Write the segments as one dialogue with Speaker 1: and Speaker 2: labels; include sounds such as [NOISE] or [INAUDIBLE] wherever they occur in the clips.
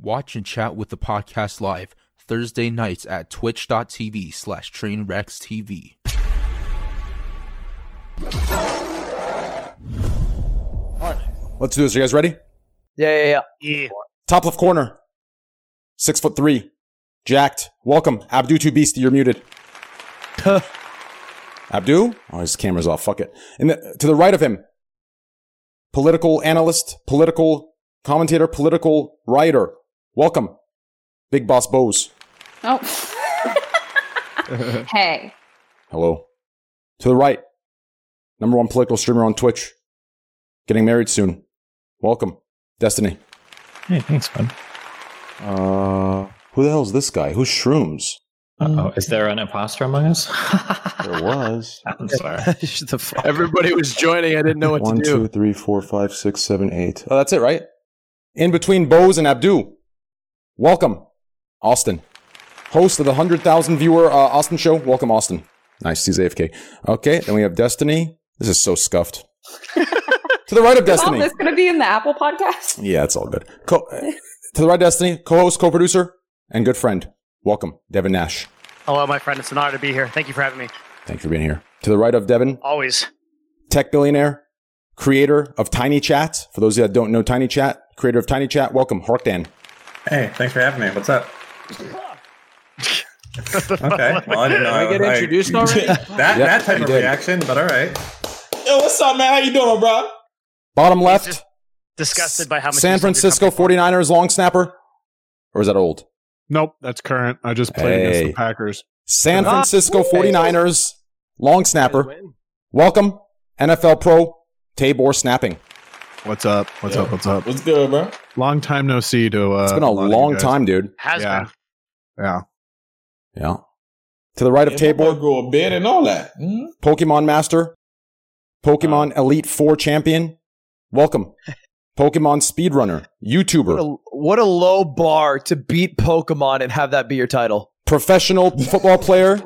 Speaker 1: watch and chat with the podcast live Thursday nights at twitch.tv slash trainwreckstv.
Speaker 2: Let's do this. Are you guys ready?
Speaker 3: Yeah, yeah, yeah.
Speaker 4: Yeah.
Speaker 2: Top left corner, six foot three, jacked. Welcome, Abdu Two Beast. You're [LAUGHS] muted. Abdu, oh his camera's off. Fuck it. And the, to the right of him, political analyst, political commentator, political writer. Welcome, Big Boss [LAUGHS] Bose.
Speaker 5: Oh. hey.
Speaker 2: Hello. To the right, number one political streamer on Twitch, getting married soon. Welcome, Destiny.
Speaker 6: Hey, thanks, bud.
Speaker 2: Uh, who the hell's this guy? Who's Shrooms?
Speaker 6: Uh-oh. Is there an imposter among us?
Speaker 2: [LAUGHS] There was.
Speaker 6: [LAUGHS] I'm sorry.
Speaker 3: Shut the fuck.
Speaker 4: Everybody was joining. I didn't know what
Speaker 2: One,
Speaker 4: to do.
Speaker 2: two, three, four, five, six, seven, eight. Oh, that's it, right? In between Bose and Abdu. Welcome, Austin. Host of the 100,000 viewer uh, Austin show. Welcome, Austin. Nice. He's AFK. Okay, then we have Destiny. This is so scuffed. to the right of
Speaker 5: Is all
Speaker 2: Destiny.
Speaker 5: this going to be in the Apple podcast?
Speaker 2: Yeah, it's all good. [LAUGHS] Co- uh, to the right, Destiny, co host, co producer, and good friend. Welcome, Devin Nash.
Speaker 4: Hello, Oh, my friend. It's an honor to be here. Thank you for having me.
Speaker 2: Thanks for being here. To the right of Devin,
Speaker 4: Always.
Speaker 2: tech billionaire, creator of Tiny Chat. For those that don't know Tiny Chat, creator of Tiny Chat, welcome, Horkdan.
Speaker 7: Hey, thanks for having me. What's up? okay. Well, I didn't know.
Speaker 4: Did I get
Speaker 8: [LAUGHS]
Speaker 4: introduced already?
Speaker 7: that that type
Speaker 2: you
Speaker 7: of
Speaker 2: did.
Speaker 7: reaction, but all right.
Speaker 2: Yo, what's up, man? How you doing, bro? Bottom left,
Speaker 4: Just Disgusted by how much
Speaker 2: San
Speaker 4: you sold your
Speaker 2: Francisco
Speaker 4: company
Speaker 2: 49ers long snapper. Or is that old?
Speaker 9: Nope, that's current. I just played against
Speaker 2: Hey.
Speaker 9: the Packers.
Speaker 2: San
Speaker 4: Ah,
Speaker 3: Ah,
Speaker 2: Francisco 49ers long snapper. Welcome, NFL pro Tabor Snapping.
Speaker 9: What's up? What's up? What's up?
Speaker 7: What's good, bro?
Speaker 9: Long time no see to. Uh,
Speaker 2: It's been a
Speaker 9: lot of you
Speaker 2: long
Speaker 9: guys.
Speaker 2: time, dude.
Speaker 4: for. Has
Speaker 9: Yeah.
Speaker 4: been.
Speaker 9: Yeah.
Speaker 2: Yeah. To the right of Tabor,
Speaker 7: grew a beard and all that.
Speaker 3: Mm-hmm.
Speaker 2: Pokemon Master, Pokemon
Speaker 3: Uh.
Speaker 2: Elite Four Champion. Welcome, Pokemon Speedrunner,
Speaker 3: What a,
Speaker 2: YouTuber,
Speaker 3: what a low bar to beat Pokemon and have that be your title.
Speaker 2: professional football
Speaker 3: [LAUGHS]
Speaker 2: player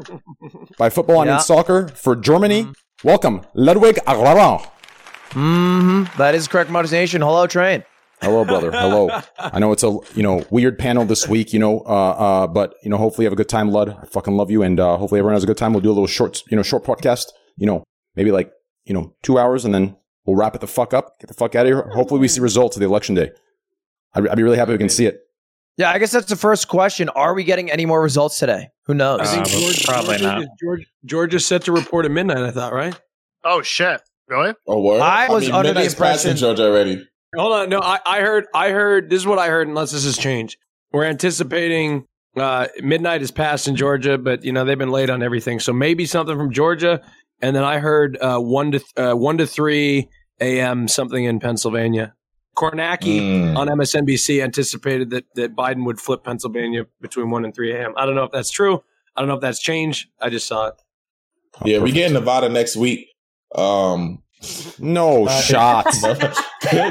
Speaker 2: by football and
Speaker 3: Yeah. Mm-hmm.
Speaker 2: soccer for Germany. Welcome, Ludwig Agrarau. Mm-hmm.
Speaker 3: hmm That is correct modernization. Hello, train.
Speaker 2: Hello, brother. Hello. I know it's a you know weird panel this week, you know, uh, uh, but you know, hopefully you have a good time, Lud. I fucking love you, and uh, hopefully everyone has a good time. We'll do a little short, you know, short podcast, you know, maybe like you know two hours, and then we'll wrap it the fuck up, get the fuck out of here. Hopefully we see results of the election day. I'd, I'd be really happy we can see it.
Speaker 3: Yeah, I guess that's the first question. Are we getting any more results today? Who knows?
Speaker 2: Uh,
Speaker 6: I think- probably
Speaker 10: Georgia,
Speaker 6: not.
Speaker 10: Georgia, Georgia's set to report at midnight. I thought, right?
Speaker 4: Oh, shit. Really?
Speaker 11: Oh, word?
Speaker 3: I was under the
Speaker 11: midnight's past in
Speaker 3: impression-
Speaker 11: Georgia already.
Speaker 10: Hold on. No, I, I heard. I heard. This is what I heard. Unless this has changed, we're anticipating uh, midnight is passed in Georgia, but you know they've been late on everything. So maybe something from Georgia, and then I heard uh, one to uh, one to three a.m. something in Pennsylvania. Kornacki
Speaker 11: Mm.
Speaker 10: on MSNBC anticipated that that Biden would flip Pennsylvania between one and three a.m. I don't know if that's true. I don't know if that's changed. I just saw it.
Speaker 11: yeah, we get Nevada next week. Um, [LAUGHS]
Speaker 2: No shot.
Speaker 11: they,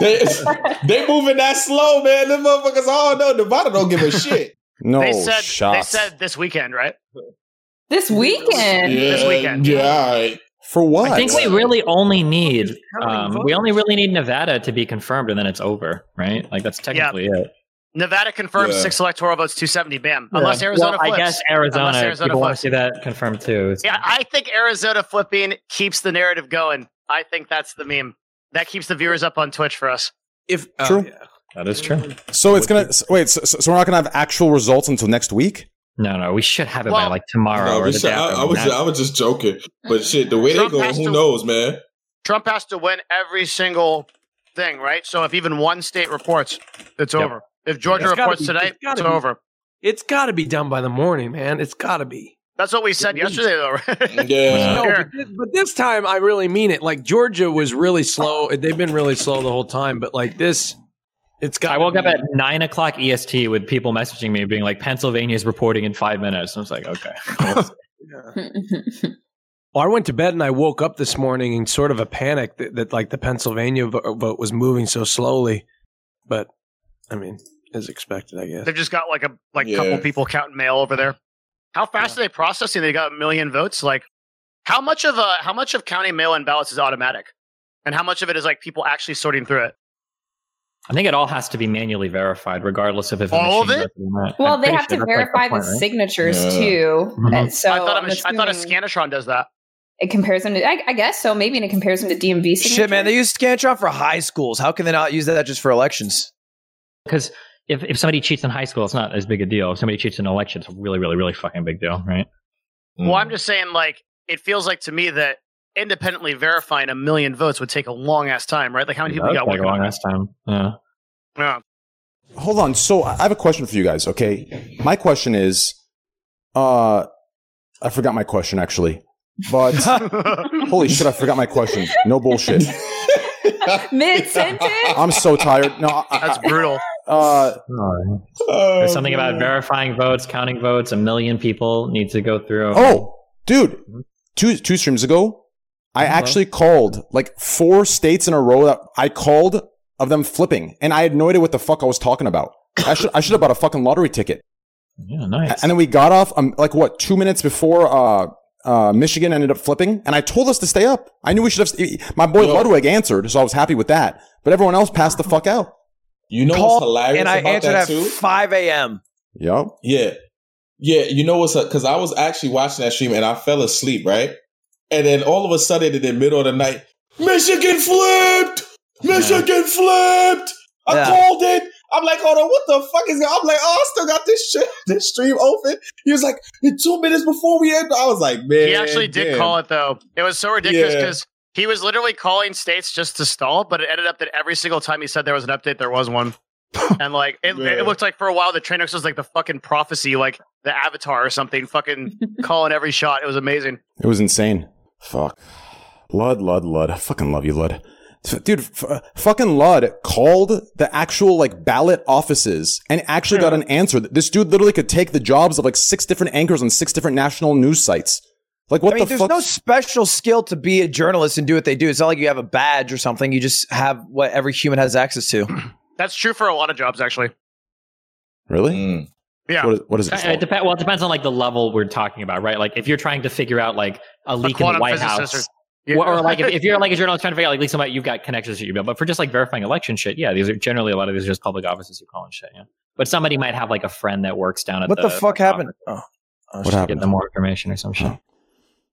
Speaker 11: they moving that slow, man. Them motherfuckers all know Nevada don't give a shit.
Speaker 2: No
Speaker 4: they said
Speaker 2: shot.
Speaker 4: they said this weekend, right?
Speaker 5: This weekend.
Speaker 4: This weekend.
Speaker 11: Yeah, all right.
Speaker 2: for what?
Speaker 6: I think we really only need
Speaker 10: How many
Speaker 6: um,
Speaker 10: votes?
Speaker 6: we only really need Nevada to be confirmed, and then it's over, right? Like that's technically it.
Speaker 4: Nevada confirms
Speaker 11: Yeah.
Speaker 4: six electoral votes, 270. Bam. Unless Arizona
Speaker 6: Well,
Speaker 4: flips.
Speaker 6: I guess Arizona.
Speaker 4: Unless Arizona
Speaker 6: people want to
Speaker 4: flips.
Speaker 6: see that confirmed too.
Speaker 4: Yeah, I think Arizona flipping keeps the narrative going. I think that's the meme. That keeps the viewers up on Twitch for us.
Speaker 10: If oh,
Speaker 2: True.
Speaker 10: yeah.
Speaker 6: that is true.
Speaker 2: so it's gonna s- wait. So, so we're not gonna have actual results until next week.
Speaker 6: No, no, we should have it by
Speaker 4: Well-
Speaker 6: like tomorrow
Speaker 11: No,
Speaker 6: or
Speaker 11: we
Speaker 6: the
Speaker 11: should-
Speaker 6: day.
Speaker 11: I,
Speaker 6: after
Speaker 11: I was
Speaker 6: that.
Speaker 11: just, I was just joking, but shit, the way they
Speaker 4: Trump
Speaker 11: go,
Speaker 4: has
Speaker 11: who
Speaker 4: to-
Speaker 11: knows, man?
Speaker 4: Trump has to win every single thing, right? So if even one state reports, it's
Speaker 6: Yep.
Speaker 4: over. If Georgia
Speaker 10: It's gotta
Speaker 4: reports
Speaker 10: be-
Speaker 4: tonight,
Speaker 10: it's
Speaker 4: it's
Speaker 10: gotta be.
Speaker 4: over.
Speaker 10: It's got to be done by the morning, man. It's got to be.
Speaker 4: That's what we said
Speaker 10: least.
Speaker 4: yesterday, though. Right? [LAUGHS]
Speaker 11: Yeah,
Speaker 10: No, but this, but this time I really mean it. Like Georgia was really slow. They've been really slow the whole time, but like this, it's got.
Speaker 6: I woke up at nine o'clock EST with people messaging me being like, Pennsylvania's reporting in five minutes. And I was like, okay.
Speaker 10: Well, I went to bed and I woke up this morning in sort of a panic that, that like the Pennsylvania vo- vote was moving so slowly, but I mean, as expected, I guess.
Speaker 4: They've just got like a like
Speaker 11: Yeah.
Speaker 4: couple people counting mail over there. How fast are they processing? They got a million votes. Like, how much of uh how much of county mail-in ballots is automatic, and how much of it is like people actually sorting through it?
Speaker 6: I think it all has to be manually verified, regardless of if a
Speaker 4: All of
Speaker 6: machine
Speaker 4: it?
Speaker 6: does or not.
Speaker 5: Well,
Speaker 6: I'm
Speaker 5: they
Speaker 6: pretty
Speaker 5: have
Speaker 6: sure
Speaker 5: to
Speaker 6: that's, like,
Speaker 5: verify
Speaker 6: point,
Speaker 5: the
Speaker 6: right?
Speaker 5: signatures
Speaker 7: Yeah.
Speaker 5: too.
Speaker 6: Mhm.
Speaker 5: And so
Speaker 4: I thought a,
Speaker 5: I'm
Speaker 4: mach- I thought a
Speaker 5: assuming
Speaker 4: Scanatron does that.
Speaker 5: It compares them to, I, I guess so. Maybe and it compares them to DMV.
Speaker 3: Shit, man, they use Scantron for high schools. How can they not use that just for elections?
Speaker 6: Because if, if somebody cheats in high school, it's not as big a deal. If somebody cheats in an election, it's a really, really, really fucking big deal, right?
Speaker 4: Well, I'm just saying, like, it feels like to me that independently verifying a million votes would take a long ass time, right? Like, how many people
Speaker 6: That
Speaker 4: you got
Speaker 6: was
Speaker 4: working
Speaker 6: long
Speaker 4: on
Speaker 6: last time. Yeah.
Speaker 4: that? Yeah.
Speaker 2: Hold on. So I I have a question for you guys. Okay, my question is, uh, I forgot my question actually,
Speaker 4: [LAUGHS]
Speaker 2: but holy shit, I forgot my question. No bullshit.
Speaker 5: [LAUGHS] Mid sentence?
Speaker 2: I'm so tired. No, I,
Speaker 4: That's
Speaker 2: I,
Speaker 4: brutal.
Speaker 2: uh, Oh,
Speaker 6: There's something about verifying votes, counting votes. A million people need to go through.
Speaker 2: Oh, dude, two two streams ago, I actually called like four states in a row that I called of them flipping, and I had no idea what the fuck I was talking about. I should I should have bought a fucking lottery ticket.
Speaker 6: yeah, nice.
Speaker 2: And then we got off um, like what two minutes before uh, uh, Michigan ended up flipping, and I told us to stay up. I knew we should have. e-, My boy
Speaker 7: Yo.
Speaker 2: Ludwig answered, so I was happy with that. But everyone else passed the fuck out.
Speaker 7: You know what's
Speaker 3: Call,
Speaker 7: hilarious
Speaker 3: and I
Speaker 7: about
Speaker 3: answered
Speaker 7: that
Speaker 3: at
Speaker 7: too?
Speaker 3: 5 a.m.
Speaker 2: Yep.
Speaker 7: Yeah. Yeah, you know what's up? Because I was actually watching that stream and I fell asleep, right? And then all of a sudden, in the middle of the night, Michigan flipped! Michigan flipped! I
Speaker 3: Yeah.
Speaker 7: called it. I'm like, hold on, what the fuck is going I'm like, oh, I still got this shit, [LAUGHS] this stream open. He was like, in two minutes before we end, I was like, man.
Speaker 4: He actually did
Speaker 7: damn.
Speaker 4: call it though. It was so ridiculous
Speaker 7: Yeah.
Speaker 4: because he was literally calling states just to stall, but it ended up that every single time he said there was an update, there was
Speaker 8: [LAUGHS]
Speaker 4: one. and like it,
Speaker 7: Yeah.
Speaker 4: it looked like for a while the Trainox was like the fucking prophecy, like the Avatar or something,
Speaker 3: [LAUGHS]
Speaker 4: fucking calling every shot. It was amazing.
Speaker 2: It was insane. Fuck. Lud, Lud, Lud. I fucking love you, Lud. F- Dude, f- uh, fucking Lud called the actual like ballot offices and actually got an answer. This dude literally could take the jobs of like six different anchors on six different national news sites. Like what
Speaker 3: I mean,
Speaker 2: the
Speaker 3: there's
Speaker 2: fuck?
Speaker 3: no special skill to be a journalist and do what they do. It's not like you have a badge or something. You just have what every human has access to.
Speaker 4: That's true for a lot of jobs actually.
Speaker 2: really?
Speaker 7: Mm.
Speaker 4: Yeah.
Speaker 2: What is, what is it?
Speaker 6: Uh, It, it depends. Well, it depends on like the level we're talking about, right? Like if you're trying to figure out like a leak in the
Speaker 4: quantum
Speaker 6: White
Speaker 4: physicist
Speaker 6: House,
Speaker 4: Yeah.
Speaker 6: or, or, like
Speaker 5: [LAUGHS]
Speaker 6: if, if you're
Speaker 4: [LAUGHS]
Speaker 6: like a journalist trying to figure out like leaks, somebody you've got connections to your bill. But for just like verifying election shit, yeah, these are generally a lot of these are just public offices you call and shit. Yeah, but somebody might have like a friend that works down at
Speaker 3: What the, fuck happened?
Speaker 6: office
Speaker 3: Oh. Oh,
Speaker 2: What
Speaker 3: shit.
Speaker 6: to Get
Speaker 2: happened?
Speaker 6: them more information or some shit. Um,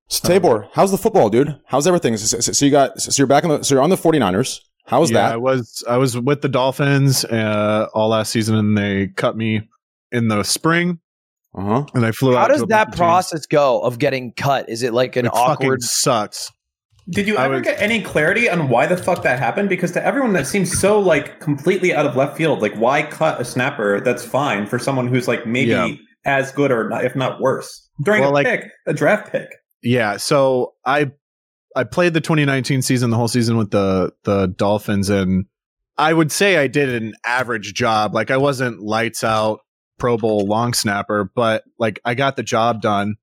Speaker 2: So, Tabor, how's the football, dude? How's everything? So, so- so you got so you're back on the so you're on the 49ers. How's
Speaker 9: yeah, I
Speaker 2: that?
Speaker 9: was I was with the Dolphins uh, all last season, and they cut me in the spring,
Speaker 2: Uh-huh.
Speaker 9: and I flew
Speaker 3: How
Speaker 9: out.
Speaker 3: does
Speaker 9: to a bunch of
Speaker 3: that
Speaker 9: teams.
Speaker 3: process go of getting cut? Is it like an
Speaker 9: It fucking
Speaker 3: awkward?
Speaker 9: sucks?
Speaker 8: Did you
Speaker 9: I
Speaker 8: ever
Speaker 9: would-
Speaker 8: get any clarity on why the fuck that happened? Because to everyone, that seems so like completely out of left field. Like, why cut a snapper that's fine for someone who's like maybe
Speaker 9: Yeah.
Speaker 8: as good or not, if not worse during
Speaker 9: Well,
Speaker 8: a
Speaker 9: like-
Speaker 8: pick, a draft pick?
Speaker 9: Yeah, so I I played the 2019 season, the whole season with the the Dolphins, and I would say I did an average job. Like I wasn't lights out Pro Bowl long snapper, but like I got the job done.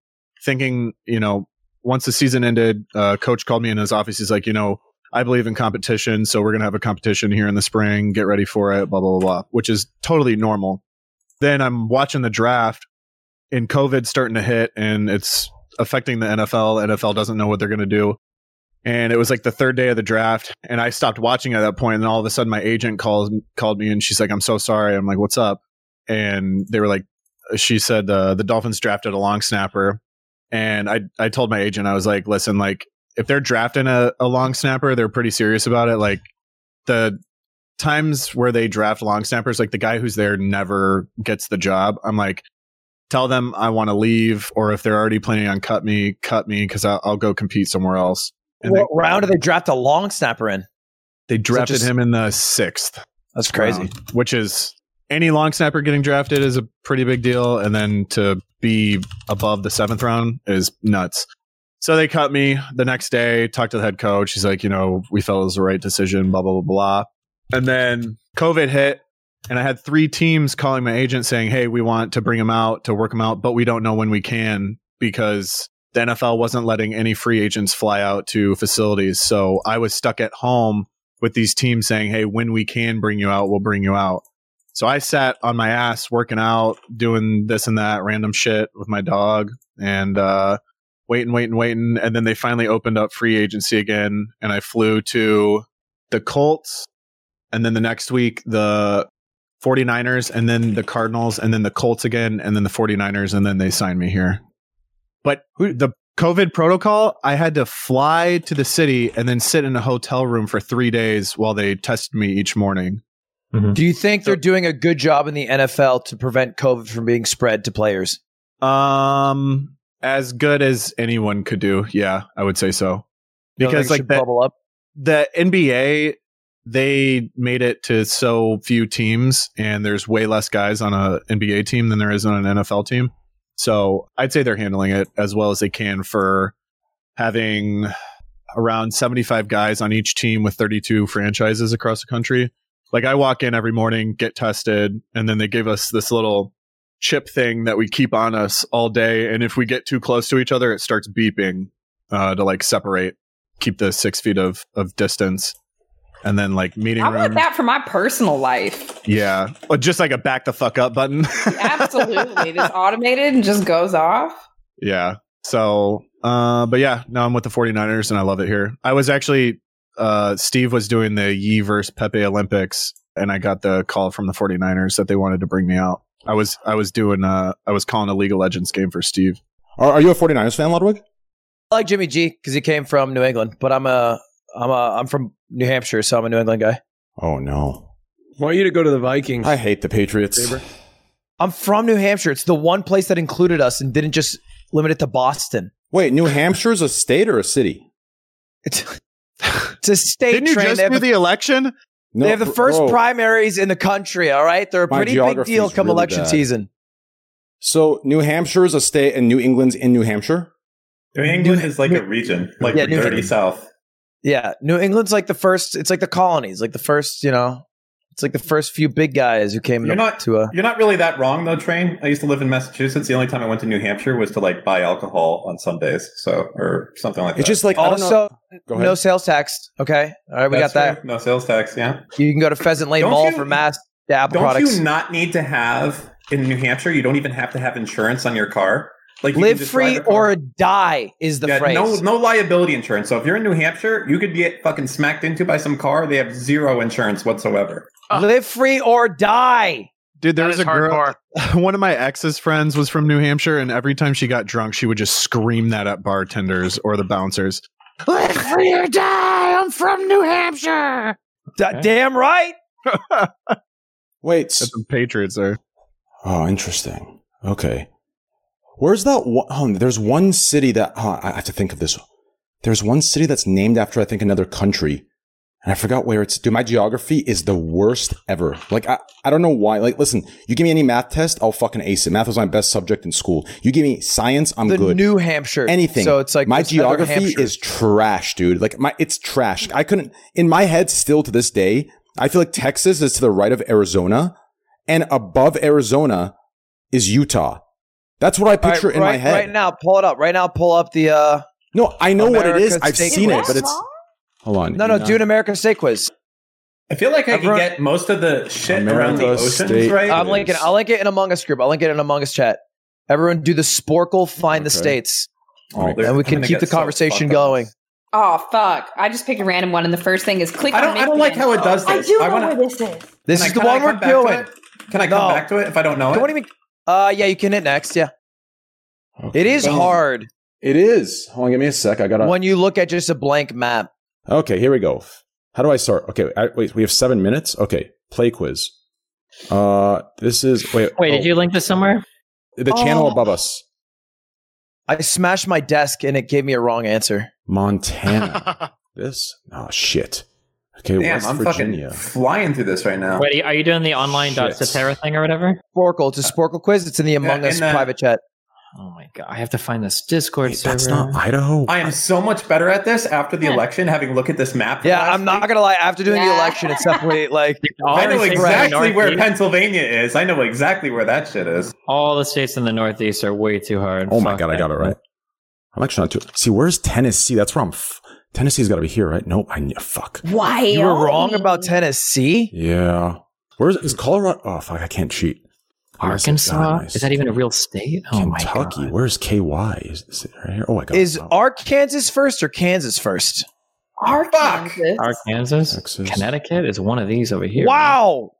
Speaker 9: Thinking, you know, once the season ended, uh, coach called me in his office. He's like, you know, I believe in competition, so we're gonna have a competition here in the spring. Get ready for it. Blah blah blah, blah which is totally normal. Then I'm watching the draft, and COVID's starting to hit, and it's affecting the NFL. NFL doesn't know what they're going to do. And it was like the third day of the draft, and I stopped watching at that point. And all of a sudden, my agent calls called me, and she's like, "I'm so sorry." I'm like, "What's up?" And they were like, "She said uh, the Dolphins drafted a long snapper," and I I told my agent I was like, "Listen, like if they're drafting a, a long snapper, they're pretty serious about it. Like the times where they draft long snappers, like the guy who's there never gets the job. I'm like, tell them I want to leave, or if they're already planning on cut me, cut me because I'll, I'll go compete somewhere else. And
Speaker 3: What round did they draft a long snapper in?
Speaker 9: they, they drafted
Speaker 3: just-
Speaker 9: him in the sixth,
Speaker 3: That's crazy.
Speaker 9: round, which is any long snapper getting drafted is a pretty big deal, and then to be above the seventh round is nuts. So they cut me the next day. Talked to the head coach. He's like, you know, we felt it was the right decision. Blah blah blah blah. And then COVID hit, and I had three teams calling my agent saying, "Hey, we want to bring him out to work him out, but we don't know when we can because the NFL wasn't letting any free agents fly out to facilities." So I was stuck at home with these teams saying, "Hey, when we can bring you out, we'll bring you out." So I sat on my ass working out, doing this and that random shit with my dog, and uh, waiting, waiting, waiting, and then they finally opened up free agency again, and I flew to the Colts, and then the next week the 49ers and then the Cardinals and then the Colts again and then the 49ers and then they sign me here. But the COVID protocol, I had to fly to the city and then sit in a hotel room for 3 days while they tested me each morning. Mm-hmm.
Speaker 3: Do you think they're doing a good job in the NFL to prevent COVID from being spread to players?
Speaker 9: Um as good as anyone could do. Yeah, I would say so.
Speaker 3: You don't think
Speaker 9: Because
Speaker 3: it
Speaker 9: like
Speaker 3: should
Speaker 9: that,
Speaker 3: bubble up.
Speaker 9: the NBA, they made it to so few teams, and there's way less guys on a NBA team than there is on an NFL team. So I'd say they're handling it as well as they can for having around 75 guys on each team with 32 franchises across the country. Like I walk in every morning, get tested, and then they give us this little chip thing that we keep on us all day. And if we get too close to each other, it starts beeping uh, to like separate, keep the six feet of of distance, and then like meeting
Speaker 5: I
Speaker 9: room.
Speaker 5: want that for my personal life.
Speaker 9: yeah, or just like a back the fuck up button. [LAUGHS]
Speaker 5: Absolutely.
Speaker 8: [LAUGHS]
Speaker 5: this automated and just goes off.
Speaker 9: yeah. So, uh, but yeah, now I'm with the 49ers and I love it here. I was actually, uh, Steve was doing the Yee versus Pepe Olympics and I got the call from the 49ers that they wanted to bring me out. I was, I was doing, uh, I was calling a League of Legends game for Steve.
Speaker 2: Are, are you a 49ers fan, Ludwig?
Speaker 3: I like Jimmy G because he came from New England, but I'm a I'm a I'm from New Hampshire, so I'm a New England guy.
Speaker 2: Oh no,
Speaker 10: want you to go to the Vikings.
Speaker 2: I hate the Patriots.
Speaker 3: I'm from New Hampshire. It's the one place that included us and didn't just limit it to Boston.
Speaker 2: Wait, New Hampshire's a state or a city?
Speaker 3: It's a state.
Speaker 9: Didn't you
Speaker 3: train.
Speaker 9: just
Speaker 3: They have
Speaker 9: do
Speaker 3: a-
Speaker 9: the election?
Speaker 2: No,
Speaker 3: they have the
Speaker 2: bro.
Speaker 3: first primaries in the country. All right, they're a
Speaker 2: My
Speaker 3: pretty big
Speaker 2: geography's
Speaker 3: deal come
Speaker 2: really
Speaker 3: election
Speaker 2: bad.
Speaker 3: season.
Speaker 2: So New Hampshire's a state, and New England's in New Hampshire.
Speaker 8: New England is like a region, like
Speaker 3: Yeah,
Speaker 8: the
Speaker 3: New
Speaker 8: dirty
Speaker 3: England.
Speaker 8: South.
Speaker 3: Yeah, New England's like the first. It's like the colonies, like the first. You know, it's like the first few big guys who came
Speaker 8: You're
Speaker 3: to,
Speaker 8: not
Speaker 3: to a.
Speaker 8: you're not really that wrong though. Train. I used to live in Massachusetts. The only time I went to New Hampshire was to like buy alcohol on Sundays, so or something like that.
Speaker 2: It's just like I don't know.
Speaker 3: Also,
Speaker 2: Go ahead.
Speaker 3: no sales tax. Okay, all right, we
Speaker 8: That's
Speaker 3: got that.
Speaker 8: true. No sales tax. Yeah.
Speaker 3: You can go to Pheasant Lane
Speaker 8: Don't
Speaker 3: Mall
Speaker 8: you-
Speaker 3: for mass to Apple
Speaker 8: Don't
Speaker 3: products.
Speaker 8: you not need to have in New Hampshire? You don't even have to have insurance on your car. Like you can
Speaker 3: Live
Speaker 8: just
Speaker 3: free
Speaker 8: drive a car.
Speaker 3: or die is the
Speaker 8: Yeah,
Speaker 3: phrase.
Speaker 8: no, no liability insurance. So if you're in New Hampshire, you could get fucking smacked into by some car. They have zero insurance whatsoever.
Speaker 3: Live free or die.
Speaker 9: Dude, there
Speaker 4: That
Speaker 9: was
Speaker 4: is
Speaker 9: a girl.
Speaker 4: hardcore.
Speaker 9: [LAUGHS] One of my ex's friends was from New Hampshire, and every time she got drunk, she would just scream that at bartenders or the bouncers.
Speaker 12: Live free or die. I'm from New Hampshire.
Speaker 3: Da- Damn right.
Speaker 2: Wait.
Speaker 9: That's some Patriots there.
Speaker 2: Oh, interesting. Okay. Where's that one? Oh, there's one city that huh, I I have to think of this. There's one city that's named after I think another country, and I forgot where it's. Dude, my geography is the worst ever. Like I, I don't know why. Like, listen, you give me any math test, I'll fucking ace it. Math was my best subject in school. You give me science, I'm
Speaker 3: the
Speaker 2: good.
Speaker 3: New Hampshire.
Speaker 2: anything.
Speaker 3: So it's like
Speaker 2: my
Speaker 3: it's another
Speaker 2: geography
Speaker 3: Hampshire.
Speaker 2: is trash, dude. Like my it's trash. I couldn't in my head still to this day, I feel like Texas is to the right of Arizona and above Arizona is Utah. That's what I
Speaker 3: All right,
Speaker 2: picture in
Speaker 3: right,
Speaker 2: my head.
Speaker 3: Right now, pull it up. Right now, pull up the. uh
Speaker 2: no, I know what it is.
Speaker 3: America's
Speaker 2: I've
Speaker 3: state
Speaker 2: seen it,
Speaker 3: quiz.
Speaker 2: but it's Hold on.
Speaker 3: No, no, do an American State Quiz.
Speaker 8: I feel like I could
Speaker 3: Everyone-
Speaker 8: get most of the shit around the
Speaker 2: America
Speaker 8: oceans,
Speaker 2: State-
Speaker 8: right?
Speaker 3: I'm linking. I'll link it in Among Us group. I'll link it in Among Us chat. Everyone, do the Sporkle. Find the
Speaker 2: Okay.
Speaker 3: states,
Speaker 2: Oh,
Speaker 8: They're
Speaker 3: and we can
Speaker 8: gonna
Speaker 3: keep
Speaker 8: get
Speaker 3: the
Speaker 8: so
Speaker 3: conversation
Speaker 8: fucked up.
Speaker 3: going.
Speaker 5: Oh fuck! I just picked a random one, and the first thing is click.
Speaker 8: I don't.
Speaker 5: On
Speaker 8: I don't like how it does
Speaker 5: I
Speaker 8: this.
Speaker 5: do know
Speaker 8: wanna-
Speaker 5: where this is.
Speaker 3: This
Speaker 8: can I-
Speaker 3: is the
Speaker 8: can I
Speaker 3: one
Speaker 8: come
Speaker 3: we're
Speaker 8: back to
Speaker 3: doing.
Speaker 8: it? Can I come
Speaker 3: No.
Speaker 8: back to it if I don't know it?
Speaker 3: What do you mean? Uh, yeah, you can hit next. Yeah, it is
Speaker 2: Well,
Speaker 3: hard
Speaker 2: It is. Hold on, give me a sec. I gotta
Speaker 3: when you look at just a blank map.
Speaker 2: Okay, here we go. How do I start? Okay, I, wait, we have seven minutes? Okay. Play quiz. Uh this is wait
Speaker 6: Wait,
Speaker 2: oh,
Speaker 6: did you link this somewhere?
Speaker 2: the channel
Speaker 3: Oh.
Speaker 2: above us.
Speaker 3: I smashed my desk and it gave me a wrong answer.
Speaker 2: Montana.
Speaker 3: [LAUGHS]
Speaker 2: This? Oh, shit. Okay,
Speaker 8: Damn,
Speaker 2: West
Speaker 8: I'm
Speaker 2: Virginia.
Speaker 8: fucking flying through this right now.
Speaker 6: Wait, are you- are you doing the online dot
Speaker 2: Shit.
Speaker 6: Cetera thing or whatever?
Speaker 3: Sporkle. It's a Sporkle quiz. It's in the Among
Speaker 8: Yeah,
Speaker 3: Us
Speaker 8: in uh, the-
Speaker 3: private chat.
Speaker 6: Oh my god, I have to find this Discord
Speaker 2: Wait,
Speaker 6: server.
Speaker 2: that's not
Speaker 3: Oh.
Speaker 2: Idaho.
Speaker 8: Oh, I am so much better at this after the election, having looked at this map.
Speaker 3: Yeah,
Speaker 8: last
Speaker 3: I'm not
Speaker 8: week.
Speaker 3: gonna lie. After doing the
Speaker 5: Yeah.
Speaker 3: election, it's definitely like
Speaker 6: All
Speaker 8: I
Speaker 6: the
Speaker 8: know
Speaker 6: states in the
Speaker 8: exactly where
Speaker 6: Northeast-
Speaker 8: Pennsylvania is. I know exactly where that shit is.
Speaker 6: all the states in the Northeast are way too hard.
Speaker 2: Oh my
Speaker 6: Fuck
Speaker 2: god, I
Speaker 6: that.
Speaker 2: got it right. I'm actually not too. See, where's Tennessee? That's where I'm. F- Tennessee's got to be here, right? Nope. I kn- fuck.
Speaker 5: Why
Speaker 3: you
Speaker 6: oh.
Speaker 3: were wrong about Tennessee.
Speaker 2: Yeah. Where's is Colorado? Oh fuck, I can't cheat. Unless it's- oh,
Speaker 6: Arkansas?
Speaker 2: nice.
Speaker 6: Is that even a real state? Oh my god.
Speaker 2: Kentucky? Where's KY? Is this it right here? Oh my god.
Speaker 3: Is
Speaker 2: Oh.
Speaker 3: Arkansas first or Kansas first?
Speaker 5: Arkansas.
Speaker 6: Arkansas, Connecticut is one of these over here.
Speaker 3: Wow.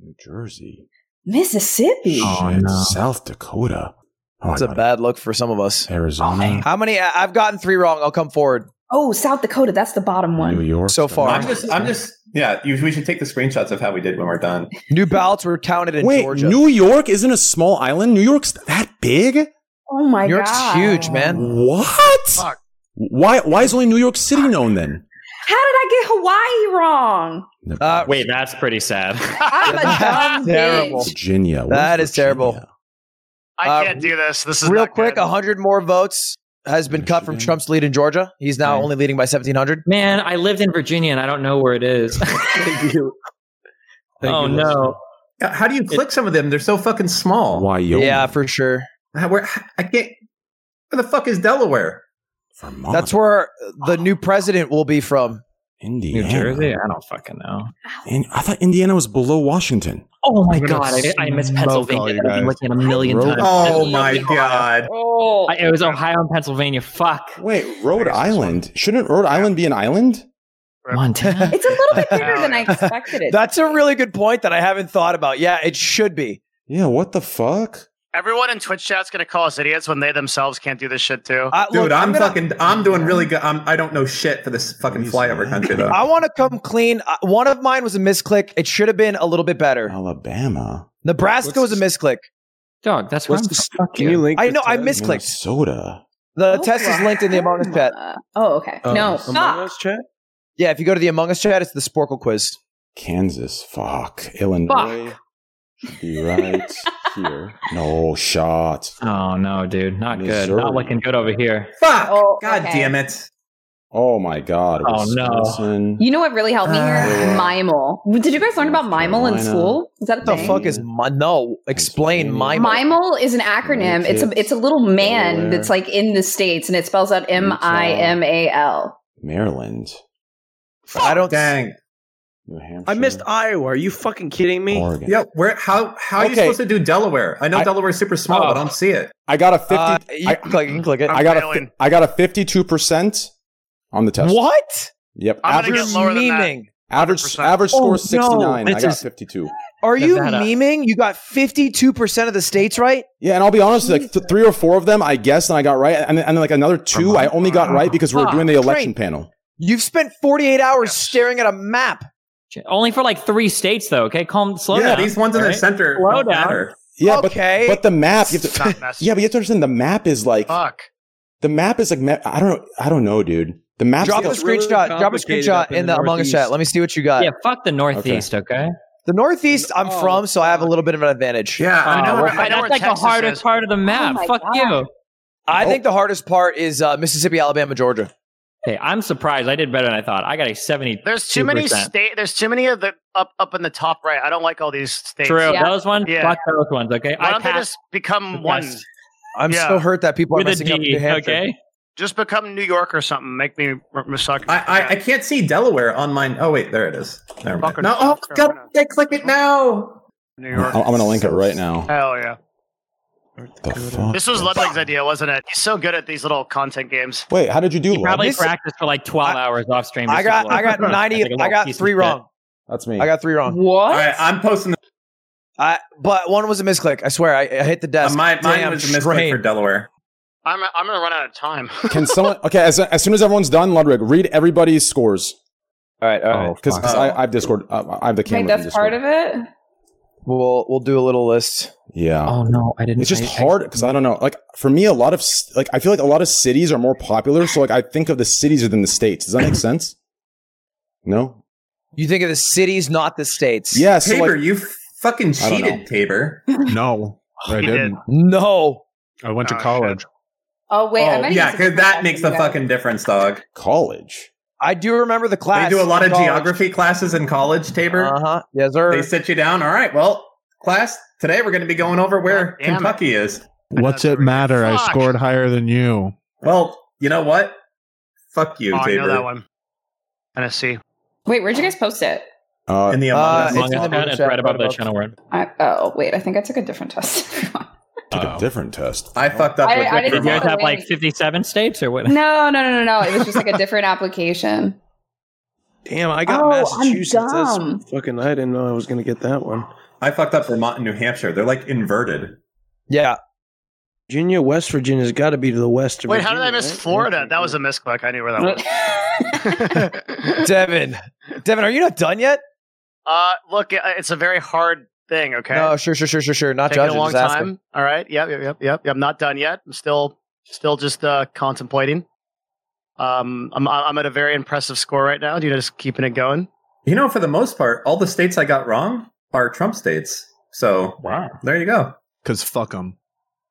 Speaker 2: New Jersey.
Speaker 5: Mississippi.
Speaker 6: Oh,
Speaker 2: Shit, South Dakota. Oh,
Speaker 3: it's a bad look for some of us.
Speaker 2: Arizona.
Speaker 3: How many? I- I've gotten three wrong. I'll come forward.
Speaker 5: Oh, South Dakota. That's the bottom one.
Speaker 2: York.
Speaker 3: So far,
Speaker 8: I'm just, I'm just, yeah. You, we should take the screenshots of how we did when we're done.
Speaker 3: new ballots were counted in
Speaker 2: Wait,
Speaker 3: Georgia.
Speaker 2: New York isn't a small island. New York's that big?
Speaker 5: Oh my
Speaker 3: New York's
Speaker 5: god.
Speaker 3: huge, man.
Speaker 2: What? Why? Why is only New York City known then?
Speaker 5: How did I get Hawaii wrong?
Speaker 3: Uh,
Speaker 6: Wait, that's pretty
Speaker 2: [LAUGHS]
Speaker 6: sad.
Speaker 5: I'm a dumb
Speaker 3: [LAUGHS] Terrible.
Speaker 5: bitch.
Speaker 2: Virginia.
Speaker 3: That is terrible.
Speaker 4: I
Speaker 3: Uh,
Speaker 4: can't do this. This is
Speaker 3: Real
Speaker 4: not
Speaker 3: quick,
Speaker 4: good.
Speaker 3: hundred more votes has been cut from Trump's lead in Georgia. He's now only leading by seventeen hundred.
Speaker 6: Man, I lived in Virginia and I don't know where it
Speaker 3: [LAUGHS]
Speaker 6: is. [LAUGHS] oh
Speaker 8: you,
Speaker 6: no.
Speaker 8: Yeah, How do you click some of them? They're so fucking small.
Speaker 2: Why?
Speaker 3: Yeah, for sure.
Speaker 8: How, where, I can't. Where the fuck is Delaware?
Speaker 2: Vermont.
Speaker 3: That's where the new president will be from.
Speaker 6: New
Speaker 2: Indiana.
Speaker 6: Jersey? I don't fucking know.
Speaker 2: In- I thought Indiana was below Washington.
Speaker 6: Oh my
Speaker 9: gonna
Speaker 6: god, I, I missed
Speaker 9: smoke all
Speaker 6: Pennsylvania.
Speaker 9: you
Speaker 6: I've been
Speaker 9: guys.
Speaker 6: looking at a million
Speaker 2: Rhode-
Speaker 6: times.
Speaker 8: Oh
Speaker 6: Pennsylvania,
Speaker 8: my
Speaker 6: Ohio.
Speaker 8: god!
Speaker 5: Oh,
Speaker 6: I, it was Ohio and Pennsylvania. Fuck.
Speaker 2: Wait, Rhode Island. Shouldn't Rhode Island be an island?
Speaker 6: Montana.
Speaker 5: it's a little bit bigger than I expected it.
Speaker 3: That's a really good point that I haven't thought about. Yeah, it should be.
Speaker 2: Yeah. What the fuck?
Speaker 4: Everyone in Twitch chat's gonna call us idiots when they themselves can't do this shit too.
Speaker 3: I,
Speaker 8: Dude,
Speaker 3: look,
Speaker 8: I'm,
Speaker 3: gonna-
Speaker 8: fucking, I'm doing really good. I'm, I don't know shit for this fucking flyover country though.
Speaker 3: I want to come clean. Uh, One of mine was a misclick. It should have been a little bit better.
Speaker 2: Alabama.
Speaker 3: Nebraska was a misclick.
Speaker 6: Dog, that's where I'm from.
Speaker 10: What's this?
Speaker 6: Fuck
Speaker 10: Can
Speaker 6: you.
Speaker 10: you link?
Speaker 3: I
Speaker 10: the
Speaker 3: know I
Speaker 10: test?
Speaker 3: misclicked.
Speaker 2: Minnesota.
Speaker 13: Oh,
Speaker 3: The test is linked in the Among Us chat.
Speaker 5: Oklahoma. Oh, okay.
Speaker 8: Oh,
Speaker 5: no,
Speaker 8: Among
Speaker 5: stop.
Speaker 10: Let's chat.
Speaker 3: Yeah, if you go to the Among Us chat, it's the Sporkle quiz.
Speaker 2: Kansas. Fuck. Illinois. Should
Speaker 6: [LAUGHS]
Speaker 2: be right here. No shot.
Speaker 6: Oh no, dude. Not good.
Speaker 2: Missouri.
Speaker 6: Not looking good over here.
Speaker 8: Fuck!
Speaker 5: Oh,
Speaker 8: God
Speaker 5: okay.
Speaker 8: damn it!
Speaker 2: Oh my God.
Speaker 6: Oh, no.
Speaker 2: Wisconsin.
Speaker 5: You know what really helped me here?
Speaker 2: Uh,
Speaker 5: Mimal. Did you guys learn about Mimal in
Speaker 2: Carolina.
Speaker 5: school? Is that a
Speaker 3: What the
Speaker 5: thing?
Speaker 3: fuck is my no? Explain my
Speaker 5: Mimal is an acronym. It's a it's a little man
Speaker 2: Delaware.
Speaker 5: that's like in the states, and it spells out M I M A L.
Speaker 2: Maryland.
Speaker 3: I don't.
Speaker 8: Dang.
Speaker 2: New Hampshire.
Speaker 10: I missed Iowa. Are you fucking kidding me?
Speaker 2: Oregon.
Speaker 8: Yeah, where? How? How are you
Speaker 2: Okay.
Speaker 8: supposed to do Delaware? I know
Speaker 2: I-
Speaker 8: Delaware's super small, but I don't see it.
Speaker 2: I got a 50.
Speaker 3: Uh, you,
Speaker 2: I,
Speaker 3: can click, you can click it.
Speaker 2: I got a
Speaker 4: failing.
Speaker 2: fi- I got a 52% on the test.
Speaker 3: what?
Speaker 2: Yep.
Speaker 4: I'm gonna
Speaker 2: Average
Speaker 4: get lower than that.
Speaker 3: memeing?
Speaker 2: average
Speaker 4: 100%.
Speaker 2: average score
Speaker 3: Oh,
Speaker 2: 69.
Speaker 6: no.
Speaker 2: I
Speaker 6: This
Speaker 2: got
Speaker 6: is-
Speaker 2: 52.
Speaker 3: Are you
Speaker 6: Nevada.
Speaker 3: memeing? You got fifty-two percent of the states right.
Speaker 2: Yeah, and I'll be honest, like th- three or four of them I guessed and I got right. And, and like another two
Speaker 10: Uh-huh.
Speaker 2: I only got right because we were doing the election panel.
Speaker 3: You've spent forty-eight hours staring at a map.
Speaker 6: Only for like three states though, okay? Calm slow
Speaker 8: yeah,
Speaker 6: down.
Speaker 8: these ones in the
Speaker 6: alright?
Speaker 8: center
Speaker 6: Slow
Speaker 8: don't
Speaker 6: down.
Speaker 8: matter.
Speaker 2: Yeah,
Speaker 3: Okay.
Speaker 2: but but the map you have to
Speaker 4: Stop messing.
Speaker 2: [LAUGHS] Yeah, but you have to understand the map is like
Speaker 4: Fuck.
Speaker 2: the map is like ma- I don't know I don't know, dude. The map
Speaker 3: Drop a
Speaker 10: it's really
Speaker 3: screenshot. Drop a
Speaker 10: complicated
Speaker 3: screenshot
Speaker 10: up in
Speaker 3: in
Speaker 10: the
Speaker 3: the Among
Speaker 10: Northeast.
Speaker 3: Us chat. Let me see what you got.
Speaker 6: Yeah, fuck the Northeast, okay?
Speaker 3: The Northeast, I'm
Speaker 10: Oh,
Speaker 3: from, so I have a little bit of an advantage. Oh
Speaker 8: Yeah, I
Speaker 6: Oh,
Speaker 8: know.
Speaker 6: we're-
Speaker 4: I know
Speaker 6: that's
Speaker 4: where
Speaker 6: like the
Speaker 4: Texas
Speaker 6: hardest
Speaker 4: is.
Speaker 6: part of the map.
Speaker 5: my
Speaker 6: fuck
Speaker 5: God.
Speaker 6: you.
Speaker 10: Oh.
Speaker 3: I think the hardest part is uh, Mississippi, Alabama, Georgia.
Speaker 6: Hey, I'm surprised. I did better than I thought. I got a 70.
Speaker 4: There's too many
Speaker 6: 2%.
Speaker 4: state. There's too many of the up up in the top right. I don't like all these states.
Speaker 6: True.
Speaker 5: Yeah.
Speaker 6: Those ones,
Speaker 4: Yeah.
Speaker 6: fuck those ones, okay?
Speaker 4: Why
Speaker 6: I
Speaker 4: don't they
Speaker 6: passed
Speaker 4: just become one?
Speaker 6: test
Speaker 3: I'm
Speaker 4: Yeah.
Speaker 3: so hurt that people are
Speaker 6: with a
Speaker 3: messing up
Speaker 6: D,
Speaker 3: New Hampshire.
Speaker 6: okay?
Speaker 4: Just become New York or something. Make me r- r- suck.
Speaker 8: I, I, I can't see Delaware on mine. Oh wait, there it is. Never mind.
Speaker 4: Fucker.
Speaker 8: No, oh
Speaker 4: Sure,
Speaker 8: god,
Speaker 4: why not?
Speaker 8: I click it now.
Speaker 4: New
Speaker 2: I'm,
Speaker 4: York.
Speaker 2: I'm gonna link it right now.
Speaker 4: Hell yeah.
Speaker 2: The fuck?
Speaker 4: This was Ludwig's idea, wasn't it? He's so good at these little content games.
Speaker 2: Wait, how did you do?
Speaker 6: He
Speaker 2: Lon?
Speaker 6: probably
Speaker 3: This-
Speaker 6: practiced for like 12
Speaker 3: I-
Speaker 6: hours off stream.
Speaker 3: I
Speaker 6: just to
Speaker 3: got,
Speaker 6: blow [LAUGHS]
Speaker 3: I got
Speaker 6: it. Like a
Speaker 3: ninety.
Speaker 6: little
Speaker 3: I got
Speaker 6: piece of
Speaker 3: three
Speaker 6: shit.
Speaker 3: wrong.
Speaker 2: That's me.
Speaker 3: I got three wrong.
Speaker 5: What?
Speaker 8: All right, I'm posting. The,
Speaker 3: I, but one was a misclick. I swear, I, I hit the
Speaker 8: uh,
Speaker 3: desk.
Speaker 8: my, mine
Speaker 3: Damn
Speaker 8: was a misclick
Speaker 3: train.
Speaker 8: for Delaware.
Speaker 4: I'm I'm gonna run out of time.
Speaker 2: Can someone? Okay, as, as soon as everyone's done, Ludwig, read everybody's scores
Speaker 3: All right, all right.
Speaker 2: because
Speaker 8: fuck.
Speaker 2: I, I have Discord. uh, I, I have the camera.
Speaker 5: Wait,
Speaker 2: in
Speaker 5: that's part
Speaker 2: Discord.
Speaker 5: of it.
Speaker 3: We'll we'll do a little list.
Speaker 2: Yeah,
Speaker 6: Oh, no. I didn't.
Speaker 2: it's just
Speaker 6: I- I-
Speaker 2: hard because I don't know. Like for me, a lot of s- like I feel like a lot of cities are more popular. So like I think of the cities than the states. Does that make sense? No.
Speaker 3: You think of the cities, not the states.
Speaker 2: Yeah. So
Speaker 8: Tabor,
Speaker 2: like,
Speaker 8: you fucking
Speaker 2: I don't
Speaker 8: cheated, Tabor. [LAUGHS]
Speaker 9: No, I
Speaker 4: You
Speaker 9: didn't.
Speaker 3: No.
Speaker 9: I went
Speaker 4: Oh,
Speaker 9: to college.
Speaker 5: Oh wait, I
Speaker 8: oh
Speaker 5: might need
Speaker 8: yeah,
Speaker 5: to-
Speaker 8: because that makes the fucking difference, dog.
Speaker 2: college.
Speaker 3: I do remember the
Speaker 8: They
Speaker 3: class.
Speaker 8: do a lot of
Speaker 3: College.
Speaker 8: geography classes in college, Tabor.
Speaker 3: Uh-huh. Yes, sir.
Speaker 8: They sit you down. All right, well, class, today we're going to be going over where
Speaker 4: God damn it.
Speaker 8: Kentucky is.
Speaker 9: [LAUGHS] What's it matter? I scored higher than you.
Speaker 8: Well, you know what? Fuck you,
Speaker 4: Oh, I
Speaker 8: Tabor.
Speaker 4: know that one. Tennessee.
Speaker 5: Wait, whered you guys post it?
Speaker 2: Uh,
Speaker 8: In the um,
Speaker 3: Uh,
Speaker 8: Among Us.
Speaker 6: Among
Speaker 3: It's in
Speaker 6: Us chat,
Speaker 3: the Among
Speaker 6: it's
Speaker 3: Us
Speaker 6: right above
Speaker 3: chat,
Speaker 6: the channel word.
Speaker 8: [LAUGHS]
Speaker 5: I, oh wait, I think I took a different test.
Speaker 2: took
Speaker 6: Uh,
Speaker 2: a different test.
Speaker 8: I fucked up
Speaker 5: I-
Speaker 8: with
Speaker 5: I didn't
Speaker 8: Richard.
Speaker 5: know
Speaker 6: Have like
Speaker 5: Wait.
Speaker 6: 57 states or what?
Speaker 5: No, no, no, no, no. It was just like a different application.
Speaker 10: Damn, I got
Speaker 5: Oh, I'm
Speaker 10: Massachusetts. That's
Speaker 5: dumb.
Speaker 10: fucking. I didn't know I was going to get that one.
Speaker 8: I fucked up Vermont and New Hampshire. They're like inverted.
Speaker 10: Yeah. Virginia, West Virginia's got to be to the west of
Speaker 4: Wait,
Speaker 10: Virginia.
Speaker 4: how did I miss Florida? That was a misclick. I knew where that
Speaker 6: [LAUGHS]
Speaker 4: was.
Speaker 3: [LAUGHS]
Speaker 8: [LAUGHS]
Speaker 3: Devin, Devin, are you not done yet?
Speaker 4: Uh, look, uh, it's a very hard thing. Okay.
Speaker 3: No, sure, sure, sure, sure, sure. Not
Speaker 4: Taking
Speaker 3: judging.
Speaker 4: a long
Speaker 3: just asking.
Speaker 4: time. All right. Yep. Yep. Yep. Yep. I'm not done yet. I'm still, still just uh, contemplating. Um, I'm I'm at a very impressive score right now. Do you just keeping it going?
Speaker 8: You know, for the most part, all the states I got wrong are Trump states. So wow, there you go.
Speaker 9: Because fuck them.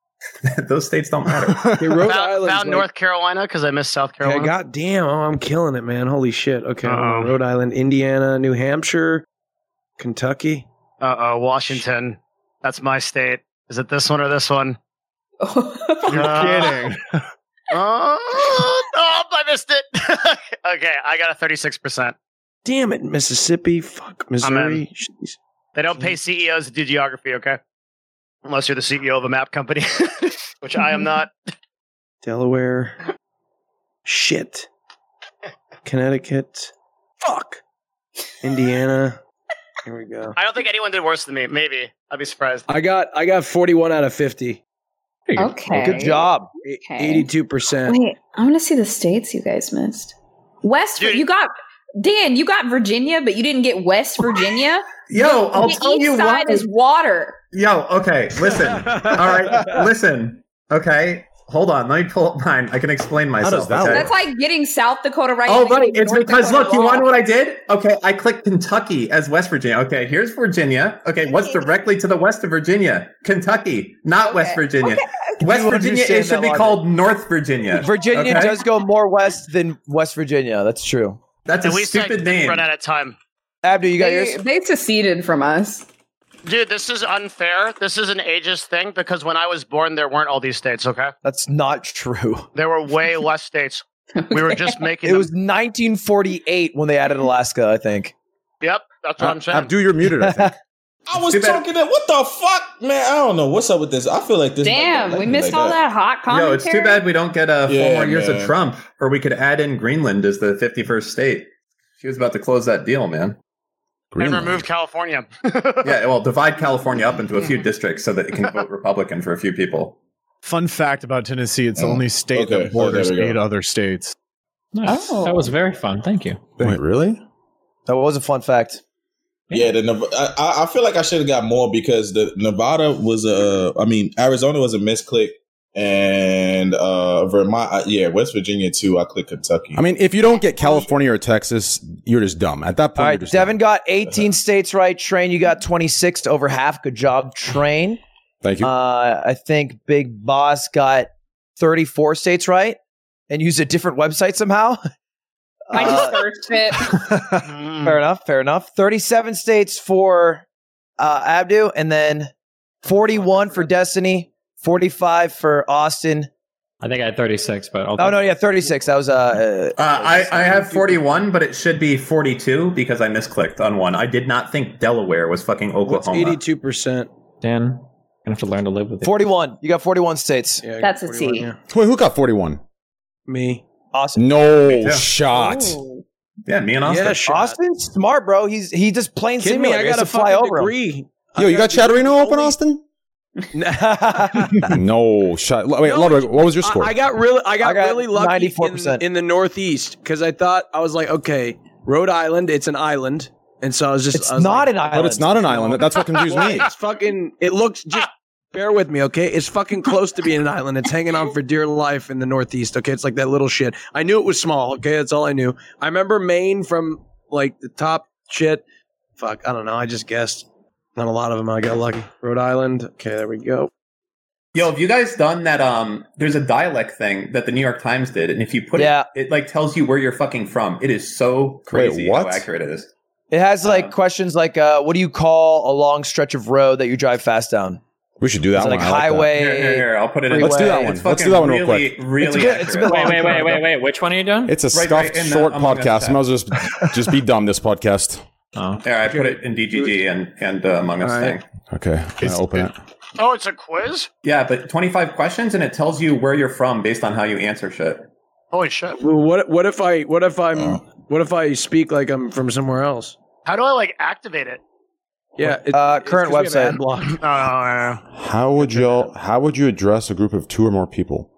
Speaker 8: [LAUGHS] Those states don't matter.
Speaker 10: [LAUGHS] Hey, Rhode
Speaker 4: Found,
Speaker 10: Island's
Speaker 4: found
Speaker 10: like-
Speaker 4: North Carolina because I missed South
Speaker 10: Yeah,
Speaker 4: Carolina.
Speaker 10: God damn, oh, I'm killing it, man. Holy shit. Okay. Rhode Island, Indiana, New Hampshire, Kentucky.
Speaker 4: Uh oh, Washington. That's my state. Is it this one or this one? Uh,
Speaker 9: You're kidding.
Speaker 4: [LAUGHS] Oh, oh, I missed it. [LAUGHS] okay, I got a 36%.
Speaker 10: Damn it, Mississippi. Fuck, Missouri. Jeez.
Speaker 4: They don't pay CEOs to do geography, okay? Unless you're the CEO of a map company, [LAUGHS] which I am not.
Speaker 10: Delaware.
Speaker 4: [LAUGHS]
Speaker 10: Shit. Connecticut. Fuck. Indiana. Here we go.
Speaker 4: I don't think anyone did worse than me. Maybe. I'd be surprised.
Speaker 10: I got I got 41 out of 50.
Speaker 5: Okay.
Speaker 10: Good job.
Speaker 5: Okay.
Speaker 10: 82%.
Speaker 5: Wait, I want to see the states you guys missed. West, you got Dan. You got Virginia, but you didn't get West Virginia.
Speaker 8: Yo,
Speaker 5: the
Speaker 8: I'll
Speaker 5: the
Speaker 8: tell
Speaker 5: east
Speaker 8: you
Speaker 5: side
Speaker 8: why.
Speaker 5: is water.
Speaker 8: Yo, okay, listen. All
Speaker 3: [LAUGHS]
Speaker 8: right, listen. Okay, hold on. Let me pull up mine. I can explain myself. okay?
Speaker 5: That's like getting South Dakota right.
Speaker 8: Oh,
Speaker 5: and then
Speaker 8: buddy,
Speaker 5: getting
Speaker 8: it's
Speaker 5: North
Speaker 8: because
Speaker 5: Dakota
Speaker 8: look, you
Speaker 5: wrong.
Speaker 8: want what I did? Okay, I clicked Kentucky as West Virginia. Okay, here's Virginia. Okay, what's directly to the west of Virginia? Kentucky, not West Virginia. West
Speaker 3: [LAUGHS] You
Speaker 8: Virginia
Speaker 3: understand
Speaker 8: it should
Speaker 3: that
Speaker 8: be
Speaker 3: logic.
Speaker 8: called North Virginia.
Speaker 3: Virginia
Speaker 8: okay?
Speaker 3: does go more west than West Virginia. That's true.
Speaker 8: That's
Speaker 4: At least I run out of time.
Speaker 3: Abdu, you got
Speaker 5: They,
Speaker 3: yours?
Speaker 5: they seceded from us.
Speaker 4: Dude, this is unfair. This is an ageist thing because when I was born, there weren't all these states, okay?
Speaker 3: That's not true.
Speaker 4: [LAUGHS] There were way less states. We were
Speaker 3: [LAUGHS]
Speaker 4: just making
Speaker 3: It
Speaker 4: them-
Speaker 3: was 1948 when they added Alaska, I think.
Speaker 4: Yep, that's
Speaker 3: Uh,
Speaker 4: what I'm saying.
Speaker 2: Abdu, you're muted.
Speaker 3: [LAUGHS]
Speaker 2: I think.
Speaker 7: I was talking that. What the fuck, man? I don't know. What's up with this? I feel like this.
Speaker 5: Damn, we missed all that hot commentary.
Speaker 8: Yo, it's too bad we don't get uh, four
Speaker 7: Yeah,
Speaker 8: more years
Speaker 7: man.
Speaker 8: of Trump, or we could add in Greenland as the 51st state. She was about to close that deal, man.
Speaker 4: and removed California. [LAUGHS]
Speaker 8: yeah, well, divide California up into a few districts so that it can
Speaker 10: [LAUGHS]
Speaker 8: vote Republican for a few people.
Speaker 9: Fun fact about Tennessee: it's the
Speaker 8: Oh,
Speaker 9: only state
Speaker 8: okay,
Speaker 9: that borders
Speaker 8: okay, there we
Speaker 9: eight
Speaker 8: go. Oh.
Speaker 9: other states.
Speaker 6: Nice. That was very [LAUGHS] fun. Thank you.
Speaker 2: Wait, really?
Speaker 3: That was a fun fact.
Speaker 7: Yeah, the Nev- I- I, I feel like I should have got more because the Nevada was a. I mean, Arizona was a misclick, and uh Vermont. I, yeah, West Virginia too. I clicked Kentucky.
Speaker 2: I mean, if you don't get California or Texas, you're just dumb. At that point,
Speaker 3: All
Speaker 2: you're
Speaker 3: right,
Speaker 2: just
Speaker 3: Devin got 18 states right. Train, you got 26 to over half. Good job, Train.
Speaker 2: Thank you.
Speaker 3: Uh, I think Big Boss got 34 states right and used a different website somehow. [LAUGHS]
Speaker 5: I
Speaker 3: Uh,
Speaker 5: just searched
Speaker 8: [LAUGHS]
Speaker 5: it.
Speaker 4: Mm.
Speaker 3: Fair enough. Fair enough. 37 states for uh, Abdu, and then 41 for Destiny, 45 for Austin.
Speaker 6: I think I had 36, but I'll
Speaker 3: Oh, no, yeah, 36. That was, uh, uh,
Speaker 8: Uh, I, I have 41, but it should be 42 because I misclicked on one. I did not think Delaware was fucking Oklahoma.
Speaker 10: 82%.
Speaker 6: Dan, I'm gonna have to learn to live with it.
Speaker 3: 41. You got 41 states.
Speaker 10: Yeah,
Speaker 5: That's a T.
Speaker 2: Wait, who got 41?
Speaker 10: Me.
Speaker 3: Austin. Oh.
Speaker 2: No shot.
Speaker 8: Yeah, me and Austin.
Speaker 10: Yeah, shit.
Speaker 3: Austin's smart, bro. He's he just plain
Speaker 10: Kidding me?
Speaker 3: simulator.
Speaker 10: I
Speaker 3: He has
Speaker 10: got a
Speaker 3: to fly
Speaker 10: fucking
Speaker 3: over him.
Speaker 10: degree.
Speaker 2: Yo, you got Chatterino open, Austin? [LAUGHS]
Speaker 3: [LAUGHS]
Speaker 2: no shot. Wait, Ludwig, what was your score?
Speaker 10: I, I got really, I got,
Speaker 3: I got
Speaker 10: really lucky in,
Speaker 3: 94%.
Speaker 10: in the Northeast because I thought I was like, okay, Rhode Island, it's an island, and so I was just,
Speaker 3: It's
Speaker 10: I was
Speaker 3: not
Speaker 10: like,
Speaker 3: an island.
Speaker 2: but it's not an island. That's what confused
Speaker 3: [LAUGHS]
Speaker 2: me.
Speaker 10: It's fucking. It looks just. Bear with me, okay? It's fucking close to being an island. It's hanging on for dear life in the Northeast, okay? It's like that little shit. I knew it was small, okay? That's all I knew. I remember Maine from like the top shit. Fuck, I don't know. I just guessed. Not a lot of them. I got lucky. Rhode Island. Okay, there we go.
Speaker 8: Yo, have you guys done that? Um, there's a dialect thing that the New York Times did, and if you put
Speaker 3: Yeah.
Speaker 8: it, it like tells you where you're fucking from. It is so crazy
Speaker 2: what?
Speaker 8: how accurate it is.
Speaker 3: It has like questions like, uh, what do you call a long stretch of road that you drive fast down?
Speaker 2: we should do that
Speaker 3: Is it
Speaker 2: one.
Speaker 3: like
Speaker 2: I like that.
Speaker 3: highway?
Speaker 8: Here, here, here, I'll put it in.
Speaker 2: Let's do that one.
Speaker 8: It's
Speaker 2: Let's do
Speaker 8: fucking
Speaker 2: that one real
Speaker 8: really, Really
Speaker 3: It's a bit- it's a bit
Speaker 8: accurate.
Speaker 3: long.
Speaker 6: Wait, wait, wait, wait, wait. Which one are you doing?
Speaker 2: It's a
Speaker 8: Right,
Speaker 2: scuffed
Speaker 8: right, uh, in the-
Speaker 2: short
Speaker 8: among us
Speaker 2: podcast.
Speaker 8: chat.
Speaker 2: Might as well just, just be dumb this podcast.
Speaker 6: Oh.
Speaker 8: There, I put it in DGG and and uh, Among Us
Speaker 10: All right.
Speaker 8: thing.
Speaker 2: Okay, I open it.
Speaker 4: Oh, it's a quiz.
Speaker 8: Yeah, but 25 questions and it tells you where you're from based on how you answer shit.
Speaker 4: Holy shit!
Speaker 10: Well, What what if I what if I'm
Speaker 9: Oh.
Speaker 10: what if I speak like I'm from somewhere else?
Speaker 4: How do I like activate it?
Speaker 10: Yeah, it,
Speaker 3: uh, current
Speaker 10: 'cause we have
Speaker 3: website.
Speaker 10: ad block.
Speaker 2: [LAUGHS] Oh, How would y'all? How would you address a group of two or more people?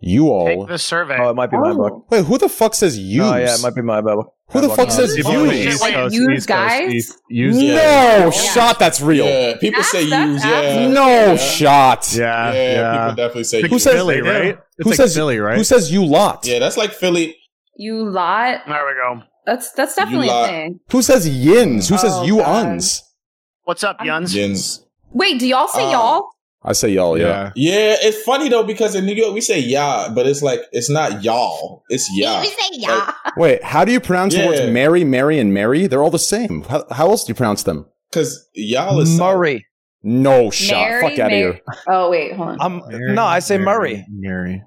Speaker 2: You all.
Speaker 4: This survey.
Speaker 3: Oh, it might be my book.
Speaker 2: Wait, who the fuck says you?
Speaker 3: Oh yeah, it might be my book.
Speaker 2: Who the fuck says
Speaker 3: People
Speaker 2: you?
Speaker 3: on the East
Speaker 5: Like, Coast, you East Coast, guys? East-
Speaker 2: no
Speaker 7: Yeah.
Speaker 2: shot. That's real.
Speaker 7: Yeah, people say use. Yeah,
Speaker 2: No
Speaker 7: Yeah.
Speaker 2: shot.
Speaker 9: Yeah,
Speaker 7: Yeah, people definitely say
Speaker 9: Who
Speaker 7: use.
Speaker 9: says Philly, right? It's
Speaker 2: who
Speaker 9: like
Speaker 2: says
Speaker 9: Philly, right?
Speaker 2: Who says you lot?
Speaker 7: Yeah, that's like Philly.
Speaker 5: You lot.
Speaker 4: There we go.
Speaker 5: That's that's definitely a
Speaker 7: lot.
Speaker 5: thing.
Speaker 2: Who says yins? Who says
Speaker 5: Oh,
Speaker 2: you
Speaker 5: God.
Speaker 2: uns?
Speaker 4: What's up, Yuns?
Speaker 2: Yins.
Speaker 5: Wait, do y'all say
Speaker 7: Um,
Speaker 5: y'all?
Speaker 2: I say y'all. Yeah.
Speaker 7: Yeah, it's funny though because in New York we say "ya," but it's like it's not y'all. It's "ya."
Speaker 5: We say y'all.
Speaker 2: Wait, how do you pronounce the
Speaker 7: Yeah.
Speaker 2: words Mary, Mary, and Mary? They're all the same. How, how else do you pronounce them?
Speaker 7: Because y'all is
Speaker 3: Murray.
Speaker 2: No shot.
Speaker 5: Mary,
Speaker 2: Fuck out of
Speaker 5: Mary-
Speaker 2: here.
Speaker 5: Oh wait, hold on.
Speaker 3: I'm no, I say Murray.
Speaker 9: Mary.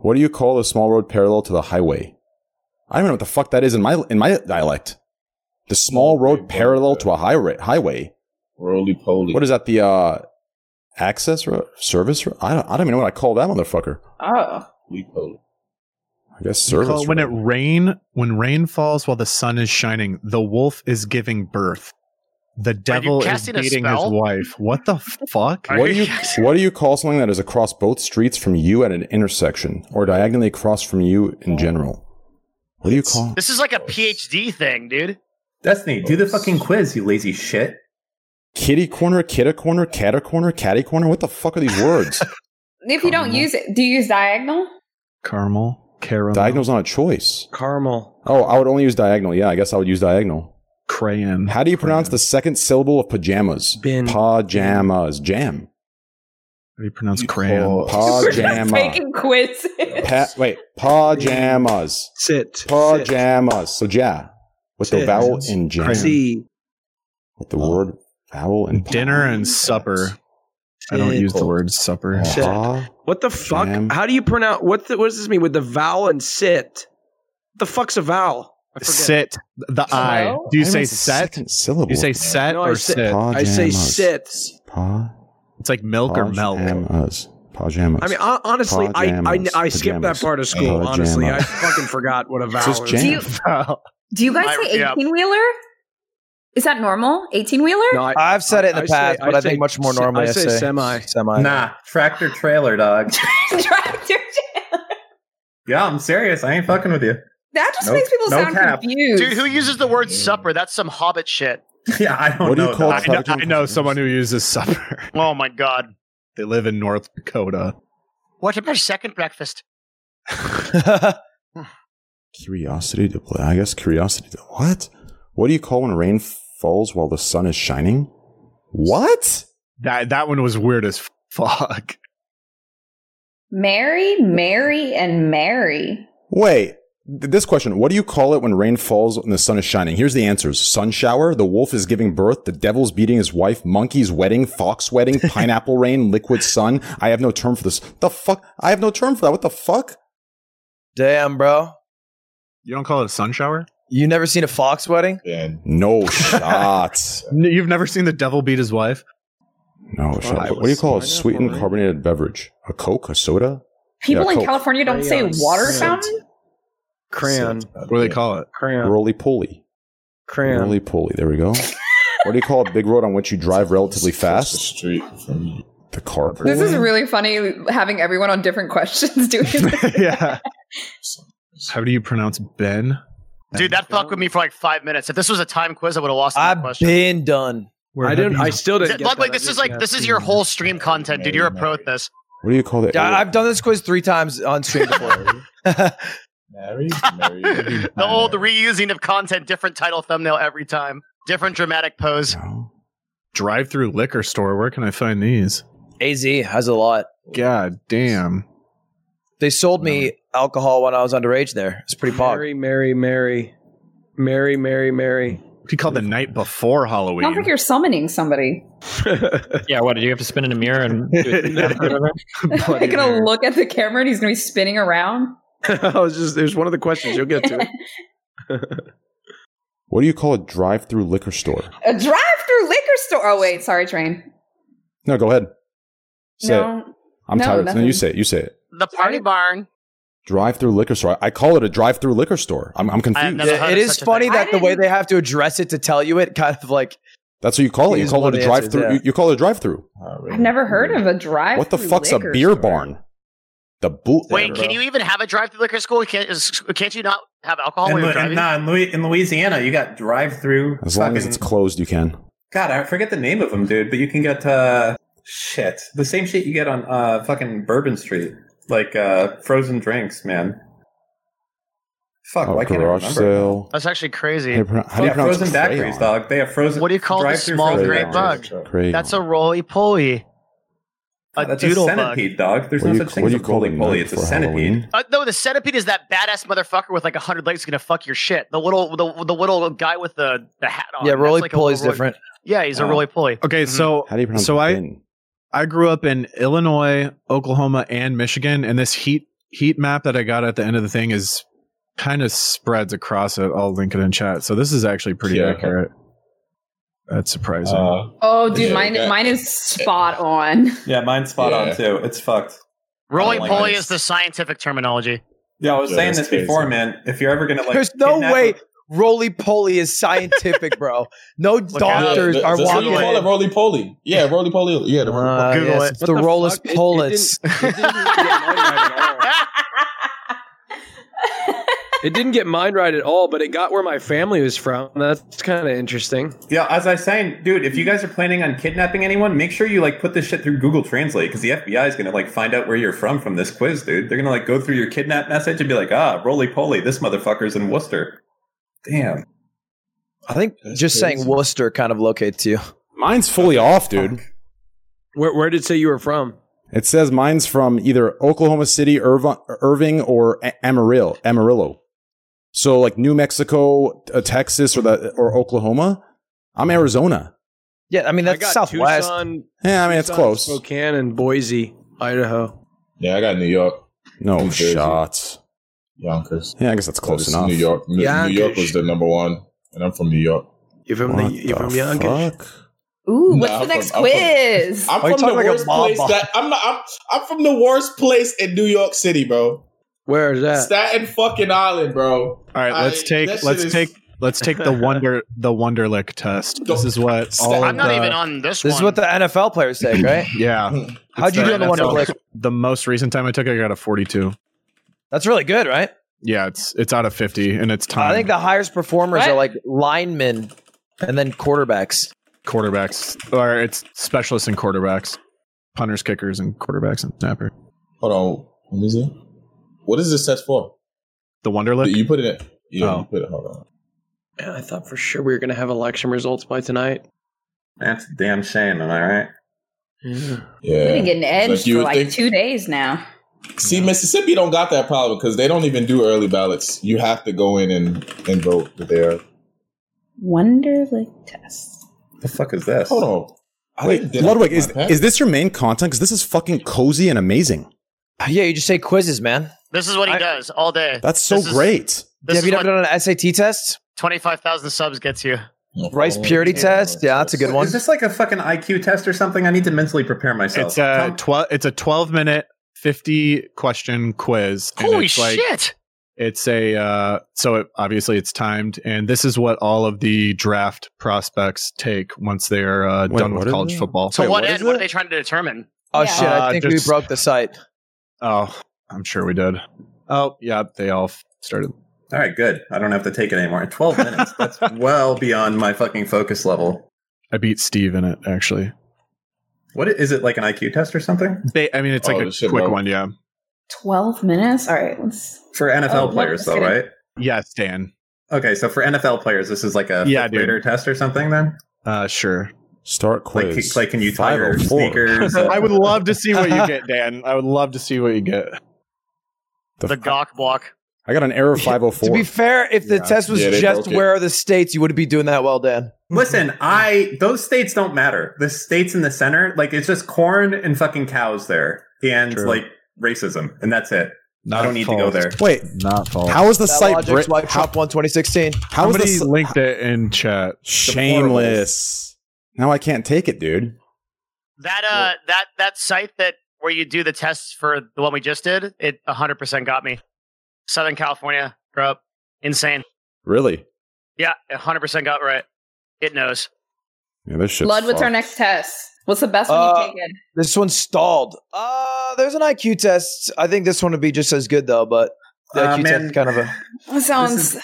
Speaker 2: What do you call a small road parallel to the highway? I don't know what the fuck that is in my in my dialect. The small road parallel to a highway. Highway.
Speaker 7: roly poly.
Speaker 2: What is that? The uh, access road, service road. I don't. I don't even know what I call that motherfucker.
Speaker 5: Oh.
Speaker 7: Roly poly.
Speaker 2: I guess
Speaker 9: You
Speaker 2: service.
Speaker 9: call it when it
Speaker 2: road.
Speaker 9: rain when rain falls while the sun is shining, the wolf is giving birth. The devil is
Speaker 4: casting a
Speaker 9: beating his
Speaker 4: spell?
Speaker 9: wife. What the fuck?
Speaker 4: Are
Speaker 2: what
Speaker 9: [LAUGHS]
Speaker 2: do you
Speaker 4: yes.
Speaker 2: what do you call something that is across both streets from you at an intersection or diagonally across from you in general? What do you call?
Speaker 4: This is like a PhD thing, dude.
Speaker 8: Destiny, do the fucking quiz, you lazy shit.
Speaker 2: Kitty corner, kidda corner, catter corner, catty corner. What the fuck are these words?
Speaker 5: If you don't use it, do you use diagonal?
Speaker 9: [LAUGHS] Caramel, caramel,
Speaker 2: Diagonal's not a choice.
Speaker 10: Caramel.
Speaker 2: Oh, I would only use diagonal. Yeah, I guess I would use diagonal.
Speaker 9: crayon.
Speaker 2: How do you pronounce the second syllable of pajamas?
Speaker 10: Bin.
Speaker 2: Pajamas. Jam.
Speaker 9: How do you pronounce
Speaker 2: Oh,
Speaker 9: crayon?
Speaker 5: We're just
Speaker 8: [LAUGHS]
Speaker 2: Pajama.
Speaker 5: taking quizzes.
Speaker 2: Pa- wait, pajamas.
Speaker 10: Sit.
Speaker 2: Pajamas. So ja, with the
Speaker 9: Sit.
Speaker 2: vowel in jam,
Speaker 10: See.
Speaker 2: with the word vowel in
Speaker 9: Dinner and supper. I don't use the word supper.
Speaker 10: Sit.
Speaker 2: Pa-
Speaker 10: What the fuck?
Speaker 2: Jam.
Speaker 10: How do you pronounce what? The, what does this mean with the vowel and sit? The fuck's a vowel? I forget.
Speaker 9: Sit. The I.
Speaker 5: Hello?
Speaker 9: Do you
Speaker 2: I
Speaker 9: say
Speaker 2: was the
Speaker 9: set?
Speaker 2: Second syllable.
Speaker 9: Do you say set
Speaker 10: No, I
Speaker 9: or
Speaker 10: said-
Speaker 9: sit?
Speaker 2: Pa-
Speaker 10: I say
Speaker 2: Pajamas.
Speaker 10: sit.
Speaker 2: pa-
Speaker 9: It's like milk or milk.
Speaker 2: Pajamas. Pajamas.
Speaker 10: I mean, hon- honestly, I, I
Speaker 2: Pajamas.
Speaker 10: I skipped that
Speaker 2: Pajamas.
Speaker 10: part of school. Honestly, I
Speaker 2: Pajamas.
Speaker 9: [LAUGHS]
Speaker 10: fucking forgot what a vowel
Speaker 2: just
Speaker 10: is.
Speaker 2: jam.
Speaker 5: Do
Speaker 10: [LAUGHS]
Speaker 5: you do you guys
Speaker 4: I-
Speaker 5: say
Speaker 4: yeah.
Speaker 5: eighteen wheeler? Is that normal? Eighteen wheeler?
Speaker 10: No, I,
Speaker 3: I've said it in the
Speaker 10: I- I
Speaker 3: past,
Speaker 10: say-
Speaker 3: but
Speaker 10: I
Speaker 3: I think
Speaker 10: say
Speaker 3: much more
Speaker 10: se-
Speaker 3: normally.
Speaker 10: I
Speaker 3: I
Speaker 10: say
Speaker 3: say,
Speaker 10: semi.
Speaker 3: Semi.
Speaker 8: Nah, tractor trailer,
Speaker 10: [LAUGHS]
Speaker 8: dog.
Speaker 5: Tractor trailer.
Speaker 8: Yeah, I'm serious. I ain't fucking with you.
Speaker 5: That just
Speaker 8: No-
Speaker 5: makes people
Speaker 8: no
Speaker 5: sound
Speaker 8: cap.
Speaker 5: confused.
Speaker 4: Dude, who uses the word supper? That's some hobbit shit.
Speaker 8: Yeah, I don't
Speaker 2: What do
Speaker 8: know.
Speaker 2: you call
Speaker 8: dog.
Speaker 9: I know, I know someone who uses supper.
Speaker 4: Oh my god.
Speaker 9: They live in North Dakota.
Speaker 4: What about second breakfast?
Speaker 2: Curiosity to play. I guess curiosity. To, what? What do you call when rain falls while the sun is shining? What?
Speaker 9: That that one was weird as fuck. [LAUGHS]
Speaker 5: Mary, Mary, and Mary.
Speaker 2: Wait. th- This question, what do you call it when rain falls and the sun is shining? Here's the answers. Sun shower, the wolf is giving birth, the devil's beating his wife, monkey's wedding, fox wedding, [LAUGHS] pineapple rain, liquid sun. I have no term for this. The fuck? I have no term for that. What the fuck?
Speaker 3: Damn, bro.
Speaker 9: You don't call it a sun shower?
Speaker 3: You never seen a fox wedding?
Speaker 7: Yeah. [LAUGHS]
Speaker 2: No shot.
Speaker 9: [LAUGHS] N- You've never seen the devil beat his wife?
Speaker 2: No shot. What do you call a sweetened carbonated beverage? A Coke? A soda?
Speaker 5: [LAUGHS] People
Speaker 2: Yeah,
Speaker 5: in
Speaker 2: cool.
Speaker 5: California don't say
Speaker 10: Crayons.
Speaker 5: water
Speaker 10: Sit.
Speaker 5: fountain.
Speaker 10: Crayon.
Speaker 9: What do they call it?
Speaker 10: Crayon.
Speaker 2: Roly poly.
Speaker 10: Crayon.
Speaker 2: Roly poly. There we go. what do you call a big road on which you drive relatively
Speaker 7: Across the
Speaker 2: fast?
Speaker 7: street from you.
Speaker 2: The carpool.
Speaker 5: This is really funny having everyone on different questions [LAUGHS] doing this.
Speaker 9: yeah. How do you pronounce Ben?
Speaker 4: Dude, that fucked with me for like five minutes. If this was a time quiz, I would have lost that
Speaker 3: I've
Speaker 4: question.
Speaker 3: been done.
Speaker 9: Where
Speaker 10: I
Speaker 9: have
Speaker 10: didn't.
Speaker 9: you-
Speaker 10: I still didn't.
Speaker 4: Th-
Speaker 10: Get
Speaker 4: Look, like
Speaker 10: that. I
Speaker 4: this is
Speaker 10: just
Speaker 4: like
Speaker 10: got
Speaker 4: this is
Speaker 10: the-
Speaker 4: your whole stream content, dude. You're a pro at this.
Speaker 2: What do you call the?
Speaker 3: I- I've done this quiz three times on stream before.
Speaker 2: [LAUGHS]
Speaker 3: [LAUGHS]
Speaker 7: Mary, Mary,
Speaker 4: the old reusing of content, different title, thumbnail every time, different dramatic pose.
Speaker 2: No.
Speaker 9: drive through liquor store. Where can I find these?
Speaker 3: AZ has a lot.
Speaker 9: God damn.
Speaker 3: They sold me alcohol when I was underage there. It's pretty pog.
Speaker 10: Mary, Mary, Mary, Mary, Mary, Mary.
Speaker 9: What do you call the night before
Speaker 5: Sounds like
Speaker 9: Halloween?
Speaker 5: you're summoning somebody.
Speaker 6: Yeah, what did you have to spin in a mirror and do it?
Speaker 9: Bloody
Speaker 5: They're gonna
Speaker 9: Mary.
Speaker 5: look at the camera and he's gonna be spinning around.
Speaker 10: [LAUGHS] I was just. There's one of the questions you'll get to.
Speaker 5: [LAUGHS]
Speaker 10: it.
Speaker 2: What do you call a drive-through liquor store?
Speaker 5: A drive-through liquor store. Oh wait, sorry, train.
Speaker 2: No, go ahead. Say it.
Speaker 5: No.
Speaker 2: I'm
Speaker 5: No,
Speaker 2: tired. of it. No, you
Speaker 5: nothing.
Speaker 2: say it. You say it.
Speaker 4: The party barn.
Speaker 2: Drive-through liquor store. I call it a drive-through liquor store. I'm, I'm confused.
Speaker 3: Yeah, it is funny that the way they have to address it to tell you it kind of like
Speaker 2: That's what you call it. You
Speaker 3: He's
Speaker 2: call
Speaker 3: one
Speaker 2: it a
Speaker 3: of the answers,
Speaker 2: drive-through.
Speaker 3: yeah.
Speaker 2: You, you call it a drive-through.
Speaker 5: I've never heard of a drive.
Speaker 2: What the fuck's a beer barn? The boot.
Speaker 4: Wait, can you even have a drive-through liquor school? Can't, is- can't you not have alcohol
Speaker 8: In,
Speaker 4: when
Speaker 8: Lu-
Speaker 4: you're
Speaker 8: in,
Speaker 4: driving?
Speaker 8: nah, in, Louis- in Louisiana, you got drive-through.
Speaker 2: As long as
Speaker 8: fucking-
Speaker 2: it's closed, you can.
Speaker 8: God, I forget the name of them, dude. But you can get uh, shit. The same shit you get on uh, fucking Bourbon Street, like uh, frozen drinks, man. Fuck,
Speaker 2: Oh,
Speaker 8: why can't I
Speaker 2: garage
Speaker 8: remember?
Speaker 2: sale.
Speaker 4: That's actually crazy.
Speaker 2: How do you pronounce- how do you
Speaker 8: Yeah,
Speaker 2: pronounce
Speaker 8: frozen daiquiris,
Speaker 2: crayon?
Speaker 8: dog. They have frozen.
Speaker 4: What do you call the
Speaker 8: drive-through
Speaker 4: small
Speaker 8: frozen
Speaker 4: gray
Speaker 8: daiquiris.
Speaker 4: bug?
Speaker 2: Crayon.
Speaker 4: That's a roly poly. A
Speaker 8: That's
Speaker 4: doodle
Speaker 8: a
Speaker 4: bug.
Speaker 8: centipede, dog. There's
Speaker 2: What
Speaker 8: no
Speaker 2: do you-
Speaker 8: such thing
Speaker 2: what
Speaker 8: as
Speaker 2: do
Speaker 8: a
Speaker 2: you call
Speaker 8: roly
Speaker 2: it,
Speaker 8: poly.
Speaker 2: nut
Speaker 8: It's a
Speaker 2: for
Speaker 8: centipede.
Speaker 2: Halloween?
Speaker 4: Uh, no, the centipede is that badass motherfucker with like a hundred legs gonna fuck your shit. The little, the, the little guy with the, the hat on.
Speaker 3: yeah,
Speaker 4: That's
Speaker 3: roly
Speaker 4: like a
Speaker 3: poly is
Speaker 4: little roly-
Speaker 3: different.
Speaker 4: Yeah, he's a
Speaker 3: Oh.
Speaker 4: roly poly.
Speaker 9: Okay, so
Speaker 2: How do you pronounce
Speaker 9: so I
Speaker 2: bin?
Speaker 9: I grew up in Illinois, Oklahoma, and Michigan, and this heat heat map that I got at the end of the thing is kind of spreads across it. I'll link it in chat. So this is actually pretty
Speaker 7: Yeah.
Speaker 9: accurate. That's surprising.
Speaker 8: Uh,
Speaker 5: Oh, dude,
Speaker 8: Yeah,
Speaker 5: mine
Speaker 8: that-
Speaker 5: mine is spot on.
Speaker 8: yeah, mine's spot
Speaker 7: Yeah.
Speaker 8: on too. It's fucked.
Speaker 4: Roly
Speaker 8: Oh my
Speaker 4: poly
Speaker 8: God.
Speaker 4: is the scientific terminology.
Speaker 8: Yeah, I was
Speaker 2: Yeah,
Speaker 8: saying
Speaker 2: that's
Speaker 8: this before,
Speaker 2: crazy.
Speaker 8: man. If you're ever gonna like,
Speaker 3: There's no
Speaker 8: kidnap
Speaker 3: way roly poly is scientific, bro. No doctors
Speaker 7: Yeah,
Speaker 3: are
Speaker 7: that's what
Speaker 3: walking.
Speaker 7: you call it
Speaker 3: in.
Speaker 7: roly poly. Yeah, roly poly. Yeah, the roly
Speaker 3: Uh,
Speaker 4: Google
Speaker 3: yes,
Speaker 4: it.
Speaker 3: It's
Speaker 10: What
Speaker 3: the,
Speaker 10: the
Speaker 3: rolus
Speaker 10: fuck? It- it
Speaker 3: polus.
Speaker 10: It didn't get mine right at all, but it got where my family was from. That's kind of interesting.
Speaker 8: Yeah, as I was saying, dude, if you guys are planning on kidnapping anyone, make sure you like put this shit through Google Translate because the FBI is gonna like find out where you're from from this quiz, dude. They're gonna like go through your kidnap message and be like, ah, roly poly, this motherfucker's in Worcester. Damn.
Speaker 3: I think just saying Worcester kind of locates you.
Speaker 2: Mine's fully off, dude.
Speaker 10: Where, where did it say you were from?
Speaker 2: It says mine's from either Oklahoma City, Irv- Irving, or A- Amarillo. Amarillo. So like New Mexico, uh, Texas, or the or Oklahoma. I'm Arizona.
Speaker 3: Yeah, I mean
Speaker 10: I got
Speaker 3: that's Southwest.
Speaker 10: Tucson,
Speaker 2: Yeah, I mean it's
Speaker 10: Tucson,
Speaker 2: close.
Speaker 10: Spokane and Boise, Idaho.
Speaker 7: Yeah, I got New York,
Speaker 2: No
Speaker 7: New Jersey.
Speaker 2: shots.
Speaker 7: Yonkers.
Speaker 2: Yeah, I guess that's close
Speaker 7: It's
Speaker 2: enough.
Speaker 7: New York. New, New York
Speaker 10: Yonkers.
Speaker 7: was the number one, and I'm from New York.
Speaker 10: You're from
Speaker 2: What
Speaker 10: the, you're from
Speaker 2: the
Speaker 10: Yonkers.
Speaker 2: fuck?
Speaker 5: Ooh,
Speaker 7: Nah,
Speaker 5: what's
Speaker 7: I'm
Speaker 5: the
Speaker 7: from-
Speaker 5: next
Speaker 7: I'm from-
Speaker 5: quiz?
Speaker 7: I'm
Speaker 3: Why
Speaker 7: from
Speaker 3: you
Speaker 7: the
Speaker 3: talking like a
Speaker 7: worst
Speaker 3: mob
Speaker 7: place
Speaker 3: boss?
Speaker 7: that I'm not. I'm, I'm from the worst place in New York City, bro.
Speaker 10: Where is that?
Speaker 7: Staten fucking Island, bro.
Speaker 9: All right, let's
Speaker 7: I- that
Speaker 9: take
Speaker 7: shit
Speaker 9: let's
Speaker 7: is-
Speaker 9: take let's take
Speaker 7: [LAUGHS]
Speaker 9: the wonder the Wonderlick test. This is what all
Speaker 7: Stop.
Speaker 9: of
Speaker 4: I'm not
Speaker 9: the,
Speaker 4: even on this,
Speaker 3: This
Speaker 4: one.
Speaker 3: is what the NFL players say, right?
Speaker 9: [CLEARS THROAT]
Speaker 7: [LAUGHS]
Speaker 9: Yeah,
Speaker 3: How'd you do on the
Speaker 9: That's all-
Speaker 3: Wonderlic?
Speaker 9: The most recent time I took, it, I got a forty-two.
Speaker 3: That's really good, right?
Speaker 9: Yeah, it's it's out of fifty, and it's time.
Speaker 3: I think the highest performers
Speaker 5: What?
Speaker 3: are like linemen and then quarterbacks.
Speaker 9: quarterbacks or it's specialists in quarterbacks, punters, kickers, and quarterbacks and snapper.
Speaker 7: Hold on. Let me see. What is this test for?
Speaker 9: The Wonderlick.
Speaker 7: You put it. In, yeah,
Speaker 9: Oh.
Speaker 7: you put it. Hold on.
Speaker 10: Man, I thought for sure we were going to have election results by tonight.
Speaker 8: That's a damn shame, am I right?
Speaker 7: Yeah.
Speaker 5: I've been getting edged
Speaker 7: Like you
Speaker 5: for
Speaker 7: would
Speaker 5: like
Speaker 7: think-
Speaker 5: two days now.
Speaker 7: See, Mississippi don't got that problem because they don't even do early ballots. You have to go in and, and vote there.
Speaker 5: Wonderlic test.
Speaker 8: The fuck is this?
Speaker 7: Hold on. I
Speaker 2: Wait,
Speaker 7: didn't get
Speaker 2: Ludwig,
Speaker 7: my
Speaker 2: is
Speaker 7: pen.
Speaker 2: is this your main content? Because this is fucking cozy and amazing.
Speaker 3: Yeah, you just say quizzes, man.
Speaker 4: This is what he does all day.
Speaker 2: That's so
Speaker 4: This is-
Speaker 2: great.
Speaker 4: This
Speaker 3: Have you
Speaker 4: is
Speaker 3: never
Speaker 4: what
Speaker 3: done an SAT test?
Speaker 4: twenty-five thousand subs gets you.
Speaker 9: Oh,
Speaker 3: Rice purity test? Yeah, that's a good one.
Speaker 8: Is this like a fucking IQ test or something? I need to mentally prepare myself.
Speaker 9: It's uh, a
Speaker 8: Come-
Speaker 9: twelve. It's a twelve minute, fifty question quiz. and
Speaker 4: Holy
Speaker 9: it's like-
Speaker 4: shit!
Speaker 9: It's a uh, so it, obviously it's timed, and this is what all of the draft prospects take once they are uh,
Speaker 2: Wait,
Speaker 9: done
Speaker 2: what
Speaker 9: with
Speaker 2: is
Speaker 9: college
Speaker 2: it?
Speaker 9: football.
Speaker 4: So
Speaker 2: Wait,
Speaker 4: what,
Speaker 2: what
Speaker 4: end?
Speaker 2: is
Speaker 4: What
Speaker 2: it?
Speaker 4: are they trying to determine?
Speaker 3: Oh
Speaker 5: Yeah.
Speaker 3: shit, I
Speaker 9: Uh,
Speaker 3: think
Speaker 9: just-
Speaker 3: we broke the site.
Speaker 9: Oh, I'm sure we did. Oh yeah, they all f- started.
Speaker 8: All right, good. I don't have to take it anymore. In 12 minutes.
Speaker 9: [LAUGHS]
Speaker 8: That's well beyond my fucking focus level.
Speaker 9: I beat Steve in it actually.
Speaker 8: What i- is it like an IQ test or something?
Speaker 9: They, I mean, it's like
Speaker 7: Oh,
Speaker 9: a
Speaker 7: shit,
Speaker 9: quick
Speaker 7: no.
Speaker 9: one. Yeah.
Speaker 5: Twelve minutes. All right, let's.
Speaker 8: For
Speaker 5: Oh,
Speaker 8: NFL
Speaker 5: no,
Speaker 8: players,
Speaker 5: just
Speaker 8: though,
Speaker 5: kidding.
Speaker 8: right?
Speaker 9: Yes, Dan.
Speaker 8: Okay, so for NFL players, this is like a
Speaker 9: Yeah,
Speaker 8: fifth
Speaker 9: dude.
Speaker 8: grader test or something, then?
Speaker 9: Uh, sure.
Speaker 2: Start
Speaker 8: Like,
Speaker 2: quiz.
Speaker 8: c- like, can you tie your
Speaker 2: 504.
Speaker 9: [LAUGHS]
Speaker 8: sneakers?
Speaker 9: I would love to see what you get, Dan. I would love to see what you get.
Speaker 2: The
Speaker 4: The
Speaker 2: f-
Speaker 4: Gawk block.
Speaker 2: I got an error 504.
Speaker 3: To be fair, if the
Speaker 9: Yeah.
Speaker 3: test was
Speaker 7: Yeah, they
Speaker 3: just
Speaker 7: broke it.
Speaker 3: where are the states, you would be doing that well, Dan.
Speaker 8: Listen, I those states don't matter. The states in the center, like it's just corn and fucking cows there, and
Speaker 9: True.
Speaker 8: like racism, and that's it. I don't need to go there.
Speaker 2: Wait,
Speaker 9: Not false.
Speaker 2: how is the
Speaker 3: That
Speaker 2: site?
Speaker 3: logic's
Speaker 2: Brit-
Speaker 3: why
Speaker 2: how,
Speaker 3: Trump won 2016.
Speaker 2: how is the
Speaker 9: Somebody
Speaker 2: s-
Speaker 9: linked it in chat.
Speaker 2: shameless? Now I can't take it, dude.
Speaker 4: That uh, that that site that where you do the tests for the one we just did, it 100 percent got me. Southern California, grow up, insane.
Speaker 2: Really?
Speaker 4: Yeah, 100 percent got right. It knows.
Speaker 2: Yeah, this shit.
Speaker 5: Blood, what's our next test? What's the best one
Speaker 3: Uh,
Speaker 5: you've taken?
Speaker 3: This one stalled. Uh, there's an IQ test. I think this one would be just as good though, but the
Speaker 8: Uh,
Speaker 3: IQ
Speaker 8: man.
Speaker 3: test is kind of a.
Speaker 5: That sounds.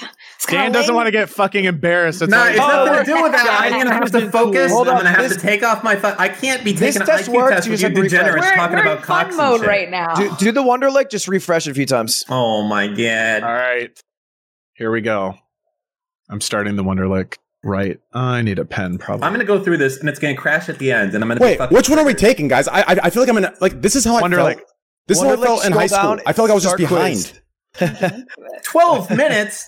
Speaker 9: Dan doesn't want to get fucking embarrassed.
Speaker 8: No,
Speaker 9: like- "Oh."
Speaker 8: it's nothing to do with that. I'm gonna have to focus.
Speaker 9: Hold
Speaker 8: I'm
Speaker 9: on,
Speaker 8: gonna have
Speaker 9: this-
Speaker 8: to take off my. Fu- I can't be
Speaker 3: This
Speaker 8: taking an
Speaker 3: test
Speaker 8: IQ
Speaker 3: works,
Speaker 8: test
Speaker 3: you
Speaker 8: with
Speaker 3: just
Speaker 8: you
Speaker 3: have to refresh.
Speaker 8: degenerates
Speaker 3: We're-
Speaker 8: talking
Speaker 3: we're in
Speaker 8: about
Speaker 5: fun
Speaker 8: cocks and
Speaker 5: mode
Speaker 8: shit.
Speaker 5: right now.
Speaker 3: Do, do the Wonderlick. Just refresh it a few times.
Speaker 8: Oh my god!
Speaker 9: All right. Here we go. I'm starting the Wonderlick. Right. I need a pen, probably.
Speaker 8: I'm gonna go through this, and it's gonna crash at the end, and I'm gonna be
Speaker 2: Wait,
Speaker 8: fucking.
Speaker 2: which one are we taking, guys? I I, I feel like I'm in a, like this is how I felt.
Speaker 9: Wonderlic.
Speaker 2: This is how I
Speaker 3: Wonderlic,
Speaker 2: felt in
Speaker 3: scroll
Speaker 2: high school.
Speaker 3: down,
Speaker 2: I felt like I was just
Speaker 3: start quiz.
Speaker 2: behind.
Speaker 8: Twelve minutes.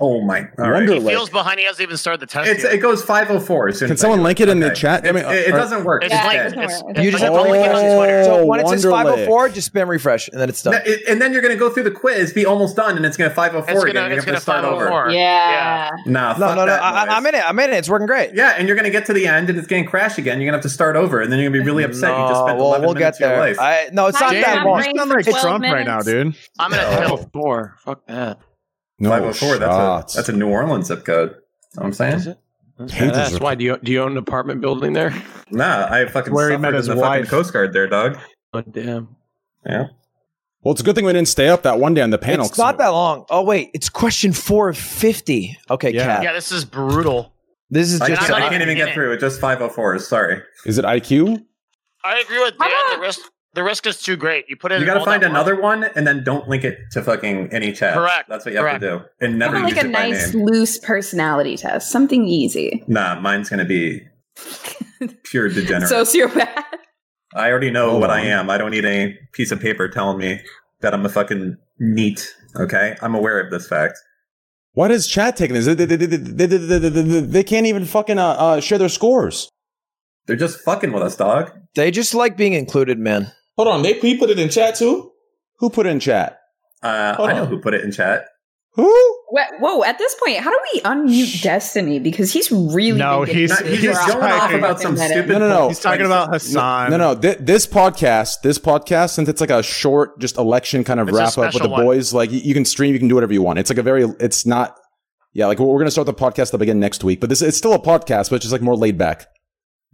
Speaker 8: Oh my! All right.
Speaker 2: Wonderlic.
Speaker 4: Feels behind. He hasn't even started the test.
Speaker 8: It's,
Speaker 4: yet.
Speaker 8: it goes 504. as soon
Speaker 2: Can
Speaker 8: as I
Speaker 2: someone
Speaker 8: do
Speaker 2: link it in the chat? I
Speaker 8: It,
Speaker 2: mean,
Speaker 8: it, it
Speaker 2: or-
Speaker 8: doesn't work.
Speaker 4: It's
Speaker 8: It's
Speaker 4: like-
Speaker 8: dead.
Speaker 5: doesn't
Speaker 4: it's-
Speaker 5: work.
Speaker 4: it's
Speaker 3: You
Speaker 4: like
Speaker 3: just have
Speaker 4: the
Speaker 3: to
Speaker 4: only thing on Twitter.
Speaker 2: Oh,
Speaker 3: So when it says
Speaker 2: Wonderlic.
Speaker 3: 504, just spam refresh and then it's done.
Speaker 8: No, it- and then you're gonna go through the quiz, be almost done, and it's gonna 504
Speaker 4: It's
Speaker 8: again.
Speaker 4: gonna,
Speaker 8: You're
Speaker 4: it's
Speaker 8: gonna
Speaker 4: gonna
Speaker 8: have to start over.
Speaker 5: Yeah.
Speaker 8: Nah,
Speaker 3: no,
Speaker 8: fuck
Speaker 3: no, no.
Speaker 8: that
Speaker 3: I,
Speaker 8: noise.
Speaker 3: I'm in it. I'm in it. It's working great.
Speaker 8: Yeah, and you're gonna get to the end, and it's gonna crash again. You're gonna have to start over, and then you're gonna be really upset. you just spent
Speaker 3: well,
Speaker 8: 11
Speaker 3: we'll
Speaker 8: minutes
Speaker 3: get there.
Speaker 8: of your life.
Speaker 3: I, no, it's
Speaker 5: Mine
Speaker 3: not
Speaker 5: is
Speaker 3: that
Speaker 5: not
Speaker 3: long.
Speaker 5: brain-
Speaker 9: You sound like
Speaker 5: 12
Speaker 9: Trump right now,
Speaker 5: minutes.
Speaker 9: dude.
Speaker 4: I'm gonna
Speaker 8: No.
Speaker 4: kill.
Speaker 10: Four. Fuck that.
Speaker 2: no
Speaker 8: 504. That's
Speaker 2: shots.
Speaker 8: a, that's a New Orleans zip code. Know what I'm saying?
Speaker 10: Is it? That's
Speaker 2: Pages
Speaker 10: badass.
Speaker 2: are-
Speaker 10: Why do you do you own an apartment building there?
Speaker 8: Nah, I fucking
Speaker 9: Where he
Speaker 8: suffered
Speaker 9: met
Speaker 8: in
Speaker 9: his
Speaker 8: the fucking
Speaker 9: wife.
Speaker 8: Coast Guard there, dog.
Speaker 10: Oh damn.
Speaker 8: Yeah.
Speaker 2: well, it's a good thing we didn't stay up that one day on the panel.
Speaker 3: It's not that long. Oh wait, it's question four of fifty. Okay,
Speaker 9: Yeah.
Speaker 3: Cap.
Speaker 4: Yeah, this is brutal.
Speaker 3: This is
Speaker 8: I
Speaker 3: just.
Speaker 8: can't, I
Speaker 4: not
Speaker 8: can't even
Speaker 4: in
Speaker 8: get
Speaker 4: it.
Speaker 8: through it. Just 504s. Sorry.
Speaker 2: Is it IQ?
Speaker 4: I agree with
Speaker 5: How
Speaker 4: Dan.
Speaker 5: about-
Speaker 4: The risk, the risk is too great. You put in.
Speaker 8: You gotta
Speaker 4: all
Speaker 8: find
Speaker 4: that work.
Speaker 8: another one and then don't link it to fucking any chat.
Speaker 4: Correct,
Speaker 8: That's what you have to do. And
Speaker 5: Kind
Speaker 8: never
Speaker 5: of
Speaker 8: use
Speaker 5: like a
Speaker 8: it by
Speaker 5: nice
Speaker 8: name.
Speaker 5: loose personality test, something easy.
Speaker 8: Nah, mine's gonna be pure degenerate.
Speaker 5: Sociopath.
Speaker 8: I already know
Speaker 2: Hold
Speaker 8: what
Speaker 9: Oh.
Speaker 2: on.
Speaker 8: I am. I don't need any piece of paper telling me that I'm a fucking neat. Okay, I'm aware of this fact.
Speaker 2: Why does chat taking this? They, they, they, they, they, they- they- they can't even fucking uh, uh, share their scores.
Speaker 8: They're just fucking with us, dog.
Speaker 3: They just like being included, man.
Speaker 7: Hold on, they he put it in chat too.
Speaker 2: Who put in chat?
Speaker 8: Uh,
Speaker 7: Hold
Speaker 8: I know
Speaker 7: on.
Speaker 8: who put it in chat.
Speaker 2: Who?
Speaker 5: Wha- Whoa! At this point, how do we unmute Destiny? Because he's really
Speaker 9: No,
Speaker 5: been getting
Speaker 9: he's-
Speaker 8: Nah,
Speaker 5: to the
Speaker 8: he's
Speaker 9: you're
Speaker 5: door
Speaker 8: going
Speaker 9: right.
Speaker 8: off
Speaker 5: fucking
Speaker 8: about some
Speaker 5: minute.
Speaker 8: stupid.
Speaker 2: No, no, no.
Speaker 9: He's talking about Hassan.
Speaker 2: No, no. Th- this podcast, this podcast, since it's like a short, just election kind of
Speaker 4: It's a
Speaker 2: wrap up with
Speaker 4: special
Speaker 2: the
Speaker 4: one.
Speaker 2: boys, like you, you can stream, you can do whatever you want. It's like a very, it's not, yeah. Like we're gonna start the podcast up again next week, but this it's still a podcast, but it's just like more laid back.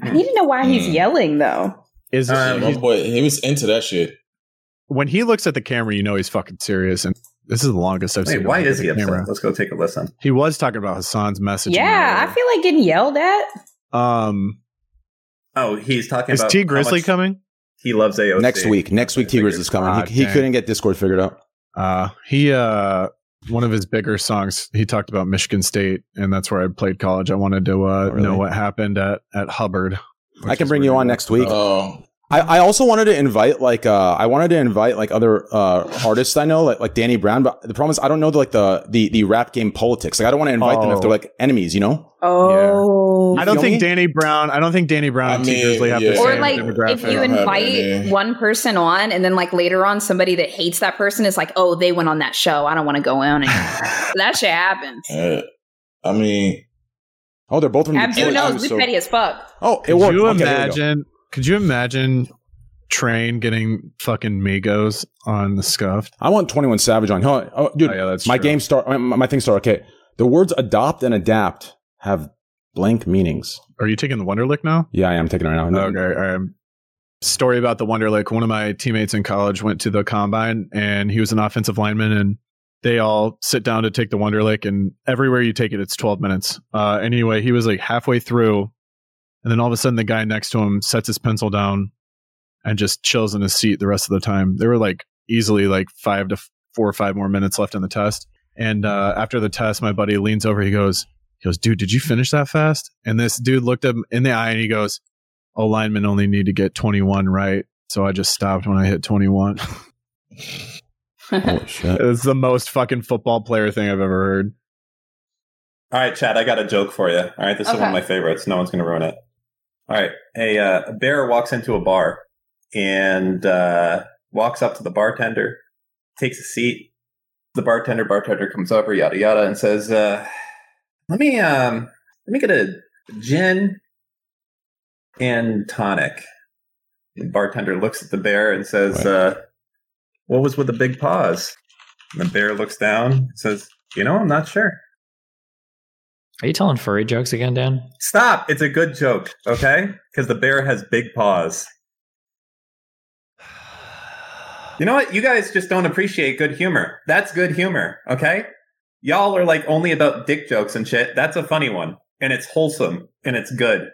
Speaker 5: I need to know why he's yelling though.
Speaker 9: Is
Speaker 8: Um,
Speaker 7: My boy, he was into that shit.
Speaker 9: when he looks at the camera, you know he's fucking serious. And this is the longest I've seen.
Speaker 8: Wait,
Speaker 9: him
Speaker 8: why
Speaker 9: look at
Speaker 8: is
Speaker 9: the
Speaker 8: he upset?
Speaker 9: camera.
Speaker 8: Let's go take a listen.
Speaker 9: He was talking about Hassan's message.
Speaker 5: Yeah, I feel like getting yelled at.
Speaker 9: Um,
Speaker 8: Oh, he's talking
Speaker 9: is
Speaker 8: about
Speaker 9: T
Speaker 8: how
Speaker 9: Grizzly
Speaker 8: much
Speaker 9: coming?
Speaker 8: He loves AOC
Speaker 2: Next week, next week, Tigris is coming.
Speaker 9: God
Speaker 2: He, he
Speaker 9: Ah, dang.
Speaker 2: couldn't get Discord figured out.
Speaker 9: Uh, he uh, one of his bigger songs. He talked about Michigan State, and that's where I played college. I wanted to uh,
Speaker 2: Oh, really?
Speaker 9: know what happened at at Hubbard. which
Speaker 2: I can
Speaker 9: is
Speaker 2: bring
Speaker 9: where
Speaker 2: you
Speaker 9: he
Speaker 2: on
Speaker 9: was.
Speaker 2: next week.
Speaker 7: Oh,
Speaker 2: I, I also wanted to invite like uh I wanted to invite like other uh artists I know like like Danny Brown, but the problem is I don't know the, like the the the rap game politics. Like I don't want to invite them if
Speaker 9: Oh.
Speaker 2: they're like enemies, you know.
Speaker 5: Oh,
Speaker 9: I don't
Speaker 2: feel
Speaker 9: think
Speaker 2: me?
Speaker 9: Danny Brown. I don't think Danny Brown
Speaker 7: I
Speaker 9: and T
Speaker 7: mean,
Speaker 9: Grizzly have the
Speaker 7: yeah.
Speaker 9: same
Speaker 7: Or,
Speaker 5: or like if
Speaker 9: demographic.
Speaker 5: you
Speaker 7: I don't have
Speaker 5: invite
Speaker 7: any.
Speaker 5: one person on and then like later on somebody that hates that person is like oh they went on that show i don't want to go on and that shit happens
Speaker 7: yeah. Uh, I mean,
Speaker 2: Oh, they're both from
Speaker 5: abdu
Speaker 2: Detroit.
Speaker 5: knows
Speaker 2: I'm
Speaker 5: we
Speaker 2: so-
Speaker 5: petty as fuck
Speaker 2: Oh, it
Speaker 9: could
Speaker 2: worked.
Speaker 9: you
Speaker 2: Okay, there we go.
Speaker 9: imagine? Could you imagine Train getting fucking Migos on the scuffed?
Speaker 2: I want Twenty One Savage on. Hold on. Oh, dude,
Speaker 9: Oh, yeah, that's
Speaker 2: my
Speaker 9: true.
Speaker 2: game start. My, my thing start. Okay, the words adopt and adapt have blank meanings.
Speaker 9: Are you taking the Wonderlick now?
Speaker 2: Yeah, I am taking it right now.
Speaker 9: Oh, Okay. all right. Story about the Wonderlick. One of my teammates in college went to the combine, and he was an offensive lineman, and they all sit down to take the Wonderlick, and everywhere you take it, it's twelve minutes. Uh, anyway, he was like halfway through, and then all of a sudden, the guy next to him sets his pencil down and just chills in his seat the rest of the time. There were like easily like five to f- four or five more minutes left on the test, and uh, after the test, my buddy leans over, he goes. He goes, dude, did you finish that fast? And this dude looked him in the eye and he goes, oh, linemen only need to get 21 right. So I just stopped when I hit 21.
Speaker 2: [LAUGHS] Holy shit.
Speaker 9: it's the most fucking football player thing I've ever heard.
Speaker 8: All right, Chad, I got a joke for you. All right, this is one
Speaker 5: Okay.
Speaker 8: of my favorites. No one's going to ruin it. All right, a, uh, a bear walks into a bar and uh, walks up to the bartender, takes a seat. The bartender, bartender comes over, yada yada, and says, uh, "Let me, um, let me get a gin and tonic." The bartender looks at the bear and says, uh, "What was with the big paws?" And the bear looks down, and says, "You know, I'm not sure."
Speaker 6: Are you telling furry jokes again, Dan?
Speaker 8: Stop! It's a good joke, okay? Because the bear has big paws. You know what? You guys just don't appreciate good humor. That's good humor, okay? Y'all are like only about dick jokes and shit. That's a funny one, and it's wholesome and it's good.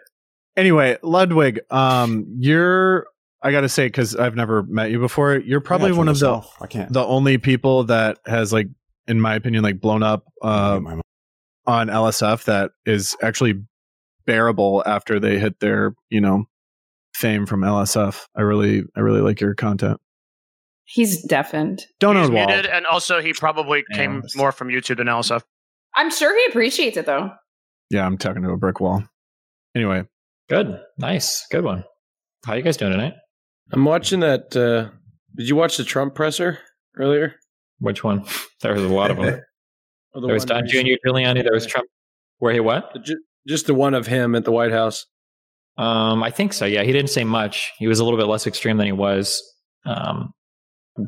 Speaker 9: Anyway, Ludwig, um, you're I gotta say because I've never met you before. You're probably
Speaker 2: turn
Speaker 9: one of
Speaker 2: this
Speaker 9: the
Speaker 2: off. I can't.
Speaker 9: the only people that has like, in my opinion, like blown up uh, on LSF that is actually bearable after they hit their you know fame from LSF. I really I really like your content.
Speaker 5: He's deafened.
Speaker 9: Donald
Speaker 4: He's
Speaker 9: Wall.
Speaker 4: muted, and also he probably came more from YouTube than LSF.
Speaker 5: I'm sure he appreciates it though.
Speaker 9: Yeah, I'm talking to a brick wall. Anyway,
Speaker 6: Good, nice, good one. How you guys doing tonight?
Speaker 10: I'm watching that. Uh, did you watch the Trump presser earlier?
Speaker 6: Which one? [LAUGHS] There was a lot of them.
Speaker 10: Or the
Speaker 6: there was
Speaker 10: one
Speaker 6: Don
Speaker 10: where
Speaker 6: Jr. Giuliani. There was Trump. Where he what?
Speaker 10: Just the one of him at the White House.
Speaker 6: Um, I think so. Yeah, he didn't say much. He was a little bit less extreme than he was um,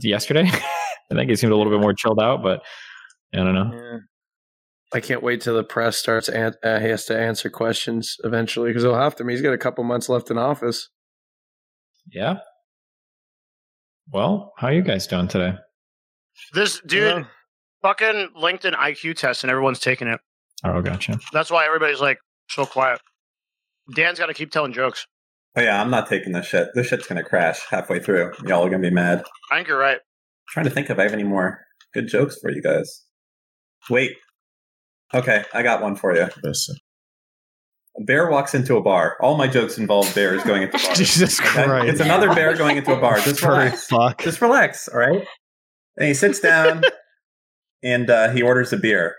Speaker 6: yesterday. [LAUGHS] I think he seemed a little bit more chilled out, but I don't know.
Speaker 10: I can't wait till the press starts. An- uh, he has to answer questions eventually because he'll have to. I mean, he's got a couple months left in office.
Speaker 6: Yeah. Well, how are you guys doing today?
Speaker 4: This dude, fucking LinkedIn IQ test, and everyone's taking it.
Speaker 6: Oh, gotcha.
Speaker 4: That's why everybody's like so quiet. Dan's got to keep telling jokes.
Speaker 8: Oh yeah, I'm not taking this shit. This shit's gonna crash halfway through. Y'all are gonna be mad. I'm
Speaker 4: I think you're right.
Speaker 8: trying to think if I have any more good jokes for you guys. Wait. Okay, I got one for you. Listen. A bear walks into a bar. All my jokes involve bears
Speaker 9: [LAUGHS]
Speaker 8: going into bars.
Speaker 9: Jesus
Speaker 8: Okay?
Speaker 9: Christ.
Speaker 8: It's another bear going into a bar. Just
Speaker 9: Furry
Speaker 8: relax.
Speaker 9: fuck.
Speaker 8: Just relax, all right? And he
Speaker 9: [LAUGHS]
Speaker 8: sits down and uh, he orders a beer.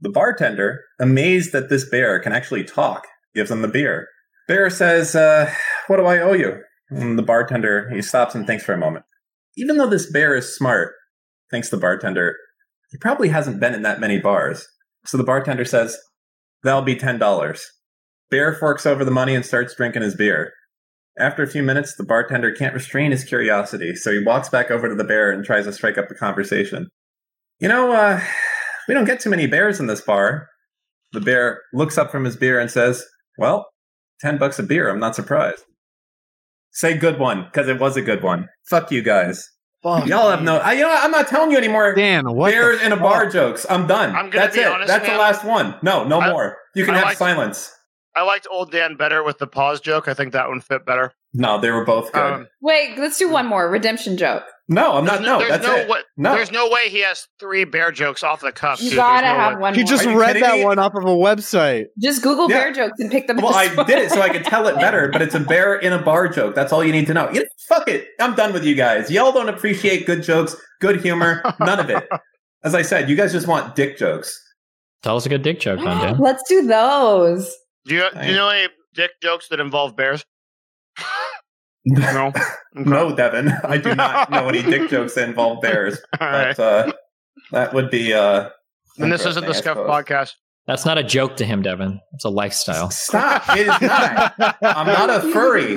Speaker 8: The bartender, amazed that this bear can actually talk, gives him the beer. Bear says, uh, What do I owe you? And the bartender, he stops and thinks for a moment. Even though this bear is smart, thinks the bartender, he probably hasn't been in that many bars. So the bartender says, That'll be $10. Bear forks over the money and starts drinking his beer. After a few minutes, the bartender can't restrain his curiosity, so he walks back over to the bear and tries to strike up a conversation. You know, uh, we don't get too many bears in this bar. The bear looks up from his beer and says, Well, 10 bucks a beer, I'm not surprised. Say good one, because it was a good one. Fuck you guys. Y'all have no. I, you know, what? I'm not telling you anymore.
Speaker 9: Dan, what?
Speaker 8: Bears in a bar jokes. I'm done.
Speaker 4: I'm gonna
Speaker 8: That's
Speaker 4: be
Speaker 8: it.
Speaker 4: honest,
Speaker 8: That's
Speaker 4: man.
Speaker 8: the last one. No, no
Speaker 4: I-
Speaker 8: more. You can
Speaker 4: I
Speaker 8: have
Speaker 4: like- [LAUGHS]
Speaker 8: silence.
Speaker 4: I liked old Dan better with the pause joke. I think that one fit better.
Speaker 8: No, they were both good.
Speaker 4: Um,
Speaker 5: Wait, let's do one more redemption joke.
Speaker 8: no, I'm not. No,
Speaker 4: there's
Speaker 8: that's
Speaker 4: no
Speaker 8: it.
Speaker 4: way.
Speaker 8: no,
Speaker 4: There's no way he has three bear jokes off the cuff.
Speaker 5: You
Speaker 4: dude.
Speaker 5: gotta
Speaker 4: There's no
Speaker 5: have
Speaker 4: way.
Speaker 5: one.
Speaker 9: he
Speaker 5: more.
Speaker 9: just
Speaker 8: Are you
Speaker 9: read
Speaker 8: kidding
Speaker 9: that
Speaker 8: me?
Speaker 9: one off of a website.
Speaker 5: Just Google
Speaker 8: Yeah.
Speaker 5: bear jokes and pick them.
Speaker 8: Well, I did it so I could tell
Speaker 4: [LAUGHS]
Speaker 8: it better, but it's a bear in a bar joke. That's all you need to know. You know, fuck it. I'm done with you guys. Y'all don't appreciate good jokes, good humor, none of it.
Speaker 4: [LAUGHS]
Speaker 8: As I said, you guys just want dick jokes.
Speaker 6: Tell us a good dick joke, then, Dan.
Speaker 5: [LAUGHS] Let's do those.
Speaker 4: Do you, do you know any dick jokes that involve bears? [LAUGHS] no.
Speaker 8: No, Devin, I
Speaker 4: [LAUGHS]
Speaker 8: do not know any dick jokes that involve bears. But, uh, that would be. Uh,
Speaker 4: Then this isn't the
Speaker 8: interesting, I
Speaker 4: Scuff
Speaker 8: suppose.
Speaker 4: podcast.
Speaker 6: That's not a joke to him, Devin. It's a lifestyle.
Speaker 8: Stop! It is not. I'm not a
Speaker 4: [LAUGHS]
Speaker 8: furry.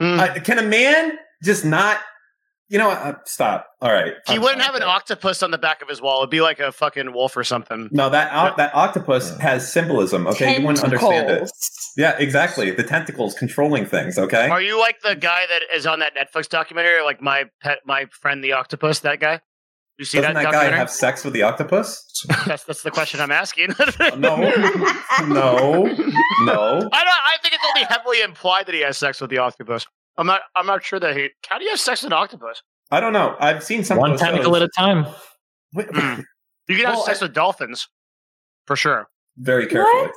Speaker 8: Uh, can a man just not? You know, what? uh, stop. All right. Uh,
Speaker 4: He wouldn't have an octopus on the back of his wall. It'd be like a fucking wolf or something.
Speaker 8: No, that oc- that octopus has symbolism. Okay, you wouldn't understand it.
Speaker 5: Tentacles.
Speaker 8: Yeah, exactly. The tentacles controlling things. Okay.
Speaker 4: Are Oh, you like the guy that is on that Netflix documentary, like my pet, my friend, the octopus? That guy. You see
Speaker 8: Doesn't that, guy
Speaker 4: documentary?
Speaker 8: have sex with the octopus?
Speaker 4: [LAUGHS] that's that's the question I'm asking.
Speaker 8: [LAUGHS] No, no, no.
Speaker 4: I don't. I think it's only heavily implied that he has sex with the octopus. I'm not. I'm not sure that he. How do you have sex with an octopus?
Speaker 8: I don't know. I've seen some.
Speaker 6: One
Speaker 8: of those
Speaker 6: tentacle at
Speaker 8: shows.
Speaker 6: a time.
Speaker 8: Wait,
Speaker 4: You can have
Speaker 8: Well,
Speaker 4: sex with dolphins, Mm, for sure.
Speaker 8: Very carefully.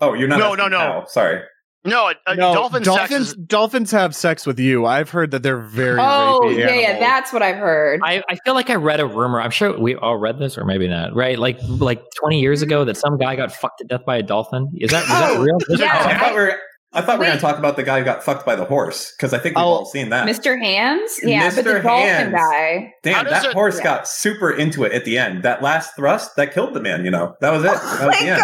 Speaker 8: Oh, you're not.
Speaker 4: No,
Speaker 8: asking
Speaker 4: no, no.
Speaker 8: how. Sorry.
Speaker 4: No, a, a
Speaker 9: No,
Speaker 4: dolphin sex
Speaker 9: dolphins
Speaker 4: is
Speaker 9: dolphins have sex with you. I've heard that they're very
Speaker 5: Oh yeah,
Speaker 9: rapey
Speaker 5: yeah,
Speaker 9: animals.
Speaker 5: that's what I've heard.
Speaker 6: I, I feel like I read a rumor. I'm sure we all read this, or maybe not. Right? Like like 20 years ago, that some guy got fucked to death by a dolphin. Is that is that
Speaker 5: Oh,
Speaker 6: real?
Speaker 5: yeah.
Speaker 8: Oh,
Speaker 13: [LAUGHS]
Speaker 8: I thought we were. I thought we were
Speaker 5: Wait.
Speaker 8: going to talk about the guy who got fucked by the horse because I think we've
Speaker 9: Oh,
Speaker 8: all seen that.
Speaker 5: Mr. Hands? Yeah, but the
Speaker 8: Mr.
Speaker 5: dolphin
Speaker 8: Hands.
Speaker 5: guy.
Speaker 4: How
Speaker 8: Damn,
Speaker 4: does
Speaker 8: that
Speaker 4: it-
Speaker 8: horse
Speaker 5: yeah. Oh
Speaker 8: got super into it at the end. That last thrust that killed the man. You know, that was it. That was the end.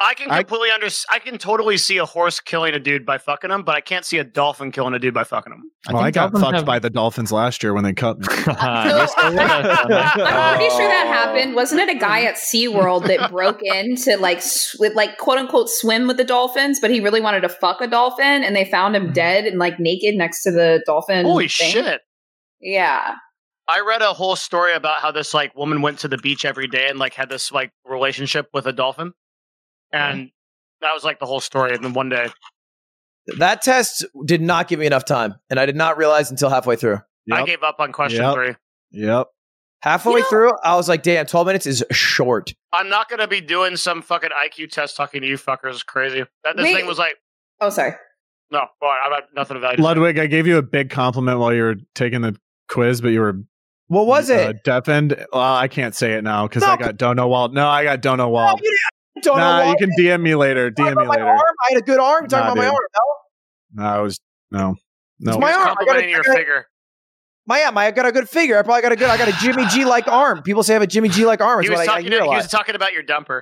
Speaker 4: I can
Speaker 9: I-
Speaker 4: completely under. I can totally see a horse killing a dude by fucking him, but I can't see a dolphin killing a dude by fucking him.
Speaker 9: Oh, I, got fucked by the Dolphins last year when they
Speaker 4: [LAUGHS]
Speaker 9: [LAUGHS] cut me.
Speaker 4: Oh.
Speaker 5: I'm pretty sure that happened. Wasn't it a guy at SeaWorld that broke in to like, sw- like quote unquote, swim with the dolphins, but he really wanted to fuck a dolphin, and they found him dead and like naked next to the dolphin.
Speaker 4: Hmm. Holy
Speaker 5: thing?
Speaker 4: shit.
Speaker 5: Yeah.
Speaker 4: [LAUGHS] I read a whole story about how this like woman went to the beach every day and like had this like relationship with a dolphin, and that was like the whole story. And then one day,
Speaker 3: That test did not give me enough time, and I did not realize until halfway through.
Speaker 4: I gave up on question
Speaker 3: Yep.
Speaker 4: three.
Speaker 9: Yep.
Speaker 3: Halfway through, I was like, "Damn, twelve minutes is short."
Speaker 4: I'm not gonna be doing some fucking IQ test talking to you fuckers. It's crazy. That this
Speaker 5: Wait.
Speaker 4: thing was like,
Speaker 5: Oh, sorry.
Speaker 4: no, well, I've had nothing of value. to say.
Speaker 9: Ludwig, I gave you a big compliment while you were taking the quiz, but you were
Speaker 3: what was
Speaker 9: it? Uh, deafened. Well, I can't say it now because I got don't know Walt. No, I got don't know Walt.
Speaker 3: Don't know
Speaker 9: nah, you
Speaker 3: Walt.
Speaker 9: can DM me later. DM me
Speaker 3: my
Speaker 9: later.
Speaker 3: arm. I had a good arm. Talking
Speaker 9: Nah,
Speaker 3: about my
Speaker 9: dude.
Speaker 3: arm. No,
Speaker 9: No, I was no, no.
Speaker 3: it's my arm. I got a,
Speaker 4: complimenting your
Speaker 3: I got a-
Speaker 4: figure.
Speaker 3: My yeah, I got a good figure. I probably got a good. I got a Jimmy G like arm. People say I have a Jimmy G like arm.
Speaker 4: He
Speaker 3: It's
Speaker 4: was,
Speaker 3: what I, I
Speaker 4: talking to, he was
Speaker 3: realized.
Speaker 4: talking about your dumper.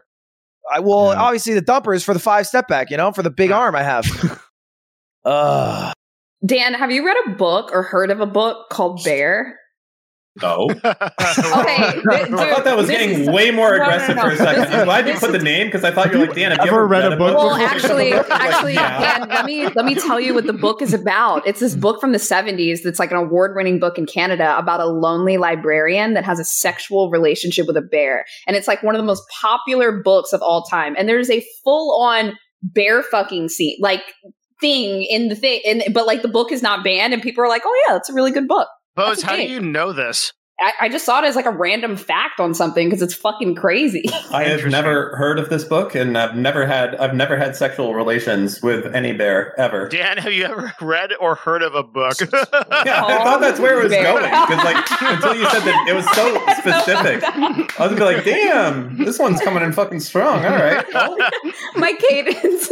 Speaker 3: I well, obviously the dumper is for the five step back. You know, for the
Speaker 9: [LAUGHS]
Speaker 3: big arm I have. Ugh.
Speaker 5: Dan, have you read a book or heard of a book called Bear?
Speaker 8: [LAUGHS] No.
Speaker 5: Okay, th-
Speaker 8: I thought that was
Speaker 5: this
Speaker 8: getting
Speaker 5: is-
Speaker 8: way more
Speaker 5: No, no,
Speaker 8: aggressive
Speaker 5: no.
Speaker 8: for a second.
Speaker 5: This
Speaker 8: I'm
Speaker 5: is-
Speaker 8: glad you
Speaker 5: this
Speaker 8: put the name because I thought you were like, Dan, have you
Speaker 9: ever
Speaker 8: ever
Speaker 9: read a book
Speaker 5: Well,
Speaker 8: before?" [LAUGHS]
Speaker 5: actually, actually,
Speaker 8: yeah.
Speaker 5: Dan, let me let me tell you what the book is about. It's this book from the '70s that's like an award-winning book in Canada about a lonely librarian that has a sexual relationship with a bear, and it's like one of the most popular books of all time. And there's a full-on bear fucking scene, like thing in the thing, and but like the book is not banned, and people are like, "Oh yeah, that's a really good book."
Speaker 4: Bose,
Speaker 5: That's
Speaker 4: how do
Speaker 5: okay.
Speaker 4: you know this?
Speaker 5: I, I just saw it as like a random fact on something because it's fucking crazy. [LAUGHS]
Speaker 8: I have never heard of this book, and I've never had I've never had sexual relations with any bear ever.
Speaker 4: Dan, have you ever [LAUGHS] read or heard of a book?
Speaker 8: [LAUGHS] Yeah, I thought that's where it was going because, like, until you said that it was
Speaker 5: [LAUGHS]
Speaker 8: so specific, I was gonna be like, "Damn, this one's coming in fucking strong." All right,
Speaker 5: [LAUGHS] My cadence.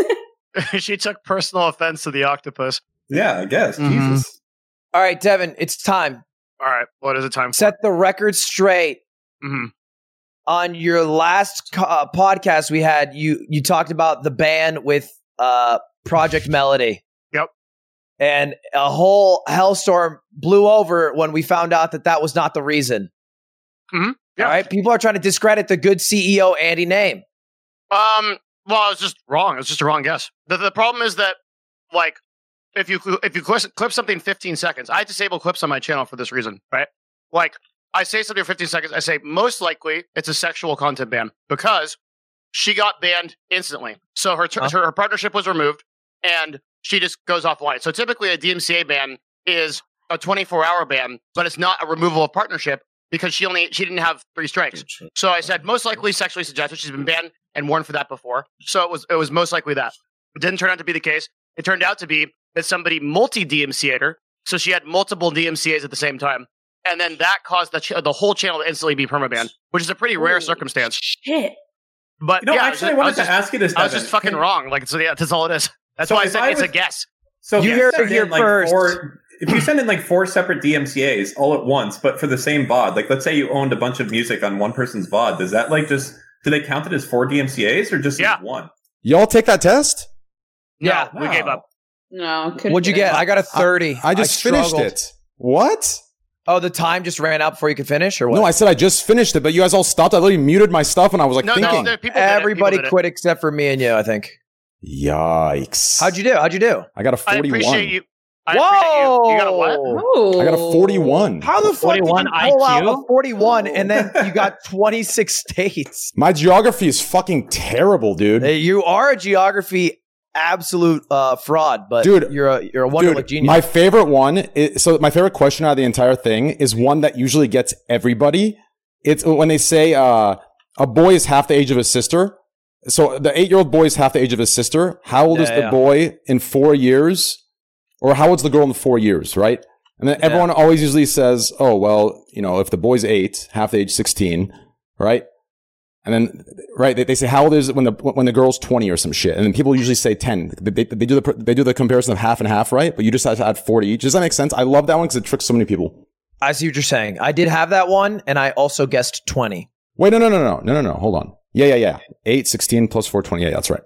Speaker 4: [LAUGHS] she took personal offense to the octopus.
Speaker 8: yeah, I guess. Jesus.
Speaker 3: All right, Devin, it's time.
Speaker 4: Mm-hmm. All right, what is it time? Mm-hmm.
Speaker 3: Set the record straight. On your last co- uh, podcast we had, you you talked about the band with uh, Project Melody.
Speaker 4: Yep.
Speaker 3: And a whole hellstorm blew over when we found out that that was not the reason.
Speaker 4: Mm-hmm.
Speaker 3: All right, people are trying to discredit the good CEO Andy name.
Speaker 4: Um. Well, it's just wrong. It's just a wrong guess. The, the problem is that, like, if you cl- if you clip, clip something 15 seconds, I disable clips on my channel for this reason, right? Like, I say something for 15 seconds. I say most likely it's a sexual content ban because she got banned instantly. So her
Speaker 11: Huh?
Speaker 4: her, her partnership was removed, and she just goes offline. So typically, a DMCA ban is a 24 hour ban, but it's not a removal of partnership because she only she didn't have three strikes. So I said most likely sexually suggested. She's been banned and warned for that before. So it was it was most likely that. It didn't turn out to be the case. It turned out to be that somebody multi DMCA'd her. So she had multiple DMCA's at the same time. And then that caused the, ch- the whole channel to instantly be permabanned, which is a pretty rare circumstance.
Speaker 5: Shit.
Speaker 4: But
Speaker 8: You know,
Speaker 4: yeah, I was
Speaker 8: actually, I
Speaker 4: ju-
Speaker 8: wanted
Speaker 4: was
Speaker 8: to
Speaker 4: just-
Speaker 8: ask you this,
Speaker 4: I was
Speaker 8: Devin.
Speaker 4: just fucking
Speaker 8: Can-
Speaker 4: wrong. Like, so yeah, that's all it is. That's
Speaker 8: So
Speaker 4: why I
Speaker 8: if
Speaker 4: said
Speaker 8: I
Speaker 4: it's a
Speaker 8: was-
Speaker 4: guess.
Speaker 8: So if send in, like, Four, if you send in like four separate DMCA's all at once, but for the same VOD, like let's say you owned a bunch of music on one person's VOD, does that like just do they count it as four DMCA's or just as one?
Speaker 2: Y'all take that test?
Speaker 4: Yeah, we gave up.
Speaker 5: No. couldn't
Speaker 3: What'd you
Speaker 5: it.
Speaker 3: get? I got a 30.
Speaker 2: I just finished
Speaker 3: struggled.
Speaker 2: it. What?
Speaker 3: Oh, the time just ran out before you could finish, or what?
Speaker 2: No, I said I just finished it, but you guys all stopped. I literally muted my stuff and I was like thinking.
Speaker 3: Everybody
Speaker 2: did it.
Speaker 3: quit except for me and you, I think.
Speaker 2: Yikes.
Speaker 3: How'd you do? How'd you do?
Speaker 2: I got a 41.
Speaker 4: I
Speaker 3: Whoa! You got a
Speaker 5: what?
Speaker 2: I got a 41.
Speaker 3: How the fuck did you
Speaker 2: 41
Speaker 3: pull out a
Speaker 2: IQ?
Speaker 3: 41 and then
Speaker 2: [LAUGHS]
Speaker 3: you got 26 states?
Speaker 2: My geography is fucking terrible, dude.
Speaker 3: Hey, you are a geography absolute uh, fraud, but
Speaker 2: Dude,
Speaker 3: you're a you're a wonderful genius.
Speaker 2: My favorite one. Is, so my favorite question out of the entire thing is one that usually gets everybody. It's when they say uh, a boy is half the age of his sister. So the eight-year-old boy is half the age of his sister. How old is
Speaker 11: Yeah,
Speaker 2: the
Speaker 11: yeah.
Speaker 2: boy in four years, or how old's the girl in four years? Right. And then everyone always usually says, "Oh well, you know, if the boy's eight, half the age sixteen, right?" And then, right? They, they say how old is it when the when the girl's twenty or some shit, and then people usually say ten. They, they, they do the pr- they do the comparison of half and half, right? But you just have to add forty each. Does that make sense? I love that one because it tricks so many people.
Speaker 3: I see what you're saying. I did have that one, and I also guessed 20.
Speaker 2: Wait, no, no, no, no, no, no, no. Hold on. Yeah, yeah, yeah. 8, 16 plus 420. Yeah, that's right.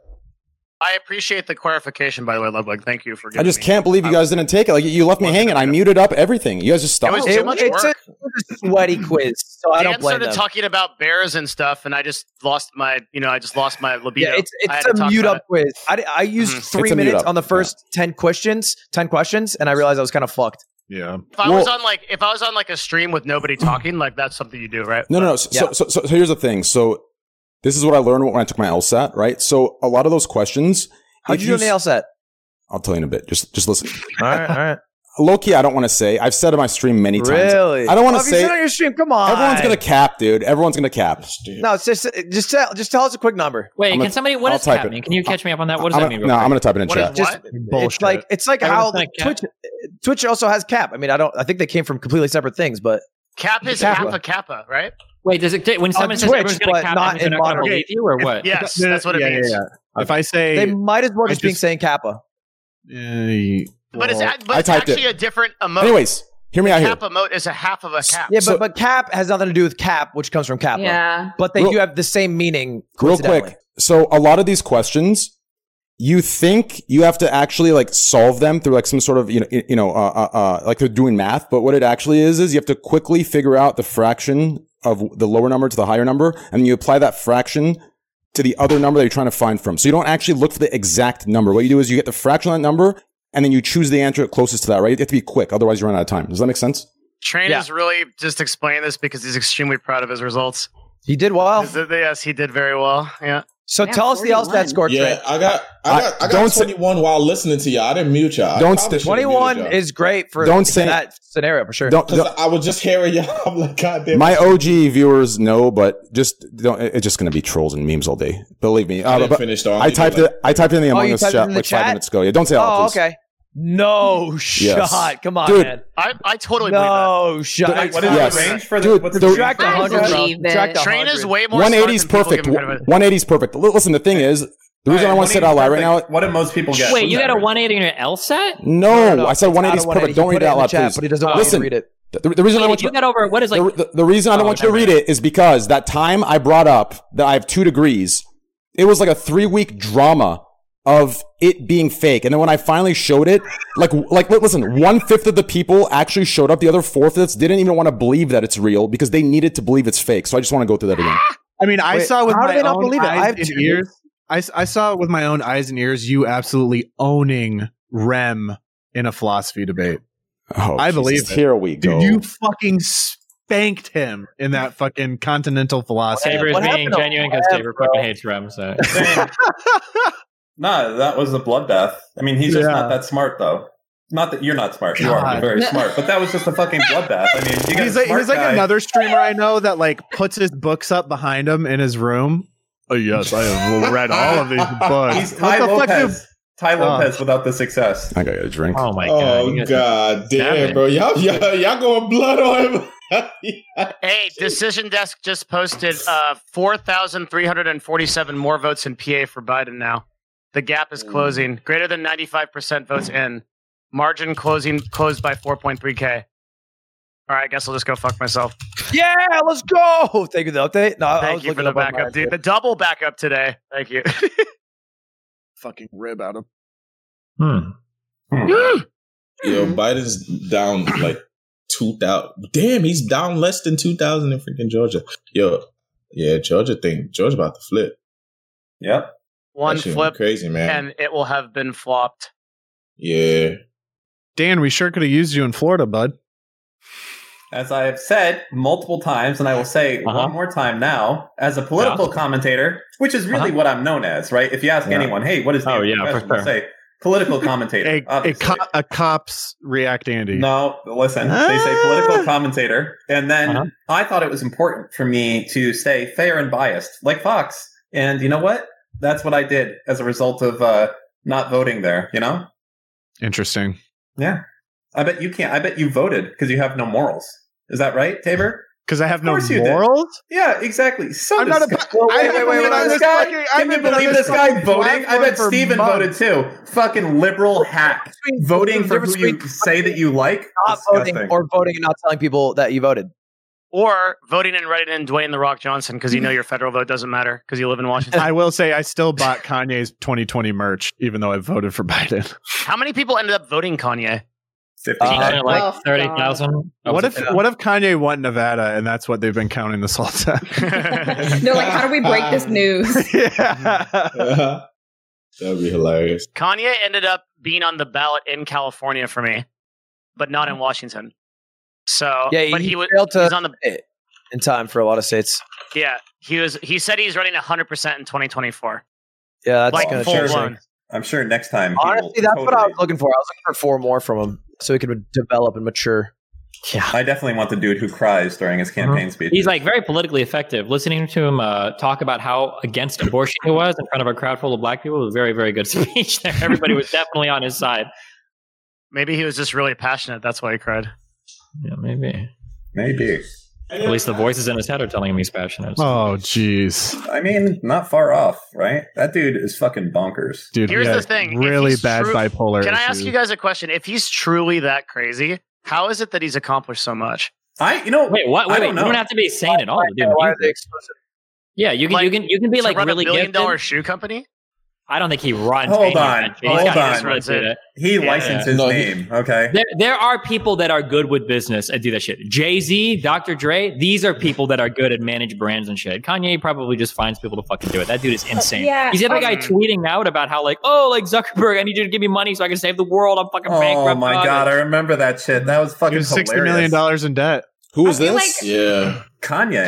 Speaker 4: I appreciate the clarification, by the way, Ludwig. Thank you for
Speaker 2: I
Speaker 4: giving
Speaker 2: just
Speaker 4: me.
Speaker 2: can't believe you guys didn't take it. Like you left me hanging. I muted up everything. You guys just stopped.
Speaker 4: was too much
Speaker 3: it's
Speaker 4: work.
Speaker 3: A, it's a sweaty quiz, so I don't
Speaker 4: Dan
Speaker 3: blame
Speaker 4: started
Speaker 3: them.
Speaker 4: talking about bears and stuff, and I just lost my, you know, I just lost my libido.
Speaker 3: Yeah, it's
Speaker 4: I had
Speaker 3: it's
Speaker 4: to
Speaker 3: a
Speaker 4: talk
Speaker 3: mute
Speaker 4: about Mm-hmm.
Speaker 3: up quiz. I, I used three
Speaker 4: It's a mute
Speaker 3: minutes
Speaker 4: up,
Speaker 3: on the first ten questions, ten questions, and I realized I was kind of fucked.
Speaker 9: Yeah.
Speaker 4: it. If I was on like, if I was on like a stream with nobody talking, like that's something you do, right?
Speaker 2: No, no, no. So,
Speaker 4: Yeah.
Speaker 2: so, so, so here's the thing. So this is what I learned when I took my LSAT, right? So a lot of those questions.
Speaker 3: How'd
Speaker 2: if
Speaker 3: you do on the
Speaker 2: s-
Speaker 3: LSAT?
Speaker 2: I'll tell you in a bit. Just, just listen.
Speaker 3: all right,
Speaker 2: [LAUGHS]
Speaker 3: all right.
Speaker 2: Low key, I don't want to say. I've said it on my stream many times.
Speaker 3: Really?
Speaker 2: I don't want
Speaker 3: Oh,
Speaker 2: to
Speaker 3: if you said
Speaker 2: say.
Speaker 3: it on your stream. Come on.
Speaker 2: Everyone's gonna cap, dude. Everyone's gonna cap.
Speaker 3: No, it's just just tell just tell us a quick number.
Speaker 6: Wait,
Speaker 2: I'm
Speaker 6: can
Speaker 2: gonna-
Speaker 6: somebody? What
Speaker 2: I'll
Speaker 6: does
Speaker 2: type
Speaker 6: cap
Speaker 2: it.
Speaker 6: mean? Can you catch me up on that? What does
Speaker 2: I'm
Speaker 6: that
Speaker 2: gonna-
Speaker 6: mean?
Speaker 2: no, I'm gonna type it in chat.
Speaker 3: Just, it's like it's like how
Speaker 6: Everyone's gonna cap.
Speaker 3: Twitch Twitch also has cap. I mean, I don't. I think they came from completely separate things, but
Speaker 4: Cap is
Speaker 3: Kappa.
Speaker 4: kappa kappa, right?
Speaker 6: Wait, does it when
Speaker 3: On someone says Twitch, everyone's gonna but cap, not everyone's in not gonna modern- believe you, or
Speaker 6: what?
Speaker 4: Yes, that's what it
Speaker 9: Yeah, yeah,
Speaker 4: means.
Speaker 9: yeah. If I say
Speaker 3: they might as well
Speaker 9: I
Speaker 3: just, be
Speaker 9: just-
Speaker 3: saying kappa.
Speaker 4: But it's, ac- but
Speaker 2: Eh, I
Speaker 4: it's
Speaker 2: typed
Speaker 4: actually
Speaker 2: it.
Speaker 4: a different emote.
Speaker 2: Anyways, hear me out here.
Speaker 4: Cap emote is a half of a cap.
Speaker 3: Yeah, but, but cap has nothing to do with cap, which comes from kappa.
Speaker 5: Yeah.
Speaker 3: But they
Speaker 2: Real-
Speaker 3: do have the same meaning.
Speaker 2: real
Speaker 3: coincidentally.
Speaker 2: quick so a lot of these questions you think you have to actually like solve them through like some sort of you know y- you know uh, uh, uh, like they're doing math but what it actually is is you have to quickly figure out the fraction of the lower number to the higher number and you apply that fraction to the other number that you're trying to find from so you don't actually look for the exact number what you do is you get the fraction of that number and then you choose the answer closest to that right you have to be quick otherwise you run out of time does that make sense
Speaker 4: Train
Speaker 3: Yeah.
Speaker 4: is really just explaining this because he's extremely proud of his results.
Speaker 3: He did well.
Speaker 4: Is it- Yes, he did very well. Yeah.
Speaker 3: So tell us the LSAT score.
Speaker 7: Yeah,
Speaker 3: Trey.
Speaker 7: I got I got I, got
Speaker 2: don't say-
Speaker 7: 21 while listening to y'all. I didn't mute y'all. I
Speaker 2: Don't
Speaker 7: probably
Speaker 2: say-
Speaker 7: should've muted
Speaker 3: 21
Speaker 7: y'all.
Speaker 3: is great for
Speaker 2: Don't say-
Speaker 3: that scenario for sure.
Speaker 2: don't,
Speaker 7: Cause
Speaker 2: don't
Speaker 7: I was just hearing y'all. [LAUGHS] I'm like, God damn.
Speaker 2: my OG viewers know, but just don't. it- It's just going to be trolls and memes all day. Believe me. Uh,
Speaker 7: I didn't
Speaker 2: but-
Speaker 7: finish though. I
Speaker 2: I
Speaker 7: only
Speaker 2: typed
Speaker 7: did,
Speaker 2: it. I typed in the
Speaker 3: Oh,
Speaker 2: Among
Speaker 3: you
Speaker 2: Us
Speaker 3: typed
Speaker 2: chat
Speaker 3: it in
Speaker 2: like
Speaker 3: the
Speaker 2: five
Speaker 3: chat?
Speaker 2: minutes ago. Yeah, don't say
Speaker 3: oh,
Speaker 2: that. please.
Speaker 3: okay. No shot. Come on,
Speaker 2: Dude.
Speaker 3: man.
Speaker 4: I, I totally
Speaker 3: No shot.
Speaker 2: Dude,
Speaker 8: What is
Speaker 2: Yes.
Speaker 8: the range for the?
Speaker 2: Dude,
Speaker 8: what's
Speaker 2: the-
Speaker 8: the
Speaker 3: Track the
Speaker 5: I
Speaker 3: 100. bro.
Speaker 5: believe it.
Speaker 4: believe
Speaker 3: Track the
Speaker 4: that. Train
Speaker 3: 100.
Speaker 4: is way more.
Speaker 2: 180 is
Speaker 4: smart than people
Speaker 2: perfect.
Speaker 4: give him credit for.
Speaker 2: 180 is perfect. L- Listen, the thing is, the reason I want to say it out loud right now.
Speaker 8: What did most people get?
Speaker 6: Wait, you got a
Speaker 8: Average.
Speaker 6: 180 in your LSAT?
Speaker 2: No, I said
Speaker 3: it's
Speaker 2: 180 is perfect.
Speaker 3: out of 180.
Speaker 2: Don't read
Speaker 3: He put
Speaker 2: it
Speaker 3: in
Speaker 2: out
Speaker 3: the
Speaker 2: loud,
Speaker 3: chat,
Speaker 2: please.
Speaker 3: but he doesn't want me to
Speaker 2: Listen,
Speaker 3: read it.
Speaker 2: The, the reason I
Speaker 6: Wait,
Speaker 2: want
Speaker 6: you
Speaker 2: you.
Speaker 6: got over what is like?
Speaker 2: The, the- the reason I don't
Speaker 6: Oh,
Speaker 2: want you to
Speaker 6: never
Speaker 2: read it is because that time I brought up that I have two degrees, it was like a three week drama of it being fake. And then when I finally showed it, like, like, li- listen, one fifth of the people actually showed up. The other four fifths didn't even want to believe that it's real because they needed to believe it's fake. So I just want to go through that again.
Speaker 9: I mean, I
Speaker 3: Wait,
Speaker 9: saw with
Speaker 3: how do
Speaker 9: my
Speaker 3: they not
Speaker 9: own
Speaker 3: believe it? I
Speaker 9: eyes
Speaker 3: have
Speaker 9: and
Speaker 3: two.
Speaker 9: ears. I, s- I saw it with my own eyes and ears. You absolutely owning REM in a philosophy debate.
Speaker 2: Oh,
Speaker 9: I believe it.
Speaker 2: Here we go.
Speaker 9: Dude, you fucking spanked him in that fucking continental philosophy.
Speaker 6: Saber is
Speaker 3: What
Speaker 6: Uh, being
Speaker 3: happened to
Speaker 6: genuine because
Speaker 3: Lev,
Speaker 6: Saber
Speaker 3: bro?
Speaker 6: fucking hates Rem.
Speaker 8: [LAUGHS]
Speaker 6: So
Speaker 8: No, that was a bloodbath. I mean, he's just
Speaker 9: Yeah.
Speaker 8: not that smart, though. Not that you're not smart. You are
Speaker 9: God.
Speaker 8: very
Speaker 5: No.
Speaker 8: smart, but that was just a fucking bloodbath. I mean, you got
Speaker 9: He's
Speaker 8: a
Speaker 9: like
Speaker 8: smart
Speaker 9: he's like
Speaker 8: guy.
Speaker 9: another streamer I know that like puts his books up behind him in his room. Oh yes, I have read all
Speaker 8: [LAUGHS]
Speaker 9: of these books.
Speaker 8: He's Ty Lopez. Ty Lopez without the success.
Speaker 2: I got a drink.
Speaker 6: oh my god,
Speaker 7: Oh
Speaker 6: you guys-
Speaker 7: God
Speaker 6: Damn
Speaker 7: damn,
Speaker 6: it.
Speaker 7: bro! Y'all,
Speaker 8: [LAUGHS]
Speaker 7: y'all, y'all going blood on him.
Speaker 4: Hey, Decision Desk just posted uh, 4,347 more votes in PA for Biden now. The gap
Speaker 2: Mm.
Speaker 4: is closing. Greater than 95% votes in. Margin closing closed by 4.3K. All right, I guess I'll just go fuck myself.
Speaker 3: Yeah, let's go. Thank you for the update. No, I
Speaker 4: Thank
Speaker 3: was
Speaker 4: you for
Speaker 3: looking
Speaker 4: the
Speaker 3: up on
Speaker 4: backup,
Speaker 3: mine,
Speaker 4: dude. The double backup today. Thank you. [LAUGHS]
Speaker 9: fucking rib out of
Speaker 6: Hmm.
Speaker 7: Hmm. Yo, Biden's down like two thousand. Damn, he's down less than two thousand in freaking Georgia. Yo, yeah, Georgia thing. Georgia about to flip.
Speaker 8: Yep.
Speaker 4: One
Speaker 7: That shit
Speaker 4: flip,
Speaker 7: crazy man.
Speaker 4: and it will have been flopped.
Speaker 7: yeah,
Speaker 9: Dan, we sure could have used you in Florida, bud.
Speaker 8: As I have said multiple times, and I will say
Speaker 6: Uh-huh.
Speaker 8: one more time now, as a political commentator, which is really what I'm known as, right? If you ask
Speaker 7: Yeah.
Speaker 8: anyone, hey, what is the
Speaker 6: Uh-huh. Oh, yeah, for
Speaker 8: profession?" They'll
Speaker 6: sure.
Speaker 8: say political
Speaker 9: [LAUGHS]
Speaker 8: commentator.
Speaker 9: A, a,
Speaker 8: obviously.
Speaker 9: co- a cop's react Andy.
Speaker 8: No, listen, they say
Speaker 9: Ah.
Speaker 8: political commentator. And then
Speaker 6: Uh-huh.
Speaker 8: I thought it was important for me to stay fair and biased, like Fox. And you know what? That's what I did as a result of uh, not voting there, you know?
Speaker 9: Interesting.
Speaker 8: Yeah. I bet you can't. I bet you voted because you have no morals. Is that right, Tabor?
Speaker 9: Because I have no
Speaker 8: course you did.
Speaker 9: morals.
Speaker 8: Yeah, exactly. So
Speaker 9: I'm not a
Speaker 8: disgu-
Speaker 9: bu- I
Speaker 8: Can you
Speaker 9: haven't
Speaker 8: believe
Speaker 9: been on
Speaker 8: this
Speaker 9: this
Speaker 8: guy?
Speaker 9: fucking- I
Speaker 8: Can you
Speaker 9: haven't been on
Speaker 8: believe
Speaker 9: this
Speaker 8: this guy
Speaker 9: fucking
Speaker 8: voting? I bet
Speaker 9: platform for
Speaker 8: Steven voted
Speaker 9: months.
Speaker 8: too. Fucking liberal hack.
Speaker 3: Between-
Speaker 8: Voting
Speaker 3: the
Speaker 8: for
Speaker 3: difference
Speaker 8: who you
Speaker 3: between
Speaker 8: say that you like?
Speaker 3: Not
Speaker 8: Disgusting.
Speaker 3: voting or voting and not telling people that you voted.
Speaker 4: or voting and writing in Dwayne the Rock Johnson because you know your federal vote doesn't matter because you live in
Speaker 8: [LAUGHS]
Speaker 3: [LAUGHS]
Speaker 4: Washington.
Speaker 9: I will say I still bought Kanye's 2020 merch, even though I voted for [LAUGHS] Biden.
Speaker 4: How many people ended up voting Kanye?
Speaker 9: Uh,
Speaker 13: like Oh, 30,000? God.
Speaker 9: What if
Speaker 13: Yeah.
Speaker 9: what if Kanye won Nevada and that's what they've been counting this whole
Speaker 8: [LAUGHS]
Speaker 9: time?
Speaker 5: They're like, how do we break
Speaker 3: [LAUGHS]
Speaker 5: this news?
Speaker 7: That'd be hilarious.
Speaker 4: Kanye ended up being on the ballot in California for me, but not in Washington. So,
Speaker 3: Yeah,
Speaker 4: but
Speaker 3: he
Speaker 4: he was
Speaker 3: failed to-
Speaker 4: he's on the
Speaker 3: in time for a lot of states.
Speaker 4: yeah he was he said he's running 100 percent in 2024.
Speaker 3: Yeah, that's
Speaker 4: Like
Speaker 3: gonna
Speaker 4: full
Speaker 3: change.
Speaker 4: blown.
Speaker 8: I'm sure next time.
Speaker 3: Honestly, that's what I was looking for. I was looking for four more from him so he could develop and mature.
Speaker 8: Yeah. I definitely want the dude who cries during
Speaker 9: Uh-huh.
Speaker 8: his campaign speech.
Speaker 13: He's like very politically effective. Listening to him uh, talk about how against abortion he was in front of a crowd full of black people was a very, very good [LAUGHS] speech. There, everybody was definitely on his side.
Speaker 4: Maybe he was just really passionate. That's why he cried.
Speaker 13: Yeah, maybe.
Speaker 8: Maybe.
Speaker 13: At least the voices in his head are telling him he's passionate.
Speaker 9: Oh, jeez.
Speaker 8: I mean, not far off, right? That dude is fucking bonkers.
Speaker 9: Dude,
Speaker 4: Here's the thing: if
Speaker 9: really
Speaker 4: he's
Speaker 9: bad
Speaker 4: tru-
Speaker 9: bipolar
Speaker 4: Can I ask
Speaker 9: issues.
Speaker 4: you guys a question? If he's truly that crazy, how is it that he's accomplished so much?
Speaker 8: I, you know,
Speaker 13: Wait, what? Wait, wait. You don't have to be sane at all. to do music. Yeah, you can, you can, you can be
Speaker 4: to
Speaker 13: like
Speaker 4: run
Speaker 13: really
Speaker 4: a billion
Speaker 13: gifted.
Speaker 4: dollar shoe company.
Speaker 13: I don't think he runs.
Speaker 8: Hold
Speaker 13: any of that
Speaker 8: on,
Speaker 13: shit. He's
Speaker 8: hold
Speaker 13: got- he just
Speaker 8: on.
Speaker 13: runs it.
Speaker 8: He
Speaker 13: Yeah,
Speaker 8: licensed
Speaker 13: yeah.
Speaker 8: his name. Okay.
Speaker 13: There, there are people that are good with business and do that shit. Jay Z, Dr. Dre, these are people that are good at manage brands and shit. Kanye probably just finds people to fucking do it. That dude is insane.
Speaker 14: Yeah.
Speaker 13: He's the other guy
Speaker 14: Mhm.
Speaker 13: tweeting out about how like, oh, like Zuckerberg, I need you to give me money so I can save the world. I'm fucking
Speaker 8: Oh
Speaker 13: bankrupt.
Speaker 8: my
Speaker 13: dog."
Speaker 8: god, I remember that shit. That was fucking
Speaker 9: He was
Speaker 8: hilarious.
Speaker 9: sixty million dollars in debt.
Speaker 15: Who is
Speaker 5: I feel
Speaker 15: this?
Speaker 5: like-
Speaker 7: yeah,
Speaker 8: Kanye.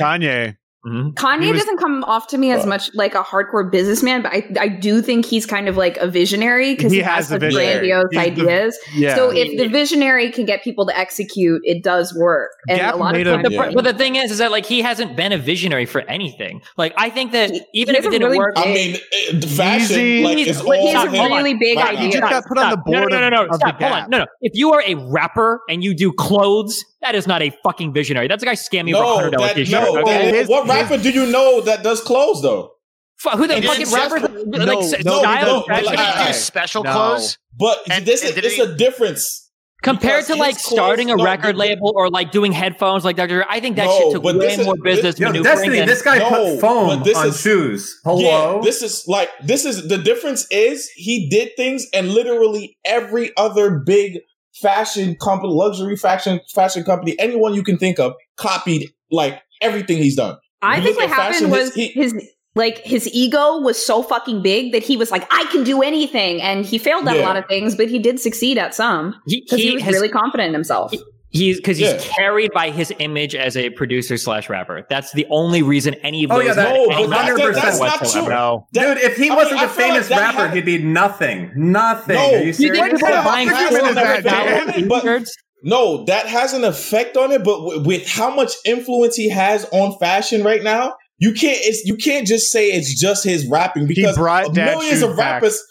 Speaker 8: Mm-hmm.
Speaker 9: Kanye.
Speaker 5: Kanye
Speaker 9: He was-
Speaker 5: doesn't come off to me as much like a hardcore businessman, but I, I do think he's kind of like a visionary because
Speaker 9: He
Speaker 5: he, has,
Speaker 9: has the
Speaker 5: such
Speaker 9: vision.
Speaker 5: grandiose
Speaker 9: He's the-
Speaker 5: ideas.
Speaker 9: yeah.
Speaker 5: So if the visionary can get people to execute, it does work. And
Speaker 9: Gap
Speaker 5: a lot of
Speaker 9: made him-
Speaker 5: times,
Speaker 13: But the, pr- but the thing is, is that like he hasn't been a visionary for anything. Like I think that even if
Speaker 5: hasn't
Speaker 13: it didn't
Speaker 5: really
Speaker 13: work,
Speaker 7: I mean, it, the fashion
Speaker 9: Yeezy.
Speaker 7: like it's
Speaker 5: He's-
Speaker 7: all
Speaker 5: he's a
Speaker 7: him.
Speaker 5: really big
Speaker 7: Right now.
Speaker 5: idea.
Speaker 9: just got put on the board
Speaker 13: No, no, no,
Speaker 9: of-
Speaker 13: no, no.
Speaker 9: of
Speaker 13: stop.
Speaker 9: the
Speaker 13: Hold
Speaker 9: Gap.
Speaker 13: on. No, no. If you are a rapper and you do clothes, that is not a fucking visionary. That's a guy scamming you for a
Speaker 7: No,
Speaker 13: hundred dollar
Speaker 7: that,
Speaker 13: t-shirt.
Speaker 7: no.
Speaker 13: okay?
Speaker 7: that- what rapper do you know that does clothes though?
Speaker 13: Fu- who the
Speaker 7: It
Speaker 13: fucking
Speaker 7: is
Speaker 13: rappers
Speaker 7: just-
Speaker 13: like
Speaker 9: no,
Speaker 13: s-
Speaker 9: no,
Speaker 13: style
Speaker 7: no,
Speaker 13: and
Speaker 7: but
Speaker 13: fashion?
Speaker 7: like-
Speaker 4: Did he
Speaker 7: Hey,
Speaker 4: do special
Speaker 9: no.
Speaker 4: clothes?
Speaker 7: But
Speaker 4: And-
Speaker 7: this is
Speaker 4: and did
Speaker 7: it's
Speaker 4: he-
Speaker 7: a difference.
Speaker 13: compared
Speaker 7: because
Speaker 13: to like
Speaker 7: his clothes
Speaker 13: starting a
Speaker 7: don't
Speaker 13: record
Speaker 7: do-
Speaker 13: label or like doing headphones like Dr. Dre, I think that
Speaker 7: No,
Speaker 13: shit took
Speaker 7: but
Speaker 13: way
Speaker 7: this is-
Speaker 13: more business
Speaker 7: this-
Speaker 8: Yo,
Speaker 13: maneuvering
Speaker 8: Destiny,
Speaker 13: than-
Speaker 8: this guy
Speaker 7: No,
Speaker 8: put foam
Speaker 7: but this
Speaker 8: on
Speaker 7: is-
Speaker 8: shoes. Hello.
Speaker 7: Yeah, this is like this is the difference is he did things and literally every other big fashion company, luxury fashion fashion company, anyone you can think of copied like everything he's done.
Speaker 5: I
Speaker 7: You
Speaker 5: think what
Speaker 7: look at fashion,
Speaker 5: happened was
Speaker 7: his-
Speaker 5: his like his ego was so fucking big that he was like, I can do anything, and he failed at
Speaker 7: Yeah.
Speaker 5: a lot of things, but he did succeed at some
Speaker 13: He-
Speaker 5: because he,
Speaker 13: he
Speaker 5: was
Speaker 13: has-
Speaker 5: really confident in himself.
Speaker 13: He's because
Speaker 7: Yeah.
Speaker 13: he's carried by his image as a producer slash rapper. That's the only reason any of
Speaker 8: Oh,
Speaker 13: those.
Speaker 8: yeah, that-
Speaker 13: had
Speaker 8: no,
Speaker 13: any
Speaker 8: but that's-
Speaker 13: relevance
Speaker 8: that's
Speaker 7: not
Speaker 13: whatsoever.
Speaker 7: true.
Speaker 9: No.
Speaker 8: Dude, if he
Speaker 7: I mean,
Speaker 8: wasn't
Speaker 7: I feel
Speaker 8: a
Speaker 7: like
Speaker 8: famous
Speaker 7: that
Speaker 8: rapper,
Speaker 7: had-
Speaker 8: he'd be nothing. Nothing.
Speaker 7: No.
Speaker 8: Are you
Speaker 13: You think
Speaker 8: serious?
Speaker 13: people
Speaker 7: Yeah,
Speaker 13: are buying
Speaker 7: I'm
Speaker 13: clothes
Speaker 7: fascinated
Speaker 13: that
Speaker 7: by that,
Speaker 13: valid
Speaker 7: but-
Speaker 13: t-shirts?
Speaker 7: No, that has an effect on it, but w- with how much influence he has on fashion right now, you can't. It's, you can't just say it's just his rapping because
Speaker 9: brought dad
Speaker 7: millions
Speaker 9: shoes
Speaker 7: of
Speaker 9: back.
Speaker 7: rappers,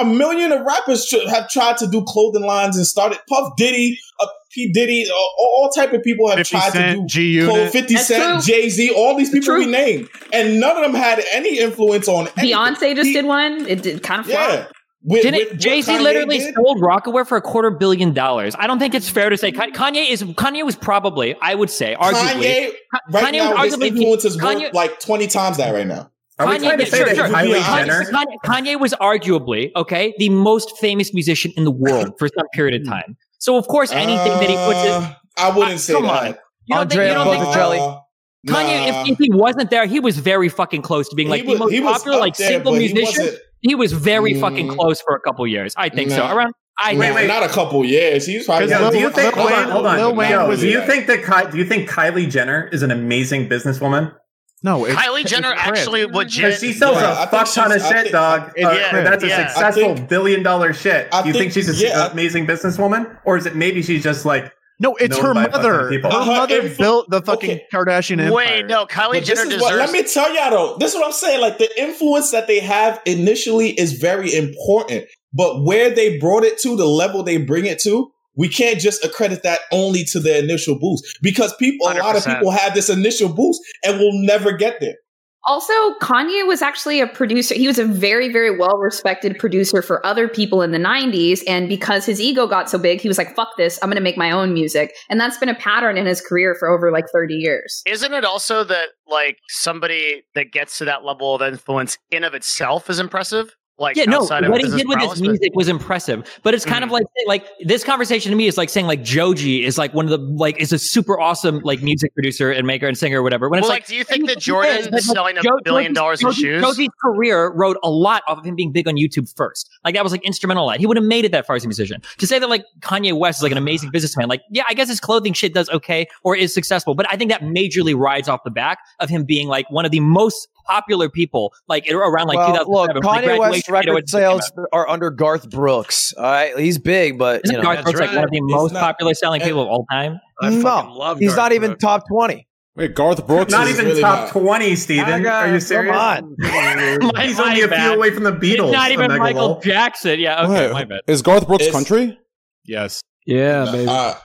Speaker 7: a million of rappers tr- have tried to do clothing lines and started. Puff Diddy, uh, P Diddy, uh, all, all type of people have
Speaker 9: 50
Speaker 7: tried
Speaker 9: Cent,
Speaker 7: to do.
Speaker 9: G
Speaker 7: clothes.
Speaker 9: Unit.
Speaker 7: 50
Speaker 5: That's
Speaker 7: Cent,
Speaker 5: true.
Speaker 7: Jay Z, all these people we
Speaker 5: true.
Speaker 7: named, and none of them had any influence on anything.
Speaker 5: Beyonce just
Speaker 7: He-
Speaker 5: did one; it did kind of flopped.
Speaker 7: Yeah, With- with
Speaker 13: Didn't
Speaker 7: what
Speaker 13: Jay Z
Speaker 7: Kanye
Speaker 13: literally
Speaker 7: did.
Speaker 13: sold Rockaware for a quarter billion dollars? I don't think it's fair to say Kan- Kanye is Kanye was probably I would say arguably
Speaker 7: Kanye right
Speaker 13: Kanye
Speaker 7: now,
Speaker 13: was
Speaker 7: his
Speaker 13: arguably-
Speaker 7: influence is worth
Speaker 13: Kanye-
Speaker 7: like twenty times that right now.
Speaker 8: Are we
Speaker 13: Kanye-
Speaker 8: trying to
Speaker 13: yeah,
Speaker 8: say
Speaker 13: sure,
Speaker 8: that
Speaker 13: sure.
Speaker 8: Kylie
Speaker 7: Kanye-
Speaker 8: Jenner?
Speaker 13: Kanye, Kanye was arguably okay the most famous musician in the world for some period of
Speaker 8: Hmm.
Speaker 13: time. So of course anything that he puts in,
Speaker 7: Uh, I wouldn't
Speaker 13: Uh,
Speaker 7: say
Speaker 13: come
Speaker 7: that.
Speaker 13: on. you don't think,
Speaker 3: Andrea
Speaker 13: you don't think
Speaker 3: Bocelli. Bocelli.
Speaker 13: Kanye,
Speaker 7: nah.
Speaker 13: if, if he wasn't there, he was very fucking close to being like
Speaker 7: He
Speaker 13: the
Speaker 7: was-
Speaker 13: most
Speaker 7: he was
Speaker 13: popular,
Speaker 7: up
Speaker 13: like
Speaker 7: there,
Speaker 13: single
Speaker 7: but he
Speaker 13: musician.
Speaker 7: wasn't-
Speaker 13: He, was very fucking
Speaker 7: Mm.
Speaker 13: close for a couple years. I think so.
Speaker 7: Nah.
Speaker 13: Around, I
Speaker 7: Nah,
Speaker 13: think
Speaker 8: wait.
Speaker 7: not a couple years. He was probably.
Speaker 9: Because
Speaker 8: Yo, do
Speaker 9: Lil-
Speaker 8: you think?
Speaker 9: Lil
Speaker 8: Hold on,
Speaker 9: Wayne-
Speaker 8: hold on.
Speaker 9: Lil Wayne
Speaker 8: Yo,
Speaker 9: was-
Speaker 8: do you think that? Ky- Do you think Kylie Jenner is an amazing businesswoman?
Speaker 9: No, it's
Speaker 4: Kylie
Speaker 9: it's
Speaker 4: Jenner
Speaker 9: crap.
Speaker 4: actually
Speaker 8: Because
Speaker 4: legit.
Speaker 8: she sells
Speaker 7: Yeah, I
Speaker 8: a
Speaker 7: think
Speaker 8: fuck ton of
Speaker 7: she's- I
Speaker 8: shit,
Speaker 7: think-
Speaker 8: dog.
Speaker 9: it-
Speaker 8: Uh,
Speaker 9: yeah,
Speaker 8: that's
Speaker 4: yeah.
Speaker 8: a
Speaker 4: I
Speaker 8: successful
Speaker 7: think-
Speaker 8: billion dollar shit.
Speaker 7: I
Speaker 8: Do you think,
Speaker 7: think-
Speaker 8: she's an
Speaker 7: yeah, I-
Speaker 8: amazing businesswoman, or is it maybe she's just like
Speaker 9: No, it's
Speaker 8: Known
Speaker 9: her
Speaker 8: by fucking
Speaker 9: mother. Her
Speaker 8: people. Uh,
Speaker 9: mother
Speaker 7: if-
Speaker 9: built the fucking
Speaker 7: okay.
Speaker 9: Kardashian empire.
Speaker 4: Wait, no, Kylie
Speaker 7: But this
Speaker 4: Jenner
Speaker 7: is
Speaker 4: deserves.
Speaker 7: what, let me tell y'all though. This is what I'm saying. Like the influence that they have initially is very important, but where they brought it to, the level they bring it to, we can't just accredit that only to their initial boost because people, a lot of
Speaker 4: 100%.
Speaker 7: people have this initial boost and will never get there.
Speaker 5: Also, Kanye was actually a producer. He was a very, very well respected producer for other people in the 90s. And because his ego got so big, he was like, fuck this, I'm going to make my own music. And that's been a pattern in his career for over like 30 years.
Speaker 4: Isn't it also that like somebody that gets to that level of influence in of itself is impressive? Like
Speaker 13: yeah, no,
Speaker 4: outside of
Speaker 13: what he
Speaker 4: business
Speaker 13: did with
Speaker 4: prowess,
Speaker 13: his
Speaker 4: but-
Speaker 13: music was impressive, but it's kind
Speaker 7: Mm.
Speaker 13: of like like this conversation to me is like saying like Joji is like one of the like is a super awesome like music producer and maker and singer or whatever. When
Speaker 4: well,
Speaker 13: it's
Speaker 4: like,
Speaker 13: like,
Speaker 4: do you think that
Speaker 13: is,
Speaker 4: Jordan
Speaker 13: but, like,
Speaker 4: selling a
Speaker 13: Jo-
Speaker 4: billion
Speaker 13: Joji's-
Speaker 4: dollars in
Speaker 13: Joji's-
Speaker 4: shoes?
Speaker 13: Joji's career rode a lot off of him being big on YouTube first. Like that was like instrumental. in That he would have made it that far as a musician. To say that like Kanye West is like an amazing businessman, like yeah, I guess his clothing shit does okay or is successful, but I think that majorly rides off the back of him being like one of the most popular people like around like
Speaker 3: Well,
Speaker 13: 2007.
Speaker 3: look,
Speaker 13: when
Speaker 3: Kanye West
Speaker 13: Graduation, you know,
Speaker 3: record
Speaker 13: it came out.
Speaker 3: sales are under Garth Brooks. All right, he's big, but
Speaker 13: Isn't
Speaker 3: you know,
Speaker 13: Garth Brooks like one of the most popular selling people of all time?
Speaker 3: no, he's not even top twenty.
Speaker 2: Wait, Garth Brooks
Speaker 8: Not even top 20, Steven. Are you serious?
Speaker 3: Come
Speaker 8: on. [LAUGHS] He's only a few away from the Beatles.
Speaker 13: It's not even
Speaker 8: Omega
Speaker 13: Michael
Speaker 8: Lol.
Speaker 13: Jackson. Yeah, okay,
Speaker 2: Wait,
Speaker 13: my bad.
Speaker 2: Is Garth Brooks
Speaker 7: It's-
Speaker 2: country?
Speaker 9: Yes.
Speaker 10: Yeah,
Speaker 7: baby. I,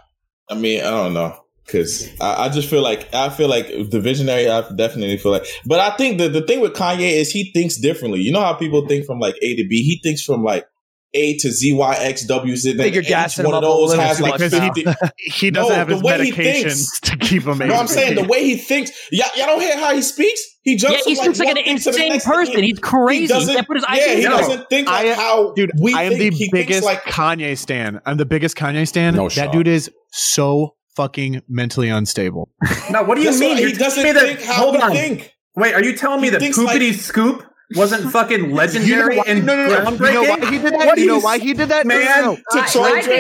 Speaker 7: I mean, I don't know. Cause I, I just feel like I feel like the visionary. I definitely feel like, but I think the the thing with Kanye is he thinks differently. You know how people think from like A to B. He thinks from like A to Z, Y, X, W, Z.
Speaker 3: think you're
Speaker 7: Each
Speaker 3: gassing him
Speaker 7: one
Speaker 3: up
Speaker 7: of
Speaker 3: a
Speaker 7: those
Speaker 3: little
Speaker 7: has
Speaker 3: too
Speaker 7: like
Speaker 3: much now.
Speaker 7: [LAUGHS] 50
Speaker 9: He doesn't
Speaker 7: No,
Speaker 9: have
Speaker 7: the
Speaker 9: his
Speaker 7: way he
Speaker 9: medications
Speaker 7: thinks-
Speaker 9: to keep him.
Speaker 7: No, I'm saying the way he thinks. Y'all, y'all don't hear how he speaks. He jumps.
Speaker 13: Yeah, he
Speaker 7: from,
Speaker 13: speaks like
Speaker 7: one
Speaker 13: an
Speaker 7: thing to the
Speaker 13: insane
Speaker 7: next thing.
Speaker 13: person. He's crazy. He
Speaker 7: doesn't-
Speaker 13: can't put his eyes
Speaker 7: yeah,
Speaker 13: in
Speaker 7: he
Speaker 13: the sky.
Speaker 7: doesn't think like how
Speaker 9: dude,
Speaker 7: we
Speaker 9: I am
Speaker 7: think.
Speaker 9: the
Speaker 7: he
Speaker 9: biggest
Speaker 7: thinks like
Speaker 9: Kanye stan. I'm the biggest Kanye stan.
Speaker 2: No
Speaker 9: that
Speaker 2: shot.
Speaker 9: dude is so fucking mentally unstable.
Speaker 8: No, what do you
Speaker 7: That's
Speaker 8: mean?
Speaker 7: what-
Speaker 8: You're
Speaker 7: he doesn't
Speaker 8: telling me
Speaker 7: think how we think.
Speaker 8: Wait, are you telling me
Speaker 7: He
Speaker 8: that
Speaker 7: thinks
Speaker 8: Poopity
Speaker 7: like-
Speaker 8: Scoop wasn't fucking legendary
Speaker 9: You know why-
Speaker 8: and
Speaker 9: no, no, no, no. You know why
Speaker 8: groundbreaking?
Speaker 9: he did that?
Speaker 8: What
Speaker 9: you know
Speaker 8: is-
Speaker 9: why he did that? No,
Speaker 8: man?
Speaker 9: no, no.
Speaker 5: I- I think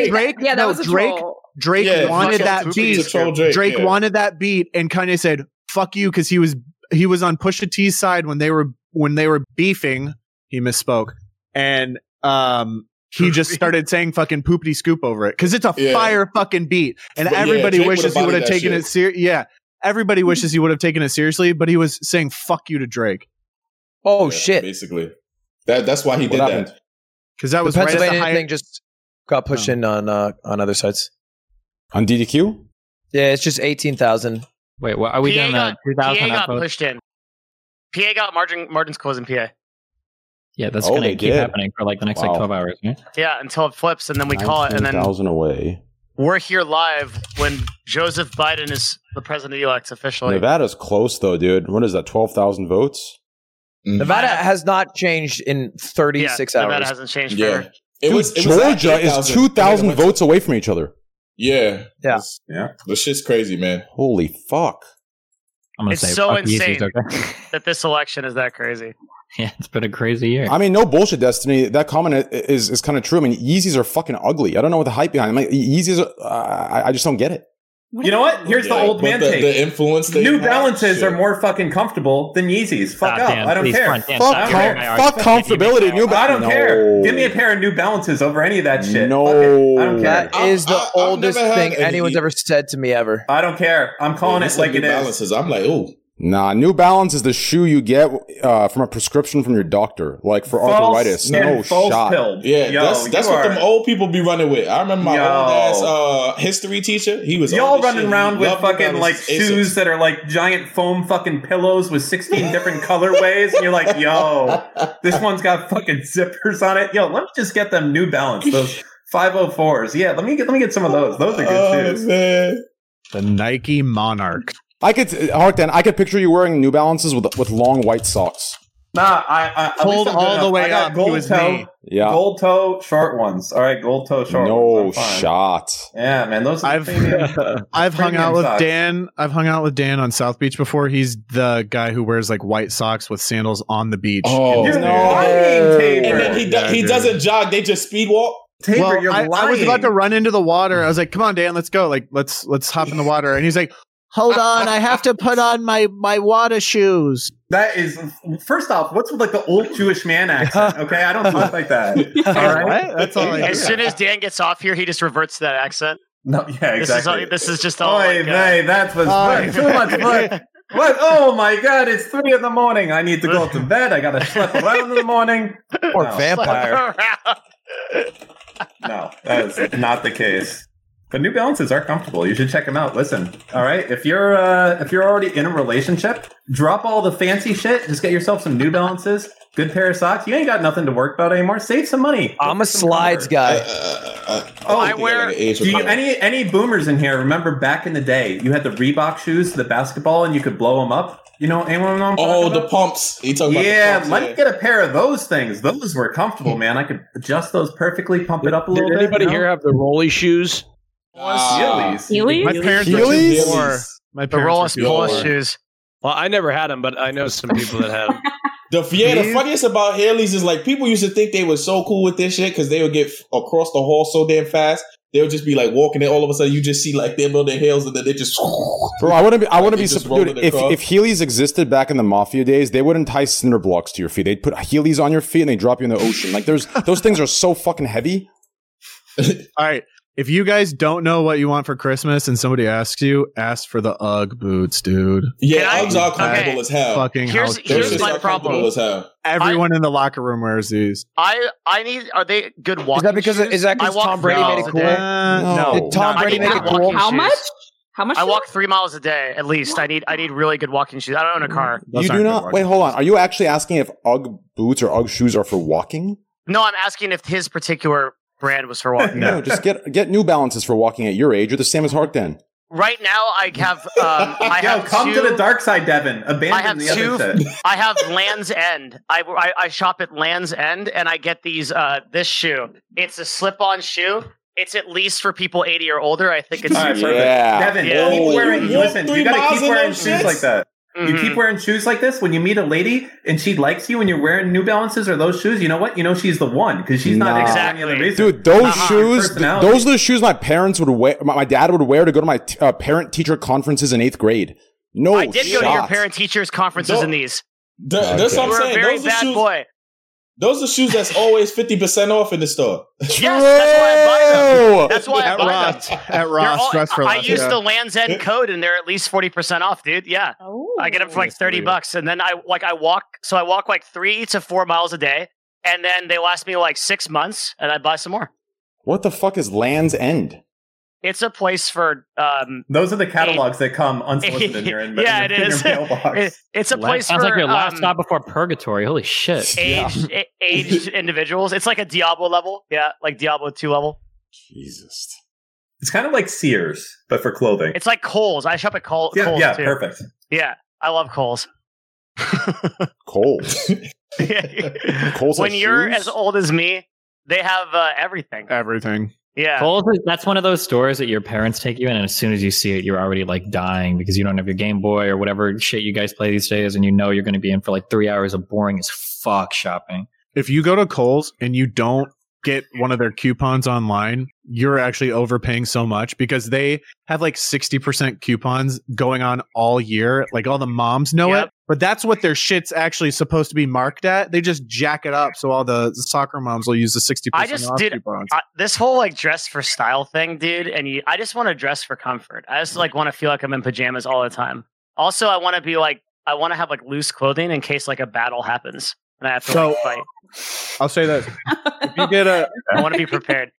Speaker 5: that-
Speaker 9: Drake,
Speaker 5: yeah, that
Speaker 9: no,
Speaker 5: was a
Speaker 9: Drake,
Speaker 5: troll.
Speaker 9: Drake
Speaker 7: Yeah,
Speaker 9: wanted
Speaker 7: fuck
Speaker 9: that
Speaker 7: Poopity
Speaker 9: beat.
Speaker 7: to troll Drake, yeah.
Speaker 9: wanted that beat, and Kanye said, "Fuck you," because he was he was on Pusha T's side when they were when they were beefing. He misspoke, and um, he [LAUGHS] just started saying "fucking poopity scoop" over it because it's a
Speaker 7: Yeah.
Speaker 9: fire fucking beat, and
Speaker 7: But yeah,
Speaker 9: everybody
Speaker 7: Drake
Speaker 9: wishes
Speaker 7: would've
Speaker 9: he would have
Speaker 7: bodied that
Speaker 9: taken
Speaker 7: shit.
Speaker 9: it serious. Yeah, everybody wishes he would have taken it seriously, but he was saying "fuck you" to Drake
Speaker 3: Oh
Speaker 7: Yeah,
Speaker 3: shit!
Speaker 7: Basically, that that's why he did
Speaker 2: What
Speaker 7: that.
Speaker 2: happened?
Speaker 9: because that
Speaker 3: The
Speaker 9: was right at the Oh.
Speaker 3: Pennsylvania
Speaker 9: height-
Speaker 3: thing just got pushed in on uh, on other sites.
Speaker 2: On DDQ?
Speaker 3: Yeah, it's just eighteen thousand.
Speaker 6: Wait, what are we
Speaker 4: PA
Speaker 6: doing?
Speaker 9: uh,
Speaker 4: got,
Speaker 6: The
Speaker 4: PA
Speaker 6: 2000
Speaker 4: got
Speaker 6: upvote?
Speaker 4: pushed in. PA got margin margins closing PA.
Speaker 6: Yeah, that's
Speaker 2: Oh,
Speaker 6: gonna
Speaker 2: they
Speaker 6: keep
Speaker 2: did.
Speaker 6: happening for like the next
Speaker 2: Wow.
Speaker 6: like 12 hours. Yeah?
Speaker 4: Yeah, until it flips, and then we call it, and then
Speaker 2: 19,000 away.
Speaker 4: we're here live when Joseph Biden is the president-elect officially.
Speaker 2: Nevada's close though, dude. What is that? Twelve thousand votes?
Speaker 3: Nevada has not changed in thirty six
Speaker 4: yeah,
Speaker 3: hours.
Speaker 4: Nevada hasn't changed
Speaker 7: Yeah,
Speaker 4: forever.
Speaker 7: it
Speaker 2: Dude,
Speaker 7: was it was like
Speaker 2: Georgia is
Speaker 7: 8,000.
Speaker 2: two thousand
Speaker 7: Wait, what?
Speaker 2: votes away from each other.
Speaker 7: Yeah,
Speaker 3: Yeah.
Speaker 8: Yeah.
Speaker 7: the shit's crazy, man.
Speaker 2: Hoosiers, Holy fuck!
Speaker 6: I'm gonna
Speaker 4: It's
Speaker 6: say
Speaker 4: so
Speaker 6: fuck the
Speaker 4: insane.
Speaker 6: Yeezys, okay? [LAUGHS]
Speaker 4: That this election is that crazy.
Speaker 6: yeah, it's been a crazy year.
Speaker 2: I mean, no bullshit, Destiny. That comment i- is is kind of true. I mean, Yeezys are fucking ugly. I don't know what the hype behind. Them. Like, Yeezys, are, uh, I, I just don't get it.
Speaker 8: You know what? Here's the
Speaker 7: Yeah,
Speaker 8: old
Speaker 7: but
Speaker 8: man
Speaker 7: the,
Speaker 8: take.
Speaker 7: The influence. they
Speaker 8: New
Speaker 7: have,
Speaker 8: Balances
Speaker 7: shit.
Speaker 8: are more fucking comfortable than Yeezys. Fuck up. I don't care.
Speaker 2: Fuck
Speaker 8: stop
Speaker 2: com-
Speaker 8: your
Speaker 2: fuck comfortability. New
Speaker 8: I
Speaker 2: Balance.
Speaker 8: don't care.
Speaker 2: No.
Speaker 8: Give me a pair of New Balances over any of that shit.
Speaker 2: No.
Speaker 8: Fuck it. I don't care.
Speaker 3: That
Speaker 7: I-
Speaker 3: is the
Speaker 7: I- I've
Speaker 3: oldest
Speaker 7: never had
Speaker 3: thing
Speaker 7: any-
Speaker 3: anyone's ever said to me ever.
Speaker 8: I don't care. I'm calling
Speaker 7: Yeah,
Speaker 8: it
Speaker 7: these
Speaker 8: like
Speaker 7: New
Speaker 8: it is.
Speaker 7: Balances. I'm like, oh,
Speaker 2: Nah, New Balance is the shoe you get uh, from a prescription from your doctor, like for arthritis.
Speaker 8: man,
Speaker 2: No
Speaker 8: false
Speaker 2: shot.
Speaker 8: pill.
Speaker 7: yeah.
Speaker 8: Yo,
Speaker 7: that's that's
Speaker 8: you
Speaker 7: what
Speaker 8: are-
Speaker 7: them old people be running with. I remember my
Speaker 8: Yo.
Speaker 7: old ass uh, history teacher. He was
Speaker 8: Y'all
Speaker 7: old as
Speaker 8: running
Speaker 7: shit. He
Speaker 8: around with
Speaker 7: loved New
Speaker 8: fucking like
Speaker 7: Balances. Asics.
Speaker 8: shoes that are like giant foam fucking pillows with 16 different colorways. And you're like, yo,
Speaker 7: [LAUGHS]
Speaker 8: this one's got fucking zippers on it. Yo, let me just get them New Balance, those 504s. Yeah, let me get let me get some of those. Those are good
Speaker 7: Oh
Speaker 8: shoes.
Speaker 7: man,
Speaker 9: the Nike Monarch.
Speaker 2: I could, Harkden, I could picture you wearing New Balances with with long white socks.
Speaker 8: Nah, I, I at
Speaker 9: Pulled
Speaker 8: least I'm good
Speaker 9: all the
Speaker 8: enough.
Speaker 9: way
Speaker 8: I got
Speaker 9: up. He
Speaker 8: Gold
Speaker 9: was
Speaker 8: toe,
Speaker 9: me.
Speaker 2: Yeah.
Speaker 8: gold toe, short ones. All right, gold toe, short
Speaker 2: no
Speaker 8: ones. I'm fine.
Speaker 2: shot.
Speaker 8: Yeah, man, those. Are
Speaker 9: I've-
Speaker 8: premium-
Speaker 9: [LAUGHS] I've hung
Speaker 8: Premium
Speaker 9: out with
Speaker 8: socks.
Speaker 9: Dan. I've hung out with Dan on South Beach before. He's the guy who wears like white socks with sandals on the beach.
Speaker 2: Oh,
Speaker 8: You're
Speaker 7: no.
Speaker 8: lying, Tabor.
Speaker 7: And then he do-
Speaker 9: Yeah,
Speaker 7: he
Speaker 9: dude.
Speaker 7: doesn't jog. They just speed walk.
Speaker 8: Tabor,
Speaker 9: well,
Speaker 8: you're
Speaker 9: I,
Speaker 8: lying.
Speaker 9: I was about to run into the water. I was like, "Come on, Dan, let's go. Like, let's let's hop in the water." And he's like, "Hold on, I have to put on my my water shoes."
Speaker 8: That is first off, what's with like the old Jewish
Speaker 9: [LAUGHS]
Speaker 8: man accent? Okay, I don't talk like that. All right.
Speaker 9: What? That's all.
Speaker 7: [LAUGHS]
Speaker 9: I
Speaker 4: As
Speaker 9: hear.
Speaker 4: soon as Dan gets off here, he just reverts to that accent.
Speaker 8: No, yeah,
Speaker 4: This is all-
Speaker 8: exactly.
Speaker 4: this is just all
Speaker 8: Oy
Speaker 4: like, uh,
Speaker 8: vey, that was
Speaker 9: Oy
Speaker 8: too much work. What? Oh my god, it's three in the morning. I need to go to bed. I gotta sleep around in the morning.
Speaker 3: Or
Speaker 8: No.
Speaker 3: vampire.
Speaker 8: No, that is not the case. But New Balances are comfortable. You should check them out. Listen, all right. If you're uh, if you're already in a relationship, drop all the fancy shit. Just get yourself some New Balances. Good pair of socks. You ain't got nothing to work about anymore. Save some money. I'm a slides
Speaker 7: Uh,
Speaker 3: guy.
Speaker 8: oh, I
Speaker 7: think I
Speaker 8: wear.
Speaker 7: gotta age
Speaker 8: Do you,
Speaker 7: with
Speaker 8: any any boomers in here remember back in the day? You had the Reebok shoes, the basketball, and you could blow them up. You know anyone? Know oh, the
Speaker 7: pumps. You talking about the
Speaker 8: yeah,
Speaker 7: pumps,
Speaker 8: let
Speaker 7: yeah.
Speaker 8: me get a pair of those things. Those were comfortable, man. I could adjust those perfectly, pump it up a
Speaker 10: Did
Speaker 8: little bit.
Speaker 10: anybody
Speaker 8: you know?
Speaker 10: here have the rolly shoes?
Speaker 8: Heelys. Heelys?
Speaker 10: My parents were
Speaker 8: Heelys?
Speaker 10: poor.
Speaker 9: My
Speaker 10: The Rolls
Speaker 7: parents were
Speaker 10: Royce
Speaker 7: poor.
Speaker 10: shoes. Well, I never had them, but I know some people that had them.
Speaker 7: The yeah, the funniest about Haley's is like people used to think they were so cool with this shit because they would get f- across the hall so damn fast. They would just be like walking, and all of a sudden you just see like them on their heels, and then they
Speaker 9: [LAUGHS]
Speaker 7: just. [LAUGHS]
Speaker 2: Bro, I wouldn't be. I wouldn't
Speaker 7: They
Speaker 2: be.
Speaker 7: just
Speaker 2: Sup-
Speaker 7: roll
Speaker 2: dude,
Speaker 7: it
Speaker 2: if
Speaker 7: across.
Speaker 2: if Heelys existed back in the mafia days, they would not tie cinder blocks to your feet. They'd put Heelys on your feet and they drop you in the ocean. Like there's those things are so fucking heavy.
Speaker 9: All right. If you guys don't know what you want for Christmas and somebody asks you, ask for the UGG boots, dude.
Speaker 7: Yeah, Uggs are comfortable
Speaker 9: Okay.
Speaker 7: as hell.
Speaker 9: Fucking
Speaker 4: Here's-
Speaker 9: how
Speaker 4: here's
Speaker 9: dare you.
Speaker 4: my Those are problem. comfortable as hell.
Speaker 9: Everyone in the locker room wears these.
Speaker 4: I I need. Are they good walking?
Speaker 3: Is that because
Speaker 4: shoes?
Speaker 3: is that because
Speaker 4: I walk
Speaker 3: Tom Brady
Speaker 4: three
Speaker 3: made it
Speaker 4: miles a
Speaker 3: cool?
Speaker 4: day.
Speaker 2: Uh,
Speaker 9: no.
Speaker 3: Did
Speaker 4: No,
Speaker 3: Tom
Speaker 4: I
Speaker 3: Brady
Speaker 4: need
Speaker 3: make it
Speaker 4: good
Speaker 3: cool?
Speaker 4: walking shoes.
Speaker 5: How much?
Speaker 4: I walk three miles a day at least. I need I need really good walking shoes. I don't
Speaker 3: Mm,
Speaker 4: own a car.
Speaker 2: you do not. Wait, hold on. Are you actually asking if UGG boots or UGG shoes are for walking?
Speaker 4: No, I'm asking if his particular brand was for walking.
Speaker 2: No, just get get New Balances for walking at your age. You're the same as Harkden.
Speaker 4: Right now, I
Speaker 8: [LAUGHS]
Speaker 4: have. Um, I
Speaker 8: Yo,
Speaker 4: have
Speaker 8: come
Speaker 4: two,
Speaker 8: to the dark side, Devin. Abandon
Speaker 4: I have
Speaker 8: the other
Speaker 4: two. [LAUGHS]
Speaker 8: shit.
Speaker 4: I have Lands End. I, I I shop at Lands End, and I get these. Uh, this shoe. It's a slip-on shoe. It's at least for people 80 or older. I think it's.
Speaker 8: All right, perfect. Devin, keep wearing. listen, you gotta keep wearing shoes like that. You keep wearing shoes like this when you meet a lady and she likes you and you're wearing New Balances or those shoes. You know what? You know she's the one because she's not
Speaker 2: Nah.
Speaker 8: into any other reason.
Speaker 2: Dude, those
Speaker 8: Uh-uh.
Speaker 2: shoes, th-
Speaker 8: Personality.
Speaker 2: those are the shoes my parents would wear. My, my dad would wear to go to my t- uh, parent teacher conferences in eighth grade. No,
Speaker 4: I did go to your
Speaker 2: shot.
Speaker 4: parent teachers conferences
Speaker 7: Don't-
Speaker 4: in these.
Speaker 7: Th- That's what I'm
Speaker 4: You're
Speaker 7: saying.
Speaker 4: a very
Speaker 7: those are
Speaker 4: bad
Speaker 7: shoes,
Speaker 4: boy.
Speaker 7: Those are shoes that's always fifty percent off in the store.
Speaker 4: Yes, that's why I buy them. That's why I
Speaker 7: At
Speaker 4: buy
Speaker 7: Ross.
Speaker 4: them.
Speaker 7: At
Speaker 4: They're
Speaker 7: Ross,
Speaker 4: all-
Speaker 7: Dress for
Speaker 4: I, I
Speaker 7: Less,
Speaker 4: use
Speaker 7: yeah.
Speaker 4: the Land's End code, and they're at least forty percent off, dude. Yeah, I get them for like thirty bucks, and then I like I walk. So I walk like three to four miles a day, and then they last me like six months, and I buy some more.
Speaker 2: What the fuck is Land's End?
Speaker 4: It's a place for um.
Speaker 8: Those are the catalogs that come
Speaker 4: [LAUGHS]
Speaker 8: unsolicited here in
Speaker 4: yeah,
Speaker 8: in
Speaker 4: it
Speaker 8: your
Speaker 4: is. [LAUGHS]
Speaker 8: mailbox.
Speaker 4: It- it's a
Speaker 13: La-
Speaker 4: place
Speaker 13: Sounds
Speaker 4: for
Speaker 13: like your last
Speaker 4: um,
Speaker 13: stop before purgatory. Holy shit! [LAUGHS]
Speaker 4: aged [LAUGHS] a- aged individuals. It's like a Diablo level. Yeah, like Diablo two level.
Speaker 2: Jesus.
Speaker 8: It's kind of like Sears, but for clothing.
Speaker 4: It's like Coles. I shop at Col-
Speaker 8: Yeah,
Speaker 4: Coles
Speaker 8: yeah,
Speaker 4: too.
Speaker 8: perfect.
Speaker 4: Yeah, I love Coles.
Speaker 2: Cold.
Speaker 4: [LAUGHS]
Speaker 2: Cold.
Speaker 4: when you're as old as me, they have uh, everything.
Speaker 9: Everything.
Speaker 4: Yeah.
Speaker 13: Kohl's is- that's one of those stores that your parents take you in, and as soon as you see it, you're already like dying because you don't have your Game Boy or whatever shit you guys play these days, and you know you're going to be in for like three hours of boring as fuck shopping.
Speaker 9: If you go to Kohl's and you don't get one of their coupons online, you're actually overpaying so much because they have like 60% coupons going on all year. Like all the moms know it, but that's what their shit's actually supposed to be marked at. They just jack it up so all the soccer moms will use the 60%
Speaker 4: I just
Speaker 9: off
Speaker 4: did
Speaker 9: coupons.
Speaker 4: I, this whole like dress for style thing, dude. And you, I just want to dress for comfort. I just like want to feel like I'm in pajamas all the time. Also, I want to be like I want to have like loose clothing in case like a battle happens and I have to like,
Speaker 9: So-
Speaker 4: fight.
Speaker 9: I'll say this. if you get a
Speaker 4: [LAUGHS] I want to be
Speaker 9: [LAUGHS]
Speaker 4: prepared.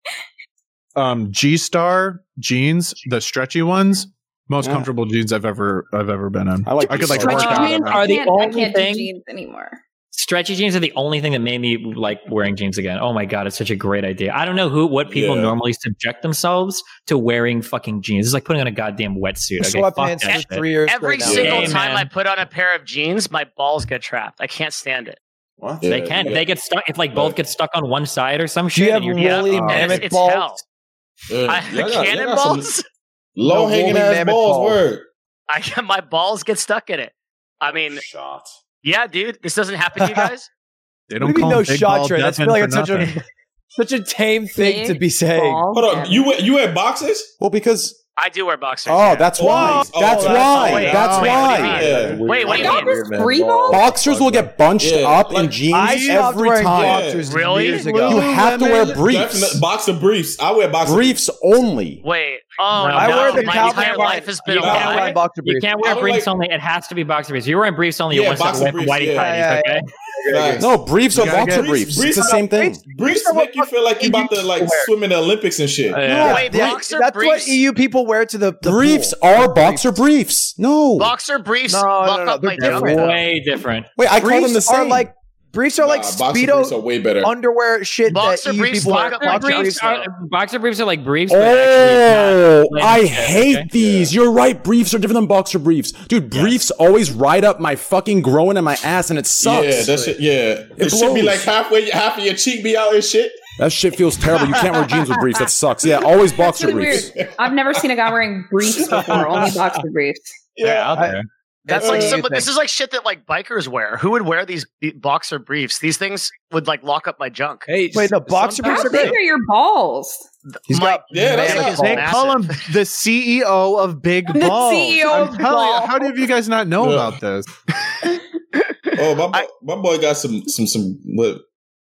Speaker 9: um G Star jeans, the stretchy ones, most comfortable jeans I've ever I've ever been in.
Speaker 2: I like
Speaker 9: I could like
Speaker 13: Stretchy
Speaker 9: work out. in
Speaker 13: jeans
Speaker 9: them.
Speaker 13: are the
Speaker 5: can't, I
Speaker 13: only
Speaker 5: can't do
Speaker 13: thing.
Speaker 5: jeans anymore.
Speaker 13: Stretchy jeans are the only thing that made me like wearing jeans again. Oh my god, it's such a great idea. I don't know who what people
Speaker 7: Yeah.
Speaker 13: normally subject themselves to wearing fucking jeans. It's like putting on a goddamn wetsuit. Okay, fuck
Speaker 3: Sweatpants
Speaker 13: that
Speaker 3: for
Speaker 13: shit.
Speaker 3: three years
Speaker 4: Every
Speaker 3: straight now.
Speaker 4: single
Speaker 13: Yeah,
Speaker 4: time
Speaker 13: man.
Speaker 4: I put on a pair of jeans, my balls get trapped. I can't stand it.
Speaker 7: What?
Speaker 13: they can. They get stuck if like both get stuck on one side or some
Speaker 3: Do you
Speaker 13: shit.
Speaker 3: have
Speaker 13: and you're-
Speaker 3: woolly
Speaker 9: Oh.
Speaker 13: Yeah.
Speaker 3: mammoth
Speaker 4: It's, it's
Speaker 3: balls?
Speaker 4: hell. I, cannonballs.
Speaker 7: Low hanging
Speaker 3: No, woolly
Speaker 7: ass
Speaker 3: mammoth
Speaker 7: balls.
Speaker 3: balls.
Speaker 7: Word.
Speaker 4: I my balls get stuck in it. I mean,
Speaker 7: shot.
Speaker 4: Yeah, dude, this doesn't happen to you guys.
Speaker 9: They
Speaker 3: What
Speaker 9: don't
Speaker 3: do you mean
Speaker 9: call
Speaker 3: no
Speaker 9: them big
Speaker 3: shot
Speaker 9: ball
Speaker 3: trade? That's
Speaker 9: Devin
Speaker 3: feel like
Speaker 9: for
Speaker 3: it's such a-
Speaker 9: nothing.
Speaker 3: [LAUGHS] Such a [LAUGHS] tame thing to be saying.
Speaker 7: Hold on. You wear, you wear boxes?
Speaker 2: Well, because
Speaker 4: I do wear boxers.
Speaker 10: [LAUGHS]
Speaker 2: oh, that's why.
Speaker 7: Oh,
Speaker 2: that's
Speaker 7: oh,
Speaker 2: why.
Speaker 7: wait,
Speaker 2: that's
Speaker 7: oh, wait, what do you
Speaker 2: why.
Speaker 7: mean? Yeah.
Speaker 4: Wait, what do you mean?
Speaker 5: Free balls?
Speaker 2: Boxers will get bunched
Speaker 7: Yeah,
Speaker 2: up
Speaker 7: like-
Speaker 2: in jeans
Speaker 3: I stopped
Speaker 2: every
Speaker 3: wearing
Speaker 2: time.
Speaker 3: boxers
Speaker 4: Really?
Speaker 3: years ago.
Speaker 2: You have to wear briefs.
Speaker 7: Definitely. Boxer briefs. I wear boxer
Speaker 2: Briefs only.
Speaker 4: Wait, oh,
Speaker 13: No,
Speaker 4: no,
Speaker 3: I wear the
Speaker 4: my
Speaker 3: Calvin
Speaker 4: entire
Speaker 3: Klein-
Speaker 4: life has been a
Speaker 13: You
Speaker 4: lie.
Speaker 13: can't
Speaker 3: Calvin
Speaker 13: wear-
Speaker 3: Klein boxer
Speaker 13: You
Speaker 3: briefs.
Speaker 13: can't
Speaker 7: I
Speaker 13: wear
Speaker 7: don't
Speaker 13: briefs
Speaker 7: like-
Speaker 13: only. It has to be boxer briefs. You're wearing briefs only.
Speaker 7: Yeah,
Speaker 13: You're one step
Speaker 7: boxer
Speaker 13: away from
Speaker 7: briefs,
Speaker 13: whitey
Speaker 7: yeah.
Speaker 13: tighties.
Speaker 3: Yeah, yeah,
Speaker 13: Okay.
Speaker 7: Facts.
Speaker 2: No, briefs are boxer briefs. It's the same thing.
Speaker 7: Briefs make you feel like you about to like swim in the Olympics and shit.
Speaker 2: Yeah.
Speaker 4: Wait,
Speaker 3: Yeah,
Speaker 4: boxer
Speaker 3: that's
Speaker 4: briefs?
Speaker 3: what
Speaker 2: E
Speaker 3: EU people wear to the, the
Speaker 2: Briefs
Speaker 3: pool.
Speaker 2: are boxer briefs. No.
Speaker 4: Boxer briefs.
Speaker 3: No,
Speaker 4: buck
Speaker 3: no, no,
Speaker 4: up
Speaker 3: they're
Speaker 4: my dumb.
Speaker 3: different.
Speaker 13: Way different.
Speaker 2: Wait, I call
Speaker 3: briefs
Speaker 2: them the
Speaker 3: are
Speaker 2: same.
Speaker 3: like briefs are like
Speaker 7: Nah, boxer briefs are
Speaker 3: speedo
Speaker 7: way better.
Speaker 3: underwear shit
Speaker 4: Boxer
Speaker 3: that EU
Speaker 4: briefs,
Speaker 3: people wear.
Speaker 4: buck up
Speaker 13: Boxer
Speaker 4: my
Speaker 3: Boxer
Speaker 4: dumb.
Speaker 13: briefs, are, boxer briefs are like briefs. but actually
Speaker 2: Oh,
Speaker 13: it's not like-
Speaker 2: I
Speaker 13: okay.
Speaker 2: hate these. You're right. Briefs are different than boxer briefs. Dude, briefs always ride up my fucking groin and my ass, and it sucks.
Speaker 7: Yeah, that shit. Yeah, it, should be
Speaker 2: blows.
Speaker 7: like halfway, half of your cheek be out and shit.
Speaker 2: That shit feels terrible. You can't wear jeans with briefs. That sucks. Yeah, always boxer
Speaker 5: really
Speaker 2: briefs.
Speaker 5: weird. I've never seen a guy wearing
Speaker 3: [LAUGHS]
Speaker 5: briefs before, only boxer briefs.
Speaker 13: They're out there.
Speaker 4: That's
Speaker 3: That's
Speaker 4: like
Speaker 3: what
Speaker 4: some,
Speaker 3: you think.
Speaker 4: this is like shit that like bikers wear. Who would wear these b- boxer briefs? These things would like lock up my junk.
Speaker 10: Hey,
Speaker 3: Wait, no, boxer
Speaker 10: sometimes-
Speaker 3: briefs
Speaker 5: How
Speaker 3: are
Speaker 5: big
Speaker 3: great.
Speaker 5: are your balls?
Speaker 9: He's
Speaker 4: my
Speaker 7: yeah, that's
Speaker 4: man
Speaker 7: not
Speaker 4: is
Speaker 9: They
Speaker 4: massive. E
Speaker 9: call him the CEO
Speaker 4: [LAUGHS]
Speaker 9: of Big
Speaker 5: The
Speaker 9: Balls.
Speaker 5: CEO
Speaker 9: I'm
Speaker 5: of
Speaker 9: telling you,
Speaker 5: Balls.
Speaker 9: how did you guys not know
Speaker 7: Yeah.
Speaker 9: about this?
Speaker 7: Oh, my, bo- my boy got some some some. What?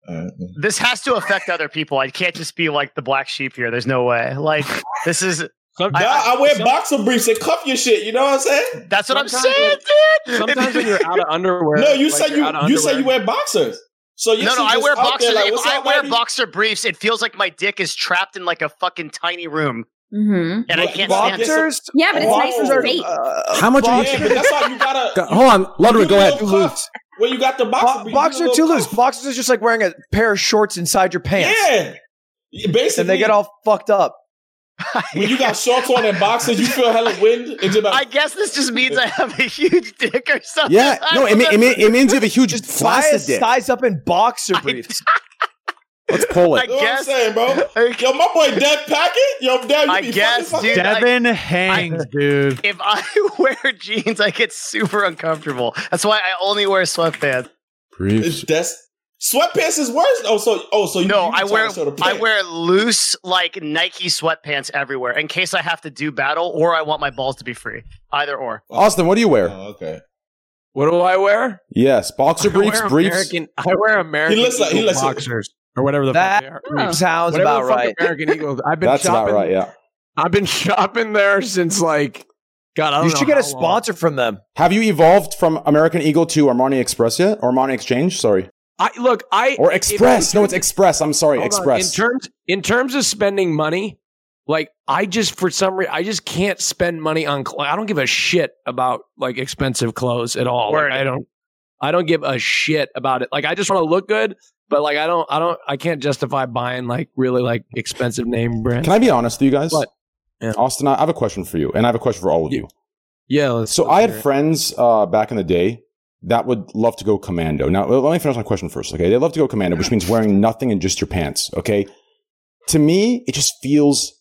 Speaker 7: Uh,
Speaker 4: This has to affect other people. I can't just be like the black sheep here. There's no way. Like this is
Speaker 10: Some-
Speaker 7: Nah, I, wear boxer briefs and cuff your shit. You know what I'm saying?
Speaker 4: that's what I'm
Speaker 10: Sometimes
Speaker 4: saying, dude.
Speaker 10: Sometimes when you're out of underwear.
Speaker 7: no, you
Speaker 10: like,
Speaker 7: said
Speaker 10: you're out
Speaker 7: you
Speaker 10: of
Speaker 7: you said you
Speaker 10: underwear.
Speaker 7: wear boxers. So you
Speaker 4: no, no, I wear boxers. if I wear
Speaker 7: boxers.
Speaker 4: boxer briefs, it feels like my dick is trapped in like a fucking tiny room,
Speaker 5: hmm
Speaker 2: Mm-hmm.
Speaker 4: and I
Speaker 7: But
Speaker 4: can't stand it.
Speaker 7: boxer-
Speaker 3: Boxers,
Speaker 5: Yeah, but it's nice
Speaker 7: Balls are-
Speaker 5: and safe.
Speaker 3: uh,
Speaker 2: How much are
Speaker 7: Oh, Yeah, but
Speaker 2: you?
Speaker 7: that's how you gotta.
Speaker 2: Go- Hold on, Ludwig, go ahead.
Speaker 7: When you got the boxer,
Speaker 3: bo-
Speaker 7: brief,
Speaker 3: boxers
Speaker 7: you
Speaker 3: are
Speaker 7: do
Speaker 3: too
Speaker 7: a little
Speaker 3: loose.
Speaker 7: cuff.
Speaker 3: Boxers are just like wearing a pair of shorts inside your pants,
Speaker 7: Yeah, Yeah, basically.
Speaker 3: and they get all fucked up.
Speaker 7: when
Speaker 3: [LAUGHS]
Speaker 7: you got shorts on and boxers, you feel hella wind. It's about
Speaker 4: I guess this just means I have a huge dick or something.
Speaker 2: Yeah, no, it, mean, it, mean, it means you have a huge
Speaker 3: Just
Speaker 2: flaccid
Speaker 3: size,
Speaker 2: dick.
Speaker 3: size up in boxer briefs.
Speaker 2: Let's pull
Speaker 4: I
Speaker 7: You
Speaker 2: it.
Speaker 7: know what I'm
Speaker 4: guess.
Speaker 7: saying,
Speaker 3: [LAUGHS]
Speaker 7: bro. Yo, my boy Dead Packet. Yo, Dead, you
Speaker 4: I
Speaker 7: be
Speaker 4: guess,
Speaker 7: fucking
Speaker 4: dude. I-
Speaker 9: Devin hangs, dude.
Speaker 4: if I [LAUGHS] wear jeans, I get super uncomfortable. That's why I only wear sweatpants.
Speaker 7: It's, that's sweatpants is worse. Oh, so oh, so you,
Speaker 4: No,
Speaker 7: you
Speaker 4: I
Speaker 7: trying
Speaker 4: wear
Speaker 7: to show the
Speaker 4: I
Speaker 7: pants.
Speaker 4: wear loose like Nike sweatpants everywhere in case I have to do battle or I want my balls to be free. Either or.
Speaker 2: [LAUGHS] Austin, what do you wear?
Speaker 7: Oh, okay.
Speaker 10: What do I wear?
Speaker 2: Yes, boxer
Speaker 10: I wear
Speaker 2: briefs, briefs.
Speaker 10: American, I wear American
Speaker 7: He looks like- he
Speaker 10: Eagle
Speaker 7: looks like-
Speaker 10: boxers or whatever the
Speaker 3: That-
Speaker 10: fuck they are.
Speaker 3: Sounds
Speaker 10: Whatever
Speaker 3: about
Speaker 10: the fuck
Speaker 3: right.
Speaker 10: American Eagle. I've been
Speaker 2: That's
Speaker 10: shopping.
Speaker 2: about right. Yeah.
Speaker 10: I've been shopping there since like God. I don't
Speaker 3: You
Speaker 10: know
Speaker 3: should get
Speaker 10: how
Speaker 3: a sponsor from them.
Speaker 2: Have you evolved from American Eagle to Armani Express yet? Or Armani Exchange? Sorry.
Speaker 10: long. I look. I
Speaker 2: Or
Speaker 10: if-
Speaker 2: Express. No, it's Express. I'm sorry.
Speaker 10: Hold on.
Speaker 2: Express.
Speaker 10: In terms in terms of spending money, like I just for some reason I just can't spend money on. Cl- I don't give a shit about like expensive clothes at all. Like,
Speaker 4: Word.
Speaker 10: I don't. I don't give a shit about it. Like I just want to look good, but like I don't. I don't. I can't justify buying like really like expensive name brands.
Speaker 2: Can I be honest with you guys?
Speaker 10: What? Yeah.
Speaker 2: Austin, I I have a question for you, and I have a question for all of
Speaker 10: Yeah.
Speaker 2: you.
Speaker 10: yeah. Let's,
Speaker 2: So
Speaker 10: let's
Speaker 2: I had
Speaker 10: hear it.
Speaker 2: friends uh, back in the day that would love to go commando. Now let me finish my question first. Okay, they love to go commando, which means wearing nothing and just your pants. Okay, to me it just feels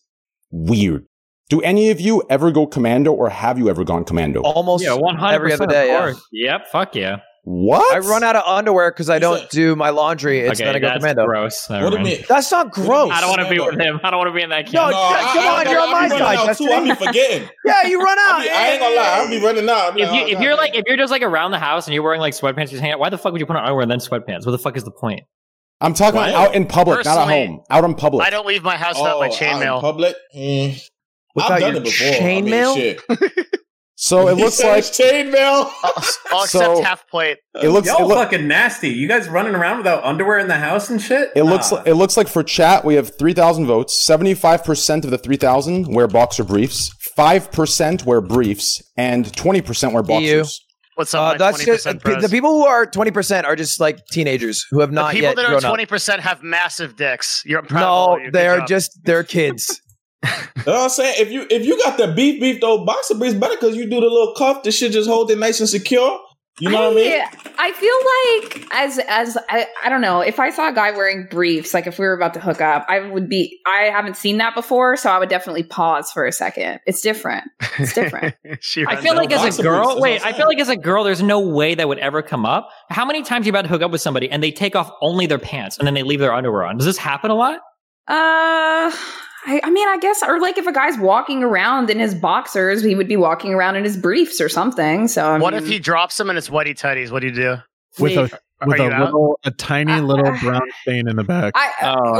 Speaker 2: weird. Do any of you ever go commando, or have you ever gone commando?
Speaker 3: Almost
Speaker 13: Yeah, one hundred
Speaker 3: every other
Speaker 13: percent.
Speaker 3: day. yeah.
Speaker 13: Yep. Fuck yeah.
Speaker 2: What?
Speaker 3: I run out of underwear because I don't do my laundry. It's
Speaker 13: okay,
Speaker 3: not a good
Speaker 13: that's
Speaker 3: commando.
Speaker 13: gross. Never
Speaker 7: What do you
Speaker 13: mind.
Speaker 7: mean?
Speaker 3: That's not gross.
Speaker 13: I don't want to be with him. I don't want to be in that camp.
Speaker 3: No,
Speaker 7: No, I,
Speaker 3: come
Speaker 7: I,
Speaker 3: on,
Speaker 7: I,
Speaker 3: you're on my
Speaker 7: I be running
Speaker 3: side,
Speaker 7: out too. I be forgetting.
Speaker 3: [LAUGHS] yeah, you run
Speaker 7: I,
Speaker 3: out.
Speaker 7: be, I ain't gonna lie. I be running out. I'm
Speaker 13: if
Speaker 7: like, oh,
Speaker 13: you if
Speaker 7: God
Speaker 13: you're
Speaker 7: damn.
Speaker 13: like if you're just like around the house and you're wearing like sweatpants, just hang out. Why the fuck would you put on underwear and then sweatpants? What the fuck is the point?
Speaker 2: I'm talking about
Speaker 7: Right.
Speaker 2: out in public, not at
Speaker 4: Personally,
Speaker 2: home. Out in public.
Speaker 4: I don't leave my house without
Speaker 7: oh,
Speaker 4: my
Speaker 7: out in
Speaker 4: chainmail.
Speaker 7: public. Mm.
Speaker 3: Without
Speaker 7: I've done
Speaker 3: your
Speaker 7: it before.
Speaker 3: chainmail?
Speaker 7: I mean, shit.
Speaker 2: so Oh, it
Speaker 7: He
Speaker 2: looks
Speaker 7: said
Speaker 2: like
Speaker 7: it's chainmail.
Speaker 2: [LAUGHS]
Speaker 4: I'll
Speaker 2: So-
Speaker 4: accept half plate.
Speaker 2: it looks
Speaker 8: Y'all
Speaker 2: it, loo-
Speaker 8: fucking nasty. You guys running around without underwear in the house and shit?
Speaker 2: it looks
Speaker 8: Nah.
Speaker 2: like, it looks like for chat we have 3000 votes. 75% of the 3000 wear boxer briefs, 5% wear briefs, and 20% wear boxers.
Speaker 3: You.
Speaker 4: What's
Speaker 3: Uh,
Speaker 4: up? my
Speaker 3: that's
Speaker 4: 20%
Speaker 3: just
Speaker 4: pros?
Speaker 3: the people who are twenty percent are just like teenagers who have
Speaker 4: The
Speaker 3: not
Speaker 4: people
Speaker 3: yet
Speaker 4: that are
Speaker 3: grown
Speaker 4: twenty
Speaker 3: up.
Speaker 4: percent have massive dicks. You're I'm proud of all
Speaker 3: No,
Speaker 4: of you. Good
Speaker 3: they are
Speaker 4: job.
Speaker 3: just
Speaker 4: [LAUGHS]
Speaker 3: they're kids.
Speaker 7: [LAUGHS] You know what I'm saying? If you if you got the beef beef though, boxer briefs better because you do the little cuff. The shit just hold it nice and secure. You know what I mean?
Speaker 5: I feel like as as I, I don't know if I saw a guy wearing briefs, like if we were about to hook up, I would be. I haven't seen that before, so I would definitely pause for a second. It's different. It's different.
Speaker 4: [LAUGHS] She
Speaker 13: I
Speaker 4: runs
Speaker 13: feel
Speaker 4: out.
Speaker 13: like as a
Speaker 7: boxer briefs,
Speaker 13: girl,
Speaker 7: that's
Speaker 13: wait,
Speaker 7: what
Speaker 13: I
Speaker 7: I'm
Speaker 13: feel like as a girl, there's no way that would ever come up. How many times you about to hook up with somebody and they take off only their pants and then they leave their underwear on? Does this happen a lot?
Speaker 5: Uh, I, I mean, I guess, or like if a guy's walking around in his boxers, he would be walking around in his briefs or something. So
Speaker 4: [LAUGHS]
Speaker 5: I
Speaker 4: what
Speaker 5: mean,
Speaker 4: if he drops them and it's whitey tighties? What do you do?
Speaker 9: With a
Speaker 5: Wait,
Speaker 9: with
Speaker 4: are
Speaker 9: a
Speaker 4: you out? Uh,
Speaker 9: little a tiny little brown stain in the back.
Speaker 5: I,
Speaker 13: Oh,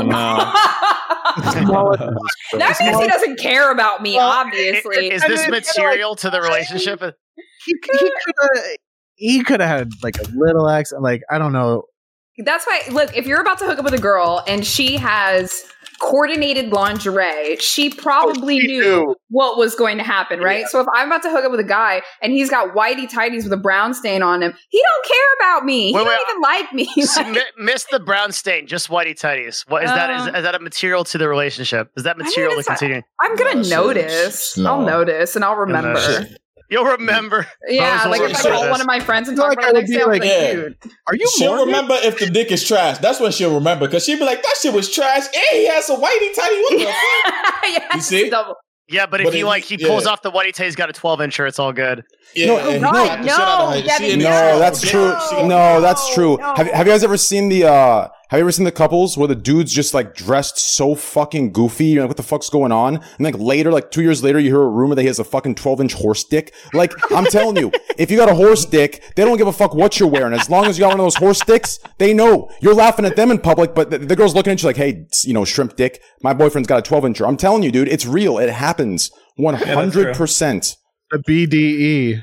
Speaker 4: [LAUGHS]
Speaker 13: no.
Speaker 9: [LAUGHS]
Speaker 5: that means he doesn't care about me.
Speaker 3: Well,
Speaker 5: obviously,
Speaker 4: [LAUGHS] Is this material to the relationship?
Speaker 9: he, he could have he could have had like a little accent. Like I don't know.
Speaker 5: That's why, look, if you're about to hook up with a girl and she has coordinated lingerie, Oh, she probably knew, what was going to happen, right? So if I'm about to hook up with a guy and he's got whitey tighties with a brown stain on him, he don't care about me.
Speaker 4: Wait,
Speaker 5: he
Speaker 4: wait,
Speaker 5: don't even
Speaker 4: [LAUGHS]
Speaker 5: like me. Like,
Speaker 4: Mi- miss the brown stain, just whitey tighties. What is that? Is,
Speaker 5: Um,
Speaker 4: is that a material to the relationship? Is that
Speaker 5: I mean,
Speaker 4: material to
Speaker 5: it's not-
Speaker 4: continue?
Speaker 5: [LAUGHS] I'm gonna notice.
Speaker 4: no.
Speaker 5: I'll notice and I'll remember.
Speaker 4: You'll remember.
Speaker 5: Yeah, like if I call one of my friends and talk about it the next day, I'm like,
Speaker 7: yeah.
Speaker 5: dude,
Speaker 9: Are
Speaker 7: you? She'll remember if the dick is trash. That's when she'll remember because she'll be like, "That shit was trash." And he has a whitey tighty. What [LAUGHS] the
Speaker 5: fuck?
Speaker 7: you see?
Speaker 4: Yeah, but if
Speaker 7: But
Speaker 4: he
Speaker 7: if-
Speaker 4: like he
Speaker 7: yeah.
Speaker 4: pulls off the whitey tighties, he's got a 12 incher. It's all good.
Speaker 7: Yeah,
Speaker 2: No, and- no,
Speaker 4: the shit out of her. She in there.
Speaker 2: No, that's true. No, that's true. Have, have you guys ever seen the uh have you ever seen the couples where the dude's just like dressed so fucking goofy? You're like, what the fuck's going on? And like later, like two years later, you hear a rumor that he has a fucking 12 inch horse dick. Like, I'm telling you, [LAUGHS] if you got a horse dick, they don't give a fuck what you're wearing. As long as you got one of those horse dicks, they know. You're laughing at them in public, but the, the girl's looking at you like, hey, you know, shrimp dick, my boyfriend's got a 12 incher. I'm telling you, dude, it's real. It happens 100%.
Speaker 9: A BDE.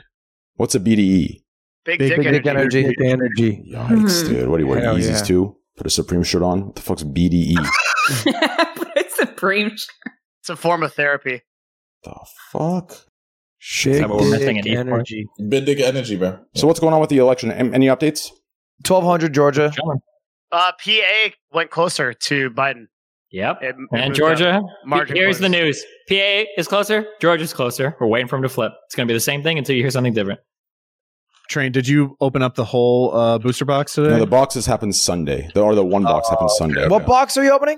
Speaker 2: What's a E? BDE?
Speaker 4: Big,
Speaker 9: Big
Speaker 4: dick,
Speaker 9: dick
Speaker 4: energy.
Speaker 9: energy. Big
Speaker 10: energy. Hmm.
Speaker 2: Yikes,
Speaker 10: Mm-hmm.
Speaker 2: dude. What do you wear?
Speaker 9: Hell
Speaker 2: Yeezys
Speaker 9: yeah.
Speaker 2: too? Put a Supreme shirt on? What the fuck's E? BDE?
Speaker 5: it's a dream.
Speaker 4: It's a form of therapy.
Speaker 2: Fuck. Shit.
Speaker 7: what we're missing in
Speaker 2: E
Speaker 7: Big esports? energy. Big dick energy, bro.
Speaker 2: So what's going on with the election? Am- Any updates?
Speaker 3: 1200 Georgia.
Speaker 4: Uh, PA went closer to Biden.
Speaker 13: Yep.
Speaker 4: It- uh, it
Speaker 13: And
Speaker 4: moved
Speaker 13: Georgia,
Speaker 4: up. Margin
Speaker 13: here's
Speaker 4: closed.
Speaker 13: the news. PA is closer. Georgia's closer. We're waiting for him to flip. It's going to be the same thing until you hear something different.
Speaker 9: Train, did you open up the whole uh, booster box today?
Speaker 2: No, the boxes happen Sunday. The, or the one box happens Sunday.
Speaker 3: Oh, What box are you opening?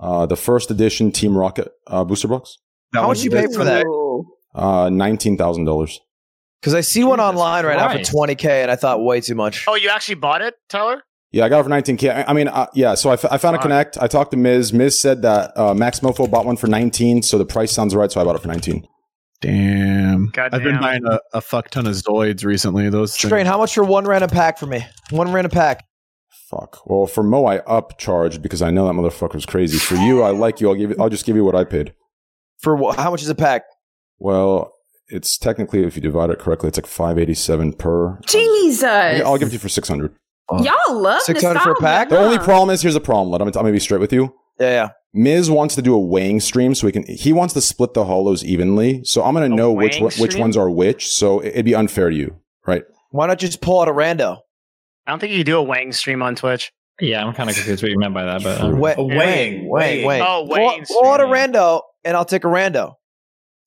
Speaker 2: Uh, the first edition Team Rocket uh, booster box.
Speaker 3: How much you pay for that?
Speaker 2: Uh, nineteen thousand dollars.
Speaker 3: Because I see one online right now
Speaker 2: Christ.
Speaker 3: for 20K and I thought way too much.
Speaker 4: Oh, you actually bought it, Tyler?
Speaker 2: Yeah, I got it for nineteen k. I I mean, uh, yeah. So I, f- I found a connect. I talked to Miz. Miz said that uh, Max Mofo bought one for nineteen, so the price sounds right. So I bought it for nineteen.
Speaker 9: Damn. I've been
Speaker 4: Goddamn.
Speaker 9: buying a, a fuck ton of Zoids recently. Those
Speaker 3: Train,
Speaker 9: things.
Speaker 3: how much for one random pack for me? One random pack.
Speaker 2: Fuck. Well, for Mo, I upcharged because I know that motherfucker's crazy. For you, I like you. I'll give. You, I'll just give you what I paid.
Speaker 3: For wh- how much is a pack?
Speaker 2: Well, it's technically, if you divide it correctly, it's like five eighty-seven per.
Speaker 5: Jesus.
Speaker 2: I'll give it to you for six hundred.
Speaker 5: Y'all love nostalgia,
Speaker 2: The
Speaker 5: huh?
Speaker 2: only problem is here's the problem. Let me. I'm gonna be straight with you.
Speaker 3: Yeah, yeah.
Speaker 2: Miz wants to do a weighing stream, so he can. He wants to split the hollows evenly. So I'm gonna know which
Speaker 3: weighing
Speaker 2: one- which
Speaker 3: stream?
Speaker 2: ones are which. So it- it'd be unfair to you, right?
Speaker 3: Why not just pull out a rando?
Speaker 4: I don't think you can do a Wang stream on Twitch.
Speaker 13: Yeah, I'm kind of confused what you meant by that, but uh,
Speaker 3: Wa-
Speaker 4: Oh, Wang.
Speaker 3: Pull, pull out a rando and I'll take a rando.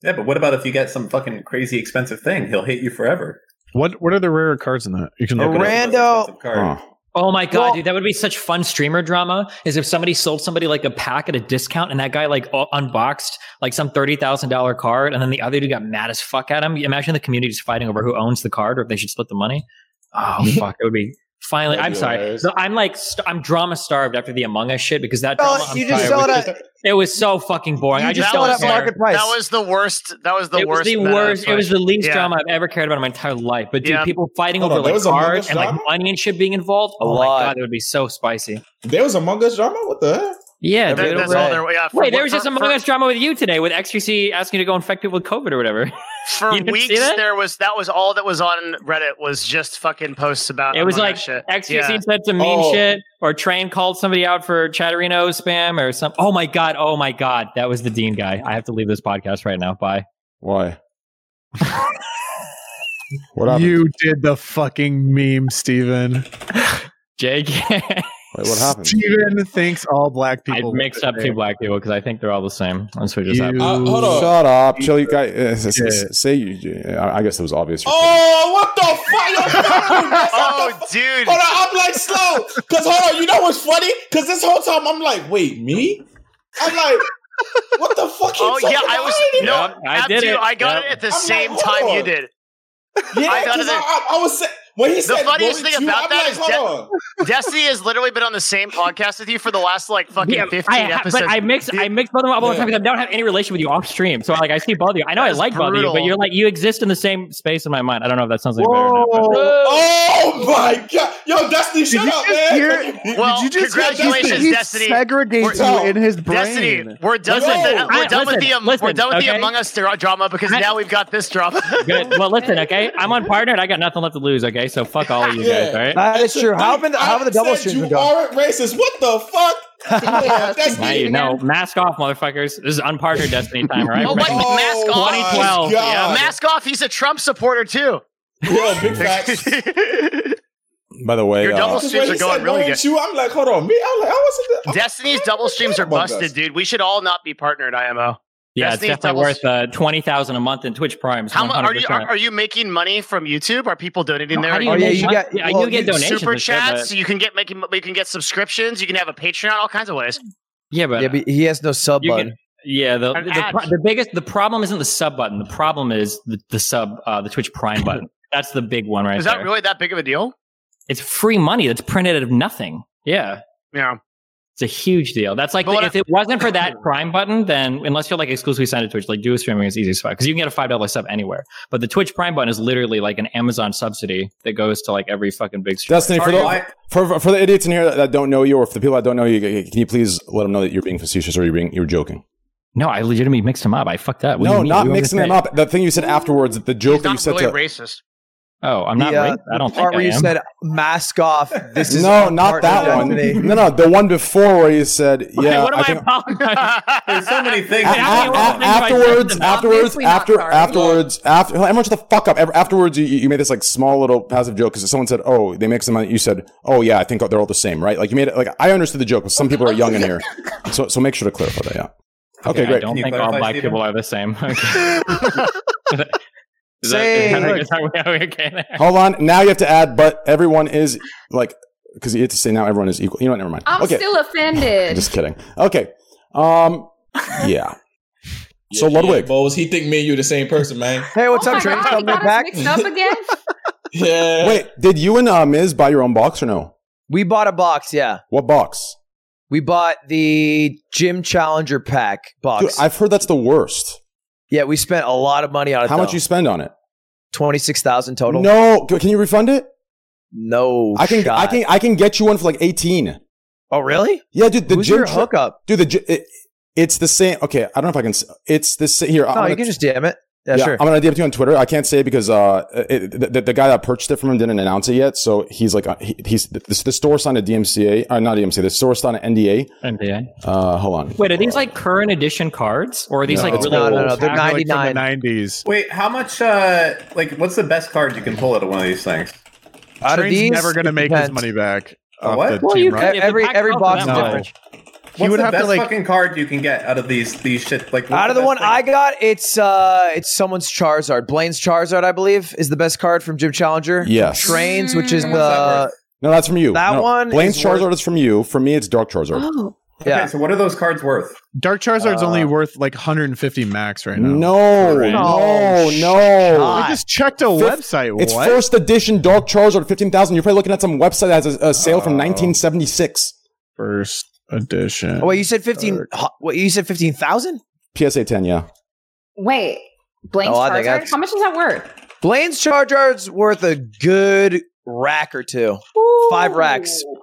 Speaker 8: Yeah, but what about if you get some fucking crazy expensive thing? He'll hate you forever.
Speaker 9: What What are the rarer cards in that? You can
Speaker 8: A
Speaker 9: look it up.
Speaker 8: rando-
Speaker 13: Oh my god, dude, that would be such fun streamer drama. Is if somebody sold somebody like a pack at a discount, and that guy like u- unboxed like some thirty thousand dollar card, and then the other dude got mad as fuck at him. Imagine the community's fighting over who owns the card or if they should split the money. Oh fuck, it would be. Finally,
Speaker 10: That'd
Speaker 13: I'm
Speaker 10: be
Speaker 13: sorry.
Speaker 10: hilarious.
Speaker 13: So I'm like, st- I'm drama starved after the Among Us shit because that
Speaker 4: No,
Speaker 13: drama. I'm
Speaker 4: you just
Speaker 13: sorry,
Speaker 4: sell it
Speaker 13: was
Speaker 4: at-
Speaker 13: just- it was so fucking boring. I just
Speaker 4: that
Speaker 13: don't
Speaker 4: was-
Speaker 13: care.
Speaker 4: That was the worst. That was the
Speaker 13: it
Speaker 4: worst.
Speaker 13: was the
Speaker 4: meta on
Speaker 13: worst. It was
Speaker 4: Twitch.
Speaker 13: the least
Speaker 4: Yeah.
Speaker 13: drama I've ever cared about in my entire life. But dude,
Speaker 4: Yeah.
Speaker 13: people fighting
Speaker 7: Hold
Speaker 13: over
Speaker 7: on, there
Speaker 13: like
Speaker 7: was Among Us
Speaker 13: cards and like
Speaker 7: drama?
Speaker 13: money and shit being involved. Oh my god, that would be so spicy.
Speaker 7: There was Among Us drama. What the? hell?
Speaker 13: Yeah,
Speaker 7: That-
Speaker 13: dude.
Speaker 7: that's all there-
Speaker 4: yeah, for-
Speaker 13: Wait, there was
Speaker 4: for-
Speaker 13: just Among
Speaker 4: for-
Speaker 13: Us drama with you today with XQC asking you to go infect people with COVID or whatever. [LAUGHS]
Speaker 4: For
Speaker 13: You didn't see
Speaker 4: weeks,
Speaker 13: that?
Speaker 4: there was that was all that was on Reddit was just fucking posts about.
Speaker 13: It was
Speaker 4: Among
Speaker 13: like
Speaker 4: Us shit.
Speaker 13: XQC
Speaker 4: Yeah.
Speaker 13: said some mean
Speaker 7: Oh.
Speaker 13: shit, or Train called somebody out for Chatterino spam or some. Oh my god! Oh my god! That was the Dean guy. I have to leave this podcast right now. Bye.
Speaker 2: Why?
Speaker 9: What
Speaker 2: happened?
Speaker 9: You did the fucking meme, Steven.
Speaker 13: JK.
Speaker 2: Wait, what happened?
Speaker 9: Steven thinks all black people.
Speaker 13: I mixed up two black people because I think they're all the same. That's what just
Speaker 9: You-
Speaker 13: happened.
Speaker 9: Uh, hold
Speaker 2: on. Shut up, chill. You guys, uh, s- s- say you. I I guess it was obvious.
Speaker 7: Oh, what
Speaker 4: [LAUGHS]
Speaker 7: the fuck?
Speaker 4: oh, dude.
Speaker 7: Hold on, I'm like slow. Cause hold on, you know what's funny? Cause this whole time I'm like, wait, me? I'm like, what the fuck? you
Speaker 4: Oh yeah,
Speaker 7: talking
Speaker 4: I
Speaker 7: about?
Speaker 4: was
Speaker 7: ain't
Speaker 4: no,
Speaker 7: even-
Speaker 4: I did it. I got it at the
Speaker 7: I'm like,
Speaker 4: same
Speaker 7: hold
Speaker 4: time you
Speaker 7: on.
Speaker 4: did.
Speaker 7: Yeah,
Speaker 4: I got it
Speaker 7: 'cause I,
Speaker 4: at-
Speaker 7: I, I was sa- when he
Speaker 4: the
Speaker 7: said
Speaker 4: funniest
Speaker 7: Bowie
Speaker 4: thing
Speaker 7: Jew,
Speaker 4: about
Speaker 7: I'm
Speaker 4: that
Speaker 7: like,
Speaker 4: is
Speaker 7: hold
Speaker 4: [LAUGHS] De- Destiny has literally been on the same podcast with you for the last like fucking
Speaker 13: Yeah,
Speaker 4: fifteen
Speaker 13: I ha-
Speaker 4: episodes.
Speaker 13: But I mix I mix both of them up all the
Speaker 4: Yeah.
Speaker 13: time because I don't have any relation with you off stream. So like I see both of you. I know I
Speaker 4: That's
Speaker 13: like both of you, but
Speaker 4: brutal.
Speaker 13: you're like you exist in the same space in my mind. I don't know if that sounds like
Speaker 7: on.
Speaker 13: better.
Speaker 7: Oh my god, Yo, Destiny, shut
Speaker 9: you
Speaker 7: up,
Speaker 9: just
Speaker 7: man.
Speaker 9: hear-
Speaker 4: Well,
Speaker 9: did you just hear
Speaker 4: congratulations,
Speaker 9: Destiny? He
Speaker 4: Destiny.
Speaker 9: segregates
Speaker 4: We're-
Speaker 9: you in his brain.
Speaker 4: Destiny, we're done
Speaker 9: Listen,
Speaker 4: with the, we're
Speaker 13: I-
Speaker 4: done with the
Speaker 13: listen,
Speaker 4: um, we're done with the
Speaker 13: listen,
Speaker 4: Among Us dra- drama because now we've got this
Speaker 7: [LAUGHS]
Speaker 4: drama.
Speaker 13: Good. Well, listen, okay? I'm on partner and I got nothing left to lose, okay? So fuck all of you guys, all right?
Speaker 3: That is true. How about the, how about the double
Speaker 7: You
Speaker 3: stream?
Speaker 7: aren't racist. What the
Speaker 3: [LAUGHS]
Speaker 7: fuck? Come on,
Speaker 13: Now
Speaker 7: Destiny.
Speaker 13: you know. Mask off, motherfuckers. This is unpartnered Destiny
Speaker 4: [LAUGHS]
Speaker 13: time, all right?
Speaker 4: Oh, what? mask off.
Speaker 13: 2012. Yeah.
Speaker 4: Mask off. He's a Trump supporter too.
Speaker 7: Yo,
Speaker 4: [LAUGHS]
Speaker 7: big facts.
Speaker 2: By the way,
Speaker 4: Your double
Speaker 2: uh,
Speaker 7: That's why
Speaker 4: streams
Speaker 7: he
Speaker 4: are going
Speaker 7: said,
Speaker 4: really
Speaker 7: "Weren't
Speaker 4: good.
Speaker 7: You, I'm like, hold on, me. I'm like, I wasn't. There.
Speaker 4: Destiny's double streams are
Speaker 7: Among Us.
Speaker 4: busted, dude. We should all not be partnered, IMO.
Speaker 13: Yeah, it's
Speaker 4: Destiny's
Speaker 13: definitely
Speaker 4: double-
Speaker 13: worth uh, 20000 a month in Twitch Primes.
Speaker 4: How much are you
Speaker 13: 100%.
Speaker 4: are, are you making money from YouTube? Are people donating
Speaker 13: No,
Speaker 4: there?
Speaker 13: how do you Oh, yeah, make you money? got- Yeah, I do
Speaker 4: Well,
Speaker 13: get
Speaker 4: you-
Speaker 13: donations
Speaker 4: super
Speaker 13: and stuff,
Speaker 4: chats.
Speaker 13: but-
Speaker 4: You can get making you can get subscriptions. You can have a Patreon. All kinds of ways.
Speaker 13: Yeah, but,
Speaker 3: yeah, but he has no sub
Speaker 13: you
Speaker 3: button.
Speaker 13: can- yeah, the the,
Speaker 4: An
Speaker 13: the,
Speaker 4: ad.
Speaker 13: pro- the biggest the problem isn't the sub button. The problem is the, the sub uh, the Twitch Prime
Speaker 4: [LAUGHS]
Speaker 13: button. That's the big one right
Speaker 4: Is
Speaker 13: there.
Speaker 4: that really that big of a deal?
Speaker 13: It's free money that's printed out of nothing. Yeah.
Speaker 4: Yeah.
Speaker 13: It's a huge deal. That's like
Speaker 4: But
Speaker 13: the-
Speaker 4: what
Speaker 13: if it wasn't
Speaker 4: [COUGHS]
Speaker 13: for that Prime button, then unless you're like exclusively signed to Twitch, like do a streaming is easy as fuck because you can get a five dollar sub anywhere. But the Twitch Prime button is literally like an Amazon subsidy that goes to like every fucking big streamer.
Speaker 2: Destiny, for the, for, for the idiots in here that, that don't know you, or for the people that don't know you, can you please let them know that you're being facetious or you're being you're joking?
Speaker 13: No, I legitimately mixed him up. I fucked up. What do you
Speaker 2: no,
Speaker 13: mean?
Speaker 2: not
Speaker 13: What do you
Speaker 2: mixing
Speaker 13: want
Speaker 2: them
Speaker 13: me to
Speaker 2: up. The thing you said afterwards, the joke that you
Speaker 4: Not
Speaker 2: said
Speaker 4: really
Speaker 2: to
Speaker 4: racist.
Speaker 13: say? Oh, I'm not.
Speaker 3: The, uh,
Speaker 13: right. I don't
Speaker 3: the
Speaker 13: think
Speaker 3: part
Speaker 13: I
Speaker 3: where you
Speaker 13: am.
Speaker 3: said mask
Speaker 13: [LAUGHS]
Speaker 3: off. This is
Speaker 2: no, not
Speaker 3: unpartnered
Speaker 2: that one.
Speaker 3: Destiny."
Speaker 2: No, no, the one before where you said, "Yeah,
Speaker 13: what am
Speaker 2: I
Speaker 13: I
Speaker 2: think."
Speaker 8: There's so many things.
Speaker 2: A- a- a- afterwards, afterwards, after, afterwards, after. Everyone, shut the fuck up. Ever- Afterwards, you, you made this like small little passive joke because someone said, "Oh, they mix them." up." You said, "Oh yeah, I think they're all the same, right?" Like you made it. Like I understood the joke, but some people are young in here, so so make sure to clarify that. Yeah. Okay,
Speaker 13: I
Speaker 2: great.
Speaker 13: don't
Speaker 8: Can you
Speaker 13: think all
Speaker 8: clarify,
Speaker 13: black
Speaker 8: Steven?
Speaker 13: people are the
Speaker 2: [LAUGHS]
Speaker 13: same. Okay. Is that-
Speaker 3: Say,
Speaker 13: is that-
Speaker 3: look.
Speaker 13: is that- are we okay there?
Speaker 2: [LAUGHS] Hold on. Now you have to add, but everyone is like because you have to say now everyone is equal. You know what? Never mind.
Speaker 5: I'm
Speaker 2: okay.
Speaker 5: still offended.
Speaker 2: Just kidding. Okay.
Speaker 3: [LAUGHS]
Speaker 2: Um. Yeah. So
Speaker 7: Yeah,
Speaker 2: Ludwig.
Speaker 7: Bose, he think me and you the same person, man.
Speaker 3: Hey, what's
Speaker 5: oh
Speaker 3: up,
Speaker 5: my
Speaker 3: Trey?
Speaker 5: God, you
Speaker 3: Coming
Speaker 5: got us
Speaker 3: back.
Speaker 5: mixed up again?
Speaker 7: Yeah.
Speaker 2: Wait, did you and uh, Miz buy your own box or no?
Speaker 3: We bought a box. Yeah,
Speaker 2: What box?
Speaker 3: we bought the Gym Challenger Pack
Speaker 2: Dude,
Speaker 3: box.
Speaker 2: I've heard that's the worst.
Speaker 3: yeah, we spent a lot of money on it.
Speaker 2: How much you spend on it?
Speaker 3: Twenty six thousand total.
Speaker 2: No, c- can you refund it?
Speaker 3: no.
Speaker 2: I can,
Speaker 3: shot.
Speaker 2: I can, I can get you one for like eighteen.
Speaker 3: Oh, really?
Speaker 2: Yeah, dude, the
Speaker 3: Who's
Speaker 2: gym
Speaker 3: your
Speaker 2: tra-
Speaker 3: hookup?
Speaker 2: dude, the gy- it, it's the same. Okay, I don't know if I can. s- It's the same. Here, I'm
Speaker 3: No,
Speaker 2: gonna-
Speaker 3: you can just DM it. Yeah, sure.
Speaker 2: I'm gonna DM it to you on Twitter. I can't say it because uh, it, the, the- the guy that purchased it from him didn't announce it yet. So he's like, uh, he, he's the, the store signed a DMCA, uh, not DMCA. The store signed an NDA.
Speaker 13: NDA.
Speaker 2: Uh, hold on.
Speaker 13: Wait, are these like current edition cards, or are these
Speaker 2: No,
Speaker 13: like
Speaker 2: it's
Speaker 13: really
Speaker 3: no, no,
Speaker 13: old
Speaker 3: no. They're
Speaker 13: packs?
Speaker 3: ninety
Speaker 9: From
Speaker 3: nine.
Speaker 9: the 90s.
Speaker 8: Wait, how much? Uh, like, what's the best card you can pull out of one of these things?
Speaker 3: Out of
Speaker 9: Train's
Speaker 3: these,
Speaker 9: never going to
Speaker 3: it
Speaker 9: make his
Speaker 3: depends.
Speaker 9: money back.
Speaker 8: A
Speaker 9: off
Speaker 8: what?
Speaker 9: the
Speaker 13: Well,
Speaker 9: team
Speaker 13: you
Speaker 9: run.
Speaker 13: could.
Speaker 3: E-
Speaker 13: if the
Speaker 3: Every
Speaker 13: pack's
Speaker 3: every
Speaker 13: open,
Speaker 3: box is
Speaker 13: that
Speaker 3: different.
Speaker 13: much.
Speaker 8: What's
Speaker 9: would
Speaker 8: the
Speaker 9: have to,
Speaker 8: best
Speaker 9: like-
Speaker 8: fucking card you can get out of these these shit? Like, what's
Speaker 3: Out of the
Speaker 8: best
Speaker 3: one
Speaker 8: thing?
Speaker 3: I got, it's uh, it's someone's Charizard. Blaine's Charizard, I believe, is the best card from Jim Challenger.
Speaker 2: Yes.
Speaker 3: Trains, which is
Speaker 8: Mm. What's that
Speaker 3: the
Speaker 8: worth?
Speaker 2: No, that's from you.
Speaker 3: That
Speaker 2: No,
Speaker 3: one
Speaker 2: Blaine's
Speaker 3: is
Speaker 2: Charizard
Speaker 3: worth-
Speaker 2: is from you. For me, it's Dark Charizard.
Speaker 3: [GASPS]
Speaker 5: Oh,
Speaker 3: yeah.
Speaker 8: Okay, so what are those cards worth?
Speaker 9: Dark
Speaker 2: [LAUGHS]
Speaker 9: Charizard's
Speaker 3: Uh,
Speaker 9: only worth like 150 max right now.
Speaker 2: No,
Speaker 9: Right.
Speaker 2: no,
Speaker 3: No,
Speaker 2: no.
Speaker 9: I just checked a website.
Speaker 2: It's
Speaker 9: what?
Speaker 2: first edition Dark Charizard, fifteen thousand. You're probably looking at some website that has a, a sale from 1976.
Speaker 9: Oh. First edition.
Speaker 3: Oh, wait, you said fifteen? huh, Wait, you said fifteen thousand?
Speaker 2: PSA 10, yeah.
Speaker 5: wait. Blaine's
Speaker 3: No, Oh, I think
Speaker 5: Charizard?
Speaker 3: that's-
Speaker 5: How much is that worth?
Speaker 3: Blaine's Charizard's worth a good rack or two. Five racks.
Speaker 5: Ooh.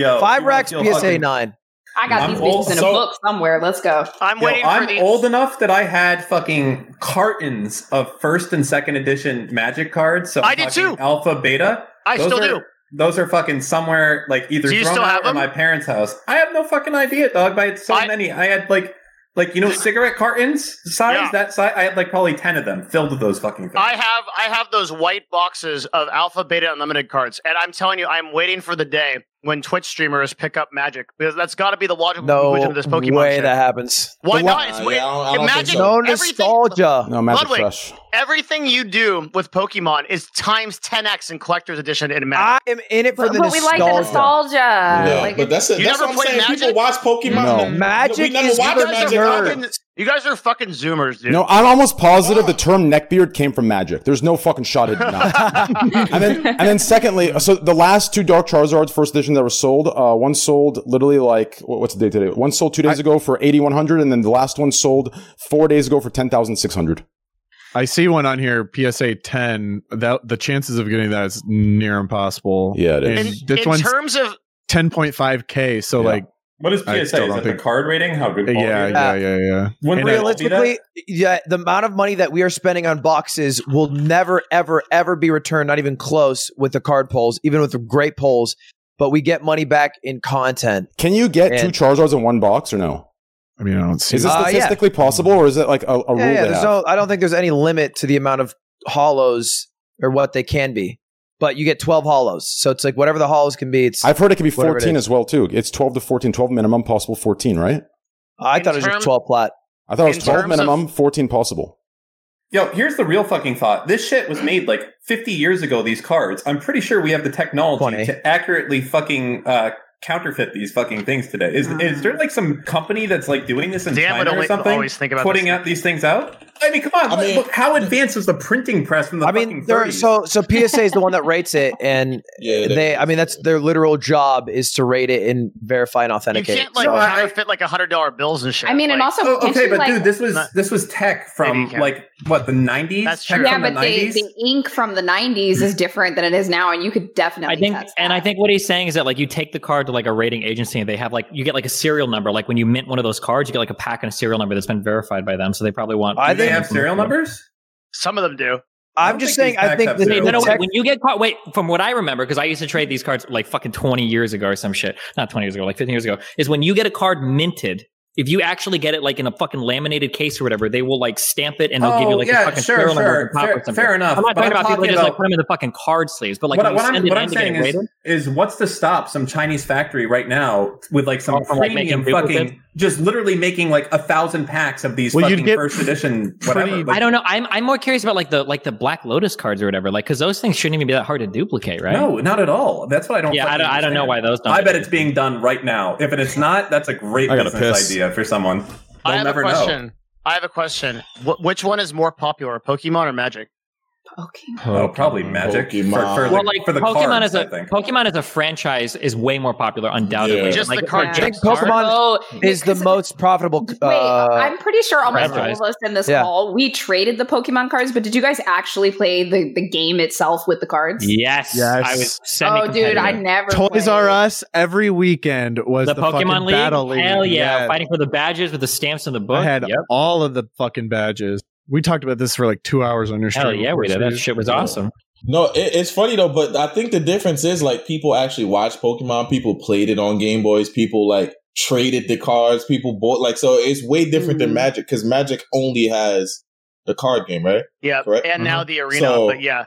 Speaker 8: Yo,
Speaker 3: Five
Speaker 8: you wanna
Speaker 3: racks.
Speaker 8: feel
Speaker 3: PSA
Speaker 8: fucking-
Speaker 3: nine.
Speaker 5: I got
Speaker 8: I'm
Speaker 5: these bitches
Speaker 8: old,
Speaker 5: in a
Speaker 8: so-
Speaker 5: book somewhere. Let's go.
Speaker 4: I'm
Speaker 8: Yo,
Speaker 4: waiting for
Speaker 8: I'm
Speaker 4: the
Speaker 8: old enough that I had fucking cartons of first and second edition Magic cards. So
Speaker 4: I did too.
Speaker 8: fucking Alpha, Beta.
Speaker 4: I
Speaker 8: Those
Speaker 4: still
Speaker 8: are-
Speaker 4: do.
Speaker 8: Those are fucking somewhere like either
Speaker 4: Do you
Speaker 8: thrown
Speaker 4: still have
Speaker 8: out or
Speaker 4: them?
Speaker 8: my parents' house. I have no fucking idea, dog. But I had so
Speaker 4: I-
Speaker 8: many. I had like, like you
Speaker 4: [LAUGHS]
Speaker 8: know, cigarette cartons size.
Speaker 4: Yeah.
Speaker 8: That size. I had like probably ten of them filled with those fucking things.
Speaker 4: I have I have those white boxes of Alpha Beta Unlimited cards, and I'm telling you, I'm waiting for the day when Twitch streamers pick up Magic because that's got to be the logical
Speaker 3: No
Speaker 4: conclusion of this Pokemon.
Speaker 3: way
Speaker 4: shit.
Speaker 3: that happens.
Speaker 4: Why
Speaker 2: The
Speaker 4: not?
Speaker 2: wha-
Speaker 4: It's
Speaker 7: Uh,
Speaker 4: way-
Speaker 7: yeah, I don't- I don't
Speaker 4: Imagine
Speaker 7: think
Speaker 3: No
Speaker 4: everything,
Speaker 3: nostalgia.
Speaker 2: No, Magic
Speaker 4: Ludwig.
Speaker 2: Fresh.
Speaker 4: everything you do with Pokemon is times 10x in collector's edition in Magic.
Speaker 3: I am in it for
Speaker 5: But,
Speaker 3: the
Speaker 5: but we like
Speaker 3: nostalgia.
Speaker 5: the nostalgia.
Speaker 7: Yeah,
Speaker 5: Like,
Speaker 7: but that's it.
Speaker 4: You
Speaker 7: That's
Speaker 4: never
Speaker 7: what
Speaker 4: played
Speaker 7: I'm saying. People
Speaker 4: Magic?
Speaker 7: watch Pokemon.
Speaker 2: No.
Speaker 7: We
Speaker 3: Magic
Speaker 7: never
Speaker 3: is
Speaker 7: watched
Speaker 3: for
Speaker 4: you, guys
Speaker 7: Magic.
Speaker 4: are
Speaker 7: Hour.
Speaker 4: fucking, you guys are fucking Zoomers, dude. [LAUGHS]
Speaker 2: No, I'm almost positive the term neckbeard came from magic. There's no fucking shot
Speaker 4: [LAUGHS]
Speaker 2: at not. and then, and then, secondly, so the last two Dark Charizards first edition that were sold, uh, one sold literally like what- what's the date today? One sold two days ago for 8100, and then the last one sold four days ago for 10,600.
Speaker 9: I see one on here, PSA ten. That the chances of getting that is near impossible.
Speaker 2: Yeah, it
Speaker 9: And
Speaker 2: is.
Speaker 4: In,
Speaker 9: this one's
Speaker 4: terms of
Speaker 9: ten point five k. So like,
Speaker 8: What is
Speaker 9: I
Speaker 8: PSA? Is
Speaker 9: still don't
Speaker 8: that the
Speaker 9: think-
Speaker 8: card rating? How good?
Speaker 9: Yeah,
Speaker 8: quality it is?
Speaker 9: yeah, yeah, yeah.
Speaker 8: When
Speaker 9: And
Speaker 8: real-
Speaker 9: I-
Speaker 3: Realistically, yeah, the amount of money that we are spending on boxes will never, ever, ever be returned, not even close with the card polls, even with the great polls. But we get money back in content.
Speaker 2: Can you get two
Speaker 3: And-
Speaker 2: Charizards in one box or no?
Speaker 9: I mean, I don't see.
Speaker 2: Is this
Speaker 3: that. Uh, yeah.
Speaker 2: statistically possible, or is it like a, a rule?
Speaker 3: Yeah, yeah,
Speaker 2: they
Speaker 3: there's
Speaker 2: have?
Speaker 3: no, I don't think there's any limit to the amount of hollows or what they can be. But you get 12 hollows. So it's like whatever the hollows can be. It's
Speaker 2: I've heard it can be
Speaker 3: whatever it
Speaker 2: 14
Speaker 3: is.
Speaker 2: as well too. It's 12 to 14, 12 minimum, possible 14, right?
Speaker 3: I thought it was
Speaker 8: term-
Speaker 3: just 12 plat.
Speaker 2: I thought it
Speaker 8: In
Speaker 2: was 12
Speaker 8: terms of-
Speaker 2: minimum, 14 possible.
Speaker 8: Yo, here's the real fucking thought. This shit was made like 50 years ago. These cards. I'm pretty sure we have the technology to accurately fucking uh, counterfeit these fucking things today. Is
Speaker 5: Mm.
Speaker 8: is there like some company that's like doing this in
Speaker 4: Damn it,
Speaker 8: China or
Speaker 4: only-
Speaker 8: something?
Speaker 4: always think about
Speaker 8: putting
Speaker 4: this.
Speaker 8: out these things out. I mean, come on. look- look, how advanced was the printing press from the
Speaker 3: I
Speaker 8: fucking
Speaker 3: mean, there,
Speaker 8: 30s?
Speaker 3: so so PSA is the one that rates
Speaker 8: [LAUGHS]
Speaker 3: it, and
Speaker 8: it
Speaker 3: they. I mean, that's their literal job is to rate it and verify and
Speaker 2: [LAUGHS]
Speaker 4: You
Speaker 3: authenticate.
Speaker 4: can't like counterfeit like hundred dollar bills and shit.
Speaker 5: I mean, and
Speaker 4: like-
Speaker 5: also
Speaker 8: Oh, okay,
Speaker 5: potentially,
Speaker 8: but
Speaker 5: like,
Speaker 8: dude, this was this was tech from like what the 90s. That's
Speaker 5: yeah,
Speaker 8: From
Speaker 5: but
Speaker 8: the
Speaker 5: the,
Speaker 8: 90s?
Speaker 5: the ink from the '90s is different than it is now, and you could definitely.
Speaker 13: I think,
Speaker 5: test
Speaker 13: and I think what he's saying is that like you take the card to like a rating agency and they have like you get like a serial number. Like when you mint one of those cards, you get like a pack and a serial number that's been verified by them. So they probably want.
Speaker 4: Do they have
Speaker 8: serial numbers?
Speaker 4: Some of them do.
Speaker 3: I'm just saying. I think the,
Speaker 13: Wait, no, no,
Speaker 3: tech-
Speaker 13: when you get caught, wait, from what I remember, because I used to trade these cards like fucking 20 years ago or some shit, not 20 years ago, like 15 years ago, is when you get a card minted, if you actually get it like in a fucking laminated case or whatever, they will like stamp it and they'll give you
Speaker 8: Oh,
Speaker 13: like
Speaker 8: yeah,
Speaker 13: a fucking
Speaker 8: sure,
Speaker 13: serial number
Speaker 8: sure,
Speaker 13: at the top or
Speaker 8: fair-
Speaker 13: something.
Speaker 8: fair enough,
Speaker 13: I'm not
Speaker 8: but
Speaker 13: talking
Speaker 8: I'm
Speaker 13: about people that
Speaker 8: talking
Speaker 13: just like
Speaker 8: about-
Speaker 13: put them in the fucking card sleeves, but like
Speaker 8: what,
Speaker 13: when you
Speaker 8: what
Speaker 13: send
Speaker 8: I'm,
Speaker 13: it
Speaker 8: what
Speaker 13: in
Speaker 8: I'm
Speaker 13: to get
Speaker 8: saying
Speaker 13: it
Speaker 8: is,
Speaker 13: rated,
Speaker 8: is what's to stop some Chinese factory right now with like some
Speaker 13: Oh, from, like,
Speaker 8: premium
Speaker 13: making duplicates?
Speaker 8: fucking just literally making like a thousand packs of these
Speaker 13: Well, you'd
Speaker 8: fucking
Speaker 13: get
Speaker 8: first edition whatever. Like,
Speaker 13: I don't know. I'm I'm more curious about like the like the Black Lotus cards or whatever, like because those things shouldn't even be that hard to duplicate, right?
Speaker 8: No, not at all. That's what I don't.
Speaker 13: Yeah, I don't- I don't know why those don't
Speaker 8: I
Speaker 13: get
Speaker 8: bet it's being done right now. If it's not, that's a great
Speaker 13: I gotta
Speaker 8: business
Speaker 13: piss.
Speaker 8: idea for someone. They'll
Speaker 4: I have
Speaker 8: never
Speaker 4: a question.
Speaker 8: know.
Speaker 4: I have a question. Wh- which one is more popular, Pokemon or Magic?
Speaker 8: Oh, probably magic for, for the,
Speaker 13: well, like
Speaker 8: for the
Speaker 13: Pokemon
Speaker 8: cards,
Speaker 13: as a
Speaker 8: I think.
Speaker 13: Pokemon as a franchise is way more popular, undoubtedly.
Speaker 8: Yeah.
Speaker 13: than,
Speaker 8: Just
Speaker 13: like,
Speaker 8: the card
Speaker 3: I
Speaker 13: just
Speaker 3: think Pokemon
Speaker 5: Oh,
Speaker 3: is the most profitable. Uh,
Speaker 5: I'm pretty sure almost all
Speaker 3: franchise.
Speaker 5: of us in this
Speaker 3: Yeah.
Speaker 5: call we traded the Pokemon cards, but did you guys actually play the, the game itself with the cards?
Speaker 13: Yes,
Speaker 9: Yes.
Speaker 13: I was.
Speaker 5: Oh, dude, I
Speaker 9: semi-competitive.
Speaker 5: never.
Speaker 9: Toys R Us every weekend was
Speaker 13: The,
Speaker 9: the,
Speaker 13: Pokemon
Speaker 9: fucking
Speaker 13: League,
Speaker 9: battle league.
Speaker 13: hell yeah,
Speaker 9: Yes.
Speaker 13: fighting for the badges with the stamps in the book.
Speaker 9: I had
Speaker 13: Yep.
Speaker 9: all of the fucking badges. We talked about this for like two hours on your show.
Speaker 13: Hell yeah, we did. That shit was awesome.
Speaker 7: No, it, it's funny though, but I think the difference is like people actually watched Pokemon, people played it on Game Boys, people like traded the cards, people bought like so it's way different than Magic because Magic only has the card game, right?
Speaker 4: Yeah,
Speaker 7: Correct.
Speaker 4: and now
Speaker 2: Mm-hmm.
Speaker 7: Mhm.
Speaker 4: the arena.
Speaker 7: So-
Speaker 4: but yeah.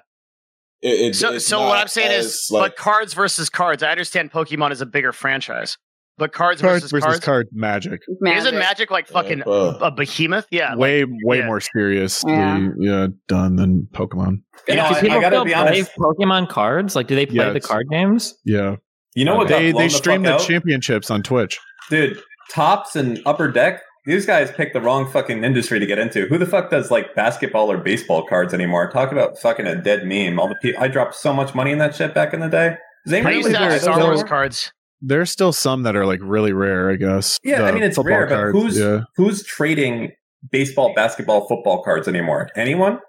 Speaker 7: It, it-
Speaker 4: So,
Speaker 7: it's
Speaker 4: so what
Speaker 7: not
Speaker 4: I'm saying
Speaker 7: as,
Speaker 4: is,
Speaker 7: like
Speaker 4: but cards versus cards. I understand Pokemon is a bigger franchise, but cards
Speaker 9: Card
Speaker 4: versus,
Speaker 9: versus
Speaker 4: cards.
Speaker 9: card magic.
Speaker 4: Isn't Magic like fucking
Speaker 8: uh,
Speaker 9: bro.
Speaker 4: a behemoth? Yeah. like-
Speaker 9: way way more seriously
Speaker 4: Yeah.
Speaker 9: yeah. done than Pokemon.
Speaker 8: You
Speaker 13: Yeah,
Speaker 8: know,
Speaker 13: do
Speaker 8: I- I
Speaker 13: people
Speaker 8: gotta
Speaker 13: still
Speaker 8: be
Speaker 13: play
Speaker 8: honest.
Speaker 13: Pokemon cards? Like, do they play
Speaker 9: Yes.
Speaker 13: the card games?
Speaker 9: Yeah.
Speaker 8: You know what got
Speaker 9: They
Speaker 8: blown
Speaker 9: they
Speaker 8: the
Speaker 9: stream
Speaker 8: fuck
Speaker 9: the
Speaker 8: out?
Speaker 9: championships on Twitch.
Speaker 8: dude tops and upper deck these guys picked the wrong fucking industry to get into who the fuck does like basketball or baseball cards anymore talk about fucking a dead meme all the pe- i dropped so much money in that shit back in the day Does
Speaker 4: I
Speaker 8: anybody
Speaker 4: used
Speaker 13: uh,
Speaker 4: to
Speaker 8: buy
Speaker 4: have
Speaker 8: those
Speaker 4: Star Wars
Speaker 8: anymore?
Speaker 4: cards.
Speaker 9: There's still some that are like really rare, I guess.
Speaker 8: yeah i
Speaker 9: The
Speaker 8: mean it's
Speaker 9: football
Speaker 8: rare
Speaker 9: cards,
Speaker 8: but who's
Speaker 9: yeah.
Speaker 8: who's trading baseball basketball football cards anymore anyone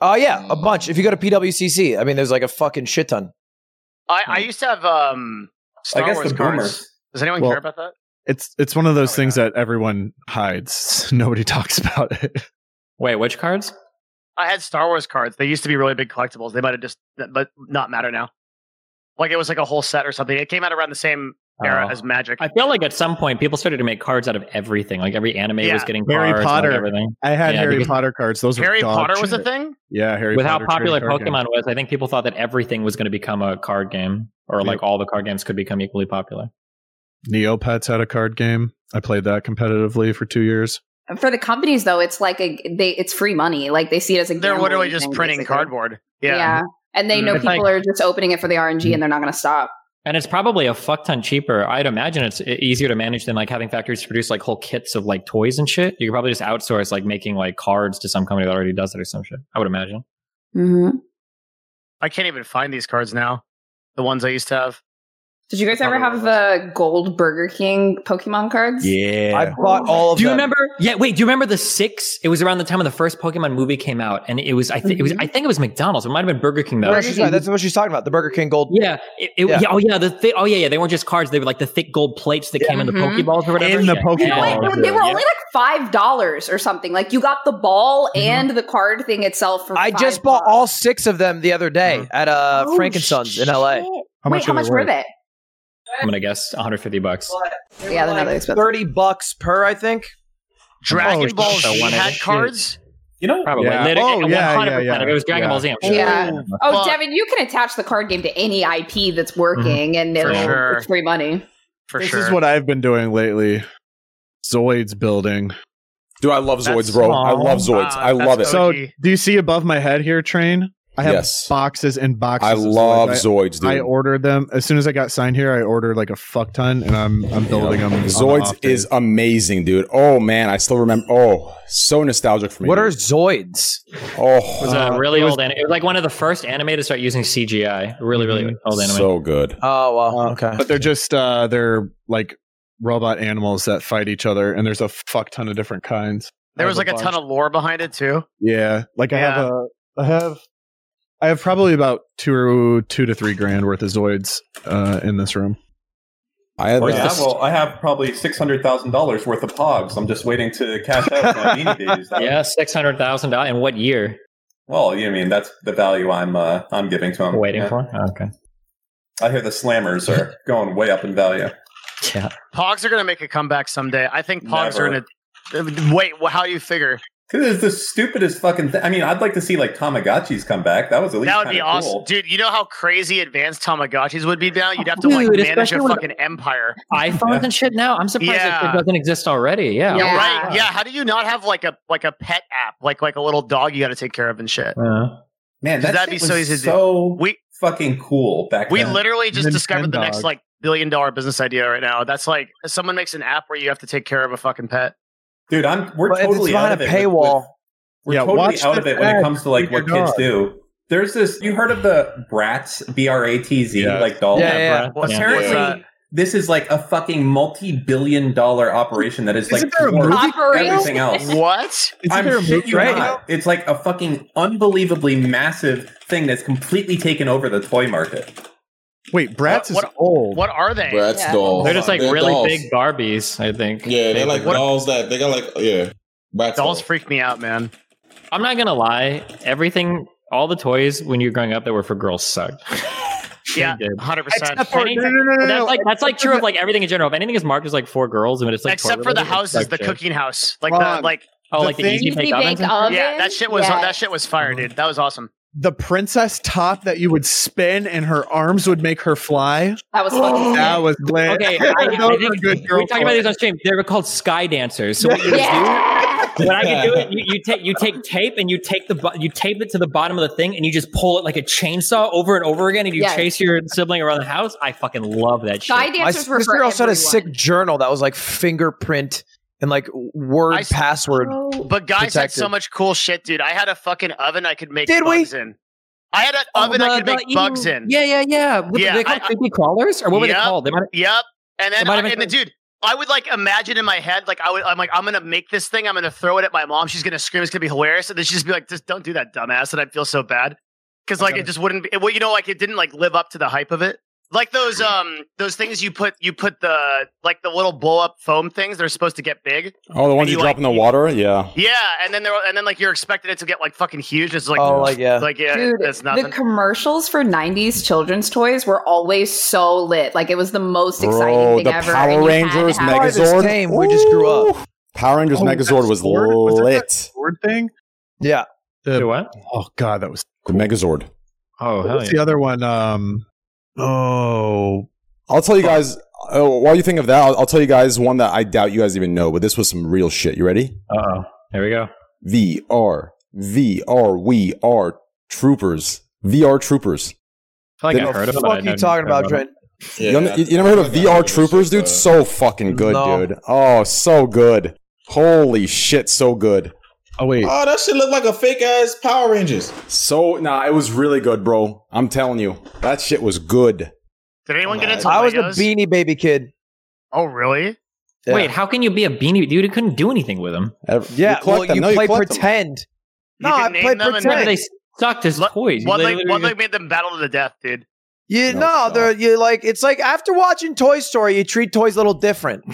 Speaker 3: Oh yeah, a bunch. If you go to PWCC, I mean, there's like a fucking shit ton.
Speaker 4: I,
Speaker 7: Hmm.
Speaker 4: I used to have um Star
Speaker 8: guess the
Speaker 4: Wars cards.
Speaker 8: boomers.
Speaker 4: Does anyone
Speaker 9: Well,
Speaker 4: care about that? Oh,
Speaker 9: It's it's one of those things that everyone hides. [LAUGHS] Nobody talks about it.
Speaker 13: Wait, which cards?
Speaker 4: I had Star Wars cards. They used to be really big collectibles. They might have just, but not matter now. Like it was like a whole set or something. It came out around the same era
Speaker 13: Oh.
Speaker 4: as Magic.
Speaker 13: I feel like at some point people started to make cards out of everything. Like every anime
Speaker 4: Yeah.
Speaker 13: was getting
Speaker 9: Harry
Speaker 13: cards and
Speaker 9: Potter.
Speaker 13: everything.
Speaker 9: I had
Speaker 13: Yeah,
Speaker 9: Harry
Speaker 13: because-
Speaker 9: Potter cards. Those were
Speaker 4: Harry
Speaker 9: dog
Speaker 4: Potter was a
Speaker 9: shit.
Speaker 4: thing.
Speaker 9: Yeah, Harry
Speaker 13: With
Speaker 9: Potter
Speaker 13: how popular
Speaker 9: trading card game.
Speaker 13: Pokemon was, I think people thought that everything was going to become a card game, or like all the card games could become equally popular.
Speaker 9: Neopets had a card game. I played that competitively for two years.
Speaker 5: For the companies though, it's like a they it's free money. Like they see it as a
Speaker 4: They're
Speaker 5: gambling
Speaker 4: literally just
Speaker 5: thing,
Speaker 4: printing
Speaker 5: basically.
Speaker 4: cardboard.
Speaker 5: Yeah.
Speaker 4: Yeah.
Speaker 5: and they know
Speaker 13: It's
Speaker 5: people
Speaker 13: like-
Speaker 5: are just opening it for the RNG, and they're not going to stop.
Speaker 13: And it's probably a fuck ton cheaper. I'd imagine it's e- easier to manage than like having factories produce like whole kits of like toys and shit. You could probably just outsource like making like cards to some company that already does it or some shit. I would imagine.
Speaker 5: Mm-hmm.
Speaker 4: I can't even find these cards now. The ones I used to have.
Speaker 5: Did you guys ever have the gold Burger King Pokemon cards?
Speaker 13: Yeah.
Speaker 3: I bought all of
Speaker 13: Do you
Speaker 3: them.
Speaker 13: remember? Yeah, wait, do you remember the six? It was around the time when the first Pokemon movie came out, and it was I think it was I think it was McDonald's. It might have been Burger King though.
Speaker 3: No, she's right. That's what she's talking about. The Burger King Gold.
Speaker 13: Yeah. It- it- yeah, Oh yeah, the thi- oh yeah, yeah. They weren't just cards; they were like the thick gold plates that came in the
Speaker 3: Mm-hmm.
Speaker 5: Mhm.
Speaker 13: Pokeballs or whatever.
Speaker 9: In the
Speaker 13: Yeah.
Speaker 9: Pokeballs,
Speaker 5: You know, like, they were only like five dollars or something. Like you got the ball and the card thing itself for.
Speaker 3: I
Speaker 5: five
Speaker 3: just bought all six of them the other day
Speaker 13: Mm-hmm.
Speaker 3: at uh, Frankenson's in
Speaker 13: How
Speaker 3: LA.
Speaker 13: much
Speaker 5: Wait, how
Speaker 13: were they
Speaker 5: much were
Speaker 13: worth?
Speaker 5: they?
Speaker 13: I'm gonna guess 150 bucks.
Speaker 5: Yeah, they're not that expensive.
Speaker 3: Thirty bucks per, I think.
Speaker 4: Dragon
Speaker 13: Oh,
Speaker 4: Ball
Speaker 13: shit, I
Speaker 4: Z
Speaker 13: wanted
Speaker 4: had
Speaker 13: it.
Speaker 4: cards.
Speaker 8: You know,
Speaker 13: Probably.
Speaker 4: Yeah.
Speaker 13: Later-
Speaker 4: Oh, yeah,
Speaker 13: 100%.
Speaker 4: yeah, yeah.
Speaker 13: It was Dragon
Speaker 4: Yeah.
Speaker 13: Ball Z. I'm sure.
Speaker 5: Yeah. Oh,
Speaker 4: But-
Speaker 5: Devin, you can attach the card game to any IP that's working, and
Speaker 13: Mm-hmm.
Speaker 9: For
Speaker 5: it'll,
Speaker 9: sure.
Speaker 5: it's free money.
Speaker 4: For
Speaker 9: this is what I've been doing lately. Zoids building.
Speaker 2: Dude, I love Zoids, bro. I love Zoids.
Speaker 4: Ah,
Speaker 2: I love it.
Speaker 9: So, do you see above my head here, train? I have
Speaker 2: Yes.
Speaker 9: boxes and boxes.
Speaker 2: I
Speaker 9: of
Speaker 2: love Zoids, dude.
Speaker 9: I ordered them as soon as I got signed here. I ordered like a fuck ton, and I'm I'm building them. on the
Speaker 2: Zoids
Speaker 9: off days.
Speaker 2: is amazing, dude. Oh man, I still remember. Oh, so nostalgic for me.
Speaker 3: What are Zoids?
Speaker 2: Oh,
Speaker 13: It was
Speaker 7: Uh,
Speaker 5: Uh,
Speaker 13: a really old anime. It was like one of the first anime to start using CGI. Really, really
Speaker 7: Mm-hmm.
Speaker 13: old anime.
Speaker 2: So good.
Speaker 3: Oh well, okay.
Speaker 9: But they're just uh they're like robot animals that fight each other, and there's a fuck ton of different kinds.
Speaker 4: There
Speaker 9: I
Speaker 4: was
Speaker 9: have
Speaker 4: like a ton
Speaker 9: bunch.
Speaker 4: of lore behind it too.
Speaker 9: yeah. Like I have
Speaker 4: Yeah.
Speaker 9: a I have I have probably about two two to three grand worth of Zoids uh in this room.
Speaker 2: I have
Speaker 5: Oh,
Speaker 8: Or yeah, well, I have probably six hundred thousand dollars worth of Pogs. I'm just waiting to cash
Speaker 9: [LAUGHS]
Speaker 8: out my Beanie Babies. That-
Speaker 13: Yeah, six hundred thousand dollars. In what year?
Speaker 8: Well, you know, I mean that's the value I'm uh, I'm giving to them.
Speaker 13: Waiting
Speaker 8: Yeah.
Speaker 13: for? Oh, Okay.
Speaker 8: I hear the slammers are going way up in value.
Speaker 13: Yeah.
Speaker 4: Pogs are going to make a comeback someday. I think Pogs
Speaker 8: Never.
Speaker 4: are going to. Wait, wh- how do you figure?
Speaker 8: This is the stupidest fucking thing. I mean, I'd like to see like Tamagotchis come back. That was at least
Speaker 4: That would be
Speaker 8: kinda
Speaker 4: awesome,
Speaker 8: cool.
Speaker 4: dude. You know how crazy advanced Tamagotchis would be now. You'd have to like
Speaker 13: Dude,
Speaker 4: manage a
Speaker 13: especially with-
Speaker 4: fucking empire.
Speaker 13: iPhones and shit. Now I'm surprised
Speaker 4: Yeah.
Speaker 13: it doesn't exist already. Yeah.
Speaker 4: You're right. Yeah. How do you not have like a like a pet app, like like a little dog you got to take care of and shit?
Speaker 8: Man, that
Speaker 4: That'd be
Speaker 8: shit
Speaker 4: so
Speaker 8: was
Speaker 4: easy to do.
Speaker 8: so
Speaker 4: We
Speaker 8: fucking cool back
Speaker 4: We
Speaker 8: then.
Speaker 4: literally just
Speaker 8: Nintendo.
Speaker 4: discovered the next like billion dollar business idea right now. That's like someone makes an app where you have to take care of a fucking pet.
Speaker 8: dude, I'm we're
Speaker 3: But if it's
Speaker 8: totally
Speaker 3: behind
Speaker 8: out
Speaker 3: a
Speaker 8: of it. with-
Speaker 3: paywall.
Speaker 8: with- we're
Speaker 9: Yeah,
Speaker 8: totally
Speaker 9: watch
Speaker 8: out
Speaker 9: the
Speaker 8: of it when it
Speaker 9: ads
Speaker 8: comes to
Speaker 9: with
Speaker 8: like
Speaker 9: your
Speaker 8: what kids
Speaker 9: dog.
Speaker 8: do. There's this. You heard of the Bratz? B R A T Z,
Speaker 9: Yeah.
Speaker 8: like doll.
Speaker 3: Yeah, yeah, yeah.
Speaker 8: Well,
Speaker 3: Yeah.
Speaker 8: Apparently,
Speaker 3: What's that?
Speaker 8: this is like a fucking multi-billion-dollar operation that is like
Speaker 9: Isn't there a
Speaker 8: dwarfed
Speaker 9: movie?
Speaker 8: everything else.
Speaker 4: What?
Speaker 9: Isn't
Speaker 8: I'm
Speaker 9: there a
Speaker 8: shit
Speaker 9: movie
Speaker 8: you
Speaker 9: right
Speaker 8: not. It's like a fucking unbelievably massive thing that's completely taken over the toy market.
Speaker 9: Wait, Bratz is
Speaker 4: What-
Speaker 9: old.
Speaker 4: What are they?
Speaker 7: Bratz
Speaker 5: Yeah.
Speaker 7: dolls.
Speaker 13: They're just like
Speaker 7: They're
Speaker 13: really
Speaker 7: dolls.
Speaker 13: big Barbies. I think.
Speaker 7: Yeah, they're like
Speaker 4: What-
Speaker 7: dolls that they got like yeah. Bratz
Speaker 4: Dolls freak me out, man.
Speaker 13: I'm not gonna lie. Everything, all the toys when you were growing up that were for girls
Speaker 7: [LAUGHS]
Speaker 13: sucked.
Speaker 4: Yeah,
Speaker 13: They did.
Speaker 4: hundred percent.
Speaker 9: Except for-
Speaker 13: Any-
Speaker 9: no, no, no,
Speaker 13: but
Speaker 9: no, no. [LAUGHS]
Speaker 13: that's like that's like true of like everything in general. If anything is marked as like for girls, but it's like
Speaker 4: Except for
Speaker 13: toy
Speaker 4: the
Speaker 13: related, it's
Speaker 4: houses,
Speaker 13: like
Speaker 4: the
Speaker 13: shit.
Speaker 4: cooking house, like
Speaker 9: Ron,
Speaker 4: the like.
Speaker 13: Oh,
Speaker 9: The
Speaker 13: like the
Speaker 9: thing-
Speaker 13: easy
Speaker 5: Easy
Speaker 13: bake Uh-huh. ovens.
Speaker 5: Bake Oven.
Speaker 4: Yeah, that shit was
Speaker 5: yes.
Speaker 4: that shit was fire, dude. That was awesome.
Speaker 9: the princess top that you would spin and her arms would make her fly.
Speaker 5: That was fucking.
Speaker 9: [GASPS] That
Speaker 5: sick.
Speaker 9: was lit.
Speaker 13: Oh.
Speaker 9: [LAUGHS]
Speaker 3: [LAUGHS]
Speaker 13: Okay, I, I
Speaker 9: Those were
Speaker 13: think
Speaker 9: good
Speaker 13: we
Speaker 9: girl
Speaker 13: were talking about these on stream. They were called sky dancers. So what you
Speaker 5: Yeah.
Speaker 13: When I can do it,
Speaker 3: [LAUGHS]
Speaker 13: you, you take you take tape and you take the bu- you tape it to the bottom of the thing and you just pull it like a chainsaw over and over again and you
Speaker 5: Yes.
Speaker 13: chase your sibling around the house. I fucking love that shit.
Speaker 5: Shy
Speaker 3: My
Speaker 5: dancers were
Speaker 3: sister
Speaker 5: for
Speaker 3: also had a sick
Speaker 5: everyone.
Speaker 3: journal that was like fingerprint and like word
Speaker 4: I s-
Speaker 3: password.
Speaker 5: Oh.
Speaker 4: But guys had
Speaker 3: Protected.
Speaker 4: so much cool shit, dude. I had a fucking oven I could make
Speaker 3: Did we?
Speaker 4: bugs in. I had an oven I could
Speaker 13: Oh, The-
Speaker 4: make
Speaker 13: the-
Speaker 4: bugs in.
Speaker 13: Yeah, yeah, yeah. What,
Speaker 4: Yeah,
Speaker 13: yeah they called
Speaker 4: I- I-
Speaker 13: creepy crawlers or what were they
Speaker 4: Yep.
Speaker 13: called? They might
Speaker 4: Yep. And then,
Speaker 13: It might
Speaker 4: I,
Speaker 13: have been-
Speaker 4: and the dude, I would like imagine in my head, like I would, I'm like, I'm gonna make this thing. I'm gonna throw it at my mom. She's gonna scream. It's gonna be hilarious. And then she'd just be like, just don't do that, dumbass. And I'd feel so bad because like it just wouldn't. Be, it, well, you know, like it didn't like live up to the hype of it. Like those
Speaker 13: Mm.
Speaker 4: um those things you put you put the like the little blow up foam things that are supposed to get big.
Speaker 2: Oh, the ones
Speaker 4: you
Speaker 2: you, drop
Speaker 4: like-
Speaker 2: in the water. Yeah.
Speaker 4: Yeah, and then there and then like you're expected it to get like fucking huge. It's like
Speaker 3: Oh, like, yeah.
Speaker 4: like yeah,
Speaker 5: Dude,
Speaker 4: that's nothing.
Speaker 5: the commercials for 90s children's toys were always so lit. Like, it was the most exciting
Speaker 2: Bro,
Speaker 5: thing
Speaker 2: the
Speaker 5: ever. and
Speaker 2: Power
Speaker 5: you had to
Speaker 2: Rangers
Speaker 5: have it.
Speaker 3: Mega-
Speaker 2: Megazord.
Speaker 3: By this time, we just grew up.
Speaker 2: Ooh. Power Rangers
Speaker 9: Oh,
Speaker 2: Megazord
Speaker 9: that
Speaker 2: was
Speaker 9: sword? Was it
Speaker 2: lit.
Speaker 9: Sword thing.
Speaker 3: Yeah.
Speaker 9: The-
Speaker 13: Do what?
Speaker 9: oh god, that was.
Speaker 2: The Megazord.
Speaker 13: Oh,
Speaker 9: What's the other one? Um. Oh,
Speaker 2: I'll tell you guys. Oh, while you think of that, I'll, I'll tell you guys one that I doubt you guys even know, but this was some real shit. You ready?
Speaker 13: Uh-oh. There we go.
Speaker 2: VR, VR, we are troopers. VR troopers.
Speaker 13: I feel
Speaker 2: Then
Speaker 13: like I heard
Speaker 3: What
Speaker 13: of
Speaker 3: the
Speaker 13: it.
Speaker 3: fuck
Speaker 13: but I
Speaker 3: are you
Speaker 13: never
Speaker 3: talking
Speaker 13: heard
Speaker 3: about,
Speaker 13: of it.
Speaker 3: Trent?
Speaker 2: you, never, you, you never heard of VR troopers, dude? So fucking good,
Speaker 3: No.
Speaker 2: dude. Oh, so good. Holy shit, so good.
Speaker 9: oh wait.
Speaker 7: Oh, that shit look like a fake ass Power Rangers.
Speaker 2: So nah, it was really good, bro. I'm telling you, that shit was good.
Speaker 4: Did anyone get into
Speaker 3: I was a
Speaker 4: Legos?
Speaker 3: beanie baby kid.
Speaker 4: Oh, really?
Speaker 13: Wait, how can you be a beanie dude? You couldn't do anything with them.
Speaker 3: Uh, Yeah, collect well, them. you No, you play collect them. pretend.
Speaker 4: You No, can I name play them and pretend.
Speaker 13: They sucked as toys.
Speaker 4: One
Speaker 13: They
Speaker 4: leg,
Speaker 13: literally
Speaker 4: one
Speaker 13: just-
Speaker 4: leg made them battle to the death, dude.
Speaker 3: You no, they're you like it's like after watching Toy Story, you treat toys a little [LAUGHS] different.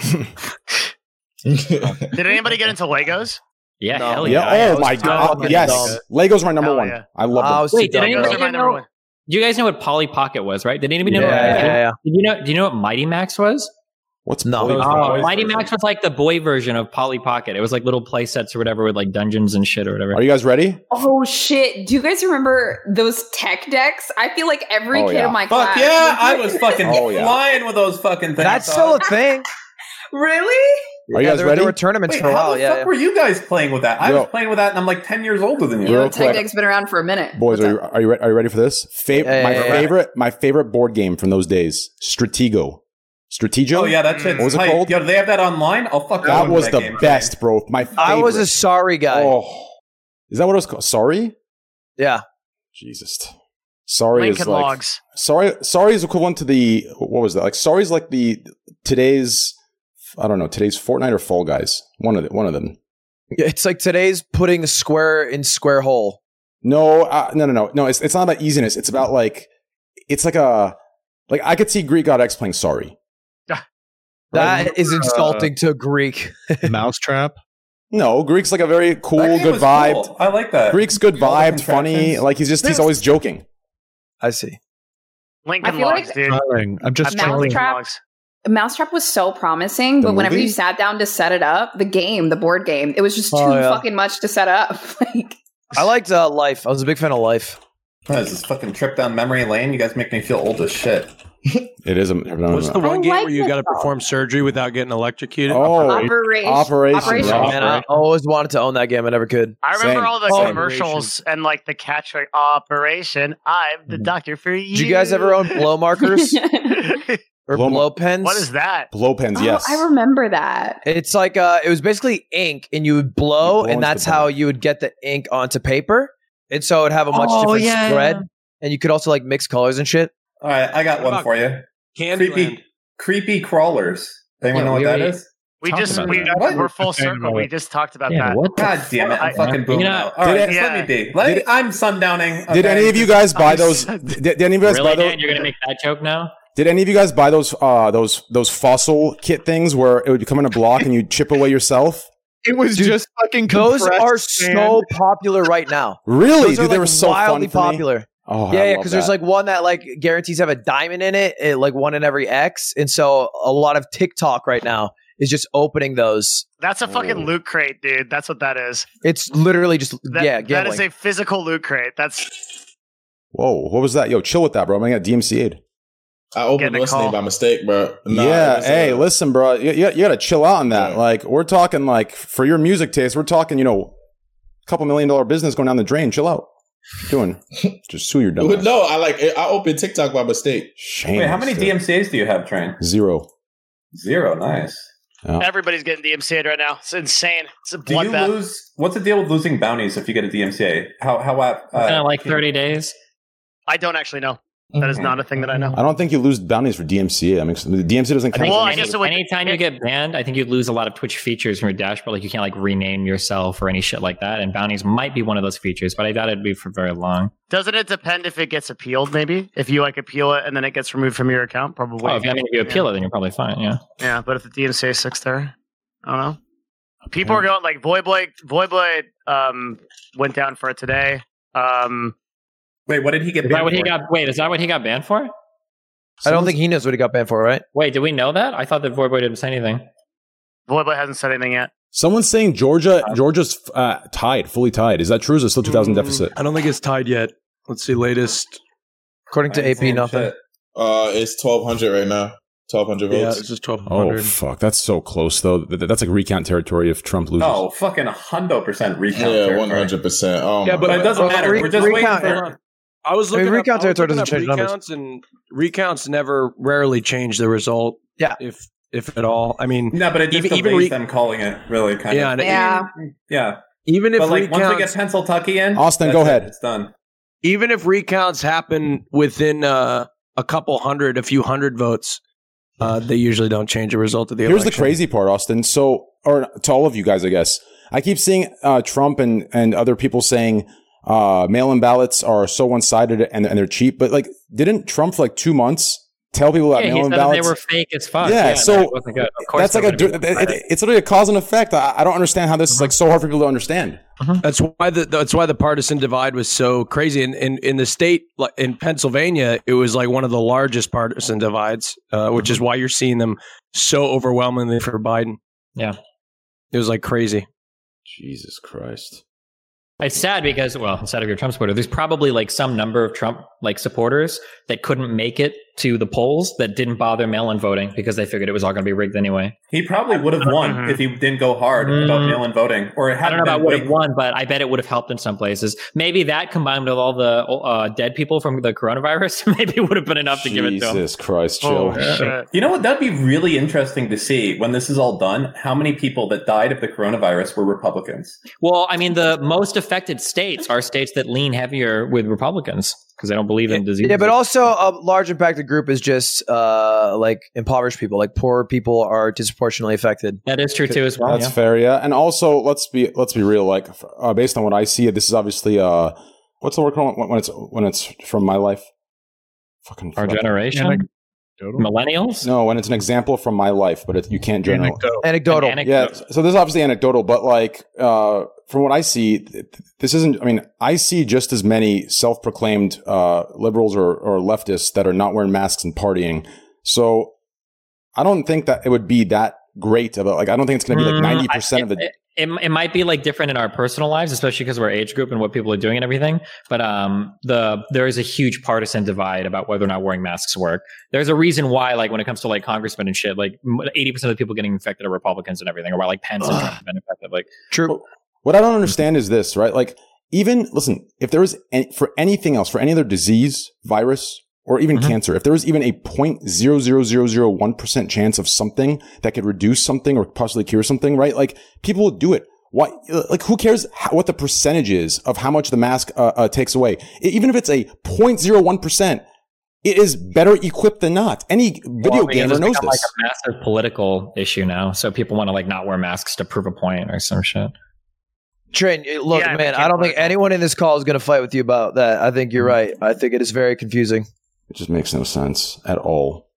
Speaker 4: Did anybody get into Legos?
Speaker 13: Yeah,
Speaker 4: hell
Speaker 2: yeah.
Speaker 4: yeah.
Speaker 2: Oh my
Speaker 4: Legos
Speaker 2: god.
Speaker 4: fucking
Speaker 2: Yes.
Speaker 4: dumb.
Speaker 2: Legos were number one. I love
Speaker 4: Oh,
Speaker 2: them.
Speaker 13: Wait, did anybody know? Do you guys know what Polly Pocket was? Right? Did anybody know? what-
Speaker 2: Yeah, yeah, yeah.
Speaker 13: Did you know? Do you know what Mighty Max was?
Speaker 2: What's
Speaker 3: no?
Speaker 13: Oh, Mighty Max was like the boy version of Polly Pocket. It was like little play sets or whatever with like dungeons and shit or whatever. Are
Speaker 2: you guys ready?
Speaker 5: Oh shit! Do you guys remember those tech decks? I feel like every
Speaker 8: Oh,
Speaker 5: kid
Speaker 8: yeah.
Speaker 5: in my
Speaker 8: Fuck
Speaker 5: class.
Speaker 8: yeah, I was fucking
Speaker 5: Oh, yeah.
Speaker 8: flying with those fucking things.
Speaker 5: That's
Speaker 8: dog.
Speaker 5: still a
Speaker 3: thing.
Speaker 5: [LAUGHS] really?
Speaker 2: Are you guys
Speaker 8: there-
Speaker 2: ready?
Speaker 8: there were tournaments Wait, for a how while, the yeah, fuck yeah. were
Speaker 2: you guys playing with that?
Speaker 8: I was playing with that, and I'm like ten years older than you.
Speaker 2: Real
Speaker 5: Tech
Speaker 2: quick.
Speaker 5: deck's been around for a minute.
Speaker 2: Boys, are you, are you re- are you ready for this? Fav-
Speaker 5: Yeah, yeah,
Speaker 2: my
Speaker 5: yeah, yeah.
Speaker 2: favorite my favorite board game from those days, Stratego. Stratego.
Speaker 8: Oh yeah, that's it.
Speaker 2: What was it
Speaker 8: Like,
Speaker 2: called?
Speaker 8: Yo, do they have that online? I'll fuck
Speaker 2: that
Speaker 8: with
Speaker 2: was the
Speaker 8: game.
Speaker 2: best, bro. My favorite.
Speaker 3: I was a sorry guy.
Speaker 2: Oh, is that what it was called? Sorry.
Speaker 3: Yeah.
Speaker 2: Jesus. Sorry is
Speaker 3: Lincoln
Speaker 2: like
Speaker 3: Logs.
Speaker 2: sorry. Sorry is equivalent to the what was that? Like sorry is like the today's I don't know today's Fortnite or Fall Guys. One of the, one of them.
Speaker 3: It's like today's putting a square in square hole.
Speaker 2: No, uh, no, no, no, no. It's it's not about easiness. It's about like it's like a like I could see Greek God X playing sorry.
Speaker 3: That
Speaker 9: uh,
Speaker 3: is insulting to a Greek.
Speaker 2: Mousetrap. No, Greek's like a very cool, good
Speaker 8: was
Speaker 2: vibe.
Speaker 8: cool. I like that.
Speaker 2: Greek's good
Speaker 8: All the
Speaker 2: vibed, funny.
Speaker 8: contractions.
Speaker 2: Like he's just he's always joking.
Speaker 3: I see.
Speaker 5: I
Speaker 4: Lincoln
Speaker 5: feel
Speaker 4: Logs,
Speaker 5: like-
Speaker 4: dude.
Speaker 9: I'm just trolling.
Speaker 5: Mousetrap. Mousetrap was so promising,
Speaker 9: The
Speaker 5: but whenever
Speaker 9: movie?
Speaker 5: you sat down to set it up, the game, the board game, it was just too
Speaker 3: Oh, yeah.
Speaker 5: fucking much to set up. like,
Speaker 3: I liked uh, Life. I was a big fan of Life.
Speaker 8: That was this fucking trip down memory lane. You guys make me feel old as shit.
Speaker 2: It is a.
Speaker 10: What's the one game
Speaker 5: like
Speaker 10: where you
Speaker 5: it,
Speaker 10: got to
Speaker 5: though.
Speaker 10: perform surgery without getting electrocuted?
Speaker 2: Oh,
Speaker 5: Operation. Operation.
Speaker 3: Oh, man, I always wanted to own that game. I never could.
Speaker 4: I remember all the
Speaker 3: Same.
Speaker 4: commercials and like the catch like, operation. I'm the doctor for you.
Speaker 3: Mm-hmm. Did you guys ever own
Speaker 8: [LAUGHS]
Speaker 3: blow markers or blow, pens?
Speaker 4: What is that?
Speaker 2: Blow
Speaker 8: Oh,
Speaker 2: pens, yes.
Speaker 5: [LAUGHS] I remember that.
Speaker 3: It's like uh, it was basically ink, and you would blow, and
Speaker 2: into
Speaker 3: that's how you would get the ink onto paper, and so it would have a much
Speaker 8: Oh,
Speaker 3: different
Speaker 8: yeah.
Speaker 3: spread, and you could also like mix colors and shit.
Speaker 8: All right, I got one
Speaker 3: about
Speaker 8: for you. creepy, creepy crawlers. Anyone
Speaker 3: Yeah,
Speaker 8: know what
Speaker 3: we
Speaker 8: that
Speaker 3: already
Speaker 8: is?
Speaker 4: We just we, we're full circle. We just talked about that.
Speaker 8: God damn it! I'm fucking booming out. All
Speaker 2: Did
Speaker 8: right,
Speaker 2: it-
Speaker 8: just let me be. Let
Speaker 2: Did
Speaker 8: me- I'm sundowning.
Speaker 2: Did
Speaker 8: okay?
Speaker 2: any of you guys buy those? Did, did any of you guys
Speaker 13: Really,
Speaker 2: buy those?
Speaker 13: Dan? You're gonna make that joke now?
Speaker 2: Did any of you guys buy those uh those those fossil kit things where it would come in a block and you chip away yourself?
Speaker 9: It was just fucking
Speaker 3: Those
Speaker 9: compressed
Speaker 3: are
Speaker 9: sand.
Speaker 3: so popular right now.
Speaker 2: Really,
Speaker 3: Those
Speaker 2: dude,
Speaker 3: are,
Speaker 2: they
Speaker 3: like,
Speaker 2: were so fun
Speaker 3: wildly
Speaker 2: for me.
Speaker 3: popular.
Speaker 2: Oh, I
Speaker 3: yeah, yeah,
Speaker 2: love
Speaker 3: because there's
Speaker 2: that.
Speaker 3: like one that like guarantees have a diamond in it, eh, like one in every X, and so a lot of TikTok right now is just opening those.
Speaker 4: That's a fucking loot crate, dude. That's what that is.
Speaker 3: It's literally just
Speaker 4: That,
Speaker 3: yeah,
Speaker 4: that
Speaker 3: gambling.
Speaker 4: is a physical loot crate. That's
Speaker 2: Whoa, what was that? Yo, chill with that, bro. I got DMCA'd.
Speaker 7: I opened what's name by mistake, bro. Nah, it
Speaker 2: yeah,
Speaker 7: was,
Speaker 2: hey,
Speaker 7: uh,
Speaker 2: listen, bro. You, you, you got to chill out on that. Like, we're talking like for your music taste, we're talking, you know, a couple million dollar business going down the drain. Chill out. What
Speaker 3: [LAUGHS]
Speaker 2: you Doing just sue your dumb.
Speaker 7: [LAUGHS]
Speaker 2: ass.
Speaker 7: No, I like I opened TikTok by mistake.
Speaker 2: Shame.
Speaker 8: Wait, how many
Speaker 2: dude.
Speaker 8: DMCA's do you have, Train?
Speaker 2: Zero.
Speaker 8: Zero. Nice.
Speaker 3: Oh.
Speaker 2: Yeah.
Speaker 4: everybody's getting DMCA'd right now. It's insane. It's a
Speaker 8: Do you
Speaker 4: bloodbath.
Speaker 8: lose? What's the deal with losing bounties if you get a DMCA? How how uh,
Speaker 13: Kinda like 30 days.
Speaker 4: Mm-hmm. I don't actually know. That is not a thing that I know.
Speaker 2: I don't think you lose bounties for DMCA. That makes the DMCA doesn't count.
Speaker 4: Well, I
Speaker 13: Any-
Speaker 4: guess it would-
Speaker 13: anytime you get banned, I think you lose a lot of Twitch features from your dashboard. Like you can't like rename yourself or any shit like that. And bounties might be one of those features, but I doubt it'd be for very long.
Speaker 4: Doesn't it depend if it gets appealed? Maybe if you like appeal it and then it gets removed from your account, probably.
Speaker 13: Well, Oh, if, I mean, if you appeal it, then you're probably fine. Yeah.
Speaker 4: Yeah. yeah, but if the DMCA sticks there, I don't know. People are going like Void Boy. Void Boy um, went down for it today. Um,
Speaker 8: Wait, what did he get?
Speaker 13: Is that what he got? Wait, is that what he got banned for?
Speaker 3: I don't think he knows what he got banned for, right?
Speaker 13: Wait, did we know that? I thought that Void Boy didn't say anything.
Speaker 4: Void Boy hasn't said anything yet.
Speaker 2: Someone's saying Georgia, Georgia's uh, tied, fully tied. Is that true? Is it still two thousand deficit?
Speaker 10: Mm, I don't think it's tied yet. Let's see latest.
Speaker 3: According
Speaker 10: to AP, nothing.
Speaker 7: Uh, it's twelve hundred right now. Twelve hundred
Speaker 10: Yeah,
Speaker 7: votes.
Speaker 10: it's just twelve
Speaker 2: Oh
Speaker 10: hundred.
Speaker 2: fuck, that's so close though. Th- th- That's like recount territory if Trump loses.
Speaker 8: Oh, fucking hundo percent recount.
Speaker 7: yeah,
Speaker 8: territory.
Speaker 7: one hundred percent.
Speaker 2: Um,
Speaker 7: Oh,
Speaker 8: Yeah,
Speaker 7: my
Speaker 8: but
Speaker 7: God.
Speaker 8: it doesn't matter.
Speaker 3: re-
Speaker 8: We're just
Speaker 3: recount-
Speaker 8: waiting
Speaker 3: hold
Speaker 8: for.
Speaker 3: on.
Speaker 10: I was
Speaker 3: I
Speaker 10: looking
Speaker 3: mean,
Speaker 10: up-
Speaker 3: recount
Speaker 10: I was
Speaker 3: territory
Speaker 10: looking
Speaker 3: doesn't
Speaker 10: up
Speaker 3: change numbers.
Speaker 10: recounts and recounts never rarely change the result.
Speaker 3: Yeah,
Speaker 10: if if at all. I mean,
Speaker 8: No, but it just
Speaker 10: even, even
Speaker 8: delays
Speaker 10: re-
Speaker 8: them calling it really kind
Speaker 10: yeah,
Speaker 8: of.
Speaker 10: and
Speaker 8: Even, yeah.
Speaker 10: Even if
Speaker 8: but like once we
Speaker 10: recounts-
Speaker 8: get Pennsylvania in,
Speaker 10: Austin,
Speaker 8: that's
Speaker 10: go
Speaker 8: it.
Speaker 10: ahead.
Speaker 8: It's done.
Speaker 10: even if recounts happen within uh a couple hundred, a few hundred votes, uh, they usually don't change the result of the
Speaker 2: Here's
Speaker 10: election.
Speaker 2: the crazy part, Austin. So, or to all of you guys, I guess. I keep seeing uh, Trump and, and other people saying uh, mail-in ballots are so one-sided and, and they're cheap. But like, didn't Trump for like two months tell people that
Speaker 13: Yeah, he
Speaker 2: mail-in
Speaker 13: said that they
Speaker 2: ballots
Speaker 13: were fake as fuck.
Speaker 2: Yeah, so
Speaker 13: it wasn't good. Of course
Speaker 2: that's
Speaker 13: they
Speaker 2: like a
Speaker 13: would've been
Speaker 2: it, it- it's literally a cause and effect. I, I don't understand how this is like so hard for people to understand.
Speaker 13: Mm-hmm.
Speaker 10: That's why the that's why the partisan divide was so crazy. In in, in the state like in Pennsylvania, it was like one of the largest partisan divides, uh, which is why you're seeing them so overwhelmingly for Biden.
Speaker 13: Yeah,
Speaker 10: it was like crazy.
Speaker 7: Jesus Christ.
Speaker 13: It's sad because, well, it's sad if you're a Trump supporter. There's probably like some number of Trump like supporters that couldn't make it to the polls that didn't bother mail-in voting because they figured it was all going to be rigged anyway.
Speaker 8: He probably would have won
Speaker 4: Mm-hmm.
Speaker 13: Mhm.
Speaker 8: if he didn't go hard about
Speaker 13: Mm.
Speaker 8: mail-in voting, or it
Speaker 13: I don't
Speaker 8: hadn't
Speaker 13: know about
Speaker 8: been
Speaker 13: would
Speaker 8: rigged.
Speaker 13: have won, but I bet it would have helped in some places. Maybe that combined with all the uh, dead people from the coronavirus, [LAUGHS] maybe would have been enough to give it to him.
Speaker 2: Jesus Christ,
Speaker 13: Holy
Speaker 2: Jill.
Speaker 13: shit.
Speaker 8: You know what? That'd be really interesting to see when this is all done. How many people that died of the coronavirus were Republicans?
Speaker 13: Well, I mean, the most affected states are states that lean heavier with Republicans because they don't believe in disease.
Speaker 3: Yeah, but also a large impacted group is just uh, like impoverished people. Like poor people are disproportionately affected.
Speaker 13: That is true too, as well.
Speaker 2: That's fair, yeah. And also, let's be let's be real. Like, f- uh, based on what I see, this is obviously uh, what's the word called when when it's when it's from my life? Fucking
Speaker 13: Our
Speaker 2: forgot.
Speaker 13: generation? Millennials?
Speaker 2: No, when it's an example from my life, but it, you can't general.
Speaker 3: Anecdotal.
Speaker 2: Yeah. So this is obviously anecdotal, but like uh, from what I see, th- this isn't. I mean, I see just as many self-proclaimed uh, liberals or, or leftists that are not wearing masks and partying. So I don't think that it would be that great of a like. I don't think it's going to be like
Speaker 13: Mm, I-
Speaker 2: ninety percent of the.
Speaker 13: it, it, it might be like different in our personal lives, especially because of our age group and what people are doing and everything. But um, the there is a huge partisan divide about whether or not wearing masks work. There's a reason why, like when it comes to like congressmen and shit, like eighty percent of the people getting infected are Republicans and everything, or why like Pence and Trump have been infected. Like
Speaker 3: True.
Speaker 2: What I don't understand is this, right? Like, even listen, if there was any, for anything else, for any other disease, virus, or even cancer, if there was even a point zero zero zero zero one percent chance of something that could reduce something or possibly cure something, right? Like, people would do it. Why? Like, who cares how, what the percentage is of how much the mask uh, uh, takes away? E- even if it's a point zero one percent, it is better equipped than not. Any video
Speaker 13: Well, I mean,
Speaker 2: gamer
Speaker 13: it's
Speaker 2: knows
Speaker 13: become,
Speaker 2: this.
Speaker 13: Like a massive political issue now, so people want to like not wear masks to prove a point or some shit.
Speaker 3: Trent, eh, look,
Speaker 13: Yeah,
Speaker 3: man,
Speaker 13: I
Speaker 3: I don't think anyone in this call is going to fight with you about that. I think you're
Speaker 2: Mm.
Speaker 3: right. I think it is very confusing.
Speaker 2: It just makes no sense at all.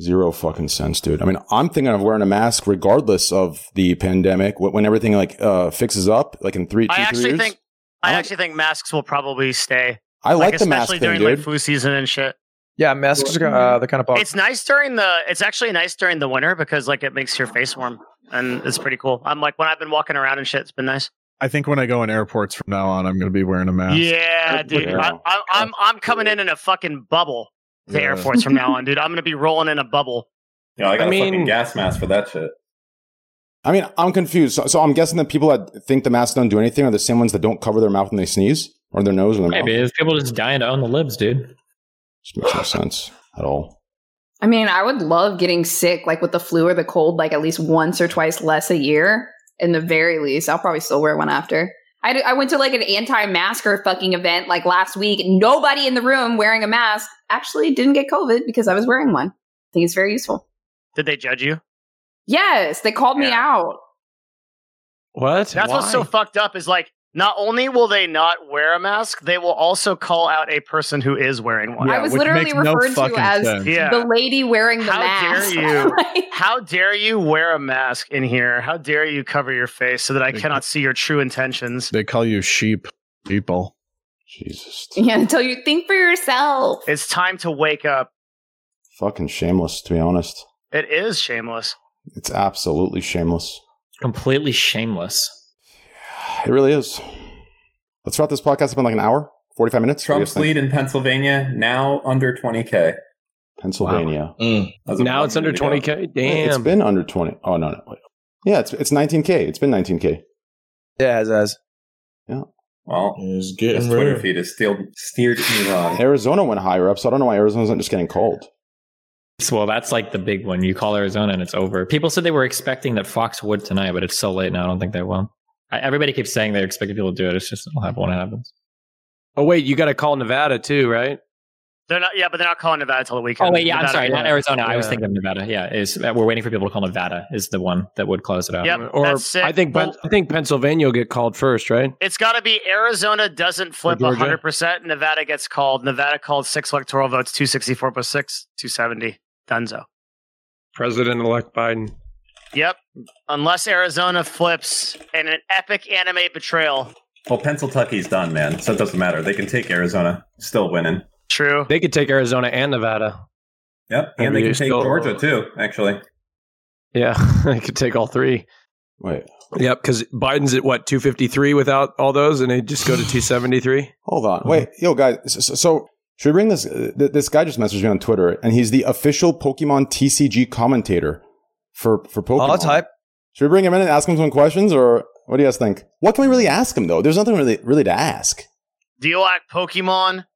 Speaker 2: Zero fucking sense, dude. I mean, I'm thinking of wearing a mask regardless of the pandemic. wh- When everything like uh, fixes up, like in three, two,
Speaker 4: I
Speaker 2: three
Speaker 4: actually
Speaker 2: years.
Speaker 4: think I actually think masks will probably stay.
Speaker 2: I like the mask
Speaker 4: especially
Speaker 2: thing,
Speaker 4: during like
Speaker 2: dude.
Speaker 4: flu season and shit.
Speaker 3: Yeah, masks are uh, the kind of
Speaker 4: It's [LAUGHS] nice during the. It's actually nice during the winter because like it makes your face warm and it's pretty cool. I'm like when I've been walking around and shit, it's been nice.
Speaker 9: I think when I go in airports from now on, I'm going to be wearing a mask.
Speaker 4: Yeah, dude. I, I, I'm I'm coming in in a fucking bubble to
Speaker 9: Yeah.
Speaker 4: airports from now on, dude. I'm gonna be rolling in a bubble.
Speaker 8: You know, I got a
Speaker 4: I mean-
Speaker 8: fucking gas mask for that shit.
Speaker 2: I mean, I'm confused. So, so I'm guessing that people that think the masks don't do anything are the same ones that don't cover their mouth when they sneeze or their nose when their
Speaker 13: Maybe
Speaker 2: mouth.
Speaker 13: it's people just dying to own the libs, dude.
Speaker 2: Just makes no sense at all.
Speaker 5: I mean, I would love getting sick, like with the flu or the cold, like at least once or twice less a year. In the very least, I'll probably still wear one after. I, d- I went to like an anti-masker fucking event like last week. Nobody in the room wearing a mask actually didn't get COVID because I was wearing one. I think it's very useful.
Speaker 4: Did they judge you?
Speaker 5: Yes, they called me out.
Speaker 10: What?
Speaker 4: That's what's so fucked up is like not only will they not wear a mask, they will also call out a person who is wearing one.
Speaker 5: I was literally referred to as the lady wearing the
Speaker 4: How
Speaker 5: mask.
Speaker 4: dare
Speaker 5: [LAUGHS]
Speaker 4: you? How dare you wear a mask in here? How dare you cover your face so that I cannot see your true intentions?
Speaker 9: They call you sheep people.
Speaker 2: Jesus.
Speaker 5: yeah, until you think for yourself.
Speaker 4: It's time to wake up.
Speaker 2: Fucking shameless, to be honest.
Speaker 4: It is shameless.
Speaker 2: It's absolutely shameless.
Speaker 13: Completely shameless.
Speaker 2: It really is. Let's wrap this podcast up in like an hour, 45 minutes. What do you guys
Speaker 8: Trump's
Speaker 2: think?
Speaker 8: lead in Pennsylvania now under 20k.
Speaker 2: Pennsylvania.
Speaker 8: As of Now one it's under minute ago. 20K?
Speaker 2: It's
Speaker 8: Damn.
Speaker 2: been under twenty. Oh no, no. wait. Yeah, it's it's nineteen k. It's been nineteen k.
Speaker 3: Yeah, as as.
Speaker 2: Yeah.
Speaker 8: Well,
Speaker 2: it's
Speaker 8: His Twitter feed has steered, steered me wrong.
Speaker 2: Arizona went higher up, so I don't know why Arizona's not just getting cold.
Speaker 13: So, well, that's like the big one. You call Arizona and it's over. People said they were expecting that Fox would tonight, but it's so late now. I don't think they will. I, everybody keeps saying they're expecting people to do it. It's just it'll happen when it happens.
Speaker 10: Oh wait, you got to call Nevada too, right?
Speaker 4: They're not. Yeah, but they're not calling Nevada till the weekend.
Speaker 13: Oh wait, yeah, I'm
Speaker 4: Nevada-
Speaker 13: sorry, not Arizona. I was
Speaker 4: Yeah.
Speaker 13: thinking of Nevada. Yeah, is we're waiting for people to call Nevada is the one that would close it out.
Speaker 4: Yep,
Speaker 10: or
Speaker 4: that's sick.
Speaker 10: I think Pen- I think Pennsylvania will get called first, right?
Speaker 4: It's got to be Arizona doesn't flip
Speaker 10: Georgia.
Speaker 4: 100%. Nevada gets called. Nevada called six electoral votes, 264 plus six, 270. Dunzo.
Speaker 10: President elect Biden.
Speaker 4: Yep. Unless Arizona flips in an epic anime betrayal.
Speaker 8: Well, Pennsylvania's done, man, so it doesn't matter. They can take Arizona, still winning.
Speaker 4: True.
Speaker 10: They could take Arizona and Nevada.
Speaker 8: Yep, and they
Speaker 10: Maybe
Speaker 8: can
Speaker 10: you're
Speaker 8: take
Speaker 10: still-
Speaker 8: Georgia too. Actually,
Speaker 10: Yeah, [LAUGHS] they could take all three.
Speaker 2: Wait.
Speaker 10: Yep, because Biden's at what two fifty three without all those, and they just go to two seventy three.
Speaker 2: Hold on.
Speaker 10: Uh-huh.
Speaker 2: Wait, yo, guys. So, so should we bring this? uh, th- This guy just messaged me on Twitter, and he's the official Pokemon TCG commentator for for Pokemon.
Speaker 3: Oh, that's hype.
Speaker 2: Should we bring him in and ask him some questions, or what do you guys think? What can we really ask him though? There's nothing really really to ask.
Speaker 4: Do you like Pokemon?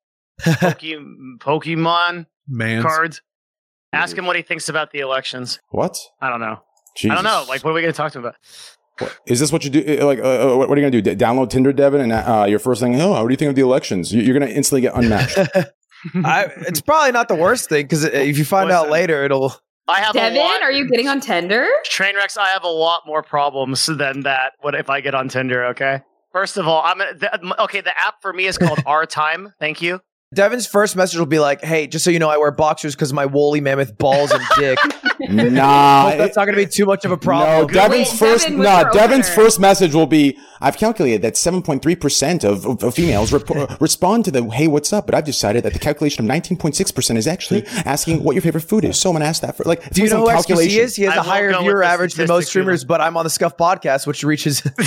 Speaker 4: Poke- Pokemon
Speaker 9: Man,
Speaker 4: cards? Ask him what he thinks about the elections.
Speaker 2: What?
Speaker 4: I don't know. I
Speaker 2: Jesus.
Speaker 4: don't know. Like, what are we going to talk to him about?
Speaker 2: Is this what you do? uh, Like, uh, uh, what are you gonna do? D- Download Tinder, Devin, and uh, your first thing? Oh, what do you think of the elections? You- You're gonna instantly get
Speaker 3: [LAUGHS]
Speaker 2: unmatched.
Speaker 3: I, it's probably not the worst thing because if you find out later, it'll.
Speaker 4: I have
Speaker 5: Devin,
Speaker 4: a lot.
Speaker 5: are you getting on Tinder?
Speaker 4: Trainwrecks, I have a lot more problems than that. What if I get on Tinder? Okay. First of all, I'm the, okay. The app for me is
Speaker 7: [LAUGHS]
Speaker 4: called Our Time. Thank you.
Speaker 3: Devin's first message will be like, "Hey, just so you know, I wear boxers because my woolly mammoth balls and
Speaker 4: [LAUGHS]
Speaker 3: dick."
Speaker 2: Nah,
Speaker 3: Hope that's not going to be too much of a
Speaker 2: No,
Speaker 3: problem.
Speaker 2: Devin's first. no, Devin's first message will be: I've calculated that 7.3 percent of, of, of females
Speaker 3: [LAUGHS]
Speaker 2: rep- respond to the "Hey, what's up?" But I've decided that the calculation of 19.6 percent is
Speaker 3: [LAUGHS]
Speaker 2: actually asking what your favorite food is. Someone asked that for like.
Speaker 3: Do you
Speaker 2: it's
Speaker 3: know
Speaker 2: on
Speaker 3: who XQC
Speaker 2: calculation.
Speaker 3: is? He has a higher viewer average than most streamers, but I'm on the Scuff podcast, which reaches.
Speaker 4: [LAUGHS]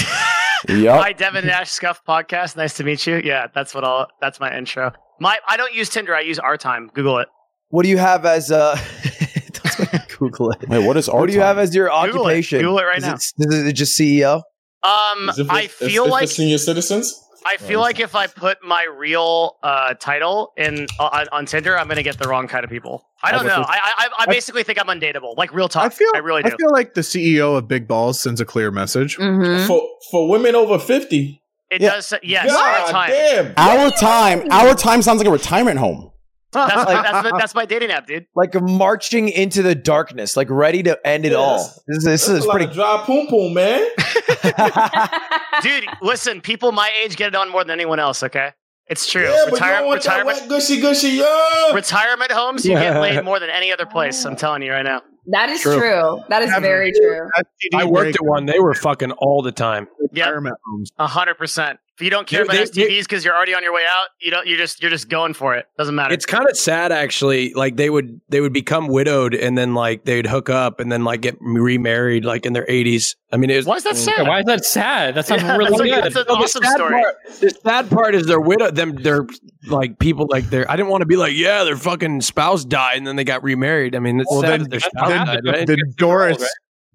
Speaker 4: Hi, Devin Nash Scuff Podcast. Nice to meet you. Yeah, that's what I'll. That's my intro. My I don't use Tinder. I use Our Time. Google it.
Speaker 3: What do you have as uh? [LAUGHS] don't make me Google it.
Speaker 2: Wait, what is
Speaker 3: What do you
Speaker 2: time?
Speaker 3: have as your
Speaker 4: Google it.
Speaker 3: occupation?
Speaker 4: Google it right
Speaker 3: Is
Speaker 4: now.
Speaker 3: It, is it just E CEO?
Speaker 4: Um,
Speaker 7: Is it for-
Speaker 4: I
Speaker 7: is-
Speaker 4: feel
Speaker 7: is for
Speaker 4: like
Speaker 7: senior Oh, citizens.
Speaker 4: I feel like if I put my real uh, title in uh, on, on Tinder, I'm going to get the wrong kind of people. I don't know. I I, I basically think I'm undateable. Like real talk. I feel. I really do.
Speaker 9: I feel like the CEO of Big Balls sends a clear message
Speaker 5: Mm-hmm.
Speaker 7: for for women over fifty.
Speaker 4: It does. Yes. Our
Speaker 7: God
Speaker 4: Time.
Speaker 7: damn.
Speaker 2: Our time.
Speaker 4: [LAUGHS]
Speaker 2: Our time sounds like a retirement home.
Speaker 4: That's, my, that's, my, that's my dating app, dude.
Speaker 3: Like marching into the darkness, like ready to end it all. This, this
Speaker 7: That's
Speaker 3: is
Speaker 7: a lot
Speaker 3: pretty.
Speaker 7: of dry poom poom, man.
Speaker 4: dude, listen, people my age get it on more than anyone else, okay? It's true.
Speaker 7: Yeah, but you
Speaker 4: Retire-
Speaker 7: don't want that
Speaker 4: retirement,
Speaker 7: wet gushy gushy. Yeah.
Speaker 4: retirement homes, you get
Speaker 7: Yeah.
Speaker 3: [LAUGHS]
Speaker 4: laid more than any other place. I'm telling you right now.
Speaker 5: That is
Speaker 10: True.
Speaker 5: true. That is very true.
Speaker 10: I worked at one; they were fucking all the time.
Speaker 4: Yeah, a hundred percent. If you don't care
Speaker 10: Dude,
Speaker 4: about
Speaker 10: they- they-
Speaker 4: STDs because you're already on your way out, you don't. You're just you're just going for it. Doesn't matter.
Speaker 10: It's kind of sad, actually. Like they would they would become widowed, and then like they'd hook up, and then like get remarried, like in their eighties. I mean, it was,
Speaker 4: Why is that sad?
Speaker 13: Why is that sad? That sounds
Speaker 4: Yeah,
Speaker 13: really
Speaker 4: that's,
Speaker 13: good.
Speaker 4: like, that's an
Speaker 10: No, the
Speaker 4: awesome
Speaker 10: sad
Speaker 4: story.
Speaker 10: part- the sad part is their widow. Them, they're like people. Like they're. I didn't want to be like, yeah, their fucking spouse died, and then they got remarried. I mean, it's
Speaker 9: Well, then,
Speaker 10: sad that their
Speaker 9: then,
Speaker 10: spouse died, right?
Speaker 9: then Doris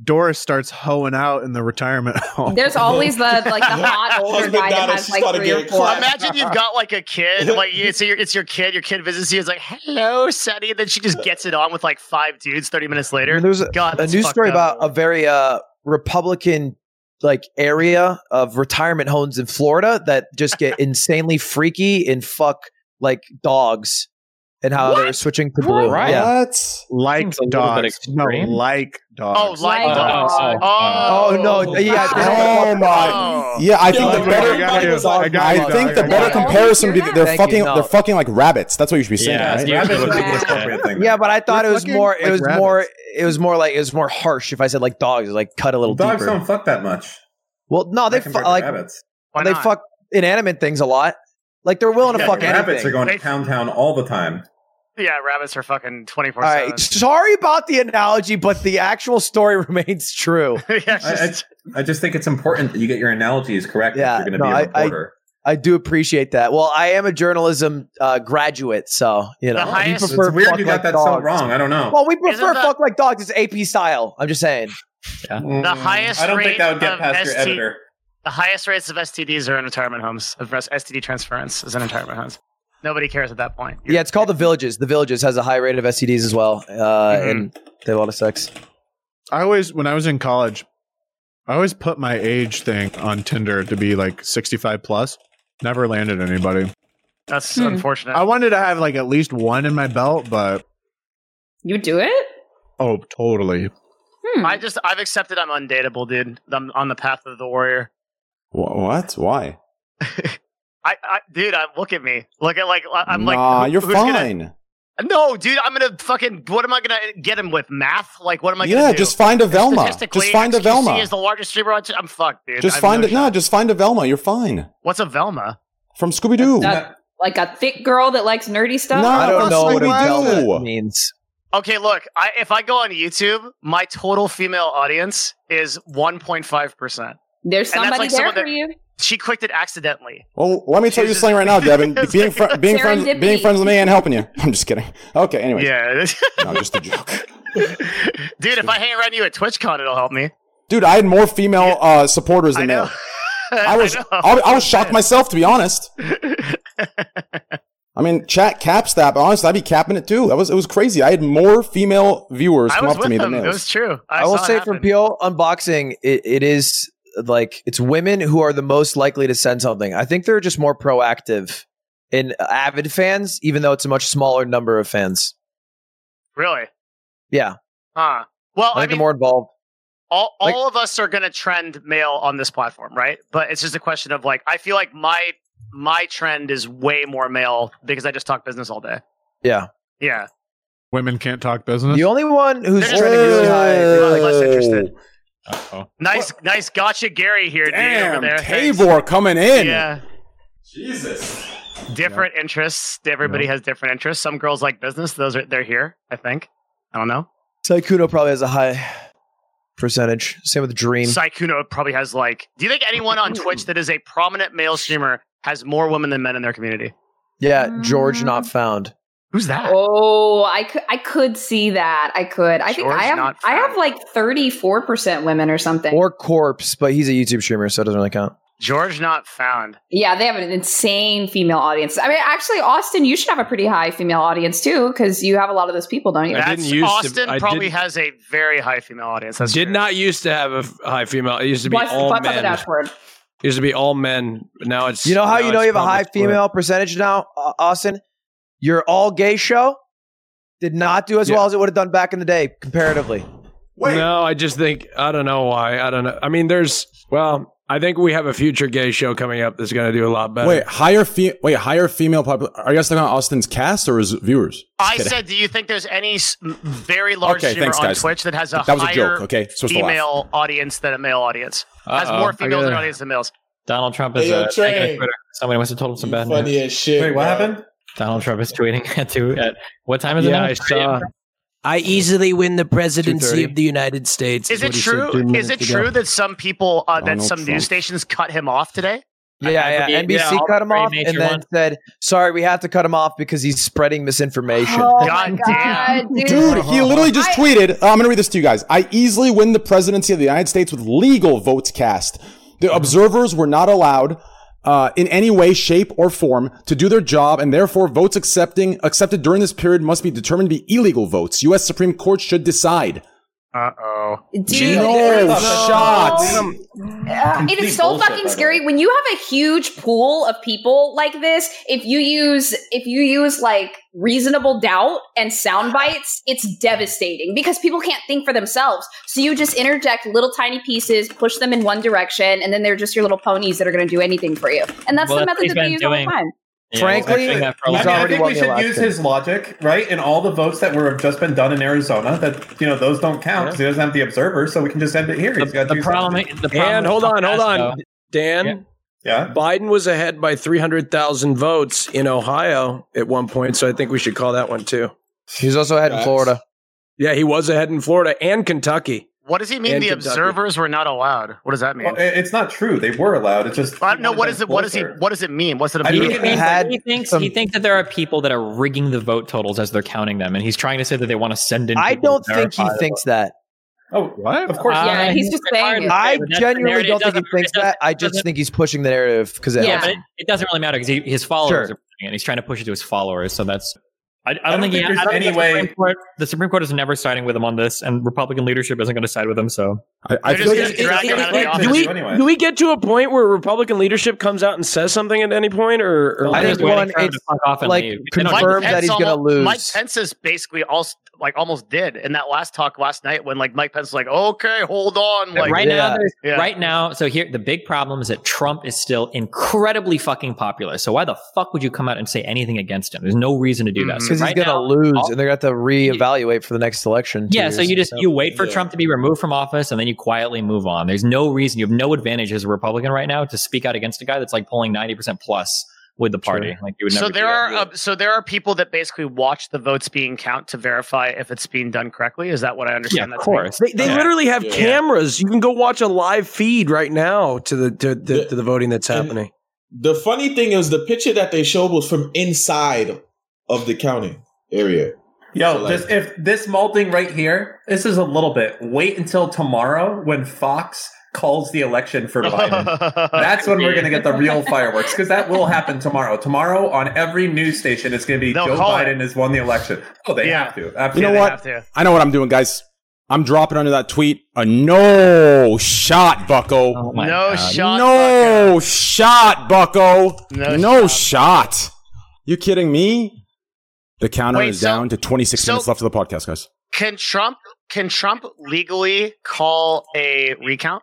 Speaker 9: Doris starts hoeing out in the retirement [LAUGHS] home.
Speaker 5: There's always the
Speaker 3: [LAUGHS]
Speaker 5: like the hot older
Speaker 7: Husband
Speaker 5: guy that
Speaker 7: died and
Speaker 5: has
Speaker 7: she
Speaker 5: like
Speaker 7: started
Speaker 5: three or
Speaker 7: getting
Speaker 5: four.
Speaker 7: clapped.
Speaker 4: Imagine you've got like a
Speaker 7: [LAUGHS]
Speaker 4: kid, like you, so your it's your kid. Your kid visits you, it's like, "Hello, Sunny," and then she just gets it on with like five dudes. Thirty minutes later,
Speaker 3: There's a,
Speaker 4: God,
Speaker 3: a
Speaker 4: that's
Speaker 3: news
Speaker 4: fucked
Speaker 3: story
Speaker 4: up.
Speaker 3: about a very uh, Republican like area of retirement homes in Florida that
Speaker 4: [LAUGHS]
Speaker 3: just get insanely freaky and fuck like dogs and how they're switching to blue.
Speaker 2: Right.
Speaker 3: Yeah.
Speaker 9: Like
Speaker 13: a little bit
Speaker 9: dogs. No,
Speaker 13: extreme.
Speaker 9: like dogs.
Speaker 4: Oh, like
Speaker 5: Like
Speaker 4: dogs.
Speaker 13: dogs.
Speaker 4: Oh,
Speaker 3: Oh, no. Yeah.
Speaker 2: Oh my. Yeah, I think
Speaker 7: Yo,
Speaker 2: the better.
Speaker 7: I got you.
Speaker 9: I got you.
Speaker 2: I think the
Speaker 9: I got
Speaker 2: better
Speaker 9: you.
Speaker 2: comparison would be that they're
Speaker 3: Thank you.
Speaker 2: fucking.
Speaker 3: No.
Speaker 2: They're fucking like rabbits. That's what you should be saying.
Speaker 13: Yeah,
Speaker 2: right?
Speaker 13: yeah.
Speaker 8: Rabbit would be the
Speaker 5: Yeah.
Speaker 8: appropriate thing.
Speaker 3: Yeah, but I thought
Speaker 9: We're
Speaker 3: it was
Speaker 9: fucking
Speaker 3: more.
Speaker 9: like
Speaker 3: It was
Speaker 9: rabbits.
Speaker 3: more. It was more like it was more harsh if I said like dogs, like cut a little
Speaker 8: dogs
Speaker 3: deeper.
Speaker 8: don't fuck that much.
Speaker 3: Well, no, they fu-
Speaker 8: compared to
Speaker 3: like
Speaker 8: rabbits.
Speaker 4: Why
Speaker 3: they
Speaker 4: not?
Speaker 3: fuck inanimate things a lot. Like they're willing to
Speaker 8: Yeah,
Speaker 3: fuck
Speaker 8: rabbits
Speaker 3: anything.
Speaker 8: are going
Speaker 4: They-
Speaker 8: to town town all the time.
Speaker 4: Yeah, rabbits are fucking twenty four
Speaker 3: All right,
Speaker 4: seven.
Speaker 3: sorry about the analogy, but the actual story [LAUGHS] remains true.
Speaker 8: [LAUGHS] I, I, I just think it's important that you get your analogies correct
Speaker 3: Yeah,
Speaker 8: if you're going
Speaker 3: no,
Speaker 8: to
Speaker 3: I-
Speaker 8: be a
Speaker 3: I-
Speaker 8: reporter.
Speaker 3: I do appreciate that. Well, I am a journalism uh, graduate, so you know.
Speaker 4: The
Speaker 3: we
Speaker 4: highest-
Speaker 8: it's weird
Speaker 3: fuck
Speaker 8: you got
Speaker 3: like
Speaker 8: that so
Speaker 3: dogs.
Speaker 8: wrong. I don't know.
Speaker 3: Well, we
Speaker 4: Isn't
Speaker 3: prefer
Speaker 4: that-
Speaker 3: fuck like dogs. It's AP style. I'm just saying.
Speaker 2: Mm,
Speaker 4: the highest
Speaker 8: Mm, I don't
Speaker 4: rate
Speaker 8: think that would get
Speaker 4: of
Speaker 8: past your
Speaker 4: ST
Speaker 8: editor.
Speaker 4: The highest rates of STDs are in retirement homes. Of res- STD transference is in retirement homes. Nobody cares at that point.
Speaker 3: Yeah, it's called the Villages. The Villages has a high rate of STDs as well, uh,
Speaker 8: Mm-hmm.
Speaker 3: and they have a lot of sex.
Speaker 9: I always when I was in college, I always put my age thing on Tinder to be like 65 plus. Never landed anybody.
Speaker 4: That's
Speaker 9: Hmm.
Speaker 4: unfortunate.
Speaker 9: I wanted to have like at least one in my belt, but
Speaker 5: You do it?
Speaker 9: oh, totally.
Speaker 4: I just I've accepted I'm undateable, dude. I'm on the path of the warrior.
Speaker 2: Wha- What? Why?
Speaker 4: I, I dude, I, look at me. Look at like I- I'm
Speaker 2: nah,
Speaker 4: like who-
Speaker 2: you're
Speaker 4: who's gonna-
Speaker 2: fine.
Speaker 4: no, dude, I'm gonna fucking. What am I gonna get him with math? Like, what am I?
Speaker 2: Yeah,
Speaker 4: gonna do?
Speaker 2: just find a Velma. Just
Speaker 4: Statistically,
Speaker 2: find a
Speaker 4: XQC
Speaker 2: Velma.
Speaker 4: Is the largest streamer on. T- I'm fucked, dude.
Speaker 2: just
Speaker 4: I have
Speaker 2: find
Speaker 4: no
Speaker 2: it. Nah, just find a Velma. You're fine.
Speaker 4: What's a Velma?
Speaker 2: From Scooby Doo.
Speaker 5: That- like a thick girl that likes nerdy stuff?
Speaker 2: Nah, I don't know what a Velma
Speaker 3: That means
Speaker 4: sh- Okay, look. I, if I go on YouTube, my total female audience is 1.5 percent.
Speaker 5: There's somebody there for you.
Speaker 4: She clicked it accidentally.
Speaker 2: Well, let me tell you something right now, Devin.
Speaker 4: [LAUGHS]
Speaker 2: Being fr- being friends
Speaker 4: Serendipity.
Speaker 2: being friends with me ain't helping you. [LAUGHS] I'm just kidding. Okay. Anyway.
Speaker 4: Yeah. [LAUGHS]
Speaker 2: no, just a joke.
Speaker 4: Dude, if I hang around you at TwitchCon, it'll help me.
Speaker 2: Dude, I had more female uh, supporters than male.
Speaker 4: [LAUGHS]
Speaker 2: I was
Speaker 4: know.
Speaker 2: I,
Speaker 3: [LAUGHS]
Speaker 2: I was shocked myself to be honest. I mean, chat cap stap. Honest, I'd be capping it too. That was it was crazy. I had more female viewers
Speaker 3: I
Speaker 2: come
Speaker 3: was
Speaker 2: up to me
Speaker 3: with
Speaker 2: than
Speaker 3: them.
Speaker 2: males.
Speaker 3: It was
Speaker 4: true.
Speaker 3: I, will say from PO unboxing, it, it is like it's women who are the most likely to send something. I think they're just more proactive in uh, avid fans, even though it's a much smaller number of fans.
Speaker 4: [LAUGHS] Really?
Speaker 3: Yeah,
Speaker 4: Huh. Well,
Speaker 3: I
Speaker 4: I
Speaker 3: think
Speaker 4: mean,
Speaker 3: they're more involved.
Speaker 4: all, all of us are going to trend male on this platform, right? But it's just a question of like, I feel like my my trend is way more male because I just talk business all day.
Speaker 3: Yeah,
Speaker 4: Yeah.
Speaker 9: Women can't talk business.
Speaker 3: The only one who's
Speaker 4: They're trending really high is, like, less interested.
Speaker 9: Uh-oh.
Speaker 4: Nice, nice gotcha, Gary here.
Speaker 2: Damn,
Speaker 4: dude, over there. Thanks.
Speaker 2: Tabor coming in.
Speaker 4: Yeah.
Speaker 2: Jesus.
Speaker 4: Different interests. Everybody has different interests. Some girls like business. Those are they're here. I think. I don't know.
Speaker 3: Saikuno probably has a high percentage. Same with Dream.
Speaker 4: Saikuno probably has like. Do you think anyone on Twitch that is a prominent male streamer has more women than men in their community?
Speaker 3: yeah, George not found.
Speaker 4: Who's that?
Speaker 5: Oh, I could I could see that. I could. I think
Speaker 3: George
Speaker 5: I have
Speaker 3: not
Speaker 5: I have like 34% women or something.
Speaker 3: Or Corpse, but he's a YouTube streamer, so it doesn't really count.
Speaker 4: George not found.
Speaker 5: yeah, they have an insane female audience. I mean, actually Austin, you should have a pretty high female audience too cuz you have a lot of those people, don't you?
Speaker 4: That's, Austin
Speaker 10: I
Speaker 4: probably
Speaker 10: didn't-
Speaker 4: has a very high female audience. That's
Speaker 10: did not used to have a f- high female. It used to be
Speaker 4: What's-
Speaker 10: all
Speaker 4: what's on the
Speaker 10: men. [LAUGHS]
Speaker 5: dashboard?
Speaker 10: used to be all men. but Now it's
Speaker 3: You know
Speaker 10: now
Speaker 3: how you know
Speaker 10: it's
Speaker 3: you have a
Speaker 10: probably
Speaker 3: high
Speaker 10: split.
Speaker 3: female percentage now, uh, Austin? Your all gay show did not do as well as it would have done back in the day comparatively.
Speaker 10: No, I just think I don't know why. I don't know. I mean, there's well, I think we have a future gay show coming up that's going to do a lot better.
Speaker 2: Wait, higher fe- wait, higher female popul- Are you guys talking about Austin's cast or his viewers?
Speaker 4: I
Speaker 2: Just kidding.
Speaker 4: said, do you think there's any s- m- very large
Speaker 2: Okay,
Speaker 4: streamer
Speaker 2: thanks,
Speaker 4: on
Speaker 2: guys.
Speaker 4: Twitch that has a
Speaker 2: That was a
Speaker 4: higher
Speaker 2: joke, okay? Supposed to laugh.
Speaker 4: female audience than a male audience? Has
Speaker 13: Uh-oh.
Speaker 4: more females in an
Speaker 13: Okay.
Speaker 4: audience than males.
Speaker 13: Donald Trump is
Speaker 4: Hey, yo,
Speaker 13: uh,
Speaker 4: Trey.
Speaker 13: taking Twitter. Somebody must have told him some bad
Speaker 4: funny
Speaker 13: news.
Speaker 4: as shit, Wait, what bro. happened?
Speaker 13: Donald Trump is tweeting [LAUGHS] at two. At what time is it
Speaker 10: Yeah,
Speaker 13: now?
Speaker 10: I
Speaker 13: 3
Speaker 10: saw-
Speaker 13: a.m.
Speaker 10: I easily win the presidency
Speaker 13: 2:30.
Speaker 10: of the United States.
Speaker 4: Is it
Speaker 10: what he said two
Speaker 4: true? Is
Speaker 10: minutes
Speaker 4: it
Speaker 10: ago.
Speaker 4: true that some people uh, that
Speaker 10: Donald
Speaker 4: some
Speaker 10: Trump.
Speaker 4: news stations cut him off today?
Speaker 3: Yeah, yeah.
Speaker 4: forget-
Speaker 3: NBC
Speaker 4: yeah, all
Speaker 3: cut him
Speaker 4: three
Speaker 3: off
Speaker 4: major
Speaker 3: and then
Speaker 4: ones.
Speaker 3: said, sorry, we have to cut him off because he's spreading misinformation.
Speaker 13: Oh
Speaker 4: God damn.
Speaker 2: Dude, he literally just tweeted. uh, I'm going to read this to you guys. I easily win the presidency of the United States with legal votes cast. The observers were not allowed uh, in any way, shape, or form to do their job, and therefore votes accepting accepted during this period must be determined to be illegal votes. U.S. Supreme Court should decide.
Speaker 4: Uh oh.
Speaker 5: Dude,
Speaker 2: no
Speaker 5: no.
Speaker 2: shots.
Speaker 5: Ah, it is
Speaker 2: Complete
Speaker 5: so
Speaker 2: bullshit, by
Speaker 5: fucking
Speaker 2: the
Speaker 5: scary when you have a huge pool of people like this if you use if you use like reasonable doubt and sound bites it's devastating because people can't think for themselves so you just interject little tiny pieces push them in one direction and then they're just your little ponies that are going to do anything for you and that's
Speaker 13: Well,
Speaker 5: the
Speaker 13: that's
Speaker 5: method that
Speaker 13: what
Speaker 5: they
Speaker 13: he's
Speaker 5: use
Speaker 13: been
Speaker 5: all the
Speaker 13: doing.
Speaker 5: time
Speaker 13: Yeah,
Speaker 3: Frankly,
Speaker 13: he's been doing that for a long
Speaker 8: I, mean,
Speaker 13: time.
Speaker 8: I think we should use his logic, right? In all the votes that were have just been done in Arizona, that you know those don't count because he doesn't have the observer, so we can just end it here. He's got
Speaker 10: the problem- the problem And hold on, hold on. Dan.
Speaker 8: Yeah.
Speaker 10: Biden was ahead by 300,000 votes in Ohio at one point, so I think we should call that one too.
Speaker 3: He's also ahead in
Speaker 10: Facts.
Speaker 3: Florida.
Speaker 10: Yeah, he was ahead in Florida and Kentucky.
Speaker 4: What does he mean?
Speaker 10: And
Speaker 4: the
Speaker 10: Kentucky.
Speaker 4: observers were not allowed. What does that mean?
Speaker 8: Well, it- it's not true. They were allowed. It's just
Speaker 4: I don't know. What is it? What does he? What does it mean? What's it?
Speaker 8: I
Speaker 4: mean?
Speaker 8: mean,
Speaker 13: He,
Speaker 8: it had
Speaker 13: he thinks he thinks that there are people that are rigging the vote totals as they're counting them, and he's trying to say that they want to send in.
Speaker 3: I
Speaker 13: people
Speaker 3: don't
Speaker 13: to
Speaker 3: think he
Speaker 13: verify the
Speaker 3: thinks
Speaker 13: vote.
Speaker 3: that.
Speaker 8: Oh, what? Of
Speaker 13: course Uh, not.
Speaker 5: yeah he's just saying it.
Speaker 3: I
Speaker 13: But that's the
Speaker 3: genuinely
Speaker 13: narrative.
Speaker 3: don't think he
Speaker 13: Doesn't-
Speaker 3: thinks that. I just
Speaker 13: doesn't-
Speaker 3: think he's pushing the narrative because
Speaker 13: Yeah,
Speaker 3: it
Speaker 13: but
Speaker 3: helps.
Speaker 13: it, it doesn't really matter because his followers are
Speaker 3: Sure.
Speaker 13: putting it, and he's trying to push it to his followers. So that's. I, I, don't,
Speaker 8: don't
Speaker 13: think,
Speaker 8: think
Speaker 13: he,
Speaker 8: there's
Speaker 13: I don't
Speaker 8: any
Speaker 13: think the
Speaker 8: way-
Speaker 13: Supreme Court- the Supreme Court is never siding with him on this, and Republican leadership isn't going to side with him. So
Speaker 2: I, I
Speaker 4: They're
Speaker 2: feel
Speaker 4: just
Speaker 2: like
Speaker 4: gonna drag him out of the office
Speaker 10: do we,
Speaker 4: anyway.
Speaker 10: do we get to a point where Republican leadership comes out and says something at any point, or, or
Speaker 3: I think one, it's like confirmed that he's going to
Speaker 4: almo-
Speaker 3: lose.
Speaker 4: Mike Pence is basically also like almost did in that last talk last night when like Mike Pence was like, okay, hold on, like
Speaker 13: right now, there's-
Speaker 4: Yeah.
Speaker 13: right now. So here, the big problem is that Trump is still incredibly fucking popular. So why the fuck would you come out and say anything against him? There's no reason to do
Speaker 4: Mm-hmm.
Speaker 13: that.
Speaker 3: because
Speaker 13: So
Speaker 3: he's
Speaker 13: Mm-hmm. right
Speaker 3: going to
Speaker 13: now-
Speaker 3: lose, and they're going to have to reevaluate for the next election. two
Speaker 13: Yeah, so
Speaker 3: years.
Speaker 13: you just you wait for Trump to be removed from office and then you quietly move on. There's no reason you have no advantage as a Republican right now to speak out against a guy that's like pulling ninety percent plus with the party. Like you would never.
Speaker 4: So there are uh, so there are people that basically watch the votes being count to verify if it's being done correctly. Is that what I understand? that to be?
Speaker 10: They, they
Speaker 4: Okay.
Speaker 10: literally have
Speaker 4: Yeah.
Speaker 10: cameras. You can go watch a live feed right now to the to, to, to the voting that's happening.
Speaker 7: The funny thing is, the picture that they showed was from inside of the county area.
Speaker 8: Yo,
Speaker 7: So, like-
Speaker 8: this, if this molting right here, this is a little bit. Wait until tomorrow when Fox calls the election for Biden. That's when we're going to get the real fireworks because that will happen tomorrow. Tomorrow on every news station, it's going to be
Speaker 4: They'll
Speaker 8: Joe
Speaker 4: call
Speaker 8: Biden has won the election. Oh, they
Speaker 4: Yeah.
Speaker 8: have to.
Speaker 2: You
Speaker 8: Absolutely.
Speaker 2: know
Speaker 8: they
Speaker 2: what?
Speaker 8: have to.
Speaker 2: I know what I'm doing, guys. I'm dropping under that tweet a no shot, Bucko.
Speaker 4: Oh my No God. shot,
Speaker 2: No shot, Bucko.
Speaker 4: No
Speaker 2: No, shot. You kidding me? The counter
Speaker 4: Wait,
Speaker 2: is
Speaker 4: so-
Speaker 2: down to 26
Speaker 4: so-
Speaker 2: minutes left of the podcast, guys.
Speaker 4: Can Trump can Trump legally call a
Speaker 13: [LAUGHS]
Speaker 4: recount?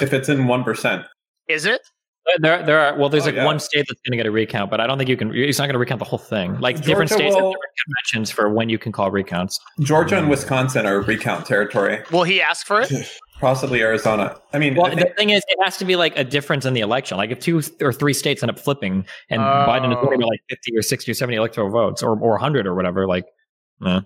Speaker 8: If it's in 1%.
Speaker 4: Is it?
Speaker 13: Uh, There, there are. Well, there's
Speaker 8: Oh,
Speaker 13: like
Speaker 8: yeah.
Speaker 13: one state that's going to get a recount, but I don't think you can. It's not going to recount the whole thing. Like different
Speaker 8: Georgia
Speaker 13: states have
Speaker 8: will-
Speaker 13: different conventions for when you can call recounts.
Speaker 8: Georgia and Wisconsin are recount territory,
Speaker 4: Will he ask for it?
Speaker 8: [LAUGHS] possibly Arizona. I mean,
Speaker 13: Well,
Speaker 8: I
Speaker 13: the thing is, it has to be like a difference in the election. Like if two or three states end up flipping, and Biden is
Speaker 8: Oh.
Speaker 13: winning by like fifty or sixty or seventy electoral votes, or or hundred or whatever, like. no.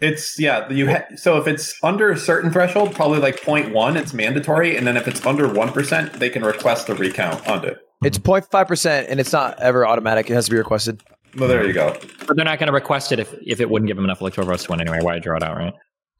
Speaker 8: It's yeah. You ha- so if it's under a certain threshold, probably like 0.1, it's mandatory, and then if it's under one percent, they can request a recount on it.
Speaker 3: It's 05 percent, and it's not ever automatic. It has to be requested.
Speaker 8: Well, there you go.
Speaker 13: But they're not going to request it if, if it wouldn't give them enough electoral votes to win anyway. Why draw it out, right?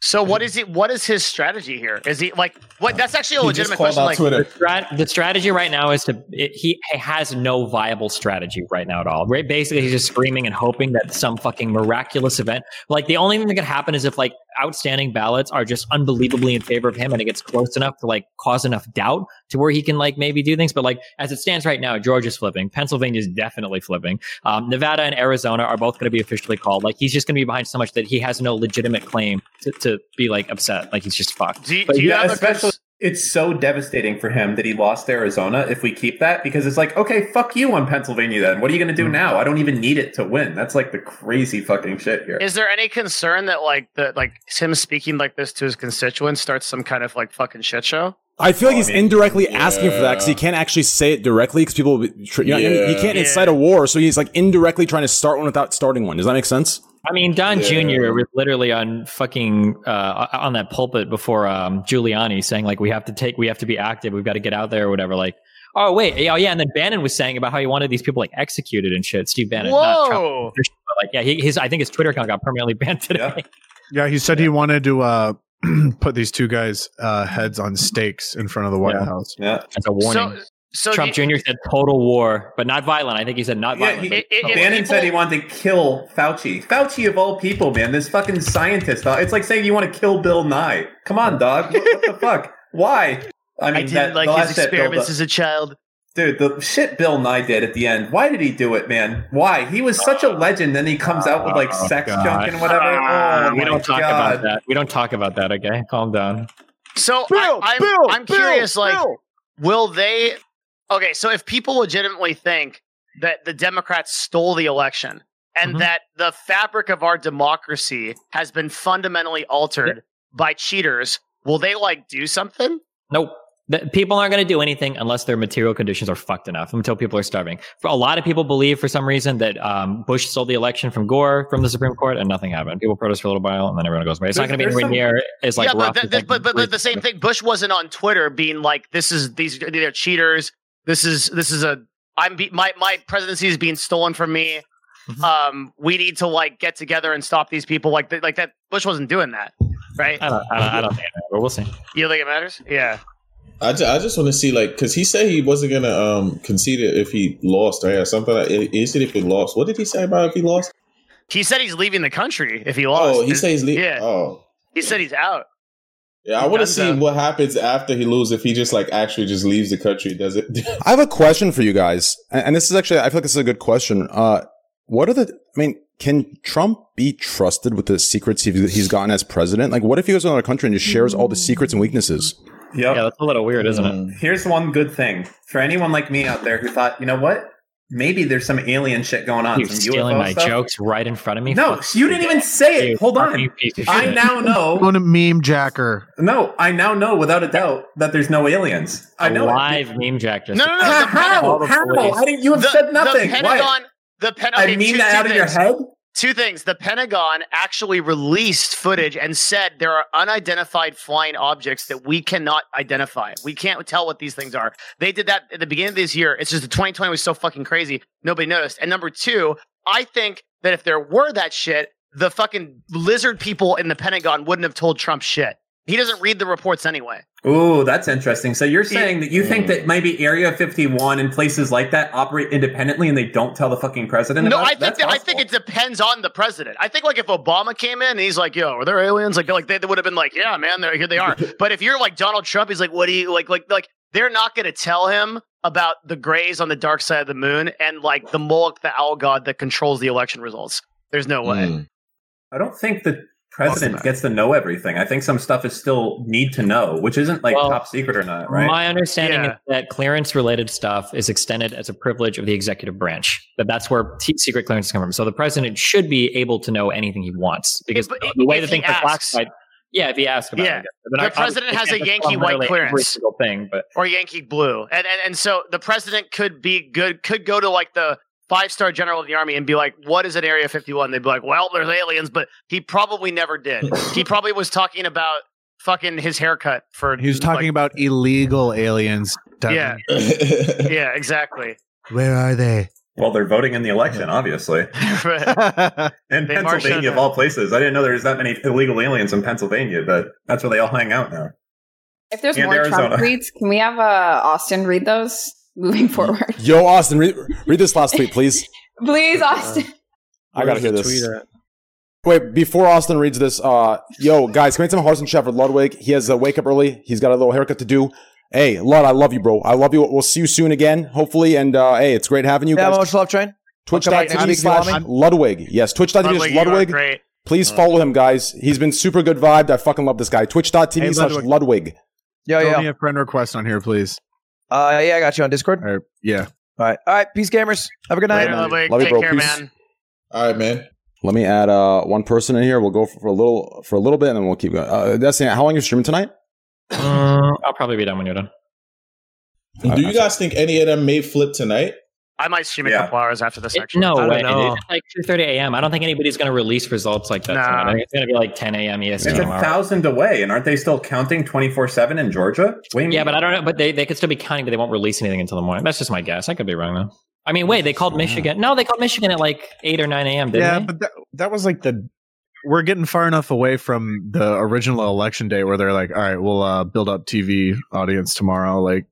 Speaker 4: So what
Speaker 13: [LAUGHS]
Speaker 4: is it? What is his strategy here? Is he like what? That's actually a legitimate question. Like,
Speaker 13: The, strat- the strategy right now is to it, he, he has no viable strategy right now at all. Right? Basically, he's just screaming and hoping that some fucking miraculous event. Like the only thing that could happen is if like outstanding ballots are just unbelievably in favor of him, and it gets close enough to like cause enough doubt to where he can like maybe do things. But like as it stands right now, Georgia's flipping, Pennsylvania's definitely flipping, um, Nevada and Arizona are both going to be officially called. Like he's just going to be behind so much that he has no legitimate claim to, to be like upset. Like he's just fucked.
Speaker 8: But yeah, especially it's so devastating for him that he lost Arizona. If we keep that, because it's like, okay, fuck you on Pennsylvania. Then what are you going to do now? I don't even need it to win. That's like the crazy fucking shit here.
Speaker 4: is there any concern that like that like him speaking like this to his constituents starts some kind of like fucking shit show?
Speaker 2: I feel like he's indirectly asking for that because he
Speaker 4: Oh, Yeah.
Speaker 2: can't actually say it directly because people, will be tr- you know, what I mean? he
Speaker 4: Yeah.
Speaker 2: can't
Speaker 4: Yeah.
Speaker 2: incite a war, so he's like indirectly trying to start one without starting one. Does that make sense?
Speaker 13: I mean, Don
Speaker 2: Yeah.
Speaker 13: Jr. was literally on fucking uh, on that pulpit before um, Giuliani saying like we have to take, we have to be active, we've got to get out there or whatever. Like, oh wait, yeah, oh yeah, and then Bannon was saying about how he wanted these people like executed and shit. Steve Bannon, not Trump,
Speaker 4: Whoa.
Speaker 13: but, like yeah, he, his I think his Twitter account got permanently [LAUGHS] banned today.
Speaker 9: Yeah, he said he wanted to uh, [CLEARS THROAT] put these two guys' uh, heads on stakes in front of the White
Speaker 13: Yeah.
Speaker 9: House.
Speaker 8: Yeah,
Speaker 13: as a warning.
Speaker 4: so
Speaker 13: Trump Jr. said total war, but not violent. I think he said not
Speaker 8: Yeah,
Speaker 13: violent.
Speaker 8: he,
Speaker 13: but total.
Speaker 8: Bannon said he wanted to kill Fauci. Fauci of all people, man, this fucking scientist. dog. It's like saying you want to kill Bill Nye. Come on, dog. What, what the fuck? Why? I mean,
Speaker 4: didn't
Speaker 8: that,
Speaker 4: like
Speaker 8: the
Speaker 4: his
Speaker 8: last shit Bill
Speaker 4: experiments
Speaker 8: Do-
Speaker 4: as a child.
Speaker 8: Dude, the shit Bill Nye did at the end. Why did he do it, man? Why? He was such a legend. Then he comes out with like
Speaker 13: Oh,
Speaker 8: sex
Speaker 13: God.
Speaker 8: junk and whatever.
Speaker 13: Ah,
Speaker 8: Oh,
Speaker 13: we
Speaker 8: my
Speaker 13: don't talk
Speaker 8: God.
Speaker 13: about that. We don't talk about that. Okay, calm down.
Speaker 4: So I, I'm, I'm curious, like, will they? Okay, so if people legitimately think that the Democrats stole the election and that the fabric of our democracy has been fundamentally altered by cheaters, will they like do something?
Speaker 13: Nope. The, people aren't going to do anything unless their material conditions are fucked enough until people are starving. For a lot of people believe for some reason that um, Bush stole the election from Gore from the Supreme Court and nothing happened. People protest for a little while and then everyone goes away. It's not going to be
Speaker 8: There's-
Speaker 13: anywhere near
Speaker 8: there's
Speaker 13: as like
Speaker 4: yeah, but,
Speaker 13: rough.
Speaker 4: th-
Speaker 13: as,
Speaker 4: th-
Speaker 13: like,
Speaker 4: but but but the same thing. Bush wasn't on Twitter being like, "This is these they're cheaters. This is this is a I'm be- my my presidency is being stolen from me.
Speaker 13: Mm-hmm.
Speaker 4: Um, we need to like get together and stop these people." Like th- like that. Bush wasn't doing that, right?
Speaker 13: I don't, I don't, I don't think, it- but we'll see.
Speaker 4: You think it matters? Yeah.
Speaker 7: I, ju- I just want to see like because he said he wasn't gonna um concede it if he lost right, or something. Like, he he said if he lost, what did he say about if he lost?
Speaker 4: He said he's leaving the country if he lost.
Speaker 7: Oh, he said he's leaving.
Speaker 4: Yeah.
Speaker 7: Oh,
Speaker 4: He said he's out.
Speaker 7: Yeah, I want to
Speaker 13: uh,
Speaker 7: see what happens after he loses if he just like actually just leaves the country. Does it? [LAUGHS]
Speaker 2: I have a question for you guys, and and this is actually I feel like this is a good question. Uh, what are the? I mean, can Trump be trusted with the secrets he's he's gotten as president? Like, what if he goes to another country and just shares all the secrets and weaknesses?
Speaker 13: Yeah, that's a little weird, isn't
Speaker 8: it? Here's one good thing for anyone like me out there who thought, you know what? Maybe there's some alien shit going on.
Speaker 13: You're
Speaker 8: some
Speaker 13: stealing
Speaker 8: UFO
Speaker 13: my
Speaker 8: stuff.
Speaker 13: jokes right in front of me.
Speaker 8: No, you didn't even say it. Hold on. I
Speaker 13: [LAUGHS]
Speaker 9: [LAUGHS]
Speaker 8: now know.
Speaker 9: Going to meme jacker.
Speaker 8: No, I now know without a doubt that there's no aliens. I know
Speaker 13: live meme jack. Just
Speaker 8: No, no, no,
Speaker 4: [LAUGHS]
Speaker 8: the How? Pentagon- How? Why didn't you have
Speaker 4: The-
Speaker 8: said nothing?
Speaker 4: The
Speaker 8: Why?
Speaker 4: Pentagon. The Pentagon.
Speaker 8: I mean that out of your head?
Speaker 4: Two things. The Pentagon actually released footage and said there are unidentified flying objects that we cannot identify. We can't tell what these things are. They did that at the beginning of this year. It's just the 2020 was so fucking crazy. Nobody noticed. And number two, I think that if there were that shit, the fucking lizard people in the Pentagon wouldn't have told Trump shit. He doesn't read the reports anyway.
Speaker 8: Ooh, that's interesting. So you're saying that you think
Speaker 4: Mm.
Speaker 8: that maybe Area 51 and places like that operate independently and they don't tell the fucking president
Speaker 4: No,
Speaker 8: about
Speaker 4: I
Speaker 8: it?
Speaker 4: think that, I think it depends on the president. I think like if Obama came in and he's like, "Yo, are there aliens?" Like, like they, they would have been like, "Yeah, man, they're, here they are." but if you're like Donald Trump, he's like, "What do you like?" Like, like they're not going to tell him about the Greys on the dark side of the moon and like the Moloch, the owl god that controls the election results. There's no way.
Speaker 8: Hmm. I don't think the president gets to know everything. I think some stuff is still need to know, which isn't like top secret or not, right?
Speaker 13: My understanding is that clearance related stuff is extended as a privilege of the executive branch. That that's where t- secret clearances come from. So the president should be able to know anything he wants because the way
Speaker 4: if he
Speaker 13: the things are
Speaker 4: asks.
Speaker 13: classified. Yeah, if he asks about
Speaker 4: Yeah.
Speaker 13: it.
Speaker 4: The president has a Yankee white
Speaker 13: Every
Speaker 4: clearance.
Speaker 13: single thing, but
Speaker 4: or Yankee blue. And, and and so the president could be good could go to like the five star general of the army and be like, "What is an Area 51?" They'd be like, "Well, there's aliens," but he probably never did.
Speaker 8: [LAUGHS]
Speaker 4: he probably was talking about fucking his haircut for.
Speaker 9: He was talking about illegal aliens.
Speaker 4: Yeah,
Speaker 9: Devin.
Speaker 8: [LAUGHS]
Speaker 4: yeah,
Speaker 9: [LAUGHS]
Speaker 4: exactly. [LAUGHS]
Speaker 9: Where are they?
Speaker 8: Well, they're voting in the election, obviously. In
Speaker 4: They marched
Speaker 8: Pennsylvania,
Speaker 4: on
Speaker 8: of
Speaker 4: a-
Speaker 8: all places. I didn't know there was that many illegal aliens in Pennsylvania, but that's where they all hang out now.
Speaker 5: If there's
Speaker 8: And
Speaker 5: more
Speaker 8: Arizona.
Speaker 5: Trump tweets, can we have uh, Austin read those [LAUGHS] moving forward?
Speaker 2: Yo, Austin, read, read this last tweet, please.
Speaker 5: [LAUGHS] Please, Austin.
Speaker 2: I gotta
Speaker 5: Where's
Speaker 2: hear
Speaker 5: the
Speaker 2: this.
Speaker 5: tweet at?
Speaker 2: Wait, before Austin reads this, uh, yo, guys, can we get some hearts and chat for Ludwig? He has a wake up early. He's got a little haircut to do. Hey, Lud, I love you, bro. I love you. We'll see you soon again, hopefully. And uh, hey, it's great having you
Speaker 3: Yeah,
Speaker 2: guys.
Speaker 3: much love, train. Welcome back next
Speaker 2: Twitch.tv
Speaker 3: week,
Speaker 2: slash
Speaker 3: Salami.
Speaker 2: Ludwig. Yes, twitch.tv
Speaker 3: Ludwig,
Speaker 2: slash
Speaker 3: you are
Speaker 2: Ludwig.
Speaker 3: great. Mm.
Speaker 2: Please follow him, guys. He's been super good vibed. I fucking love this guy. Twitch.tv
Speaker 9: Hey,
Speaker 2: slash
Speaker 9: Ludwig.
Speaker 2: Ludwig.
Speaker 9: Yeah,
Speaker 3: yeah.
Speaker 9: me a friend request on here, please.
Speaker 3: Uh, yeah, I got you on Discord.
Speaker 9: yeah.
Speaker 3: All right, all right. Peace, gamers. Have a good night.
Speaker 2: Later, Ludwig. Love you, Take bro. care, Peace. man.
Speaker 7: All right, man.
Speaker 2: Let me add uh, one person in here. We'll go for a little for a little bit, and then we'll keep going. Uh, Destiny, how long are you streaming tonight?
Speaker 13: uh, I'll probably be done when you're done.
Speaker 7: Do you guys think any of them may flip tonight?
Speaker 4: I might stream a couple hours after this. Actually,
Speaker 13: No
Speaker 4: I don't
Speaker 13: way.
Speaker 4: know.
Speaker 13: It's like 2:30 a.m. I don't think anybody's going to release results like that.
Speaker 8: No.
Speaker 13: tonight. I think it's going to be like 10 a.m.
Speaker 8: It's
Speaker 13: EST
Speaker 8: a
Speaker 13: tomorrow.
Speaker 8: thousand away, and aren't they still counting 24 7 in Georgia? Wait,
Speaker 13: Yeah, but I don't know. But they, they could still be counting, but they won't release anything until the morning. That's just my guess. I could be wrong though. I mean, wait, they called Michigan. No, they called Michigan at like eight or nine a.m. Didn't
Speaker 9: yeah,
Speaker 13: they?
Speaker 9: but that, that was like the we're getting far enough away from the original election day where they're like, all right, we'll uh, build up TV audience tomorrow. Like,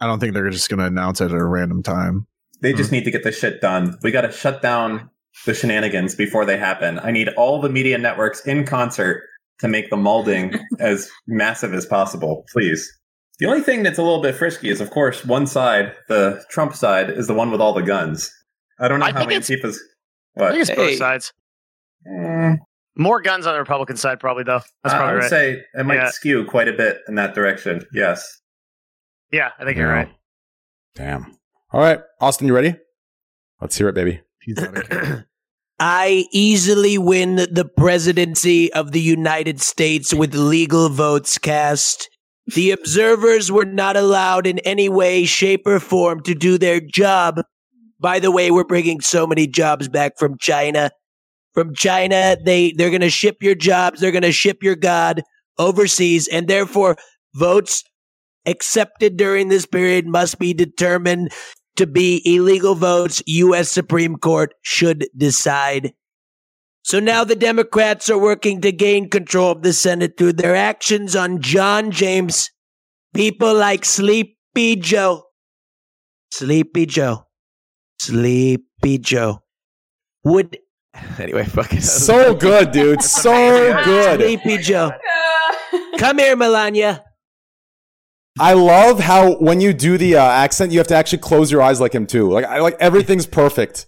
Speaker 9: I don't think they're just going to announce it at a random time.
Speaker 8: They
Speaker 7: Hmm.
Speaker 8: just need to get this shit done. We got to shut down the shenanigans before they happen. I need all the media networks in concert to make
Speaker 7: [LAUGHS]
Speaker 8: the molding as massive as possible, please. The only thing that's a little bit frisky is, of course, one side, the Trump side, is the one with all the guns. I don't know
Speaker 4: I
Speaker 8: how
Speaker 4: think
Speaker 8: many
Speaker 4: it's-
Speaker 8: people's.
Speaker 4: I
Speaker 8: What?
Speaker 4: think it's both sides. More guns on the Republican side, probably though. That's
Speaker 8: Eh. I-
Speaker 4: probably
Speaker 8: I would
Speaker 4: right.
Speaker 8: say it might
Speaker 4: Yeah.
Speaker 8: skew quite a bit in that direction. Yes.
Speaker 4: yeah, I think you're right.
Speaker 2: Damn. All right, Austin, you ready? Let's hear it, baby.
Speaker 14: [CLEARS THROAT] I easily win the presidency of the United States with legal votes cast. The observers were not allowed in any way, shape, or form to do their job. By the way, we're bringing so many jobs back from China. From China, they, they're going to ship your jobs, they're going to ship your God overseas, and therefore, votes accepted during this period must be determined to be illegal votes. U.S. Supreme Court should decide. So now the Democrats are working to gain control of the Senate through their actions on John James. People like Sleepy Joe. Sleepy Joe. Sleepy Joe. Would. Anyway, fuck it.
Speaker 2: So good, dude. So good.
Speaker 14: Sleepy Joe. Come here, Melania.
Speaker 2: I love how when you do the uh, accent, you have to actually close your eyes like him too. Like I like everything's perfect.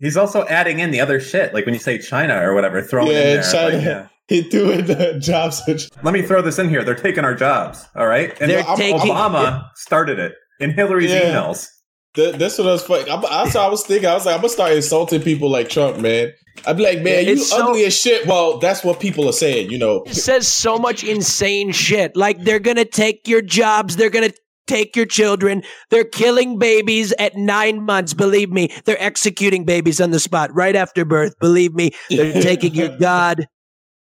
Speaker 8: He's also adding in the other shit, like when you say China or whatever, throwing
Speaker 7: Yeah,
Speaker 8: in there.
Speaker 7: China.
Speaker 8: like, yeah.
Speaker 7: He doing the jobs.
Speaker 8: Let me throw this in here. They're taking our jobs. All right, and
Speaker 7: They're
Speaker 8: Ob-
Speaker 7: taking-
Speaker 8: Obama started it in Hillary's
Speaker 7: Yeah.
Speaker 8: emails.
Speaker 7: Th- That's what I was fucking. I'm, that's what I was thinking. I was like, I'm gonna start insulting people like Trump, man. I'd be like, man, you
Speaker 8: It's so-
Speaker 7: ugly as shit. Well, that's what people are saying, you know.
Speaker 14: It says so much insane shit. Like they're gonna take your jobs. They're gonna take your children. They're killing babies at nine months. Believe me, they're executing babies on the spot right after birth. Believe me, they're taking your god.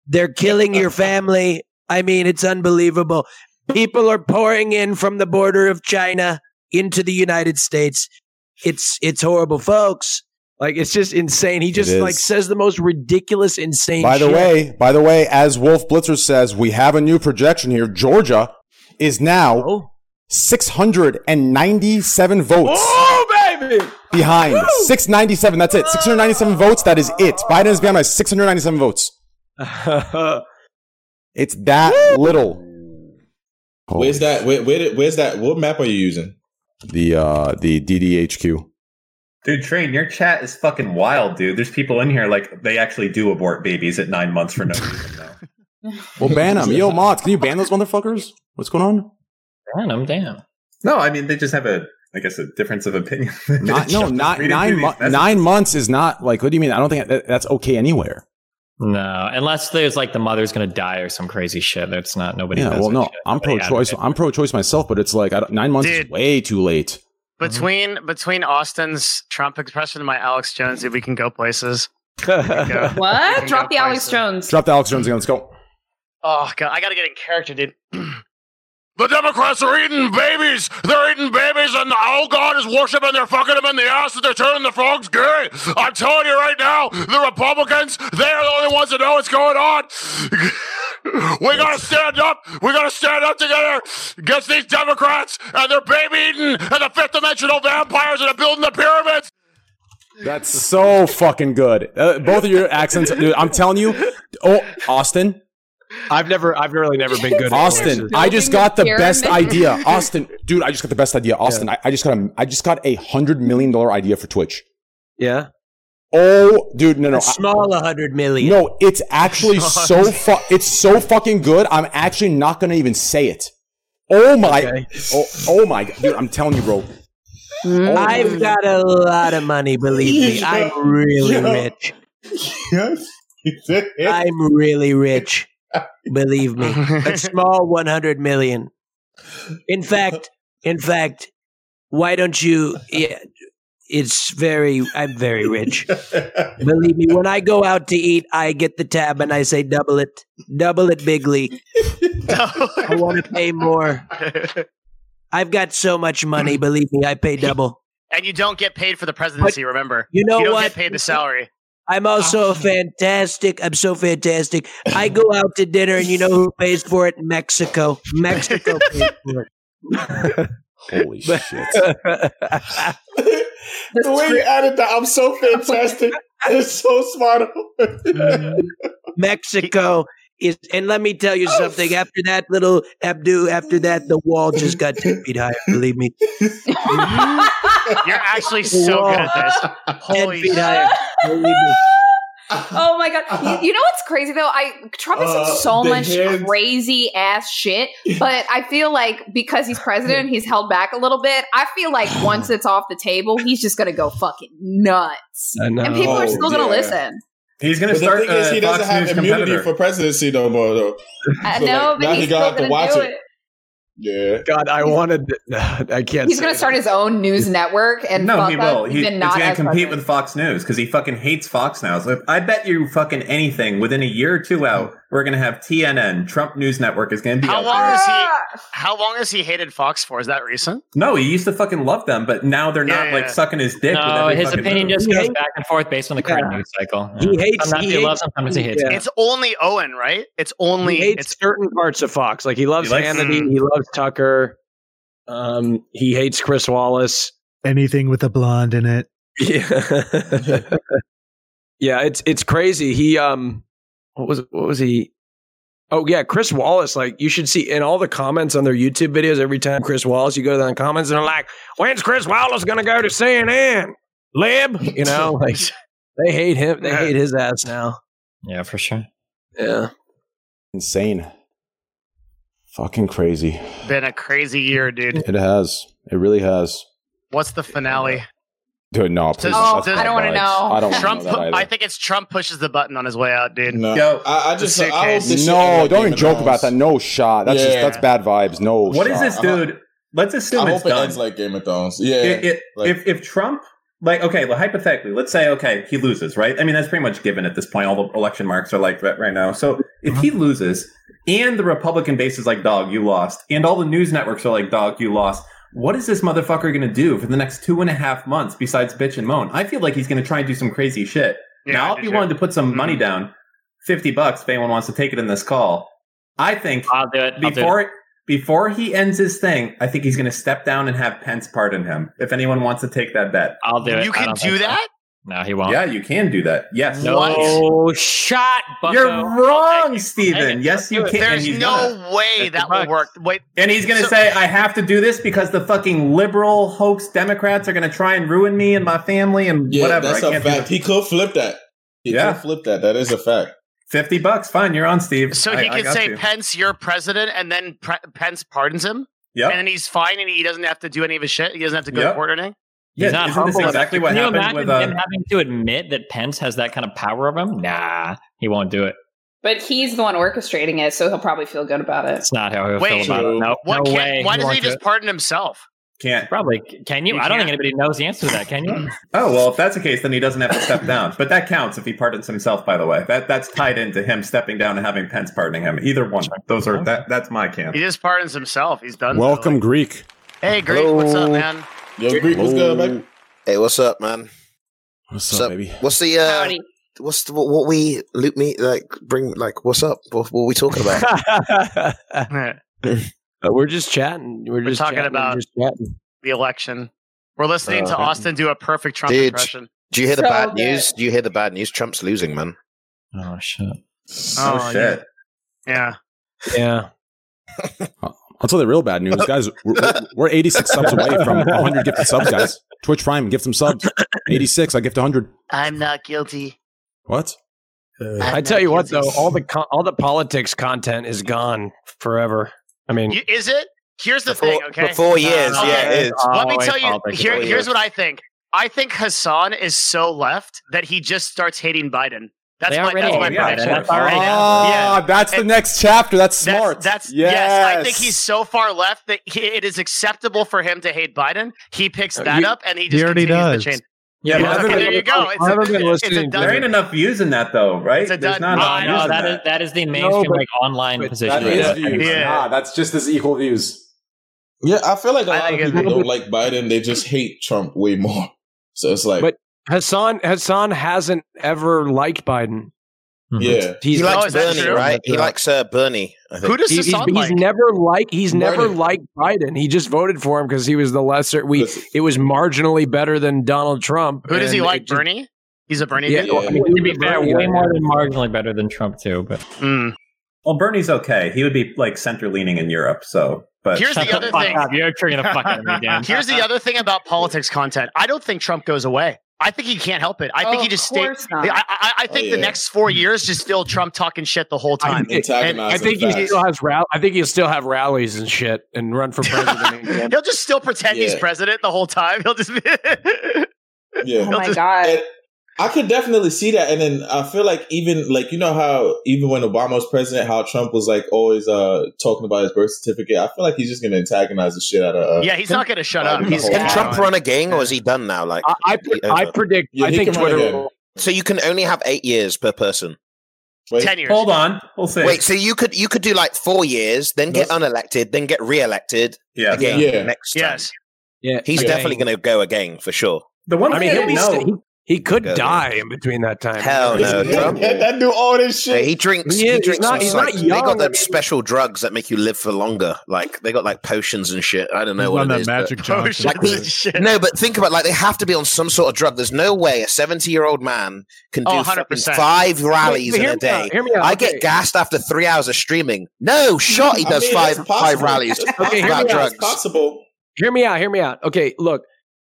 Speaker 14: They're killing your family. I mean, it's unbelievable. People are pouring in from the border of China into the United States. It's it's horrible, folks. Like it's just insane. He just
Speaker 2: is.
Speaker 14: like says the most ridiculous, insane.
Speaker 2: By the
Speaker 14: shit.
Speaker 2: way, by the way, as Wolf Blitzer says, we have a new projection here. Georgia is now 697 votes
Speaker 10: Oh, baby!
Speaker 2: behind. 697. That's it. 697 votes. That is it. Biden is behind by 697 [LAUGHS] votes. It's that little.
Speaker 7: Where's that? Where, where did, where's that? What map are you using?
Speaker 2: The uh the DDHQ.
Speaker 8: Dude, train your chat is fucking wild, dude. There's people in here like they actually do abort babies at nine months for no reason. Though.
Speaker 2: Well,
Speaker 7: [LAUGHS]
Speaker 2: ban them. Yo, mods, can you ban those motherfuckers? What's going on?
Speaker 13: Damn, I'm damn.
Speaker 8: No, I mean they just have a, I guess, a difference of opinion. [LAUGHS]
Speaker 2: Not, no, not
Speaker 8: Reading
Speaker 2: nine.
Speaker 8: through
Speaker 2: Mo-
Speaker 8: these messages.
Speaker 2: nine months is not like. What do you mean? I don't think that, that's okay anywhere.
Speaker 13: No, unless there's like the mother's gonna die or some crazy shit. That's not nobody.
Speaker 2: yeah.
Speaker 13: does
Speaker 2: Well,
Speaker 13: that
Speaker 2: no,
Speaker 13: shit.
Speaker 2: I'm
Speaker 13: Nobody
Speaker 2: pro-choice.
Speaker 13: advocates.
Speaker 2: I'm pro-choice myself, but it's like I don't, nine months is
Speaker 4: Dude.
Speaker 2: way too late.
Speaker 9: Mm-hmm.
Speaker 4: Between between Austin's Trump expression and my Alex Jonesy, we can go
Speaker 8: [LAUGHS]
Speaker 4: places.
Speaker 5: What? Drop the Alex Jones.
Speaker 2: Drop the Alex Jones again. Let's go.
Speaker 4: Oh god, I gotta get in character, dude.
Speaker 16: [LAUGHS] The Democrats are eating babies. They're eating babies, and all God is worshiping. They're fucking them in the ass, and they're turning the frogs gay. I'm telling you right now, the Republicans, they're the only ones that know what's going on. [LAUGHS] we gotta stand up. We gotta stand up together against these Democrats and their baby eating and the fifth dimensional vampires that are building the pyramids.
Speaker 2: That's so fucking good. Uh, both of your accents, dude, I'm telling you. Oh, Austin,
Speaker 10: I've never, I've really never been good.
Speaker 2: Austin, I just got the best idea. Austin, dude, I just got the best idea. Austin, I, I just got a, I just got a hundred million dollar idea for Twitch.
Speaker 10: Yeah.
Speaker 2: Oh, dude, no, no,
Speaker 14: A small 100 million.
Speaker 2: no. It's actually so fu- It's so fucking good. I'm actually not gonna even say it. Oh my, oh, oh my, dude, I'm telling you, bro.
Speaker 14: I've got a lot of money, believe me. I'm really
Speaker 12: Yo.
Speaker 14: rich. I'm really rich. Believe me. A small 100 million. In fact, in fact, why don't you yeah, it's very I'm very rich. Believe me, when I go out to eat, I get the tab and I say double it. Double it bigly. I want to pay more. I've got so much money, believe me, I pay double.
Speaker 4: And you don't get paid for the presidency, remember.
Speaker 14: you know
Speaker 4: you don't
Speaker 14: what?
Speaker 4: get paid the salary.
Speaker 14: I'm also fantastic. I'm so fantastic. I go out to dinner, and you know who pays for it? Mexico. Mexico pays for it.
Speaker 2: Holy shit!
Speaker 7: The way you added that,
Speaker 5: [LAUGHS]
Speaker 7: I'm so fantastic. it's so smart.
Speaker 14: [LAUGHS] Mexico is, and let me tell you something. After that little Abdu, after that, the wall just got ten feet higher. Believe me,
Speaker 4: You're
Speaker 14: [LAUGHS]
Speaker 4: actually so good at this.
Speaker 14: ten
Speaker 4: Holy
Speaker 14: feet
Speaker 4: shit.
Speaker 14: higher. Believe me.
Speaker 5: Oh my god! You, you know what's crazy though? I Trump has
Speaker 12: Uh,
Speaker 5: said so
Speaker 12: the
Speaker 5: much
Speaker 12: hands.
Speaker 5: crazy ass shit, but I feel like because he's president, he's held back a little bit. I feel
Speaker 8: [SIGHS]
Speaker 5: like once it's off the table, he's just gonna go fucking nuts,
Speaker 7: I know.
Speaker 5: and people
Speaker 8: Oh,
Speaker 5: are still gonna
Speaker 7: Yeah.
Speaker 5: listen.
Speaker 8: He's
Speaker 7: But
Speaker 8: gonna start.
Speaker 7: The thing is,
Speaker 8: uh,
Speaker 7: he doesn't
Speaker 8: Fox
Speaker 7: have
Speaker 8: News
Speaker 7: immunity
Speaker 8: competitor.
Speaker 7: for presidency no more, though.
Speaker 5: I
Speaker 7: So,
Speaker 5: know,
Speaker 7: like,
Speaker 5: but he's still gonna do it.
Speaker 7: Yeah.
Speaker 10: God, I wanted. [LAUGHS] I can't.
Speaker 5: He's gonna start his own news network, and
Speaker 8: No,
Speaker 5: fuck
Speaker 8: he
Speaker 5: us,
Speaker 8: will.
Speaker 5: he's
Speaker 8: He, he's
Speaker 5: been not
Speaker 8: going to
Speaker 5: as
Speaker 8: compete
Speaker 5: president.
Speaker 8: with Fox News because he fucking hates Fox now. So I bet you fucking anything within a year or two out, we're going to have TNN, Trump News Network is going to be
Speaker 4: How
Speaker 8: out
Speaker 4: long
Speaker 8: there.
Speaker 4: is he how long has he hated Fox for? Is that recent?
Speaker 8: no, he used to fucking love them, but now they're not
Speaker 4: Yeah.
Speaker 8: like sucking his dick. with
Speaker 13: No,
Speaker 8: every
Speaker 13: his
Speaker 8: fucking
Speaker 13: opinion
Speaker 8: move.
Speaker 13: just goes back and forth based on the current
Speaker 8: Yeah.
Speaker 13: news cycle.
Speaker 2: Uh,
Speaker 8: He
Speaker 13: Yeah.
Speaker 8: hates-
Speaker 13: Sometimes
Speaker 8: he
Speaker 13: he, loves,
Speaker 8: hates-
Speaker 13: sometimes he hates.
Speaker 4: It's only Owen, right? It's only
Speaker 10: he hates
Speaker 4: it's
Speaker 10: certain parts of Fox. Like he loves
Speaker 4: He likes-
Speaker 10: Hannity, he loves Tucker. Um, he hates Chris Wallace.
Speaker 9: Anything with a blonde in it.
Speaker 10: Yeah, yeah, it's it's crazy. He um, what was what was he? Oh yeah, Chris Wallace. Like you should see in all the comments on their YouTube videos. Every time Chris Wallace, you go down the comments, and they're like, "When's Chris Wallace going to go to CNN?" Lib, you know, [LAUGHS] like they hate him. They hate his ass now.
Speaker 13: Yeah, for sure.
Speaker 10: Yeah.
Speaker 2: Insane. Fucking crazy.
Speaker 4: Been a crazy year, dude.
Speaker 2: It has. It really has.
Speaker 4: What's the finale?
Speaker 2: Dude, no. Please,
Speaker 5: Oh,
Speaker 2: that's
Speaker 5: I don't
Speaker 2: not
Speaker 5: wanna
Speaker 2: vibes.
Speaker 5: know.
Speaker 2: I don't wanna
Speaker 4: Trump.
Speaker 2: know that either.
Speaker 4: I think it's Trump pushes the button on his way out, dude.
Speaker 2: No.
Speaker 8: Yo,
Speaker 7: I, I just
Speaker 4: The
Speaker 7: I hope
Speaker 4: suitcase.
Speaker 7: this shit end
Speaker 2: no,
Speaker 7: up
Speaker 2: don't
Speaker 7: being
Speaker 2: even joke
Speaker 7: announced.
Speaker 2: about that. No shot. That's just
Speaker 7: Yeah.
Speaker 2: that's bad vibes. No
Speaker 7: Oh,
Speaker 8: What is
Speaker 2: shot.
Speaker 8: this, dude? Let's assume
Speaker 7: I
Speaker 8: it's
Speaker 7: hope it
Speaker 8: done.
Speaker 7: ends like Game of Thrones. Yeah.
Speaker 8: It- it-
Speaker 7: like-
Speaker 8: if if Trump, like, okay, well, hypothetically, let's say, okay, he loses, right? I mean, that's pretty much given at this point. All the election marks are like that right now. So if
Speaker 4: Uh-huh.
Speaker 8: he loses, and the Republican base is like, dog, you lost, and all the news networks are like, dog, you lost. What is this motherfucker going to do for the next two and a half months besides bitch and moan? I feel like he's going to try and do some crazy shit.
Speaker 4: Yeah,
Speaker 8: now,
Speaker 4: I
Speaker 8: I'll
Speaker 4: do
Speaker 8: be
Speaker 4: too. Mm-hmm.
Speaker 8: willing to put some money down, 50 bucks if anyone wants to take it in this call. I think
Speaker 17: I'll do it. I'll do it.
Speaker 8: before before he ends his thing, I think he's going to step down and have Pence pardon him. If anyone wants to take that bet,
Speaker 13: I'll do it.
Speaker 4: You can do that?
Speaker 13: No, he won't.
Speaker 8: Yeah, you can do that. Yes.
Speaker 13: No shot, bucko.
Speaker 8: You're wrong, Steven. Yes, you can.
Speaker 4: There's
Speaker 8: and he's
Speaker 4: no
Speaker 8: gonna.
Speaker 4: way that will work. Wait,
Speaker 8: And he's going to
Speaker 4: So-
Speaker 8: say, I have to do this because the fucking liberal hoax Democrats are going to try and ruin me and my family and
Speaker 7: yeah,
Speaker 8: whatever.
Speaker 7: that's
Speaker 8: I
Speaker 7: a
Speaker 8: can't do
Speaker 7: fact.
Speaker 8: this.
Speaker 7: He could flip that. He
Speaker 8: Yeah.
Speaker 7: could flip that. That is a fact.
Speaker 8: 50 bucks. Fine. You're on, Steve.
Speaker 4: So
Speaker 8: I-
Speaker 4: he
Speaker 8: I
Speaker 4: can
Speaker 8: got
Speaker 4: say,
Speaker 8: you.
Speaker 4: Pence, you're president, and then pre- Pence pardons him.
Speaker 8: Yep.
Speaker 4: And then he's fine and he doesn't have to do any of his shit. He doesn't have to go to
Speaker 8: Yep.
Speaker 4: court or anything.
Speaker 8: Yeah,
Speaker 13: He's not
Speaker 8: isn't this
Speaker 13: humble. enough.
Speaker 8: exactly what
Speaker 13: Can you
Speaker 8: happened
Speaker 13: imagine
Speaker 8: with, uh,
Speaker 13: him having to admit that Pence has that kind of power over him? Nah, he won't do it.
Speaker 5: But he's the one orchestrating it, so he'll probably feel good about it.
Speaker 13: That's not how he'll
Speaker 4: Wait,
Speaker 13: feel about it. No,
Speaker 4: What
Speaker 13: no
Speaker 4: can't-
Speaker 13: way.
Speaker 4: Why doesn't
Speaker 13: won't
Speaker 4: he
Speaker 13: do
Speaker 4: just
Speaker 13: it.
Speaker 4: pardon himself?
Speaker 8: Can't.
Speaker 13: Probably. Can you?
Speaker 4: He
Speaker 13: I don't think
Speaker 4: can't.
Speaker 13: anybody knows the answer to that. Can
Speaker 4: [CLEARS THROAT]
Speaker 13: you?
Speaker 8: Oh well, if that's the case, then he doesn't have to step down. But that counts if he pardons himself. By the way, that that's tied into him stepping down and having Pence pardoning him. Either one. Those are that. That's my camp.
Speaker 4: He just pardons himself. He's done. so.
Speaker 2: Welcome, Greek.
Speaker 4: Hey, Greek, what's up, man?
Speaker 7: Yo, Greek, what's good, man?
Speaker 18: Hey, what's up, man?
Speaker 2: What's
Speaker 18: up, baby? What's the uh, what's the, what, what we loot me like bring like what's up? What, what are we talking about?
Speaker 4: [LAUGHS]
Speaker 10: Uh, we're just chatting. We're, just
Speaker 4: talking
Speaker 10: chatting,
Speaker 4: about-
Speaker 10: just chatting.
Speaker 4: The election. We're listening to
Speaker 8: Uh-huh.
Speaker 18: Uh,
Speaker 4: Austin do a perfect Trump
Speaker 18: Dude,
Speaker 4: impression.
Speaker 18: do you hear the
Speaker 4: So
Speaker 18: bad
Speaker 4: good.
Speaker 18: news? Do you hear the bad news? Trump's losing, man.
Speaker 13: Oh shit!
Speaker 4: Oh,
Speaker 8: Oh, shit.
Speaker 4: Yeah.
Speaker 10: Yeah.
Speaker 2: Until the real bad news, guys. We're, we're- we're 86 subs away from 100 gifted subs, guys. Twitch Prime, gift some subs. 86, I gift 100.
Speaker 4: I'm not guilty.
Speaker 2: What?
Speaker 10: I tell you what, though, all the con- all the politics content is gone forever. I mean,
Speaker 4: You, is it? Here's the thing, okay?
Speaker 18: for four years,
Speaker 2: Uh,
Speaker 18: yeah, it is.
Speaker 4: Let me
Speaker 10: Always
Speaker 4: tell you.
Speaker 10: politics,
Speaker 4: Here,
Speaker 10: always.
Speaker 4: here's what I think. I think Hassan is so left that he just starts hating Biden. That's
Speaker 13: They
Speaker 4: my,
Speaker 13: already
Speaker 4: that's my
Speaker 13: hate Biden.
Speaker 4: prediction.
Speaker 13: That's already
Speaker 2: Ah, that's the next chapter. That's
Speaker 4: That's-
Speaker 2: smart.
Speaker 4: That's, yes. I think he's so far left that he, it is acceptable for him to hate Biden. He
Speaker 8: Uh,
Speaker 4: picks that up and he just
Speaker 19: already
Speaker 4: continues
Speaker 19: does.
Speaker 4: the chain.
Speaker 10: Yeah,
Speaker 4: Yeah,
Speaker 10: but
Speaker 4: okay,
Speaker 10: I've
Speaker 4: there you go. It's
Speaker 10: I've
Speaker 4: a-
Speaker 10: never been
Speaker 4: it's a
Speaker 10: listening. to
Speaker 4: done-
Speaker 8: There ain't enough views in that though, right?
Speaker 4: It's a
Speaker 8: There's
Speaker 4: done-
Speaker 8: not enough
Speaker 4: I
Speaker 8: views
Speaker 4: know,
Speaker 8: in
Speaker 13: that is that is the mainstream
Speaker 7: but-
Speaker 13: like online position.
Speaker 7: That is
Speaker 13: Yeah.
Speaker 7: views.
Speaker 13: Yeah.
Speaker 2: Nah, that's just as equal views.
Speaker 7: Yeah, I feel like a lot of
Speaker 4: think
Speaker 7: people
Speaker 4: it's-
Speaker 7: don't like Biden. They just hate Trump way more. [LAUGHS] So it's like,
Speaker 10: But Hassan Hassan hasn't ever liked Biden.
Speaker 7: yeah,
Speaker 10: He's
Speaker 18: he
Speaker 10: oh,
Speaker 18: likes
Speaker 10: is that
Speaker 18: Bernie,
Speaker 10: true?
Speaker 18: right? He likes uh, Bernie. I think.
Speaker 4: Who does
Speaker 10: He- he's,
Speaker 4: Hassan
Speaker 10: he's
Speaker 4: like?
Speaker 10: never like he's never
Speaker 18: Biden.
Speaker 10: liked Biden. He just voted for him because he was the lesser. We it was marginally better than Donald Trump.
Speaker 4: Who does he
Speaker 10: and
Speaker 4: like?
Speaker 10: it just-
Speaker 4: Bernie. He's a Bernie.
Speaker 10: Yeah,
Speaker 4: dude?
Speaker 10: well, I mean,
Speaker 4: to be fair,
Speaker 10: Bernie,
Speaker 4: way
Speaker 10: yeah.
Speaker 13: More than marginally better than Trump too, but
Speaker 4: Hmm.
Speaker 8: Well, Bernie's okay. He would be like center leaning in Europe. So, but
Speaker 4: Here's the other
Speaker 13: fuck
Speaker 4: thing.
Speaker 13: up. You're you're gonna fuck out
Speaker 4: [LAUGHS]
Speaker 13: of me, Dan.
Speaker 4: Here's the other thing about politics content. I don't think Trump goes away. I think he can't help it. I think
Speaker 5: Of
Speaker 4: he just stays.
Speaker 5: course not.
Speaker 4: I, I, I think
Speaker 7: Oh,
Speaker 4: the
Speaker 7: yeah.
Speaker 4: next four years just feel Trump talking shit the whole time. And-
Speaker 10: I think he still has rall- I think he'll still have rallies and shit and run for
Speaker 4: [LAUGHS]
Speaker 10: president. again.
Speaker 4: He'll just still pretend he's
Speaker 7: Yeah.
Speaker 4: president the whole time. He'll just be. [LAUGHS]
Speaker 7: yeah.
Speaker 5: Oh my god.
Speaker 7: And I could definitely see that, and then I feel like even like you know how even when Obama was president, how Trump was like always uh talking about his birth certificate. I feel like he's just gonna antagonize the shit out of. Uh,
Speaker 4: yeah, he's not going to shut
Speaker 7: Biden
Speaker 4: up.
Speaker 7: the
Speaker 4: He's
Speaker 7: whole
Speaker 18: Can
Speaker 7: time.
Speaker 18: Trump run again, or is he done now? Like,
Speaker 10: I, I, pre- I predict.
Speaker 7: Yeah,
Speaker 10: I
Speaker 7: he
Speaker 10: think
Speaker 7: can run
Speaker 10: Twitter.
Speaker 7: again.
Speaker 10: will-
Speaker 18: so you can only have eight years per person.
Speaker 7: Wait,
Speaker 4: ten years.
Speaker 8: hold on, we'll see.
Speaker 18: Wait, so you could you could do like four years, then get unelected, then get re-elected
Speaker 8: yeah,
Speaker 18: again
Speaker 7: Yeah.
Speaker 18: next time.
Speaker 4: Yes.
Speaker 10: Yeah,
Speaker 18: He's
Speaker 10: again.
Speaker 18: definitely going to go again for sure.
Speaker 8: The one
Speaker 10: I
Speaker 8: thing
Speaker 10: mean,
Speaker 8: I
Speaker 10: he'll
Speaker 8: didn't
Speaker 10: be
Speaker 8: know.
Speaker 10: sta- he, He could die in between that time.
Speaker 18: Hell no, Trump.
Speaker 11: that do all this shit.
Speaker 18: Yeah, he drinks. He,
Speaker 10: is.
Speaker 18: drinks.
Speaker 10: He's not- he's
Speaker 18: like,
Speaker 10: not
Speaker 18: They
Speaker 10: young.
Speaker 18: got them special drugs that make you live for longer. Like they got like potions and shit. I don't know
Speaker 9: He's
Speaker 18: what
Speaker 9: on
Speaker 18: it
Speaker 9: that
Speaker 18: is, but-
Speaker 9: Magic Johnson
Speaker 18: Like,
Speaker 9: shit.
Speaker 18: shit. No, but think about like they have to be on some sort of drug. There's no way a 70 year old man can do
Speaker 4: Oh,
Speaker 18: fucking
Speaker 4: 100%.
Speaker 18: five
Speaker 4: Wait,
Speaker 18: rallies
Speaker 4: but
Speaker 18: in
Speaker 4: hear
Speaker 18: a
Speaker 4: me
Speaker 18: day.
Speaker 4: out, hear me out,
Speaker 18: I
Speaker 4: okay.
Speaker 18: get gassed after three hours of streaming. No shot. He
Speaker 10: I
Speaker 18: does
Speaker 10: mean,
Speaker 18: five five
Speaker 10: it's possible. [LAUGHS]
Speaker 18: rallies
Speaker 10: It's possible. Hear me
Speaker 18: about
Speaker 10: out,
Speaker 18: drugs.
Speaker 10: it's possible. Hear me out. Hear me out. Okay, look,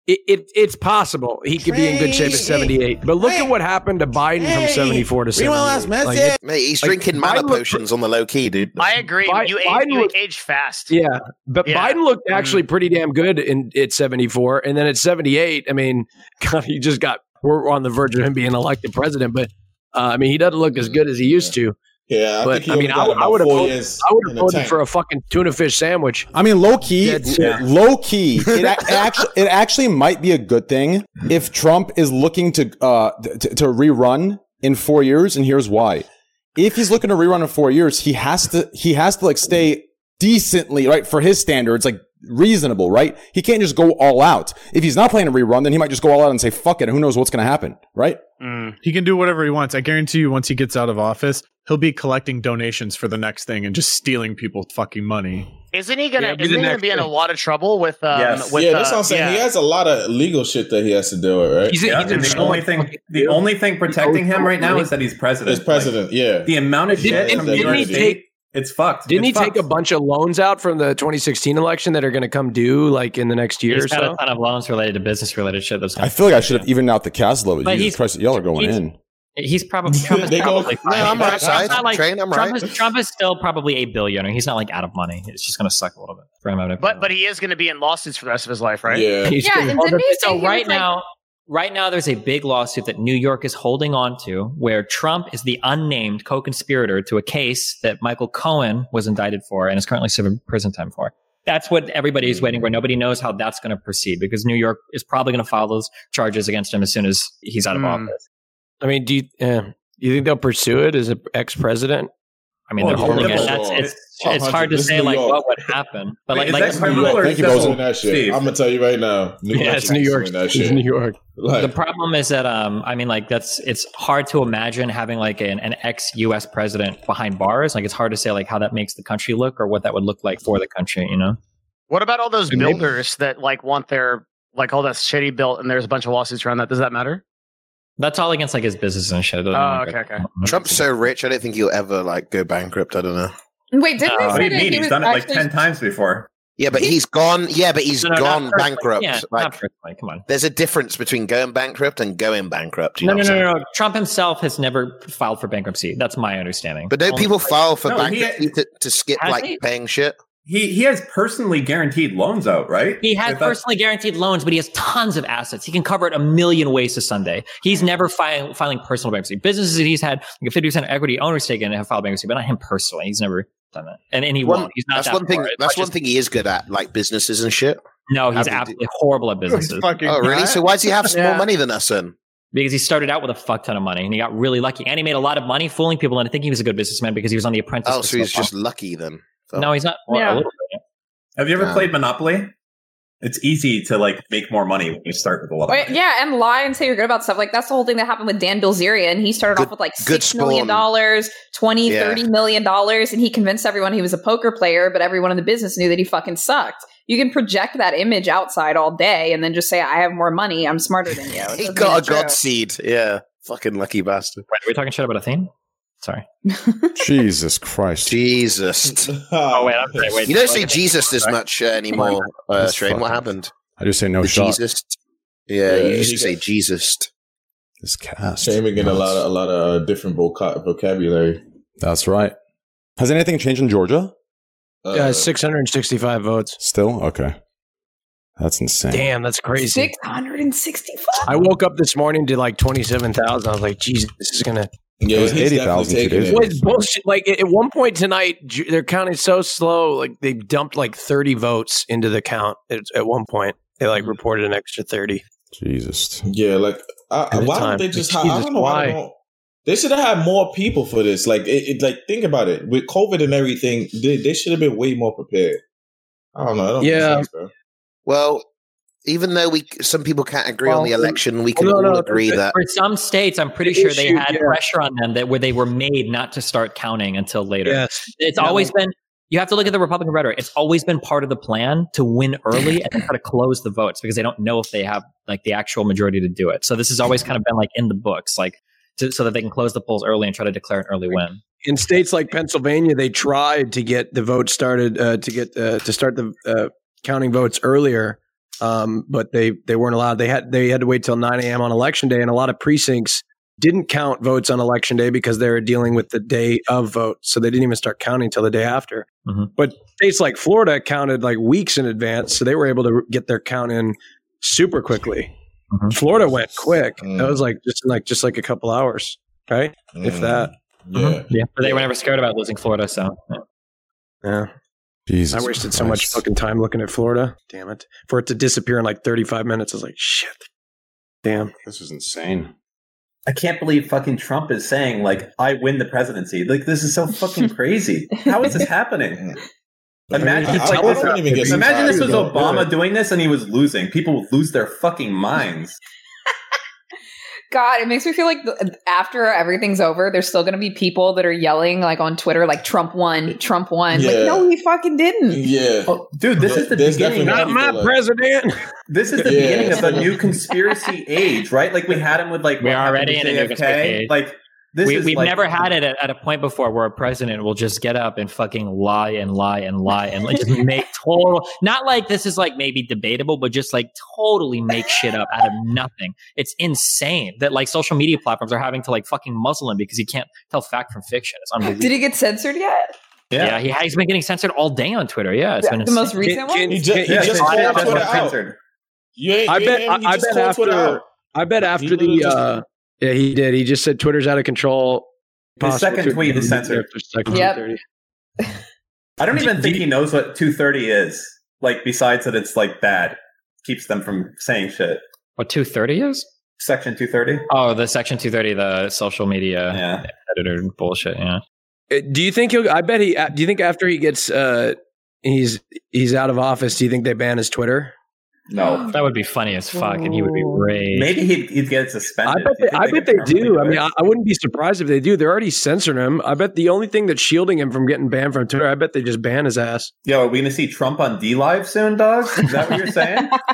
Speaker 10: it, it it's possible he could be in good shape at seventy eight, but look at what happened to Biden from seventy four to
Speaker 18: Read
Speaker 10: seventy
Speaker 18: my
Speaker 10: eight.
Speaker 18: last message. Mate, he's drinking mana potions on the low key, dude.
Speaker 20: I agree.
Speaker 10: Bi-
Speaker 20: you age,
Speaker 10: Biden
Speaker 20: you
Speaker 10: looked-
Speaker 20: age fast.
Speaker 10: Yeah, but
Speaker 20: Yeah.
Speaker 10: Biden looked actually pretty damn good in at seventy four, and then at seventy eight, I mean, [LAUGHS] God, he just got we're on the verge of him being elected president, but uh, I mean, he doesn't look as good as he used to.
Speaker 7: Mm-hmm. Yeah, I think
Speaker 10: but
Speaker 7: he
Speaker 10: I
Speaker 7: only
Speaker 10: mean, I,
Speaker 7: got
Speaker 10: would- I
Speaker 7: about
Speaker 10: would have
Speaker 7: four
Speaker 10: voted,
Speaker 7: years
Speaker 10: I would have
Speaker 7: in the
Speaker 10: voted
Speaker 7: tank.
Speaker 10: for a fucking tuna fish sandwich.
Speaker 2: I mean, low key,
Speaker 10: That's- yeah.
Speaker 2: low key.
Speaker 18: [LAUGHS]
Speaker 2: It, ac- it actually, it actually might be a good thing if Trump is looking to uh to, to rerun in four years, and here's why. If he's looking to rerun in four years, he has to he has to like stay decently right for his standards, like reasonable, right? He can't just go all out. If he's not planning to rerun, then he might just go all out and say fuck it. Who knows what's going to happen, right?
Speaker 13: Mm.
Speaker 9: He can do whatever he wants. I guarantee you, once he gets out of office, he'll be collecting donations for the next thing and just stealing people fucking money.
Speaker 20: Isn't he gonna?
Speaker 9: Yeah, be
Speaker 20: isn't
Speaker 9: the
Speaker 20: he gonna
Speaker 9: next
Speaker 20: be in a
Speaker 9: thing.
Speaker 20: lot of trouble with? Um, with
Speaker 7: yeah,
Speaker 20: uh,
Speaker 7: that's what I'm saying. He
Speaker 20: yeah.
Speaker 7: has a lot of legal shit that he has to deal with, right?
Speaker 8: He's- Yeah, he's and in the so only much thing- the only thing protecting him right now is that he's president.
Speaker 7: He's president, yeah.
Speaker 8: The amount of shit from New York State, it's fucked.
Speaker 10: Didn't
Speaker 8: It's
Speaker 10: he
Speaker 8: fucked.
Speaker 10: take a bunch of loans out from the 2016 election that are going to come due like in the next year
Speaker 13: He's
Speaker 10: or
Speaker 13: got
Speaker 10: so?
Speaker 13: a ton of loans related to business related shit. That's
Speaker 2: I feel like I should have evened out the cast a little
Speaker 13: But
Speaker 2: bit. Jesus
Speaker 13: he's-
Speaker 2: Christ, y'all are going
Speaker 13: he's-
Speaker 2: in.
Speaker 13: He's
Speaker 20: [LAUGHS]
Speaker 13: probably Trump is
Speaker 2: They go-
Speaker 13: probably
Speaker 2: No,
Speaker 13: fine.
Speaker 2: I'm
Speaker 13: Trump's
Speaker 2: outside.
Speaker 13: not like-
Speaker 2: Train, I'm
Speaker 13: Trump
Speaker 2: right.
Speaker 13: is Trump is still probably a billionaire. He's not like out of money. It's just gonna suck a little bit for him. I would-
Speaker 20: But but he is gonna be in lawsuits for the rest of his life, right?
Speaker 13: Yeah.
Speaker 20: He's
Speaker 13: He's Yeah, gonna- and
Speaker 5: didn't he say
Speaker 13: so
Speaker 5: he
Speaker 13: right
Speaker 5: was, like-
Speaker 13: now, right now, there's a big lawsuit that New York is holding on to, where Trump is the unnamed co-conspirator to a case that Michael Cohen was indicted for and is currently serving prison time for. That's what everybody is waiting for. Nobody knows how that's going to proceed because New York is probably going to file those charges against him as soon as he's out of office.
Speaker 10: I mean, do you uh, you think they'll pursue it as an ex president?
Speaker 13: I
Speaker 7: Oh,
Speaker 13: mean, they're holding it. That's, it's, it's hard to say like what would happen, but like, like
Speaker 7: Thank you, Bozo. That shit. I'm gonna tell you right now.
Speaker 13: Yeah, it's New York.
Speaker 7: doing that
Speaker 13: It's
Speaker 7: shit.
Speaker 13: New
Speaker 10: York.
Speaker 7: Like-
Speaker 13: the problem is that um, I mean, like that's it's hard to imagine having like an, an ex U.S. president behind bars. Like it's hard to say like how that makes the country look or what that would look like for the country. You know,
Speaker 20: What about all those
Speaker 13: And maybe-
Speaker 20: builders that like want their like all that shitty built and there's a bunch of lawsuits around that? Does that matter?
Speaker 13: that's all against like his business and shit. It doesn't Mm-hmm.
Speaker 20: Oh,
Speaker 13: look
Speaker 20: okay,
Speaker 13: like-
Speaker 20: okay.
Speaker 18: Trump's so rich, I don't think he'll ever like go bankrupt. I don't know.
Speaker 5: Wait,
Speaker 13: Uh,
Speaker 5: didn't they
Speaker 18: What
Speaker 5: say
Speaker 18: do you
Speaker 5: that
Speaker 18: mean? He's
Speaker 5: he was
Speaker 18: done it, like,
Speaker 5: actually
Speaker 18: 10 times before. Yeah, but he's gone. Yeah, but he's
Speaker 13: No, no, not
Speaker 18: gone
Speaker 13: personally.
Speaker 18: bankrupt.
Speaker 13: Yeah,
Speaker 18: like,
Speaker 13: not personally. Come on.
Speaker 18: There's a difference between going bankrupt and going bankrupt. You
Speaker 13: No,
Speaker 18: know
Speaker 13: no,
Speaker 18: what
Speaker 13: no,
Speaker 18: I'm
Speaker 13: no, no. Trump himself has never filed for bankruptcy. That's my understanding.
Speaker 18: But don't
Speaker 13: Only-
Speaker 18: people file for
Speaker 13: No, he-
Speaker 18: bankruptcy to, to skip
Speaker 13: Has
Speaker 18: like
Speaker 13: he?
Speaker 18: paying shit?
Speaker 8: He he has personally guaranteed loans out, right?
Speaker 13: He has
Speaker 8: I thought-
Speaker 13: personally guaranteed loans, but he has tons of assets. He can cover it a million ways to Sunday.
Speaker 18: Hmm.
Speaker 13: He's never fi- filing personal bankruptcy. Businesses that he's had like a fifty percent equity owner's stake in have filed bankruptcy, but not him personally. He's never done that, and and he won't. He's not
Speaker 18: that's
Speaker 13: that
Speaker 18: one thing.
Speaker 13: far. It's
Speaker 18: That's one
Speaker 13: not just-
Speaker 18: thing he is good at, like businesses and shit.
Speaker 13: No, he's
Speaker 18: Having to
Speaker 13: absolutely
Speaker 18: [LAUGHS]
Speaker 13: horrible at businesses.
Speaker 18: fucking Oh, really? So why does he have more money than us then?
Speaker 13: Because he started out with a fuck ton of money and he got really lucky, and he made a lot of money fooling people. And I think he was a good businessman because he was on The Apprentice.
Speaker 18: Oh,
Speaker 13: for
Speaker 18: so he's
Speaker 13: long.
Speaker 18: just lucky then.
Speaker 13: no, he's not. well, a
Speaker 8: Yeah.
Speaker 13: little bit.
Speaker 8: Have you ever
Speaker 18: Um,
Speaker 8: played Monopoly? It's easy to like make more money when you start with a lot. Of
Speaker 5: Wait, yeah, and lie and say you're good about stuff. Like that's the whole thing that happened with Dan Bilzerian. He started off with like
Speaker 8: good
Speaker 5: six million
Speaker 8: spawn.
Speaker 5: dollars, twenty,
Speaker 8: Yeah.
Speaker 5: thirty million dollars, and he convinced everyone he was a poker player, but everyone in the business knew that he fucking sucked. You can project that image outside all day and then just say, I have more money, I'm smarter than
Speaker 8: [LAUGHS]
Speaker 5: you. It
Speaker 18: He
Speaker 5: doesn't
Speaker 18: got
Speaker 5: mean
Speaker 18: a
Speaker 5: true.
Speaker 18: god seed. Yeah, fucking lucky bastard.
Speaker 13: Wait, are we talking shit about a theme?
Speaker 18: [LAUGHS]
Speaker 13: Sorry.
Speaker 2: Jesus Christ.
Speaker 18: Jesus.
Speaker 7: oh
Speaker 13: wait, I'm sorry. Wait,
Speaker 18: you don't say Jesus this much uh, anymore, uh,
Speaker 2: This
Speaker 18: Shane. What
Speaker 2: fucking-
Speaker 18: happened?
Speaker 2: I just say no
Speaker 18: the
Speaker 2: shot.
Speaker 18: Jesus. Yeah,
Speaker 7: Yeah,
Speaker 18: you used
Speaker 7: he
Speaker 18: to say
Speaker 7: got-
Speaker 18: Jesus.
Speaker 2: This cast.
Speaker 7: Shame getting a lot of a lot of uh, different voca- vocabulary.
Speaker 2: That's right. Has anything changed in Georgia?
Speaker 10: Uh, 665 votes.
Speaker 2: Still? Okay. That's insane.
Speaker 10: Damn, that's crazy.
Speaker 5: 665.
Speaker 10: I woke up this morning to like 27,000. I was like, Jesus, this is going to.
Speaker 7: Yeah,
Speaker 2: it was
Speaker 7: he's
Speaker 2: 80,000
Speaker 7: definitely
Speaker 2: two days
Speaker 7: taking
Speaker 2: ago.
Speaker 7: it.
Speaker 10: It's bullshit. Like at at one point tonight, ju- they're counting so slow. Like they dumped like 30 votes into the count at, at one point. They like reported an extra 30.
Speaker 2: Jesus.
Speaker 7: Mm. Yeah, like I, I-
Speaker 10: At a
Speaker 7: why
Speaker 10: time.
Speaker 7: don't they just?
Speaker 10: Like,
Speaker 7: hi- I
Speaker 10: Jesus,
Speaker 7: don't know why.
Speaker 10: why?
Speaker 7: they don't- They should have had more people for this. Like, it, it, like think about it. With COVID and everything, they, they should have been way more prepared. I don't know. I don't
Speaker 10: Yeah.
Speaker 7: Make sense, bro.
Speaker 18: Well, Even though we some people can't agree on the
Speaker 13: Well,
Speaker 18: election, we can all agree that
Speaker 13: for some states, I'm pretty
Speaker 18: The
Speaker 13: sure they
Speaker 18: issue,
Speaker 13: had
Speaker 18: yeah.
Speaker 13: pressure on them that where they were made not to start counting until later.
Speaker 10: Yes.
Speaker 13: It's
Speaker 10: No.
Speaker 13: always been. You have to look at the Republican rhetoric. It's always been part of the plan to win early and then try to close the votes because they don't know if they have like the actual majority to do it. So this has always kind of been like in the books, like to, so that they can close the polls early and try to declare an early win.
Speaker 10: in states like Pennsylvania, they tried to get the vote started uh, to get uh, to start the uh, counting votes earlier, um, but they they weren't allowed. They had they had to wait till 9 a.m. on election day, and a lot of precincts didn't count votes on election day because they were dealing with the day of vote, so they didn't even start counting till the day after.
Speaker 13: Mhm.
Speaker 10: But states like Florida counted like weeks in advance, so they were able to get their count in super quickly. Florida went quick. That was like just like just like a couple hours, right? If that.
Speaker 18: Mm-hmm.
Speaker 7: Yeah.
Speaker 13: yeah. But they were never scared about losing Florida, so yeah.
Speaker 10: Yeah.
Speaker 2: Jesus
Speaker 10: I wasted so much
Speaker 2: Christ.
Speaker 10: fucking time looking at Florida. Damn it. For it to disappear in like 35 minutes, I was like, shit. Damn.
Speaker 2: This is insane.
Speaker 8: I can't believe fucking Trump is saying like I win the presidency. Like this is so fucking crazy. How is this happening? Imagine,
Speaker 7: I- I-
Speaker 8: it's like,
Speaker 7: I wouldn't even get
Speaker 8: this, imagine this was
Speaker 7: surprised, though.
Speaker 8: Obama doing this and he was losing. People would lose their fucking minds.
Speaker 5: God, it makes me feel like the, after everything's over, there's still going to be people that are yelling like on Twitter, like Trump won, Trump won. Like,
Speaker 8: Yeah.
Speaker 5: no, he fucking didn't.
Speaker 7: Yeah.
Speaker 8: Oh, dude, this is the
Speaker 7: There's definitely
Speaker 8: beginning.
Speaker 7: Not people my like-
Speaker 10: president.
Speaker 8: This is the
Speaker 7: [LAUGHS] Yeah.
Speaker 8: beginning of a new conspiracy age, right? Like we had him with like
Speaker 13: We're already in a new conspiracy.
Speaker 8: Like this
Speaker 13: we,
Speaker 8: is
Speaker 13: we've
Speaker 8: like-
Speaker 13: never had it at, at a point before where a president will just get up and fucking lie and lie and lie and like,
Speaker 7: [LAUGHS]
Speaker 13: just make total not like this is like maybe debatable but just like totally make shit up out of nothing it's insane that like social media platforms are having to like fucking muzzle him because he can't tell fact from fiction it's unbelievable
Speaker 5: Did he get censored yet?
Speaker 13: yeah, he ha- he's been getting censored all day on twitter yeah it's
Speaker 5: Yeah,
Speaker 13: been
Speaker 5: the most
Speaker 13: insane.
Speaker 5: recent one?
Speaker 7: He ju- he
Speaker 10: Yeah,
Speaker 7: just
Speaker 10: yeah,
Speaker 7: called
Speaker 10: yeah,
Speaker 7: Twitter
Speaker 10: yeah,
Speaker 7: out.
Speaker 10: censored.
Speaker 7: You ain't,
Speaker 10: I
Speaker 7: you
Speaker 10: bet.
Speaker 7: ain't him, he
Speaker 10: I, I
Speaker 7: just
Speaker 10: bet
Speaker 7: called Twitter
Speaker 10: after.
Speaker 7: out.
Speaker 10: I bet after
Speaker 7: literally
Speaker 10: the.
Speaker 7: just-
Speaker 10: Uh, yeah, he did. He just said Twitter's out of control.
Speaker 8: His
Speaker 10: Possible
Speaker 8: second
Speaker 10: to-
Speaker 8: tweet is censored.
Speaker 10: Second
Speaker 5: Yep.
Speaker 10: tweet,
Speaker 8: I don't even think he knows what 230 is. Like, besides that, it's like bad, keeps them from saying shit.
Speaker 13: what 230 is
Speaker 8: Section 230.
Speaker 13: oh the section 230 the social media editor bullshit yeah
Speaker 10: Uh, Do you think he'll? I bet he. uh, Do you think after he gets, uh, he's he's out of office? Do you think they ban his Twitter?
Speaker 8: No.
Speaker 13: that would be funny as fuck and he would be raged
Speaker 8: Maybe he'd, he'd get
Speaker 10: I
Speaker 8: suspended.
Speaker 10: bet
Speaker 8: You
Speaker 10: they,
Speaker 8: think
Speaker 10: I bet they
Speaker 8: could normally
Speaker 10: do. I mean,
Speaker 8: it?
Speaker 10: I, I wouldn't be surprised if they do. They're already censoring him. I bet the only thing that's shielding him from getting banned from Twitter, I bet they just ban his ass.
Speaker 8: Yo, are we going to see Trump on D Live soon, dog? Is that what
Speaker 7: [LAUGHS]
Speaker 8: you're saying?
Speaker 10: [LAUGHS]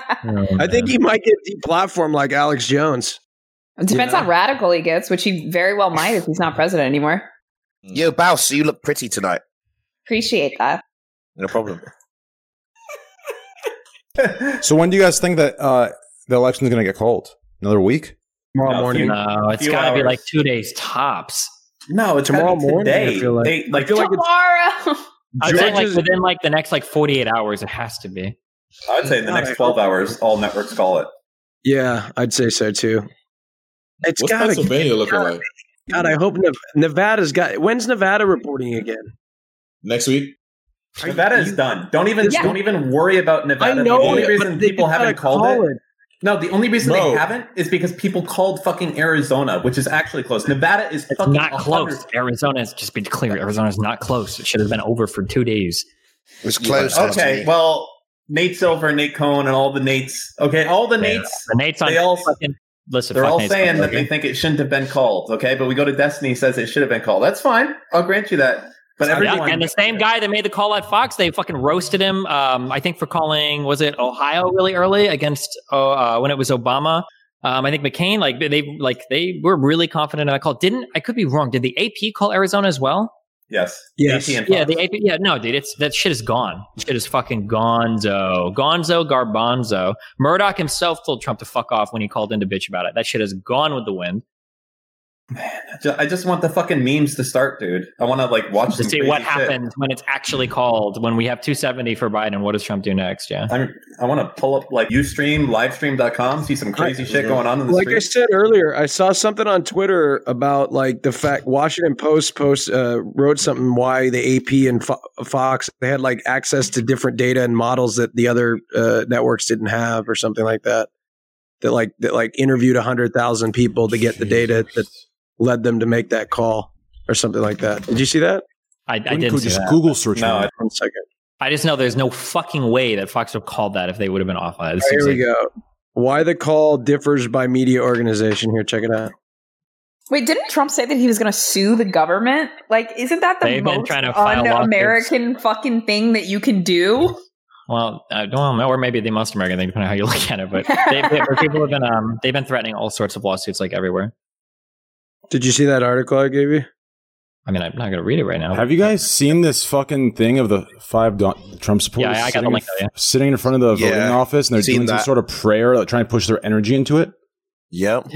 Speaker 10: I think he might get deplatformed like Alex Jones.
Speaker 5: It depends
Speaker 10: Yeah.
Speaker 5: how radical he gets, which he very well might if he's not president anymore.
Speaker 18: yo, Bouse, you look pretty tonight.
Speaker 5: Appreciate that.
Speaker 18: No problem.
Speaker 2: So when do you guys think that uh, the election's going to get called? Another week?
Speaker 10: Tomorrow
Speaker 8: No, morning. few-
Speaker 13: no it's
Speaker 8: few
Speaker 13: gotta be
Speaker 8: hours.
Speaker 13: like two days tops
Speaker 8: No, it's
Speaker 10: Tomorrow
Speaker 8: tomorrow
Speaker 10: morning,
Speaker 8: today.
Speaker 10: I feel like.
Speaker 8: They, like,
Speaker 5: Tomorrow.
Speaker 13: I'm saying like
Speaker 10: Georgia's-
Speaker 13: within like the next like 48 hours, it has to be.
Speaker 8: I would say in the next 12 hours, all networks call it.
Speaker 10: Yeah, I'd say so too. It's
Speaker 7: What's
Speaker 10: got to.
Speaker 7: Pennsylvania looking like?
Speaker 10: God, I hope Nev- Nevada's got. When's Nevada reporting again?
Speaker 7: Next week?
Speaker 8: Nevada is done. Don't even
Speaker 5: Yeah.
Speaker 8: don't even worry about Nevada.
Speaker 10: I know,
Speaker 8: the only
Speaker 10: but
Speaker 8: reason
Speaker 10: they
Speaker 8: people
Speaker 10: just
Speaker 8: haven't
Speaker 10: gotta
Speaker 8: called
Speaker 10: call
Speaker 8: it, No, the only reason
Speaker 7: Bro.
Speaker 8: they haven't is because people called fucking Arizona, which is actually close. Nevada is
Speaker 13: It's
Speaker 8: fucking
Speaker 13: not
Speaker 8: 100
Speaker 13: close. Arizona's just be clear. Arizona's not close. It should have been over for two days.
Speaker 18: It was close.
Speaker 8: Okay, well, Nate Silver, Nate Cohen, and all the Nates. Okay, all the
Speaker 13: Yeah.
Speaker 8: Nates.
Speaker 13: The Nate's on
Speaker 8: They all
Speaker 13: fucking listen.
Speaker 8: they're
Speaker 13: fuck
Speaker 8: all
Speaker 13: Nate's
Speaker 8: saying
Speaker 13: on
Speaker 8: that they
Speaker 13: Rogan.
Speaker 8: think it shouldn't have been called. Okay, but we go to Destiny says it should have been called. That's fine. I'll grant you that. But
Speaker 13: Yeah,
Speaker 8: everyone,
Speaker 13: and the same guy that made the call at Fox, they fucking roasted him. Um, I think for calling was it Ohio really early against oh, uh, when it was Obama. Um, I think McCain like they like they were really confident in that call. Didn't I could be wrong? Did the AP call Arizona as well?
Speaker 8: yes,
Speaker 10: Yes.
Speaker 8: AT&T.
Speaker 13: Yeah, the AP. Yeah, no, dude, it's that shit is gone. Shit is fucking gonzo, gonzo, garbanzo. Murdoch himself told Trump to fuck off when he called in to bitch about it. That shit is gone with the wind.
Speaker 8: Ju- I just want the fucking memes to start, dude. I want to like watch
Speaker 13: To
Speaker 8: some
Speaker 13: see
Speaker 8: crazy
Speaker 13: what
Speaker 8: shit.
Speaker 13: happens when it's actually called. When we have 270 for Biden, what does Trump do next? Yeah,
Speaker 8: I'm, I want to pull up like Ustream, Livestream.com, see some crazy
Speaker 10: Right.
Speaker 8: shit going on in the
Speaker 10: Like I
Speaker 8: street.
Speaker 10: said earlier, I saw something on Twitter about like the fact Washington Post post uh, wrote something why the AP and Fo- Fox they had like access to different data and models that the other uh, networks didn't have or something like that. That like that like interviewed hundred thousand people to get the data that led them to make that call or something like that. Did you see that?
Speaker 13: I, I
Speaker 2: Wouldn't
Speaker 13: didn't
Speaker 2: could
Speaker 13: see
Speaker 2: just
Speaker 13: that.
Speaker 2: Google search
Speaker 8: No,
Speaker 2: for it.
Speaker 10: One second.
Speaker 13: I just know there's no fucking way that Fox would have called that if they would have been off. Uh, this
Speaker 10: All right,
Speaker 13: seems
Speaker 10: here we
Speaker 13: like-
Speaker 10: go. Why the call differs by media organization. Here, check it out.
Speaker 5: Wait, didn't Trump say that he was going to sue the government? Like, isn't that the
Speaker 13: They've been
Speaker 5: most
Speaker 13: trying to file lawsuits.
Speaker 5: un-American fucking thing that you can do?
Speaker 13: Well, I don't know, or maybe the most American thing, depending on how you [LAUGHS] look at it. But they've, they people have been um, they've been threatening all sorts of lawsuits like everywhere.
Speaker 10: Did you see that article I gave you?
Speaker 13: I mean, I'm not going to read it right now.
Speaker 2: Have you guys seen this fucking thing of the five do- Trump supporters
Speaker 13: Yeah, I got the
Speaker 2: sitting,
Speaker 13: link,
Speaker 2: in, sitting in front of the
Speaker 13: Yeah.
Speaker 2: voting office and they're
Speaker 13: Seen
Speaker 2: doing some
Speaker 13: that.
Speaker 2: sort of prayer, like trying to push their energy into it?
Speaker 13: [LAUGHS]
Speaker 21: Yep.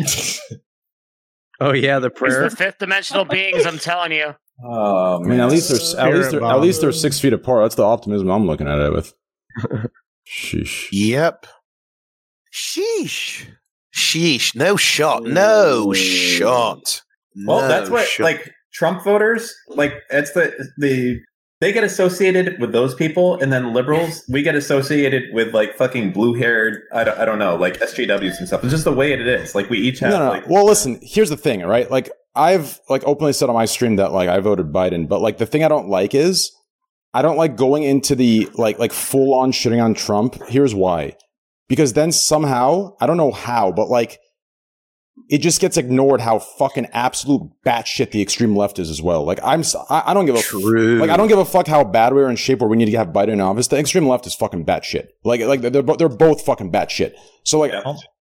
Speaker 10: oh yeah, the
Speaker 4: It's
Speaker 10: prayer.
Speaker 4: the fifth dimensional beings. I'm telling you.
Speaker 2: I mean, Oh, at least they're at least they're, at least they're six feet apart. That's the optimism I'm looking at
Speaker 13: [LAUGHS]
Speaker 2: it with. Sheesh.
Speaker 21: Yep. Sheesh. Sheesh. No shot. No shot.
Speaker 8: Well,
Speaker 21: No
Speaker 8: that's what
Speaker 21: shot.
Speaker 8: like Trump voters like. That's the the they get associated with those people, and then liberals we get associated with like fucking blue haired. I don't, I don't know, like SJWs and stuff. It's just the way it is. Like we each have
Speaker 2: No, no.
Speaker 8: like
Speaker 2: well, listen. Here's the thing, right? Like I've like openly said on my stream that like I voted Biden, but like the thing I don't like is I don't like going into the like like full on shitting on Trump. Here's why, because then somehow I don't know how, but like it just gets ignored how fucking absolute batshit the extreme left is as well. Like I'm, s- I, I don't give a like I don't give a fuck how bad we are in shape or we need to have Biden in office. The extreme left is fucking batshit. Like like they're bo- they're both fucking batshit. So like.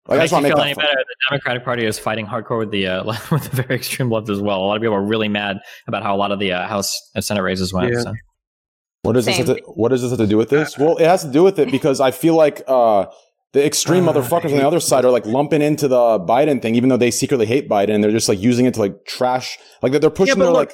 Speaker 2: Like, I
Speaker 13: Makes
Speaker 2: just want
Speaker 13: you
Speaker 2: to make
Speaker 13: feel
Speaker 2: that
Speaker 13: any better. The Democratic Party is fighting hardcore with the uh, [LAUGHS] left- with the very extreme left as well. A lot of people are really mad about how a lot of the uh, House and Senate raises went.
Speaker 2: Yeah.
Speaker 13: So.
Speaker 2: What does this
Speaker 13: Same.
Speaker 2: have to, what does this have to do with this? Well, it has to do with it because I feel like uh, the extreme motherfuckers on the other side are like lumping into the Biden thing, even though they secretly hate Biden. and They're just like using it to like trash, like they're- they're pushing their like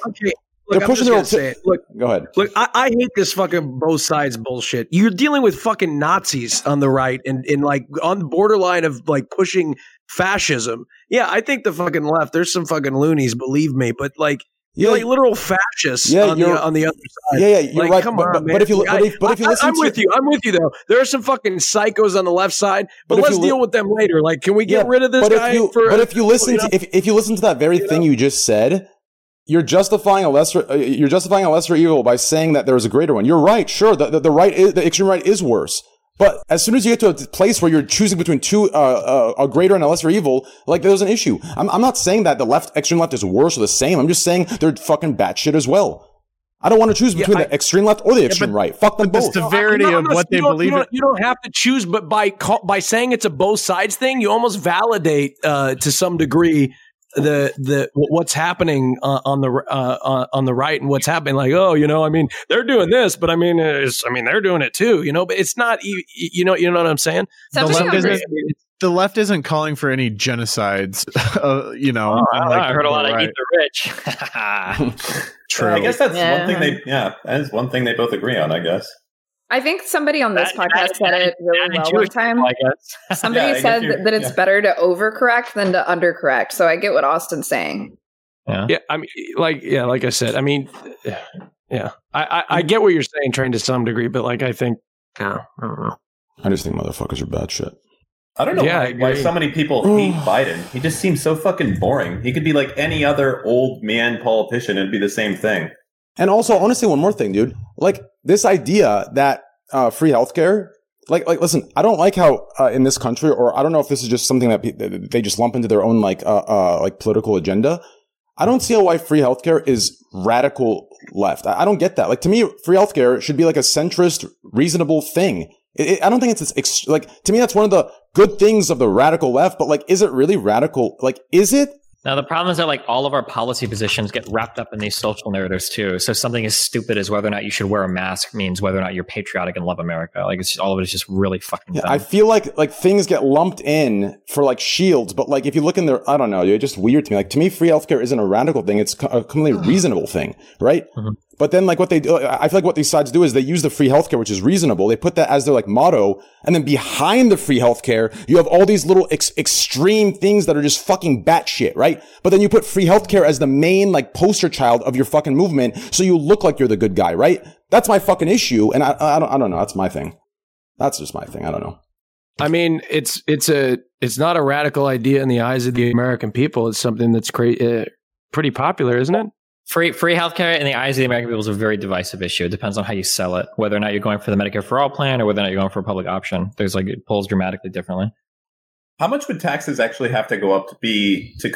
Speaker 10: Look,
Speaker 2: they're
Speaker 10: I'm
Speaker 2: pushing
Speaker 10: just
Speaker 2: their
Speaker 10: gonna say it. Look,
Speaker 2: go ahead.
Speaker 10: Look, I, I hate this fucking both sides bullshit. You're dealing with fucking Nazis on the right and, and like on the borderline of like pushing fascism. Yeah, I think the fucking left, there's some fucking loonies, believe me, but like
Speaker 2: you're
Speaker 10: like literal fascists
Speaker 2: Yeah,
Speaker 10: on, the,
Speaker 2: you're-
Speaker 10: on the other side.
Speaker 2: Yeah, yeah, you're
Speaker 10: Like,
Speaker 2: right,
Speaker 10: Come
Speaker 2: but-
Speaker 10: on,
Speaker 2: but-
Speaker 10: man.
Speaker 2: but if you- but if- but if you
Speaker 10: I-
Speaker 2: listen
Speaker 10: I'm
Speaker 2: to-
Speaker 10: with you. I'm with you though. There are some fucking psychos on the left side, but,
Speaker 2: But if
Speaker 10: let's
Speaker 2: you li-
Speaker 10: deal with them later. Like, can we get
Speaker 2: Yeah,
Speaker 10: rid of this
Speaker 2: but
Speaker 10: guy
Speaker 2: If you,
Speaker 10: for
Speaker 2: but if you listen to
Speaker 10: know?
Speaker 2: if, if you listen to that very thing you just said, you're justifying a lesser uh, you're justifying a lesser evil by saying that there is a greater one. You're right. Sure, the, the, the right is, the extreme right is worse. But as soon as you get to a place where you're choosing between two, uh, uh, a greater and a lesser evil, like there's an issue. I'm, I'm not saying that the left, extreme left is worse or the same. I'm just saying they're fucking batshit as well. I don't want to choose between the extreme left or the extreme right. Fuck them both.
Speaker 10: No, I'm not- you don't- you don't, You don't have to choose, but by call, by saying it's a both sides thing, you almost validate uh, to some degree the the wh- what's happening uh, on the r- uh, on- on the right and what's happening. Like, oh, you know, I mean, they're doing this, but I mean, it's, I mean, they're doing it too. You know, but it's not. You, you know, you know what I'm saying?
Speaker 9: the left isn't the left isn't calling for any genocides. [LAUGHS] Uh, you know,
Speaker 2: Oh,
Speaker 9: unlike
Speaker 13: Oh, I heard a lot
Speaker 9: the
Speaker 13: of
Speaker 9: right.
Speaker 13: eat the rich. [LAUGHS]
Speaker 9: True.
Speaker 8: I guess that's one thing they yeah that's one thing they both agree on. I guess.
Speaker 5: I think somebody on this podcast said it really well one
Speaker 8: Jewish
Speaker 5: time.
Speaker 8: I [LAUGHS]
Speaker 5: [LAUGHS]
Speaker 13: guess.
Speaker 5: Somebody
Speaker 8: Yeah, I
Speaker 5: said
Speaker 8: guess you're-
Speaker 5: that, that it's
Speaker 8: yeah.
Speaker 5: better to overcorrect than to undercorrect. So I get what Austin's saying.
Speaker 13: Yeah.
Speaker 10: I mean, like, yeah, like I said, I mean, yeah, I, I, I get what you're saying, train to some degree, but like, I think, yeah, I don't know.
Speaker 2: I just think motherfuckers are bad shit.
Speaker 8: I don't know
Speaker 10: Yeah, I
Speaker 8: why, why
Speaker 10: agree.
Speaker 8: so many people hate Biden. He just seems so fucking boring. He could be like any other old man politician and be the same thing.
Speaker 2: And also, I want to say one more thing, dude. Like this idea that uh, free healthcare. Like, like, listen. I don't like how uh, in this country, or I don't know if this is just something that pe- that they just lump into their own like, uh, uh, like political agenda. I don't see why free healthcare is radical left. I, I don't get that. Like to me, free healthcare should be like a centrist, reasonable thing. It, it- I don't think it's this ex- like to me that's one of the good things of the radical left. But like, is it really radical? Like, is it?
Speaker 13: Now the problem is that like all of our policy positions get wrapped up in these social narratives too. So something as stupid as whether or not you should wear a mask means whether or not you're patriotic and love America. Like it's just, all of it is just really fucking.
Speaker 2: Yeah, I feel like like things get lumped in for like shields, but like if you look in there, I don't know, dude, it's just weird to me. Like to me, free healthcare isn't a radical thing; it's co- a completely reasonable thing, right? But then like what they do, I feel like what these sides do is they use the free healthcare, which is reasonable. They put that as their like motto, and then behind the free healthcare, you have all these little ex- extreme things that are just fucking batshit, right? But then you put free healthcare as the main like poster child of your fucking movement, so you look like you're the good guy, right? That's my fucking issue, and I I don't I don't know. That's my thing. That's just my thing. I don't know.
Speaker 10: I mean, it's it's a it's not a radical idea in the eyes of the American people. It's something that's cra- uh, pretty popular, isn't it?
Speaker 13: free free healthcare in the eyes of the American people is a very divisive issue. It depends on how you sell it, whether or not you're going for the Medicare for all plan or whether or not you're going for a public option. There's like it pulls dramatically differently.
Speaker 8: How much would taxes actually have to go up to be to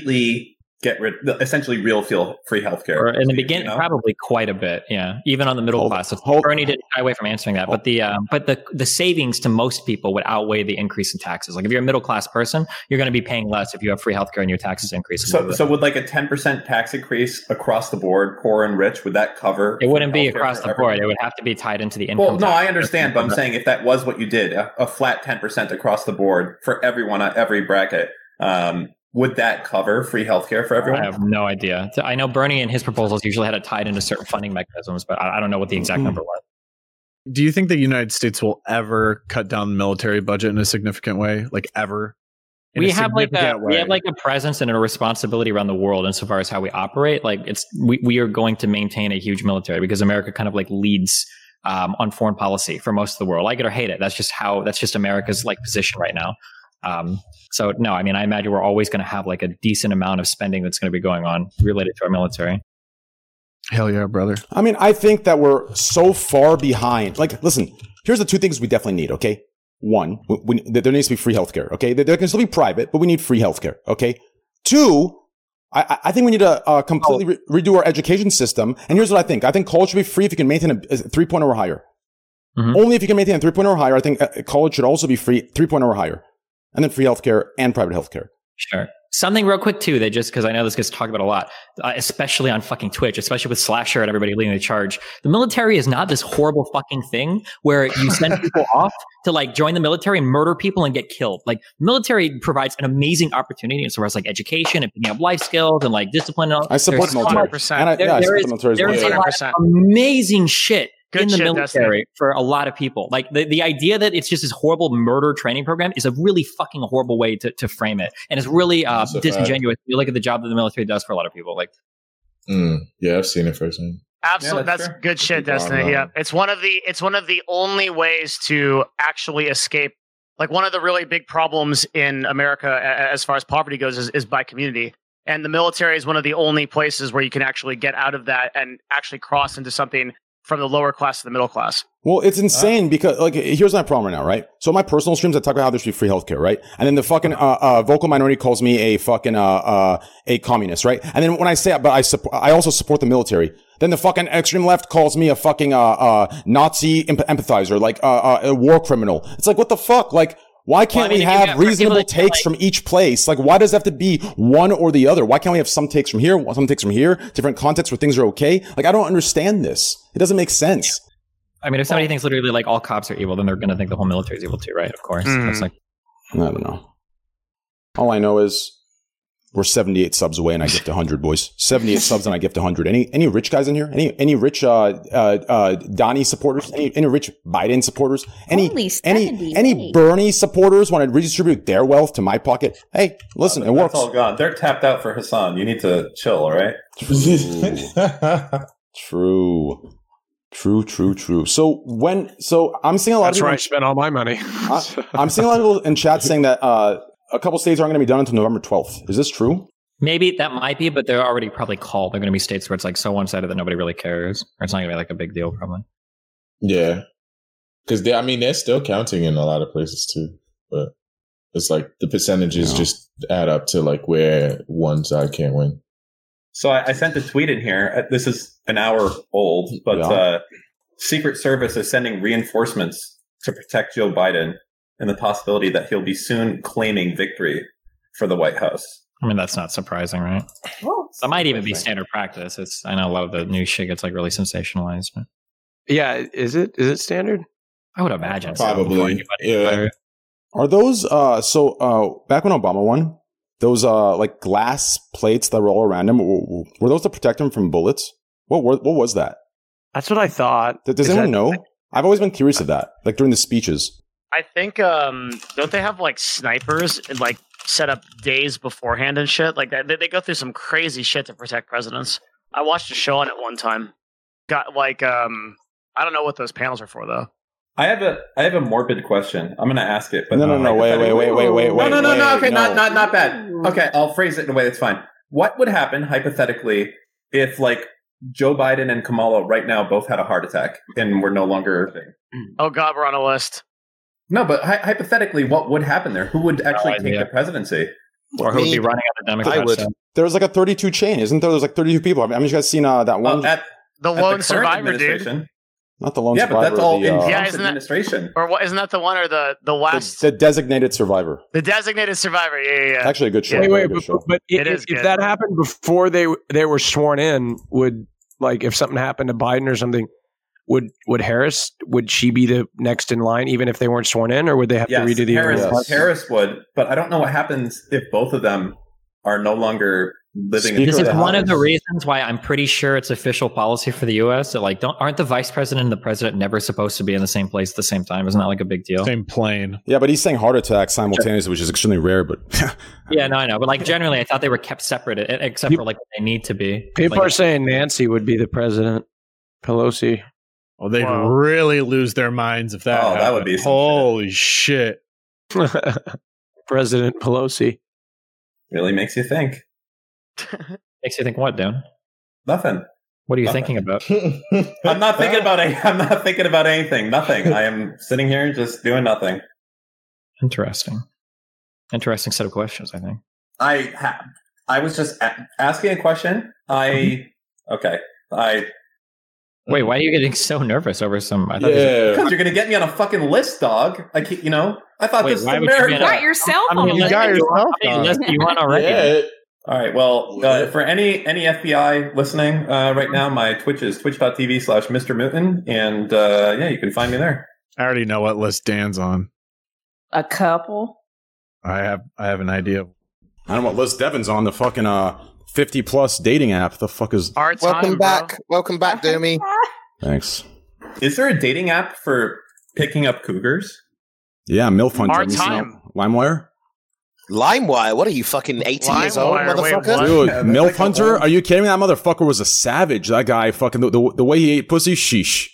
Speaker 8: completely get rid, essentially real feel free healthcare?
Speaker 13: Or in the beginning, probably quite a bit. Yeah, even on the middle class. It's- Bernie didn't shy away from answering that, but the um, but the the savings to most people would outweigh the increase in taxes. Like if you're a middle class person, you're going to be paying less if you have free healthcare and your taxes increase. a
Speaker 8: So,
Speaker 13: little bit.
Speaker 8: so would like a ten percent tax increase across the board, poor and rich, would that cover?
Speaker 13: it wouldn't be
Speaker 8: healthcare
Speaker 13: across
Speaker 8: for
Speaker 13: the board.
Speaker 8: everyone?
Speaker 13: It would have to be tied into the income.
Speaker 8: Well, no,
Speaker 13: tax.
Speaker 8: I understand, but I'm
Speaker 13: Right.
Speaker 8: saying if that was what you did, a, a flat ten percent across the board for everyone on every bracket, um, would that cover free healthcare for everyone?
Speaker 13: I have no idea. So I know Bernie and his proposals usually had it tied into certain funding mechanisms, but I, I don't know what the exact
Speaker 8: Mm-hmm.
Speaker 9: Mhm.
Speaker 13: number was.
Speaker 9: Do you think the United States will ever cut down the military budget in a significant way? Like ever? In
Speaker 13: we
Speaker 9: a
Speaker 13: have like a
Speaker 9: significant
Speaker 13: we
Speaker 9: way?
Speaker 13: have like a presence and a responsibility around the world insofar as how we operate. Like it's we, we are going to maintain a huge military because America kind of like leads um, on foreign policy for most of the world. Like it or hate it. That's just how that's just America's like position right now. Um, so no, I mean I imagine we're always going to have like a decent amount of spending that's going to be going on related to our military.
Speaker 9: Hell yeah, brother.
Speaker 2: I mean, I think that we're so far behind. Like, listen, here's the two things we definitely need, okay? One, we, we, th- there needs to be free healthcare, okay? There, there can still be private, but we need free healthcare, okay? Two, I, I- I think we need to uh, completely re- redo our education system. And here's what I think I think college should be free if you can maintain a, a 3.0 or higher. Only if you can maintain a 3.0 or higher. I think uh, college should also be free 3.0 or higher. And then free healthcare and private healthcare.
Speaker 13: Sure. Something real quick too that just because I know this gets talked about a lot, uh, especially on fucking Twitch, especially with Slasher and everybody leading the charge. The military is not this horrible fucking thing where you send
Speaker 2: [LAUGHS]
Speaker 13: people off to like join the military and murder people and get killed. Like military provides an amazing opportunity as far as like education and picking up life skills and like discipline. And all.
Speaker 2: I support
Speaker 13: There's-
Speaker 2: military. 100%. And I- yeah, I
Speaker 13: there
Speaker 2: support
Speaker 13: is-
Speaker 2: the military as
Speaker 13: there
Speaker 2: well.
Speaker 13: is a lot of
Speaker 2: 100%.
Speaker 13: amazing shit
Speaker 2: Good
Speaker 13: in the
Speaker 2: shit, Destiny.
Speaker 13: military for a lot of people. Like the, the idea that it's just this horrible murder training program is a really fucking horrible way to, to frame it. And it's really uh,
Speaker 7: a fact.
Speaker 13: disingenuous. You look at the job that the military does for a lot of people. Like
Speaker 7: Mm, yeah, I've seen it firsthand.
Speaker 4: Absolutely,
Speaker 7: Yeah, that's
Speaker 4: that's, good shit,
Speaker 7: Keep on
Speaker 4: Destiny.
Speaker 7: going.
Speaker 4: Yeah, it's one of the it's one of the only ways to actually escape. Like one of the really big problems in America, a- a- as far as poverty goes, is, is by community, and the military is one of the only places where you can actually get out of that and actually cross into something from the lower class to the middle class.
Speaker 2: Well, it's
Speaker 13: Uh-huh.
Speaker 2: insane because like here's my problem right now, right? So my personal streams, I talk about how there should be free healthcare, right? And then the fucking uh, uh, vocal minority calls me a fucking uh, uh, a communist, right? And then when I say, but I support, I also support the military. Then the fucking extreme left calls me a fucking uh, uh, Nazi emp- empathizer, like uh, uh, a war criminal. It's like what the fuck, like. Why can't
Speaker 13: mean,
Speaker 2: we
Speaker 13: if you got
Speaker 2: have
Speaker 13: people
Speaker 2: reasonable
Speaker 13: that
Speaker 2: takes from each place? Like, why does it have to be one or the other? Why can't we have some takes from here, some takes from here, different contexts where things are okay? Like, I don't understand this. It doesn't make sense.
Speaker 13: I mean, if somebody thinks literally like all cops are evil, then they're going to think the whole military is evil too, right? Of course.
Speaker 2: Mm.
Speaker 13: That's
Speaker 8: Mm-hmm.
Speaker 13: like
Speaker 2: I don't know. All I know is we're 78 subs away and I gift 100, boys. 78 subs and I gift 100. Any any rich guys in here? Any any rich uh, uh, uh, Donnie supporters? Any any rich Biden supporters? Any any any Bernie supporters want to redistribute their wealth to my pocket? Hey, listen, it
Speaker 8: That's
Speaker 2: works.
Speaker 8: all gone. They're tapped out for Hassan. You need to chill, all right?
Speaker 2: True. True, true, true. So when so I'm seeing a lot
Speaker 10: That's
Speaker 2: of
Speaker 10: where I
Speaker 2: people,
Speaker 10: spent all my money. [LAUGHS]
Speaker 8: [LAUGHS]
Speaker 2: I'm seeing a lot of people in chat saying that uh, a couple states aren't going to be done until November 12th. Is this true?
Speaker 13: maybe that might be, but they're already probably called. They're going to be states where it's like so one sided that nobody really cares, or it's not going to be like a big deal probably.
Speaker 7: Yeah, because they, I mean, they're still counting in a lot of places too, but it's like the percentages just add up to like where one side can't win.
Speaker 8: So I, I sent a tweet in here. Uh, This is an hour old, but
Speaker 7: Yeah.
Speaker 8: uh, Secret Service is sending reinforcements to protect Joe Biden and the possibility that he'll be soon claiming victory for the White House.
Speaker 13: I mean, that's not surprising, right? that might even be standard practice. It's I know a lot of the new shit gets like really sensationalized, but
Speaker 10: yeah, is it is it standard?
Speaker 13: I would imagine so,
Speaker 7: Probably.
Speaker 13: before anybody-
Speaker 7: Yeah.
Speaker 2: Are those uh so uh back when Obama won, those uh like glass plates that were all around him w- w- were those to protect him from bullets? What were, what was that?
Speaker 10: That's what I thought.
Speaker 2: Does,
Speaker 4: Is
Speaker 2: anyone
Speaker 4: that-
Speaker 2: know? I've always been curious of that, like during the speeches.
Speaker 4: I think um don't they have like snipers and like set up days beforehand and shit like that? They, they go through some crazy shit to protect presidents. I watched a show on it one time. Got like um I don't know what those panels are for though.
Speaker 8: I have a I have a morbid question. I'm going to ask it. But
Speaker 2: No, no, no, wait, wait, wait, wait, wait,
Speaker 8: No, no,
Speaker 2: wait,
Speaker 8: no, no.
Speaker 2: wait,
Speaker 8: Okay,
Speaker 2: no.
Speaker 8: not not not bad. Okay, I'll phrase it in a way that's fine. What would happen hypothetically if like Joe Biden and Kamala right now both had a heart attack and were no longer a thing.
Speaker 4: Oh God, we're on a list.
Speaker 8: No, but hy- hypothetically, what would happen there? Who would actually take the presidency?
Speaker 6: Or who would be running on the Democrat
Speaker 2: I would.
Speaker 6: side?
Speaker 2: There was like a 32 chain, isn't there? There's like 32 people. I mean, have you guys seen uh,
Speaker 8: Oh,
Speaker 2: that one?
Speaker 4: The
Speaker 8: At the
Speaker 4: lone
Speaker 8: current
Speaker 4: survivor, dude.
Speaker 8: administration.
Speaker 2: Not the lone
Speaker 8: Yeah, but
Speaker 2: survivor.
Speaker 8: that's all
Speaker 2: the,
Speaker 8: in
Speaker 2: uh,
Speaker 4: yeah, isn't that
Speaker 8: administration?
Speaker 4: Or what? Isn't that the one or the the last,
Speaker 2: the designated survivor.
Speaker 4: the, designated survivor? Yeah, yeah. yeah.
Speaker 2: Actually, a good show.
Speaker 4: Yeah.
Speaker 10: Wait, wait,
Speaker 2: Very good
Speaker 10: but,
Speaker 2: show.
Speaker 10: but i-
Speaker 4: It
Speaker 10: i-
Speaker 4: is
Speaker 10: if
Speaker 4: good.
Speaker 10: that happened before they they were sworn in, would like if something happened to Biden or something, would would Harris would she be the next in line even if they weren't sworn in, or would they have
Speaker 8: Yes,
Speaker 10: to redo the
Speaker 8: Harris,
Speaker 10: original?
Speaker 8: Harris would, but I don't know what happens if both of them are no longer living. in
Speaker 6: This
Speaker 8: the
Speaker 6: is one
Speaker 8: House.
Speaker 6: of the reasons why I'm pretty sure it's official policy for the U.S. that like don't aren't the vice president and the president never supposed to be in the same place at the same time? Isn't that like a big deal?
Speaker 9: Same plane.
Speaker 2: Yeah, but he's saying heart attack simultaneously, which is extremely rare. But
Speaker 6: Yeah, no, I know, but like generally, I thought they were kept separate e- except for like when they need to be.
Speaker 10: People
Speaker 6: Like,
Speaker 10: are saying Nancy would be the president. Pelosi.
Speaker 9: Oh, they'd
Speaker 10: Wow.
Speaker 9: really lose their minds if that.
Speaker 10: Oh, that would
Speaker 9: happened.
Speaker 10: be some
Speaker 9: holy shit.
Speaker 13: [LAUGHS]
Speaker 10: President Pelosi.
Speaker 8: Really makes you think.
Speaker 6: makes you think what, Dan?
Speaker 8: Nothing.
Speaker 6: What
Speaker 10: [LAUGHS]
Speaker 6: are you
Speaker 8: Nothing.
Speaker 6: thinking about?
Speaker 8: I'm not thinking about. Any, [LAUGHS] I'm not thinking about anything. Nothing. I am sitting here just doing nothing.
Speaker 6: Interesting. Interesting set of questions, I think.
Speaker 8: I ha- I was just a- asking a question. I okay. I
Speaker 6: Wait, why are you getting so nervous over some? I thought these-
Speaker 8: because you're gonna get me on a fucking list, dog. I can't, you know. I thought
Speaker 6: Wait,
Speaker 8: this was
Speaker 6: why would you
Speaker 8: America.
Speaker 6: get on- Right,
Speaker 5: your cell I mean, phone.
Speaker 6: you got your cell phone. You're
Speaker 18: [LAUGHS]
Speaker 6: on already. Yeah.
Speaker 8: All right. Well, uh, for any any FBI listening uh, right now, my Twitch is twitch.tv slash Mr. Mouton. And uh, yeah, you can find me there.
Speaker 9: I already know what list Dan's on.
Speaker 5: A couple.
Speaker 9: I have
Speaker 10: [LAUGHS]
Speaker 9: I have an idea.
Speaker 2: I don't know what Liz Devin's on the fucking uh 50 plus dating app. The fuck is?
Speaker 4: Our
Speaker 21: Welcome back. Welcome back, Doomy.
Speaker 2: Thanks.
Speaker 8: Is there a dating app for picking up cougars?
Speaker 2: Yeah, milf hunter.
Speaker 8: Our
Speaker 2: Have you seen
Speaker 8: time.
Speaker 2: that? LimeWire.
Speaker 18: LimeWire. What are you fucking 18 years old,
Speaker 4: LimeWire, wait,
Speaker 18: motherfucker?
Speaker 4: what?
Speaker 2: Dude,
Speaker 4: Yeah, that's
Speaker 2: milf
Speaker 4: like a
Speaker 2: hunter. Are you kidding me? That motherfucker was a savage. That guy fucking the, the, the way he ate pussy. Sheesh.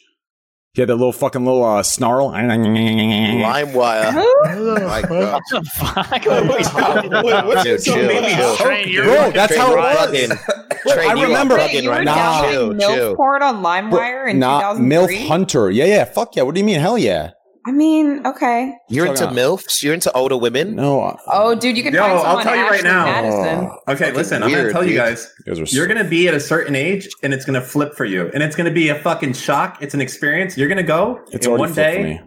Speaker 2: He had that little fucking little uh, snarl. [LAUGHS] LimeWire.
Speaker 18: Oh My
Speaker 2: [LAUGHS]
Speaker 18: God.
Speaker 2: Dude,
Speaker 18: uh, chill, chill.
Speaker 2: Bro, that's how it was.
Speaker 18: Train,
Speaker 2: I
Speaker 18: you are
Speaker 2: remember-
Speaker 18: plugging
Speaker 2: Wait,
Speaker 18: right
Speaker 2: you
Speaker 18: now.
Speaker 2: were
Speaker 18: Chill,
Speaker 2: downloading
Speaker 18: chill.
Speaker 5: Milfport on LimeWire in
Speaker 2: Not
Speaker 5: 2003.
Speaker 2: milf hunter. Yeah, yeah. Fuck yeah. What do you mean? Hell yeah.
Speaker 5: I mean, okay.
Speaker 18: You're into
Speaker 2: Fuck
Speaker 18: MILFs? You're into older women?
Speaker 2: No. uh, I-
Speaker 5: Oh, dude, you can
Speaker 8: Yo,
Speaker 5: find
Speaker 8: I'll
Speaker 5: someone
Speaker 8: tell you right
Speaker 5: Ashley
Speaker 8: now.
Speaker 5: Madison.
Speaker 8: Okay, listen, I'm
Speaker 18: weird,
Speaker 8: gonna tell you
Speaker 18: dude.
Speaker 8: guys.
Speaker 2: You guys are
Speaker 8: You're gonna be at a certain age, and it's gonna flip for you, and it's gonna be a fucking shock. It's an experience. You're gonna go,
Speaker 2: It's
Speaker 8: and
Speaker 2: already
Speaker 8: one
Speaker 2: flipped for
Speaker 8: day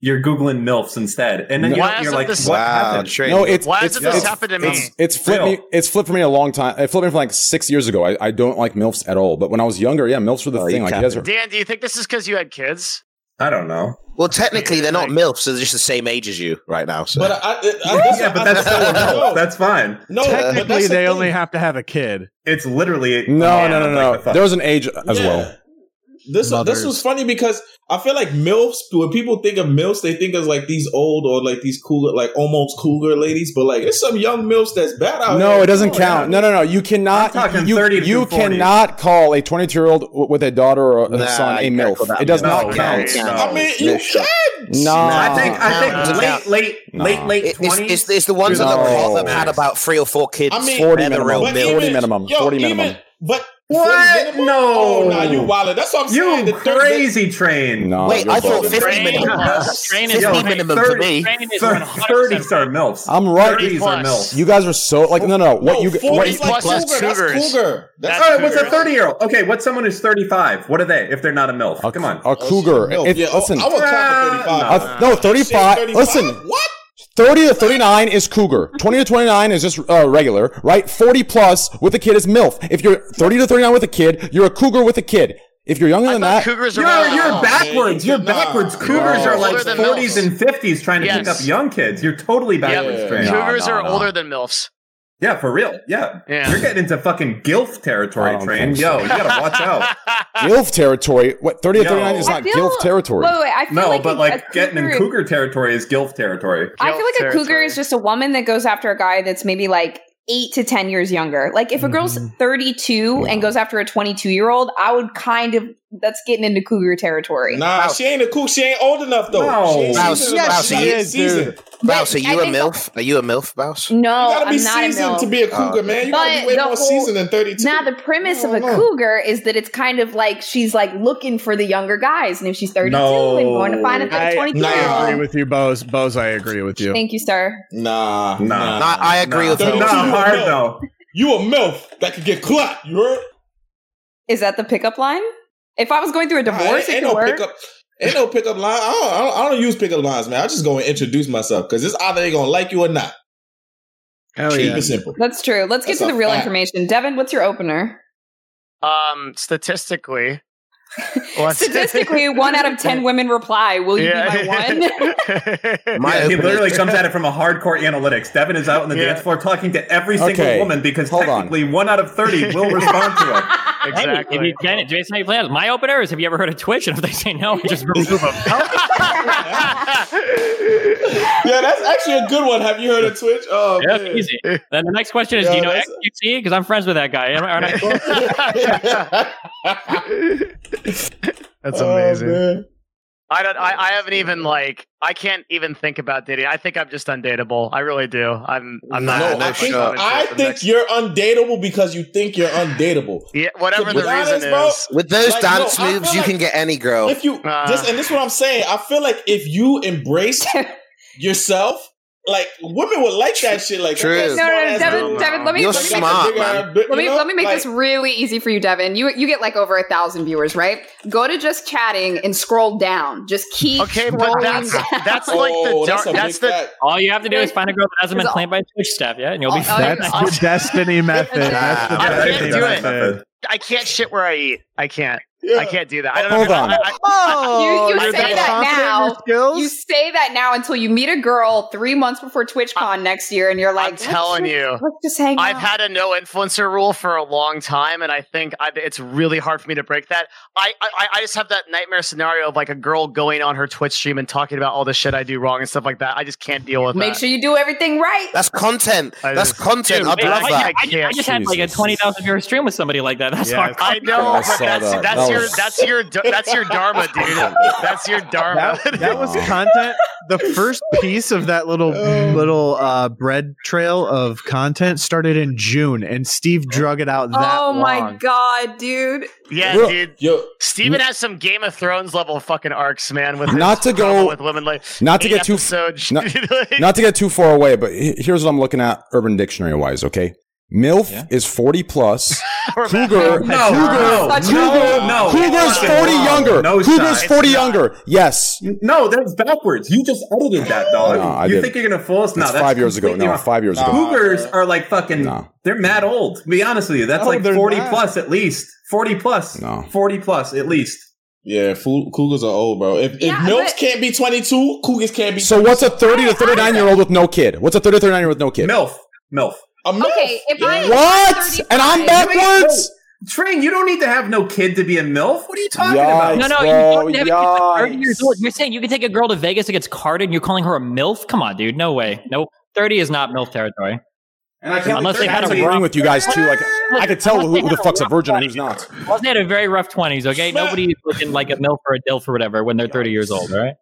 Speaker 8: you're googling milfs instead, and then
Speaker 2: No.
Speaker 8: you
Speaker 2: Why
Speaker 8: don't- you're
Speaker 4: hasn't
Speaker 8: like,
Speaker 4: this-
Speaker 8: what
Speaker 4: Wow,
Speaker 8: happened?
Speaker 2: No, it's
Speaker 4: Why
Speaker 2: it's,
Speaker 4: hasn't this
Speaker 2: it's,
Speaker 4: happened to me?
Speaker 2: It's, it's flipped
Speaker 8: Real.
Speaker 2: me. It's flipped for me a long time. It flipped me for like six years ago. I, I don't like milfs at all. But when I was younger, yeah, milfs were the thing. Like you guys are.
Speaker 4: Dan, do you think this is because you had kids?
Speaker 8: I don't know.
Speaker 18: Well, technically, they're not MILFs. So they're just the same age as you right now. So.
Speaker 7: But I, I, I that's
Speaker 8: yeah, but that's
Speaker 2: [LAUGHS]
Speaker 8: still a milf. That's fine.
Speaker 7: no. but
Speaker 9: Technically,
Speaker 7: that's the thing.
Speaker 9: they only have to have a kid.
Speaker 8: It's literally
Speaker 2: No,
Speaker 8: Yeah,
Speaker 2: no, no,
Speaker 8: like
Speaker 2: no.
Speaker 8: the fuck.
Speaker 2: There was an age as
Speaker 7: Yeah.
Speaker 2: well.
Speaker 7: This this was funny because I feel like milfs. When people think of milfs, they think of like these old or like these cooler, like almost cougar ladies. But like, it's some young milfs that's bad out
Speaker 2: No,
Speaker 7: here.
Speaker 2: it doesn't
Speaker 7: Oh,
Speaker 2: count.
Speaker 7: yeah.
Speaker 2: No, no, no. You cannot.
Speaker 8: I'm talking
Speaker 2: you
Speaker 8: 30 to
Speaker 2: you
Speaker 8: 40.
Speaker 2: cannot call a 22 year old w- with a daughter or a
Speaker 18: Nah,
Speaker 2: son a
Speaker 18: you can't call
Speaker 2: milf.
Speaker 18: that
Speaker 2: It does
Speaker 18: milf.
Speaker 2: not
Speaker 18: No,
Speaker 2: count.
Speaker 18: no, no.
Speaker 7: I mean, you can.
Speaker 2: No.
Speaker 8: I
Speaker 18: No.
Speaker 8: think I think late, late,
Speaker 2: No.
Speaker 8: late, late
Speaker 18: It- It's,
Speaker 8: twenties.
Speaker 18: it's, it's the ones that
Speaker 2: No.
Speaker 18: are hot that had about three or four kids.
Speaker 7: I mean,
Speaker 2: 40
Speaker 18: They're the
Speaker 2: minimum.
Speaker 18: real
Speaker 2: 40
Speaker 18: milf.
Speaker 2: minimum.
Speaker 7: Yo,
Speaker 2: 40
Speaker 7: even-
Speaker 2: minimum.
Speaker 7: But
Speaker 8: What?
Speaker 7: 40 minimum?
Speaker 8: No.
Speaker 7: oh, nah, you wildin'. That's what I'm saying.
Speaker 8: You
Speaker 7: The third-
Speaker 8: crazy train.
Speaker 2: No.
Speaker 18: Wait,
Speaker 2: you're
Speaker 18: I thought
Speaker 2: bugging.
Speaker 18: 50
Speaker 4: Train.
Speaker 18: minimum.
Speaker 6: Train is
Speaker 18: 50
Speaker 6: one-
Speaker 18: minimum for
Speaker 8: thirty-
Speaker 18: me.
Speaker 6: Train is
Speaker 8: Thir-
Speaker 6: 100%
Speaker 8: Thirties are milfs.
Speaker 2: I'm right.
Speaker 8: 30s are
Speaker 4: Plus.
Speaker 8: milfs.
Speaker 2: You guys are so like
Speaker 4: Oh,
Speaker 2: no, no. no. What
Speaker 7: no,
Speaker 2: you what
Speaker 7: 40
Speaker 2: you,
Speaker 7: is like
Speaker 4: plus
Speaker 7: cougar. That's
Speaker 4: cougars.
Speaker 7: cougar. That's
Speaker 8: All right, what's a
Speaker 7: cougar.
Speaker 8: 30 year old? Okay, what's someone who's 35? What are they if they're not a MILF?
Speaker 2: a,
Speaker 8: Come on.
Speaker 2: a cougar.
Speaker 7: Milf.
Speaker 2: It-
Speaker 7: Yeah, oh,
Speaker 2: listen,
Speaker 7: I would
Speaker 8: Ah,
Speaker 7: clap
Speaker 2: Uh, no,
Speaker 7: at
Speaker 2: 35.
Speaker 7: 35.
Speaker 2: Listen,
Speaker 7: What?
Speaker 2: 30 to 39 is cougar. 20 to 29 is just uh, regular, right? 40 plus with a kid is MILF. If you're 30 to 39 with a kid, you're a cougar with a kid. If you're younger
Speaker 4: I
Speaker 2: than
Speaker 4: thought
Speaker 2: that,
Speaker 4: cougars are
Speaker 8: You're,
Speaker 4: all-
Speaker 8: you're
Speaker 7: no,
Speaker 8: backwards.
Speaker 7: man,
Speaker 8: You're
Speaker 7: nah.
Speaker 8: backwards. Cougers
Speaker 2: No.
Speaker 8: are like
Speaker 4: Older than
Speaker 8: 40s
Speaker 4: MILFs.
Speaker 8: and 50s trying to pick
Speaker 4: Yes.
Speaker 8: up young kids. You're totally backwards,
Speaker 7: Yeah.
Speaker 8: Train.
Speaker 2: No,
Speaker 4: Cougars
Speaker 2: no,
Speaker 4: are
Speaker 2: no.
Speaker 4: older than milfs.
Speaker 8: Yeah, for real. Yeah.
Speaker 4: Yeah.
Speaker 8: You're getting into fucking GILF
Speaker 2: I
Speaker 8: territory,
Speaker 2: don't
Speaker 8: Train.
Speaker 2: think so.
Speaker 8: Yo, you gotta watch out.
Speaker 2: [LAUGHS] GILF territory, what, 30 to
Speaker 8: Yo.
Speaker 2: 39 is
Speaker 8: I
Speaker 2: not
Speaker 5: feel-
Speaker 2: GILF territory.
Speaker 5: Wait, wait, I feel
Speaker 8: No,
Speaker 5: like
Speaker 8: but
Speaker 5: a-
Speaker 8: like
Speaker 5: a
Speaker 8: getting in cougar territory is GILF territory.
Speaker 7: Oh,
Speaker 5: I feel like a cougar
Speaker 4: territory.
Speaker 5: is just a woman that goes after a guy that's maybe like eight to ten years younger. Like if a girl's thirty-two and goes after a twenty-two year old, I would kind of that's getting into cougar territory.
Speaker 7: Nah, she ain't a cool. She ain't old enough though.
Speaker 5: No.
Speaker 7: She ain't
Speaker 18: Bouse,
Speaker 7: seasoned
Speaker 18: Bouse,
Speaker 7: enough.
Speaker 18: are
Speaker 7: She
Speaker 18: you-
Speaker 7: ain't seasoned.
Speaker 18: Bouse, are you a
Speaker 5: think
Speaker 18: MILF? Are you a MILF, Bouse?
Speaker 5: No,
Speaker 7: gotta be
Speaker 5: I'm not a
Speaker 7: seasoned
Speaker 5: MILF.
Speaker 7: to be a cougar, man. You gotta be way
Speaker 5: the
Speaker 7: more
Speaker 5: whole-
Speaker 7: seasoned than 32.
Speaker 5: Now the premise of a cougar is that it's kind of like she's like looking for the younger guys, and if she's 32 and going to find a
Speaker 9: I,
Speaker 5: 23 year
Speaker 9: I agree
Speaker 5: old.
Speaker 9: with you, Bose. Bose, I agree with you.
Speaker 5: Thank you, sir.
Speaker 7: Nah, nah,
Speaker 18: Nah, I agree with
Speaker 7: Uh, Don't
Speaker 18: you.
Speaker 7: you
Speaker 18: Nah,
Speaker 7: a
Speaker 18: hard
Speaker 7: MILF.
Speaker 18: though.
Speaker 7: You a MILF that could get clapped. You heard?
Speaker 5: Is that the pickup line? If I was going through a divorce,
Speaker 7: ain't,
Speaker 5: it
Speaker 7: ain't
Speaker 5: could
Speaker 7: no
Speaker 5: work.
Speaker 7: pickup. Ain't no pickup line. I don't, I don't, I don't use pickup lines, man. I just go and introduce myself because it's either they gonna like you or not. Cheap
Speaker 18: [LAUGHS]
Speaker 7: and simple.
Speaker 5: That's true. Let's get
Speaker 7: That's
Speaker 5: to the
Speaker 7: a
Speaker 5: real
Speaker 7: fact.
Speaker 5: information. Devin, what's your
Speaker 4: [LAUGHS]
Speaker 5: opener?
Speaker 4: Um, statistically, What? [LAUGHS]
Speaker 5: [LAUGHS] Statistically, one out of 10 women reply, Will you be my one?
Speaker 8: Yeah, he literally comes
Speaker 2: [LAUGHS]
Speaker 8: at it from a hardcore analytics. Devin is out on the dance floor talking to every single
Speaker 2: Okay.
Speaker 8: woman because technically one out of thirty
Speaker 2: [LAUGHS]
Speaker 8: will respond to him.
Speaker 4: Exactly.
Speaker 13: Hey, if you can, it Jason, how you plan it. My opener is: Have you ever heard of Twitch? And if they say no, I just remove them.
Speaker 10: [LAUGHS]
Speaker 7: Yeah, that's actually a good one. Have you heard of Twitch? Oh, [LAUGHS]
Speaker 13: Yeah,
Speaker 7: man.
Speaker 13: that's easy. Then the next question is: Do you know XQC? Because I'm friends with that guy. Am I-
Speaker 4: [LAUGHS]
Speaker 13: aren't I [LAUGHS] cool?
Speaker 18: [LAUGHS]
Speaker 9: That's amazing.
Speaker 4: I don't. I, I haven't even like. I can't even think about dating. I think I'm just undateable. I really do. I'm. I'm not.
Speaker 7: no, I think, I think you're undateable because you think you're undateable.
Speaker 4: Yeah, whatever
Speaker 7: To be
Speaker 4: the reason is.
Speaker 18: With those
Speaker 7: like, no,
Speaker 18: dance
Speaker 7: I
Speaker 18: moves,
Speaker 7: feel
Speaker 18: you
Speaker 7: like
Speaker 18: can get any girl.
Speaker 7: If you
Speaker 4: Uh.
Speaker 7: this and this is what I'm saying, I feel like if
Speaker 4: [LAUGHS]
Speaker 7: you embrace yourself, like women would like that shit. Like
Speaker 18: True.
Speaker 7: okay,
Speaker 5: No, no, no,
Speaker 7: smart-ass
Speaker 5: Devin,
Speaker 7: dude.
Speaker 5: Devin, let me- You're let me make smart, this-
Speaker 7: Bigger,
Speaker 18: man.
Speaker 7: but,
Speaker 5: Let me
Speaker 7: you know,
Speaker 5: let me make
Speaker 7: like,
Speaker 5: this really easy for you, Devin. You you get like over a thousand viewers, right? Go to just chatting and scroll down. Just keep
Speaker 4: Okay, but
Speaker 5: scrolling
Speaker 4: that's-
Speaker 5: down.
Speaker 4: that's like the
Speaker 7: Oh, that's
Speaker 4: dark-
Speaker 7: a
Speaker 4: that's
Speaker 7: big
Speaker 4: the-
Speaker 7: fact.
Speaker 13: All you have to do is find a girl that hasn't been
Speaker 5: It's all-
Speaker 13: claimed by Twitch staff yet, and you'll be
Speaker 4: Oh,
Speaker 5: All- all
Speaker 13: fine.
Speaker 5: you- [LAUGHS]
Speaker 9: That's the destiny method. That's the
Speaker 18: Ah,
Speaker 4: I can't
Speaker 9: destiny
Speaker 4: do it.
Speaker 9: method.
Speaker 4: I can't shit where I eat. I can't. I can't do that. I don't
Speaker 9: Hold
Speaker 4: know.
Speaker 9: on.
Speaker 4: I, I,
Speaker 5: you, you
Speaker 4: you're
Speaker 5: say
Speaker 4: that
Speaker 5: that now. You say that now until you meet a girl three months before TwitchCon next year, and you're like,
Speaker 4: I'm telling you.
Speaker 5: let's just hang
Speaker 4: I've
Speaker 5: out.
Speaker 4: had a no influencer rule for a long time, and I think I, it's really hard for me to break that. I, I I just have that nightmare scenario of like a girl going on her Twitch stream and talking about all the shit I do wrong and stuff like that. I just can't deal with
Speaker 5: Make
Speaker 4: that.
Speaker 5: sure you do everything right.
Speaker 18: That's content. That's content. I'd
Speaker 13: [LAUGHS] Dude,
Speaker 18: love
Speaker 13: I,
Speaker 18: that.
Speaker 13: I, I, I just had like a twenty thousand viewer stream with somebody like that. That's
Speaker 9: Yeah,
Speaker 13: hard.
Speaker 4: I know,
Speaker 18: I
Speaker 4: but
Speaker 18: saw
Speaker 4: that's
Speaker 18: that.
Speaker 4: that's
Speaker 18: That was-
Speaker 4: your that's your
Speaker 5: [LAUGHS]
Speaker 4: that's your dharma, dude. That's your dharma. [LAUGHS]
Speaker 9: That, that was content. The first piece of that little little uh, bread trail of content started in June, and Steve drug it out that
Speaker 5: oh my
Speaker 9: long.
Speaker 5: god, dude!
Speaker 4: yeah,
Speaker 2: Look,
Speaker 4: dude.
Speaker 7: Yo,
Speaker 4: Steven has some Game of Thrones level fucking arcs, man. With his
Speaker 2: Not to go-
Speaker 4: drama with women like
Speaker 2: not to
Speaker 4: eight
Speaker 2: get too-
Speaker 4: episodes. [LAUGHS]
Speaker 2: not-
Speaker 4: Like-
Speaker 2: Not to get too far away, but he- here's what I'm looking at Urban Dictionary wise, okay? MILF is
Speaker 4: [LAUGHS]
Speaker 2: 40 plus.
Speaker 4: We're back.
Speaker 2: Cougar,
Speaker 8: No, no,
Speaker 2: Cougar,
Speaker 5: no,
Speaker 2: Cougar,
Speaker 8: no,
Speaker 2: Cougar's
Speaker 8: no,
Speaker 2: 40
Speaker 8: no,
Speaker 2: younger.
Speaker 8: no,
Speaker 2: Cougar's
Speaker 8: it's
Speaker 2: 40 younger. Yes.
Speaker 8: No, that's backwards. You just edited that, dog.
Speaker 2: No, I
Speaker 8: Oh, you
Speaker 2: didn't.
Speaker 8: think you're gonna fool us? No,
Speaker 2: It's
Speaker 8: that's
Speaker 2: five years ago.
Speaker 8: completely
Speaker 2: No,
Speaker 8: wrong.
Speaker 2: five years ago.
Speaker 8: Cougars are like fucking.
Speaker 2: No.
Speaker 8: They're mad old. To be honest with you, that's
Speaker 9: No,
Speaker 8: like
Speaker 9: they're
Speaker 8: forty
Speaker 9: not.
Speaker 8: plus at least. Forty plus.
Speaker 2: No.
Speaker 8: Forty plus at least.
Speaker 7: yeah, foo- cougars are old, bro. If, if
Speaker 5: Yeah,
Speaker 7: milfs
Speaker 5: but-
Speaker 7: can't be 22, cougars can't be.
Speaker 2: So what's a 30 to 39 year old with no kid? What's a 30 to 39 year old with no kid?
Speaker 8: Milf. Milf.
Speaker 7: a milf?
Speaker 5: Okay, if I
Speaker 2: What? And I'm backwards?
Speaker 8: Train, you don't need to have no kid to be a milf. What are you talking
Speaker 2: Yikes,
Speaker 8: about?
Speaker 13: No, no, you
Speaker 2: bro,
Speaker 13: don't have it. You're like 30 years
Speaker 2: yikes.
Speaker 13: old. You're saying you can take a girl to Vegas that gets carded and you're calling her a MILF? Come on, dude. No way. No, 30 is not MILF territory.
Speaker 8: And I
Speaker 13: can't- Unless they had
Speaker 2: That's
Speaker 13: a
Speaker 2: what's wrong with you guys too. Like I could tell who, who the fuck's a virgin and who's not.
Speaker 13: Well, they had a very rough 20s,
Speaker 2: [LAUGHS]
Speaker 13: okay? Nobody is looking like a MILF or a DILF or whatever when they're 30 years old, all right?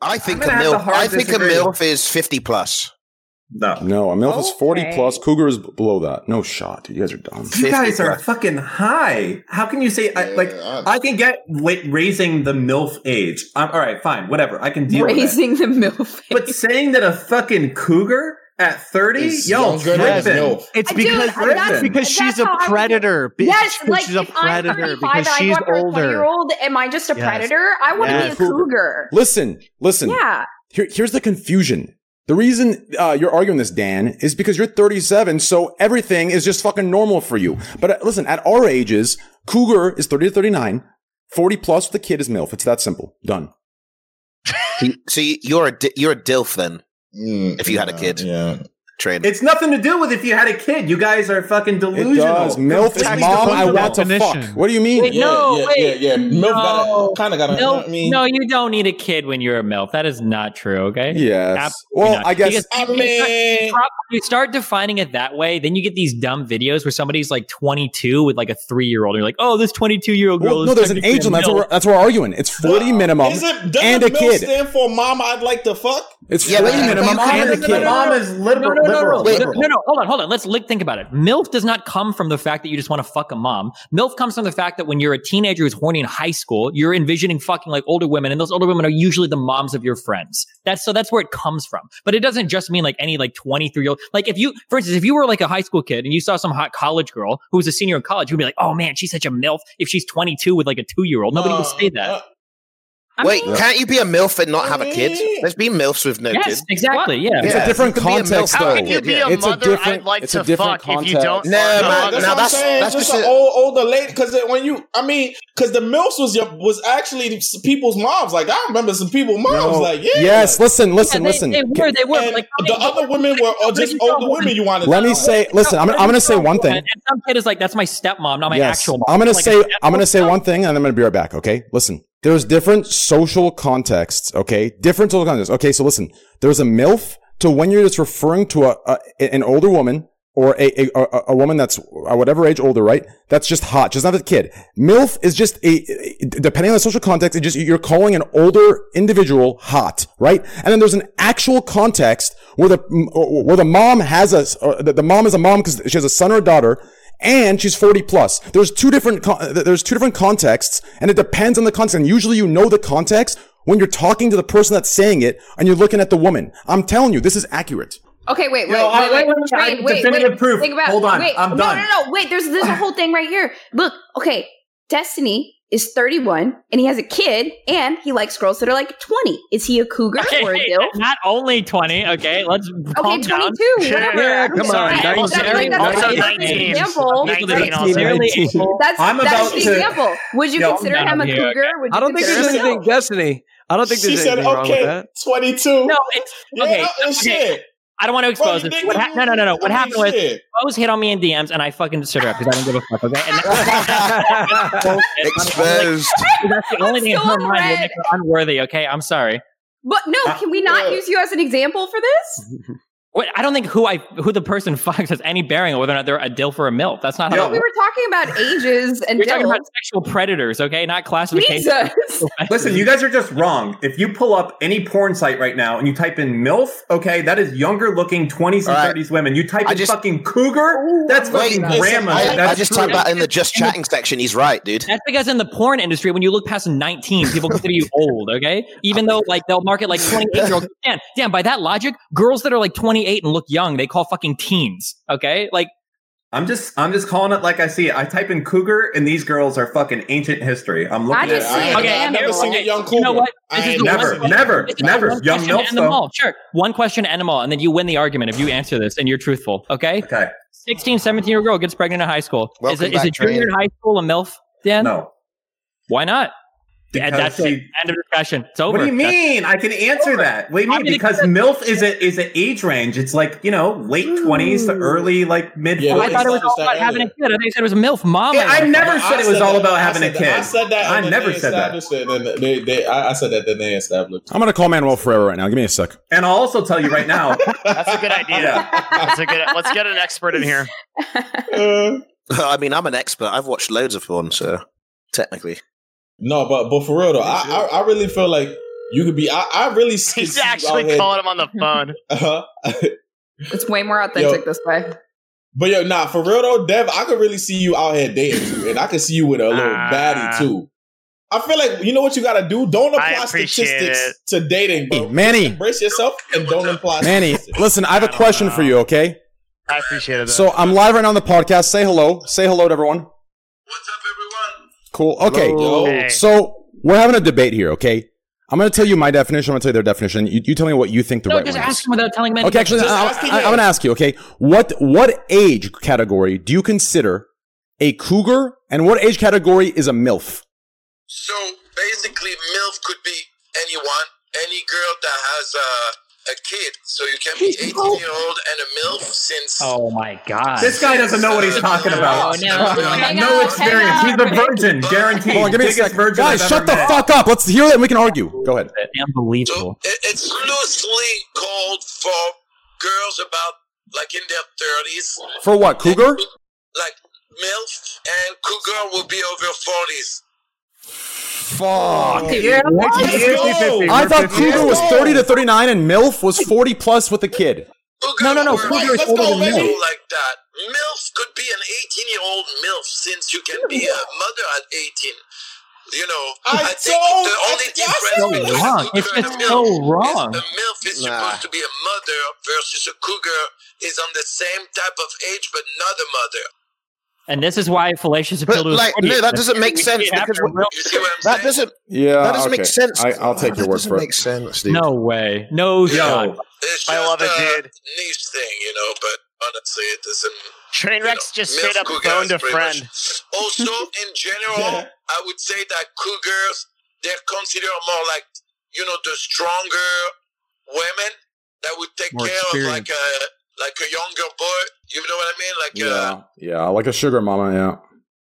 Speaker 18: I think
Speaker 8: I'm
Speaker 18: a
Speaker 8: gonna have to
Speaker 18: MILF.
Speaker 8: hard
Speaker 18: I think a
Speaker 8: disagree.
Speaker 18: MILF is 50 plus.
Speaker 8: no.
Speaker 2: No, a MILF is 40
Speaker 5: Okay.
Speaker 2: plus. Cougar is below that. No shot. You guys are dumb.
Speaker 8: You
Speaker 18: 50
Speaker 8: guys are
Speaker 18: plus.
Speaker 8: fucking high. How can you say I, like
Speaker 7: I-
Speaker 8: I, can get la- raising the milf age? I'm all right, fine, whatever. I can deal with it.
Speaker 5: Raising the milf.
Speaker 8: But saying that a fucking cougar at 30,
Speaker 7: Is
Speaker 8: yo,
Speaker 7: younger than
Speaker 8: tripping.
Speaker 7: milf.
Speaker 9: It's
Speaker 5: I do,
Speaker 9: because
Speaker 5: I- that's-
Speaker 9: it's because
Speaker 5: that's
Speaker 9: she's a
Speaker 5: how I would-
Speaker 9: predator. bitch.
Speaker 5: Yes,
Speaker 9: Because
Speaker 5: like
Speaker 9: she's a
Speaker 5: if I'm
Speaker 9: predator
Speaker 5: 35
Speaker 9: because
Speaker 5: and
Speaker 9: she's
Speaker 5: I go after a 20 year
Speaker 9: older.
Speaker 5: old, am I just a
Speaker 9: Yes.
Speaker 5: predator? I want to
Speaker 9: Yes.
Speaker 5: be a cougar.
Speaker 2: Listen, listen.
Speaker 5: Yeah.
Speaker 2: Here, here's the confusion. The reason uh, you're arguing this, Dan, is because you're 37, so everything is just fucking normal for you. But uh, listen, at our ages, Cougar is 30 to 39, 40 plus with a kid is MILF. It's that simple. Done.
Speaker 18: So you- you're a di- you're a dilf then.
Speaker 7: Mm,
Speaker 18: If you had a
Speaker 7: yeah,
Speaker 18: kid.
Speaker 7: yeah.
Speaker 18: Train.
Speaker 8: It's nothing to do with if you had a kid. You guys are fucking delusional.
Speaker 2: It does. MILF is mom, I want to fuck. What do you mean?
Speaker 13: Wait, no,
Speaker 7: yeah,
Speaker 13: wait.
Speaker 7: yeah, yeah.
Speaker 13: No,
Speaker 7: Milf gotta- kinda
Speaker 13: no,
Speaker 7: gotta- you know what
Speaker 5: [LAUGHS]
Speaker 7: I
Speaker 8: [LAUGHS]
Speaker 7: mean?
Speaker 13: no, you don't need a kid when you're a MILF. That is not true, okay?
Speaker 2: Yes.
Speaker 13: Absolutely
Speaker 2: Well,
Speaker 13: not.
Speaker 2: I guess-
Speaker 13: Because
Speaker 2: I
Speaker 13: you start-
Speaker 2: mean-
Speaker 13: you start- you start defining it that way, then you get these dumb videos where somebody's like 22 with like a three year old. You're like, oh, this 22 year old girl
Speaker 2: Well,
Speaker 13: is
Speaker 2: no, there's an
Speaker 13: technically
Speaker 2: age
Speaker 13: a
Speaker 2: limit. That's what,
Speaker 13: MILF.
Speaker 2: we're, that's what we're arguing. It's 40 minimum
Speaker 7: Is it,
Speaker 2: and a kid.
Speaker 7: stand for mama I'd like to fuck?
Speaker 2: It's
Speaker 7: Yeah,
Speaker 2: 40
Speaker 7: but-
Speaker 2: minimum
Speaker 7: but you
Speaker 2: and a
Speaker 7: can't-
Speaker 2: kid.
Speaker 8: Mom is liberal.
Speaker 13: No, no, no, no,
Speaker 8: liberal,
Speaker 13: Wait, no,
Speaker 8: liberal.
Speaker 13: no, no. Hold on, hold on. Let's li- think about it. MILF does not come from the fact that you just want to fuck a mom. MILF comes from the fact that when you're a teenager who's horny in high school, you're envisioning fucking like older women, and those older women are usually the moms of your friends. That's so that's where it comes from. But it doesn't just mean like any like 23 year old. Like if you, for instance, if you were like a high school kid and you saw some hot college girl who was a senior in college, you'd be like, oh man, she's such a MILF. If she's 22 with like a two year old, nobody would say that.
Speaker 18: Wait, can't you be a MILF and not have a kid? Let's be MILFs with no
Speaker 13: Yes,
Speaker 18: kids.
Speaker 13: exactly, yeah.
Speaker 2: It's a different context, though.
Speaker 18: How could you be a
Speaker 2: it's
Speaker 18: MILF?
Speaker 2: a different,
Speaker 18: I'd like
Speaker 2: it's
Speaker 18: to
Speaker 2: a different
Speaker 18: fuck if
Speaker 2: context.
Speaker 18: you don't
Speaker 2: No,
Speaker 18: fuck.
Speaker 7: No,
Speaker 18: man,
Speaker 7: that's
Speaker 18: no,
Speaker 7: what
Speaker 18: that's-
Speaker 7: I'm saying.
Speaker 18: that's
Speaker 7: just
Speaker 18: just
Speaker 7: an
Speaker 18: a-
Speaker 7: old older lady. Because when you, I mean, because the milfs was your, was actually some people's moms. Like I remember some people's moms. Like yeah,
Speaker 2: Yes, listen, listen,
Speaker 7: they-
Speaker 2: listen.
Speaker 7: they were-
Speaker 13: They were like
Speaker 7: the other women were all just older women. You wanted.
Speaker 2: Let
Speaker 7: to
Speaker 2: me say, listen, I'm, I'm going to say one thing.
Speaker 13: And some kid is like, that's my stepmom, not my actual mom.
Speaker 2: I'm gonna
Speaker 13: Like,
Speaker 2: say I'm gonna say one thing, and I'm gonna be right back. Okay, listen. There's different social contexts. Okay, different social contexts. Okay, so listen. There's a milf to when you're just referring to a, a an older woman or a, a a- a woman that's uh, whatever age older, right? That's just hot, just not a kid. Milf is just a depending on the social context. It just you're calling an older individual hot, right? And then there's an actual context where the where the mom has a s- or the the mom is a mom because she has a son or a daughter and she's 40 plus. There's two different con- there's two different contexts, and it depends on the context. And usually, you know the context when you're talking to the person that's saying it, and you're looking at the woman. I'm telling you, this is accurate.
Speaker 5: Okay, wait,
Speaker 2: Yo,
Speaker 5: wait,
Speaker 2: I-
Speaker 5: wait, wait,
Speaker 2: wait, wait,
Speaker 5: Train,
Speaker 2: I-
Speaker 5: wait,
Speaker 2: definitive
Speaker 5: wait.
Speaker 2: proof.
Speaker 5: Think about,
Speaker 2: Hold on,
Speaker 5: wait,
Speaker 2: I'm
Speaker 5: no,
Speaker 2: done.
Speaker 5: No, no, no, wait. There's there's a whole thing right here. Look, okay, Destiny is 31 and he has a kid and he likes girls that are like 20. Is he a cougar
Speaker 13: [LAUGHS] Okay,
Speaker 5: or a
Speaker 13: hey,
Speaker 5: dilf?
Speaker 13: not only 20, okay, let's calm
Speaker 5: Okay,
Speaker 13: down.
Speaker 5: 22, whatever.
Speaker 13: [LAUGHS] Yeah,
Speaker 5: I'm
Speaker 13: come
Speaker 5: sorry.
Speaker 13: on,
Speaker 5: That's- that's
Speaker 13: nineteen.
Speaker 5: like- that's
Speaker 13: Also
Speaker 5: like an
Speaker 13: 19.
Speaker 5: example.
Speaker 13: Nineteen also. Nineteen.
Speaker 5: That's,
Speaker 10: I'm
Speaker 5: that's
Speaker 10: about
Speaker 5: an
Speaker 10: to-
Speaker 5: example. Would you
Speaker 10: Yo,
Speaker 5: consider
Speaker 10: I'm
Speaker 5: him a
Speaker 10: here.
Speaker 5: cougar? Would you
Speaker 10: I don't think
Speaker 5: consider
Speaker 10: there's
Speaker 5: him a
Speaker 10: anything,
Speaker 5: dilf?
Speaker 10: Destiny. I don't think
Speaker 7: She
Speaker 10: there's
Speaker 7: said,
Speaker 10: anything wrong with
Speaker 7: "Okay,
Speaker 10: that.
Speaker 7: 22."
Speaker 13: No, it's okay. okay. I don't want to expose this. What ha- no, no, no, no. What happened was Rose hit on me in DMs, and I fucking stood her up because I didn't give a fuck. Okay, and
Speaker 2: [LAUGHS]
Speaker 13: that's,
Speaker 18: Exposed.
Speaker 13: [LAUGHS] that's the only thing in her mind that makes her unworthy. Okay, I'm sorry.
Speaker 5: But
Speaker 2: Uh,
Speaker 5: no, can we not use you as an example for this?
Speaker 13: Wait, I don't think who I who the person [LAUGHS] fucks has any bearing on whether or not they're a dilf or a milf. That's not how
Speaker 5: We were
Speaker 13: that works.
Speaker 5: talking about ages and
Speaker 13: We're talking
Speaker 5: dilfs.
Speaker 13: about sexual predators, okay? Not classification.
Speaker 5: Jesus.
Speaker 8: Listen, you guys are just wrong. If you pull up any porn site right now and you type in MILF, okay, that is younger looking 20s and
Speaker 18: All right.
Speaker 8: 30s women. You type
Speaker 18: I
Speaker 8: in
Speaker 18: just-
Speaker 8: fucking cougar, that's
Speaker 18: Wait,
Speaker 8: fucking grandma.
Speaker 18: I, I
Speaker 8: That's
Speaker 18: just typed
Speaker 8: cougar.
Speaker 18: that in the just chatting section. He's right, dude.
Speaker 13: That's because in the porn industry, when you look past 19, people consider
Speaker 8: [LAUGHS]
Speaker 13: you old, okay? Even though like they'll market like 28 year olds. Damn, damn, by that logic, girls that are like 28 and look young, they call fucking teens, okay? Like,
Speaker 8: I'm just I'm just calling it like I see it. I type in cougar and these girls are fucking ancient history. I'm looking at it.
Speaker 7: I, okay, I've never seen a young cougar.
Speaker 13: you know what? This is the
Speaker 8: never,
Speaker 13: one-
Speaker 8: never,
Speaker 13: this is the
Speaker 8: never.
Speaker 13: one
Speaker 8: Young
Speaker 13: question
Speaker 8: MILF,
Speaker 13: and the
Speaker 8: though.
Speaker 13: mall. Sure. One question and a mall, and then you win the argument if you answer this and you're truthful, okay?
Speaker 8: Okay.
Speaker 13: 16, 17 year old girl gets pregnant in high school. Is
Speaker 8: Welcome
Speaker 13: it, is
Speaker 8: back,
Speaker 13: it junior
Speaker 8: Train.
Speaker 13: in high school a MILF, Dan?
Speaker 8: No.
Speaker 13: Why not?
Speaker 8: Because
Speaker 13: And that's it.
Speaker 8: she-
Speaker 13: End of discussion. It's over.
Speaker 8: What do you
Speaker 13: That's-
Speaker 8: mean? I can answer that. What do you
Speaker 13: I
Speaker 8: mean?
Speaker 13: mean,
Speaker 8: Because
Speaker 13: it's-
Speaker 8: MILF is a is an age range. It's like, you know, late twenties to early like mid
Speaker 13: Oh, I
Speaker 8: forties.
Speaker 13: thought it was all about having a kid. I thought you said it was a MILF mom.
Speaker 8: Yeah, I never
Speaker 7: I
Speaker 8: said it was
Speaker 7: said
Speaker 8: all
Speaker 7: that-
Speaker 8: about
Speaker 7: I
Speaker 8: having a
Speaker 7: said that- I
Speaker 8: kid.
Speaker 7: said that.
Speaker 8: I
Speaker 7: and then
Speaker 8: never
Speaker 7: they
Speaker 8: said that.
Speaker 7: established it, and then they, they, I, I said that. Then they established.
Speaker 2: I'm gonna call Manuel Ferreira right now. Give me a sec.
Speaker 8: And I'll also tell you right now.
Speaker 4: That's a good idea. That's a good. Let's get an expert in
Speaker 2: [LAUGHS]
Speaker 4: here.
Speaker 18: [LAUGHS] I mean, I'm an expert. I've watched loads of porn, so technically.
Speaker 7: No, but but for real though, I, I I really feel like you could be. I, I really.
Speaker 5: He's actually calling him
Speaker 7: on [LAUGHS] the phone. Uh-huh.
Speaker 5: It's way more authentic
Speaker 7: Yo.
Speaker 5: this way.
Speaker 7: But yo, nah, for real though, Dev, I could really see you out here dating, too, and I could see you with a little baddie too. I feel like you know what you gotta do. Don't apply statistics to dating, bro.
Speaker 2: Manny.
Speaker 7: embrace yourself and don't imply.
Speaker 2: Manny,
Speaker 7: statistics.
Speaker 2: listen, I have a question for you. Okay,
Speaker 4: I appreciated that.
Speaker 2: so I'm live right now on the podcast. Say hello. Say hello to everyone. Cool. Okay.
Speaker 4: Hello. Hey.
Speaker 2: So we're having a debate here. Okay, I'm gonna tell you my definition. I'm gonna tell you their definition. You, you tell me what you think the
Speaker 13: No,
Speaker 2: right
Speaker 13: just
Speaker 2: one is.
Speaker 13: ask him without telling him anything.
Speaker 2: Okay, actually, I, I, am going to ask you. Okay, what what age category do you consider a cougar, and what age category is a milf?
Speaker 22: So basically, MILF could be anyone, any girl that has a a kid, so you can be
Speaker 7: [LAUGHS]
Speaker 22: 18
Speaker 7: Oh.
Speaker 22: year old and a MILF since.
Speaker 13: Oh my god.
Speaker 8: This guy doesn't know what he's talking about.
Speaker 13: Oh, no. Hang
Speaker 8: no
Speaker 13: on,
Speaker 8: experience. He's a virgin, guaranteed.
Speaker 2: Hold on, give me a
Speaker 8: Biggest
Speaker 2: second.
Speaker 8: virgin
Speaker 2: Guys,
Speaker 8: I've
Speaker 2: shut
Speaker 8: ever
Speaker 2: the
Speaker 8: met.
Speaker 2: fuck up. Let's hear it and we can argue. Go ahead.
Speaker 13: Unbelievable.
Speaker 22: It- It's loosely called for girls about like in their 30s.
Speaker 2: For what, Cougar?
Speaker 22: Like MILF and cougar will be over 40s.
Speaker 2: Fuck.
Speaker 22: Yeah, let's go.
Speaker 2: I thought Cougar was
Speaker 22: Let's go.
Speaker 2: 30 to 39 and MILF was 40 plus with a kid.
Speaker 22: No, no,
Speaker 2: no, Cougar is older than
Speaker 22: baby.
Speaker 2: MILF.
Speaker 22: Like that. MILF could be an 18 year old MILF since you can be a mother at 18. You know, I, think the only
Speaker 13: so
Speaker 22: difference between
Speaker 13: wrong.
Speaker 22: a cougar
Speaker 13: It's
Speaker 22: and a
Speaker 13: just
Speaker 22: MILF
Speaker 13: so wrong.
Speaker 22: is the MILF is supposed to be a mother versus a cougar is on the same type of age but not a mother.
Speaker 13: And this is why fallacious appeal to his
Speaker 22: like, no,
Speaker 13: audience.
Speaker 22: that doesn't make
Speaker 13: We
Speaker 22: sense
Speaker 13: get after
Speaker 22: because what-
Speaker 13: real-
Speaker 18: That doesn't.
Speaker 2: Yeah,
Speaker 18: that doesn't
Speaker 2: okay.
Speaker 18: make sense.
Speaker 2: I, I'll take your word
Speaker 18: doesn't
Speaker 2: for
Speaker 18: make
Speaker 2: it.
Speaker 18: sense, dude.
Speaker 13: No way. No shot.
Speaker 22: I love it, dude. Niche thing, you know, but honestly, it doesn't.
Speaker 4: Trainwreck's just straight up
Speaker 22: Cougar
Speaker 4: phoned
Speaker 22: is
Speaker 4: a
Speaker 22: pretty
Speaker 4: friend.
Speaker 22: much-
Speaker 4: [LAUGHS]
Speaker 22: Also, in general, I would say that cougars they're considered more like you know the stronger women that would take
Speaker 2: More
Speaker 22: care of like a like a younger boy. You know what I mean? Like uh,
Speaker 2: Yeah. Yeah, like a sugar mama,
Speaker 22: yeah,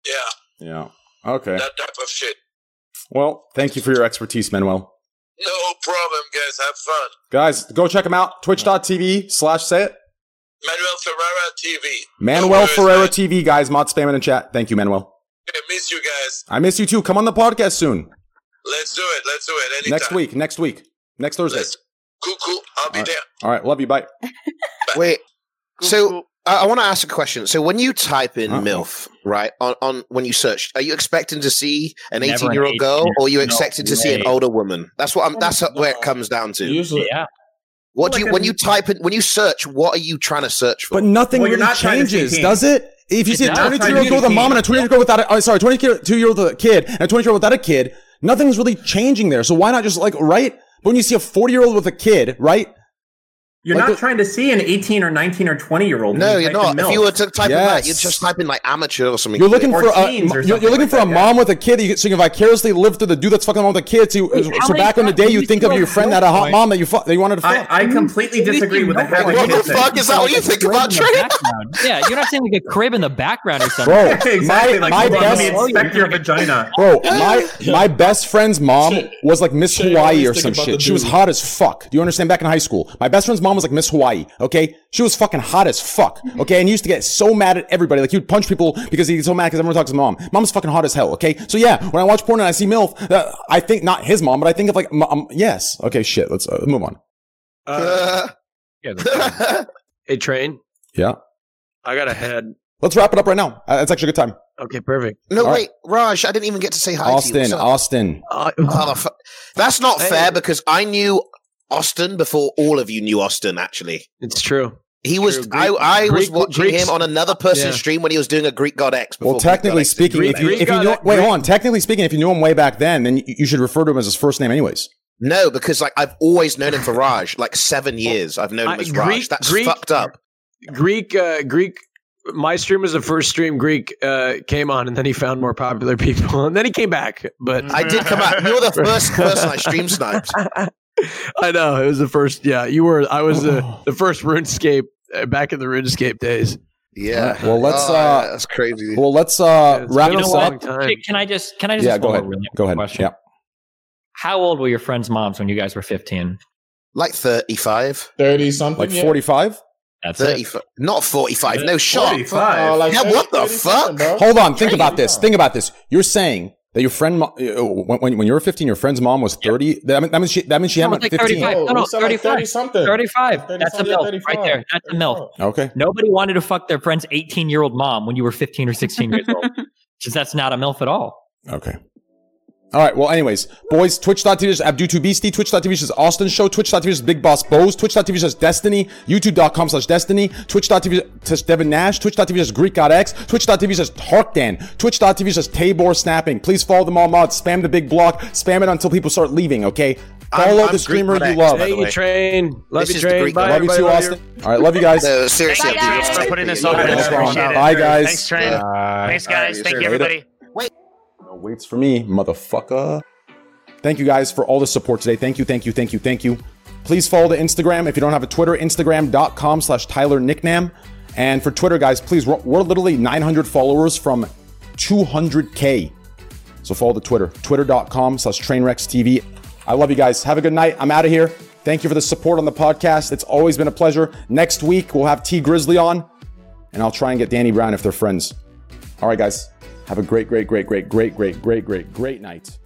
Speaker 2: yeah. Yeah. Okay.
Speaker 22: that type of shit.
Speaker 2: Well, thank you for your expertise, Manuel.
Speaker 22: No problem, guys. Have fun.
Speaker 2: Guys, go check him out. Twitch.tv slash say it.
Speaker 22: Manuel Ferrara TV.
Speaker 2: Manuel Ferreira TV, guys. Mod spam it in chat. Thank you, Manuel.
Speaker 22: I miss you guys.
Speaker 2: I miss you too. Come on the podcast soon.
Speaker 22: Let's do it. Let's do it. Anytime.
Speaker 2: Next week. Next week. Next Thursday.
Speaker 22: Cool, cool. I'll be
Speaker 2: All right.
Speaker 22: there.
Speaker 2: All right. Love you. Bye.
Speaker 18: Wait. Eh, So I, I want to ask a question. So when you type in MILF, right, on, on when you search, are you expecting to see an
Speaker 22: Never an
Speaker 18: eighteen-year-old girl,
Speaker 22: 18-year-old.
Speaker 18: or are you
Speaker 22: No
Speaker 18: expecting to see an
Speaker 22: way.
Speaker 18: older woman? That's what I'm. That's where it comes down to.
Speaker 7: Usually,
Speaker 13: yeah.
Speaker 18: What do you when you type in when you search? What are you trying to search for?
Speaker 2: But nothing
Speaker 18: Well, you're
Speaker 2: really
Speaker 18: not trying to
Speaker 2: changes,
Speaker 18: see
Speaker 2: does
Speaker 18: teens.
Speaker 2: it? If you
Speaker 18: It's
Speaker 2: see a
Speaker 18: not
Speaker 2: 22
Speaker 18: trying to
Speaker 2: year old girl with a
Speaker 18: see
Speaker 2: mom and a 20 year old girl without a, oh, sorry, 22 year old with a kid and a 20 year old without a kid, nothing's really changing there. So why not just like, right? But when you see a 40 year old with a kid, right?
Speaker 8: You're
Speaker 2: Like
Speaker 8: not
Speaker 2: the-
Speaker 8: trying to see an 18 or 19 or 20 year old.
Speaker 18: No, you're not. If you were to type in that,
Speaker 2: Yes.
Speaker 18: you'd just type in like amateur or something.
Speaker 2: You're looking
Speaker 18: Or
Speaker 2: for a
Speaker 18: teens or
Speaker 2: you're, you're
Speaker 18: something
Speaker 2: looking
Speaker 18: like
Speaker 2: for
Speaker 18: that,
Speaker 2: a
Speaker 18: yeah.
Speaker 2: mom with a kid that you can- so you can vicariously live through the dude that's fucking around with a kid. So, you,
Speaker 18: Wait, how
Speaker 2: so
Speaker 18: many
Speaker 2: back on the
Speaker 18: times
Speaker 2: day
Speaker 18: do
Speaker 2: you
Speaker 18: you
Speaker 2: think
Speaker 18: see
Speaker 2: of your
Speaker 18: those
Speaker 2: friend that a hot mom that you fuck that you wanted to
Speaker 8: I,
Speaker 2: fuck.
Speaker 8: I completely disagree with the fact that
Speaker 2: What
Speaker 8: you
Speaker 2: the
Speaker 8: said-
Speaker 2: fuck is that? What do you think about
Speaker 13: in the
Speaker 2: Trey?
Speaker 13: background. Yeah, you're not saying like a crib in the background or something.
Speaker 2: Bro, my, my best
Speaker 8: inspect your vagina.
Speaker 2: Bro, my my best friend's mom was like Miss Hawaii
Speaker 8: always
Speaker 2: or
Speaker 8: think
Speaker 2: some
Speaker 8: about
Speaker 2: shit.
Speaker 8: the
Speaker 2: She was
Speaker 8: dude.
Speaker 2: hot as fuck. Do you understand? Back in high school, my best friend's mom was like Miss Hawaii. Okay, she was fucking hot as fuck. Okay, and you used to get so mad at everybody. Like you'd punch people because he's so mad because everyone talks to mom. Mom's fucking hot as hell. Okay, so yeah, when I watch porn and I see milf, uh, I think not his mom, but I think of like m- um, yes. Okay, shit. Let's uh, move on.
Speaker 9: [LAUGHS]
Speaker 18: Uh,
Speaker 10: hey, train.
Speaker 2: Yeah,
Speaker 10: I got a head.
Speaker 2: let's wrap it up right now. Uh, it's actually a good time.
Speaker 10: Okay, perfect.
Speaker 18: No,
Speaker 2: All right.
Speaker 18: wait, Raj, I didn't even get to say hi to you.
Speaker 2: Austin,
Speaker 18: What's up?
Speaker 2: Austin.
Speaker 18: [LAUGHS] Motherfu- That's not fair because I knew Austin before all of you knew Austin. Actually,
Speaker 10: it's true.
Speaker 18: He was.
Speaker 10: True.
Speaker 18: I,
Speaker 10: Greek-
Speaker 18: I was
Speaker 10: Greek-
Speaker 18: watching
Speaker 10: Greeks-
Speaker 18: him on another person's
Speaker 10: Yeah.
Speaker 18: stream when he was doing a Greek God X. Before
Speaker 2: Well,
Speaker 18: Greek God
Speaker 2: technically
Speaker 18: X.
Speaker 2: speaking, if you, if you know, wait, hold on. Technically speaking, if you knew him way back then, then you, you should refer to him as his first name, anyways.
Speaker 18: no, because like I've always known him for Raj. Like seven years, I've known him
Speaker 10: I-
Speaker 18: as Raj.
Speaker 10: Greek-
Speaker 18: That's
Speaker 10: Greek-
Speaker 18: fucked up.
Speaker 10: Greek, uh, Greek. My stream was the first stream Greek uh, came on, and then he found more popular people, [LAUGHS] and then he came back. But
Speaker 18: I did come out. You're the
Speaker 10: [LAUGHS]
Speaker 18: first person I stream sniped.
Speaker 10: I know it was the first. Yeah, you were. I was
Speaker 2: Oh.
Speaker 10: the the first RuneScape uh, back in the RuneScape days.
Speaker 18: Yeah.
Speaker 2: [LAUGHS] Well, let's.
Speaker 18: Oh,
Speaker 2: uh,
Speaker 18: yeah, that's crazy.
Speaker 2: Well, let's uh, wrap
Speaker 13: You know
Speaker 2: this
Speaker 13: what?
Speaker 2: up.
Speaker 13: Can- Can I just can I just
Speaker 2: Yeah,
Speaker 13: ask
Speaker 2: go
Speaker 13: one
Speaker 2: ahead.
Speaker 13: more really
Speaker 2: Go ahead. Yeah.
Speaker 13: How old were your friends' moms when you guys were 15?
Speaker 18: Like 35.
Speaker 7: 30 something.
Speaker 2: Like 45?
Speaker 13: That's it.
Speaker 18: 35. Not 45. No shot.
Speaker 7: 45. Oh, like
Speaker 18: yeah, what the
Speaker 7: 30,
Speaker 18: fuck?
Speaker 2: Hold on. Think about this. Think about this. You're saying that your friend, mo- uh, when, when when you were 15, your friend's mom was 30. That, mean- that means she, that means she had
Speaker 13: No,
Speaker 2: one
Speaker 13: it's
Speaker 2: at Oh,
Speaker 13: like
Speaker 2: 15.
Speaker 13: 35. No, no,
Speaker 7: you said like
Speaker 13: 35.
Speaker 7: 30 something.
Speaker 13: 35. That's a
Speaker 7: 35, yeah,
Speaker 13: milf
Speaker 7: 35,
Speaker 13: right there. That's a milf.
Speaker 2: Okay.
Speaker 13: Nobody wanted to fuck their friend's 18 year old mom when you were 15 or 16 years old, because that's not a milf at all.
Speaker 2: Okay. All right. Well, anyways, boys, twitch.tv is Abdu2Beastie, twitch.tv is Austin Show, twitch.tv is Big Boss Bose, twitch.tv is Destiny, youtube.com slash Destiny, twitch.tv is Devin Nash, twitch.tv is Greek God X, twitch.tv is Tarkdan, twitch.tv is Tabor Snapping. Please follow them all mods, spam the big block, spam it until people start leaving, okay?
Speaker 18: I'm-
Speaker 2: Follow
Speaker 18: I'm
Speaker 2: the
Speaker 18: Greek
Speaker 2: streamer
Speaker 18: God
Speaker 2: you
Speaker 18: X,
Speaker 2: love.
Speaker 18: by the Thank you, way.
Speaker 10: Train. Love
Speaker 18: This
Speaker 10: you,
Speaker 18: is the
Speaker 10: Train.
Speaker 18: Greek
Speaker 10: Bye,
Speaker 2: love you
Speaker 10: everybody.
Speaker 2: too,
Speaker 10: you.
Speaker 2: Austin. All right. Love you guys.
Speaker 18: No, seriously, dude.
Speaker 4: Thanks for putting this on. I
Speaker 2: No problem.
Speaker 4: appreciate it.
Speaker 2: Bye, guys.
Speaker 4: Thanks, Train.
Speaker 2: Bye.
Speaker 4: Thanks, guys. Thank you,
Speaker 2: Later.
Speaker 4: everybody.
Speaker 2: No waits for me, motherfucker. Thank you guys for all the support today. Thank you, thank you, thank you, thank you. Please follow the Instagram. If you don't have a Twitter, Instagram.com slash Tyler Nicknam. And for Twitter, guys, please, we're, we're literally 900 followers from 200K. So follow the Twitter, twitter.com slash trainwreckstv. I love you guys. Have a good night. I'm out of here. Thank you for the support on the podcast. It's always been a pleasure. Next week, we'll have T Grizzly on, and I'll try and get Danny Brown if they're friends. All right, guys. Have a great, great, great, great, great, great, great, great, great night.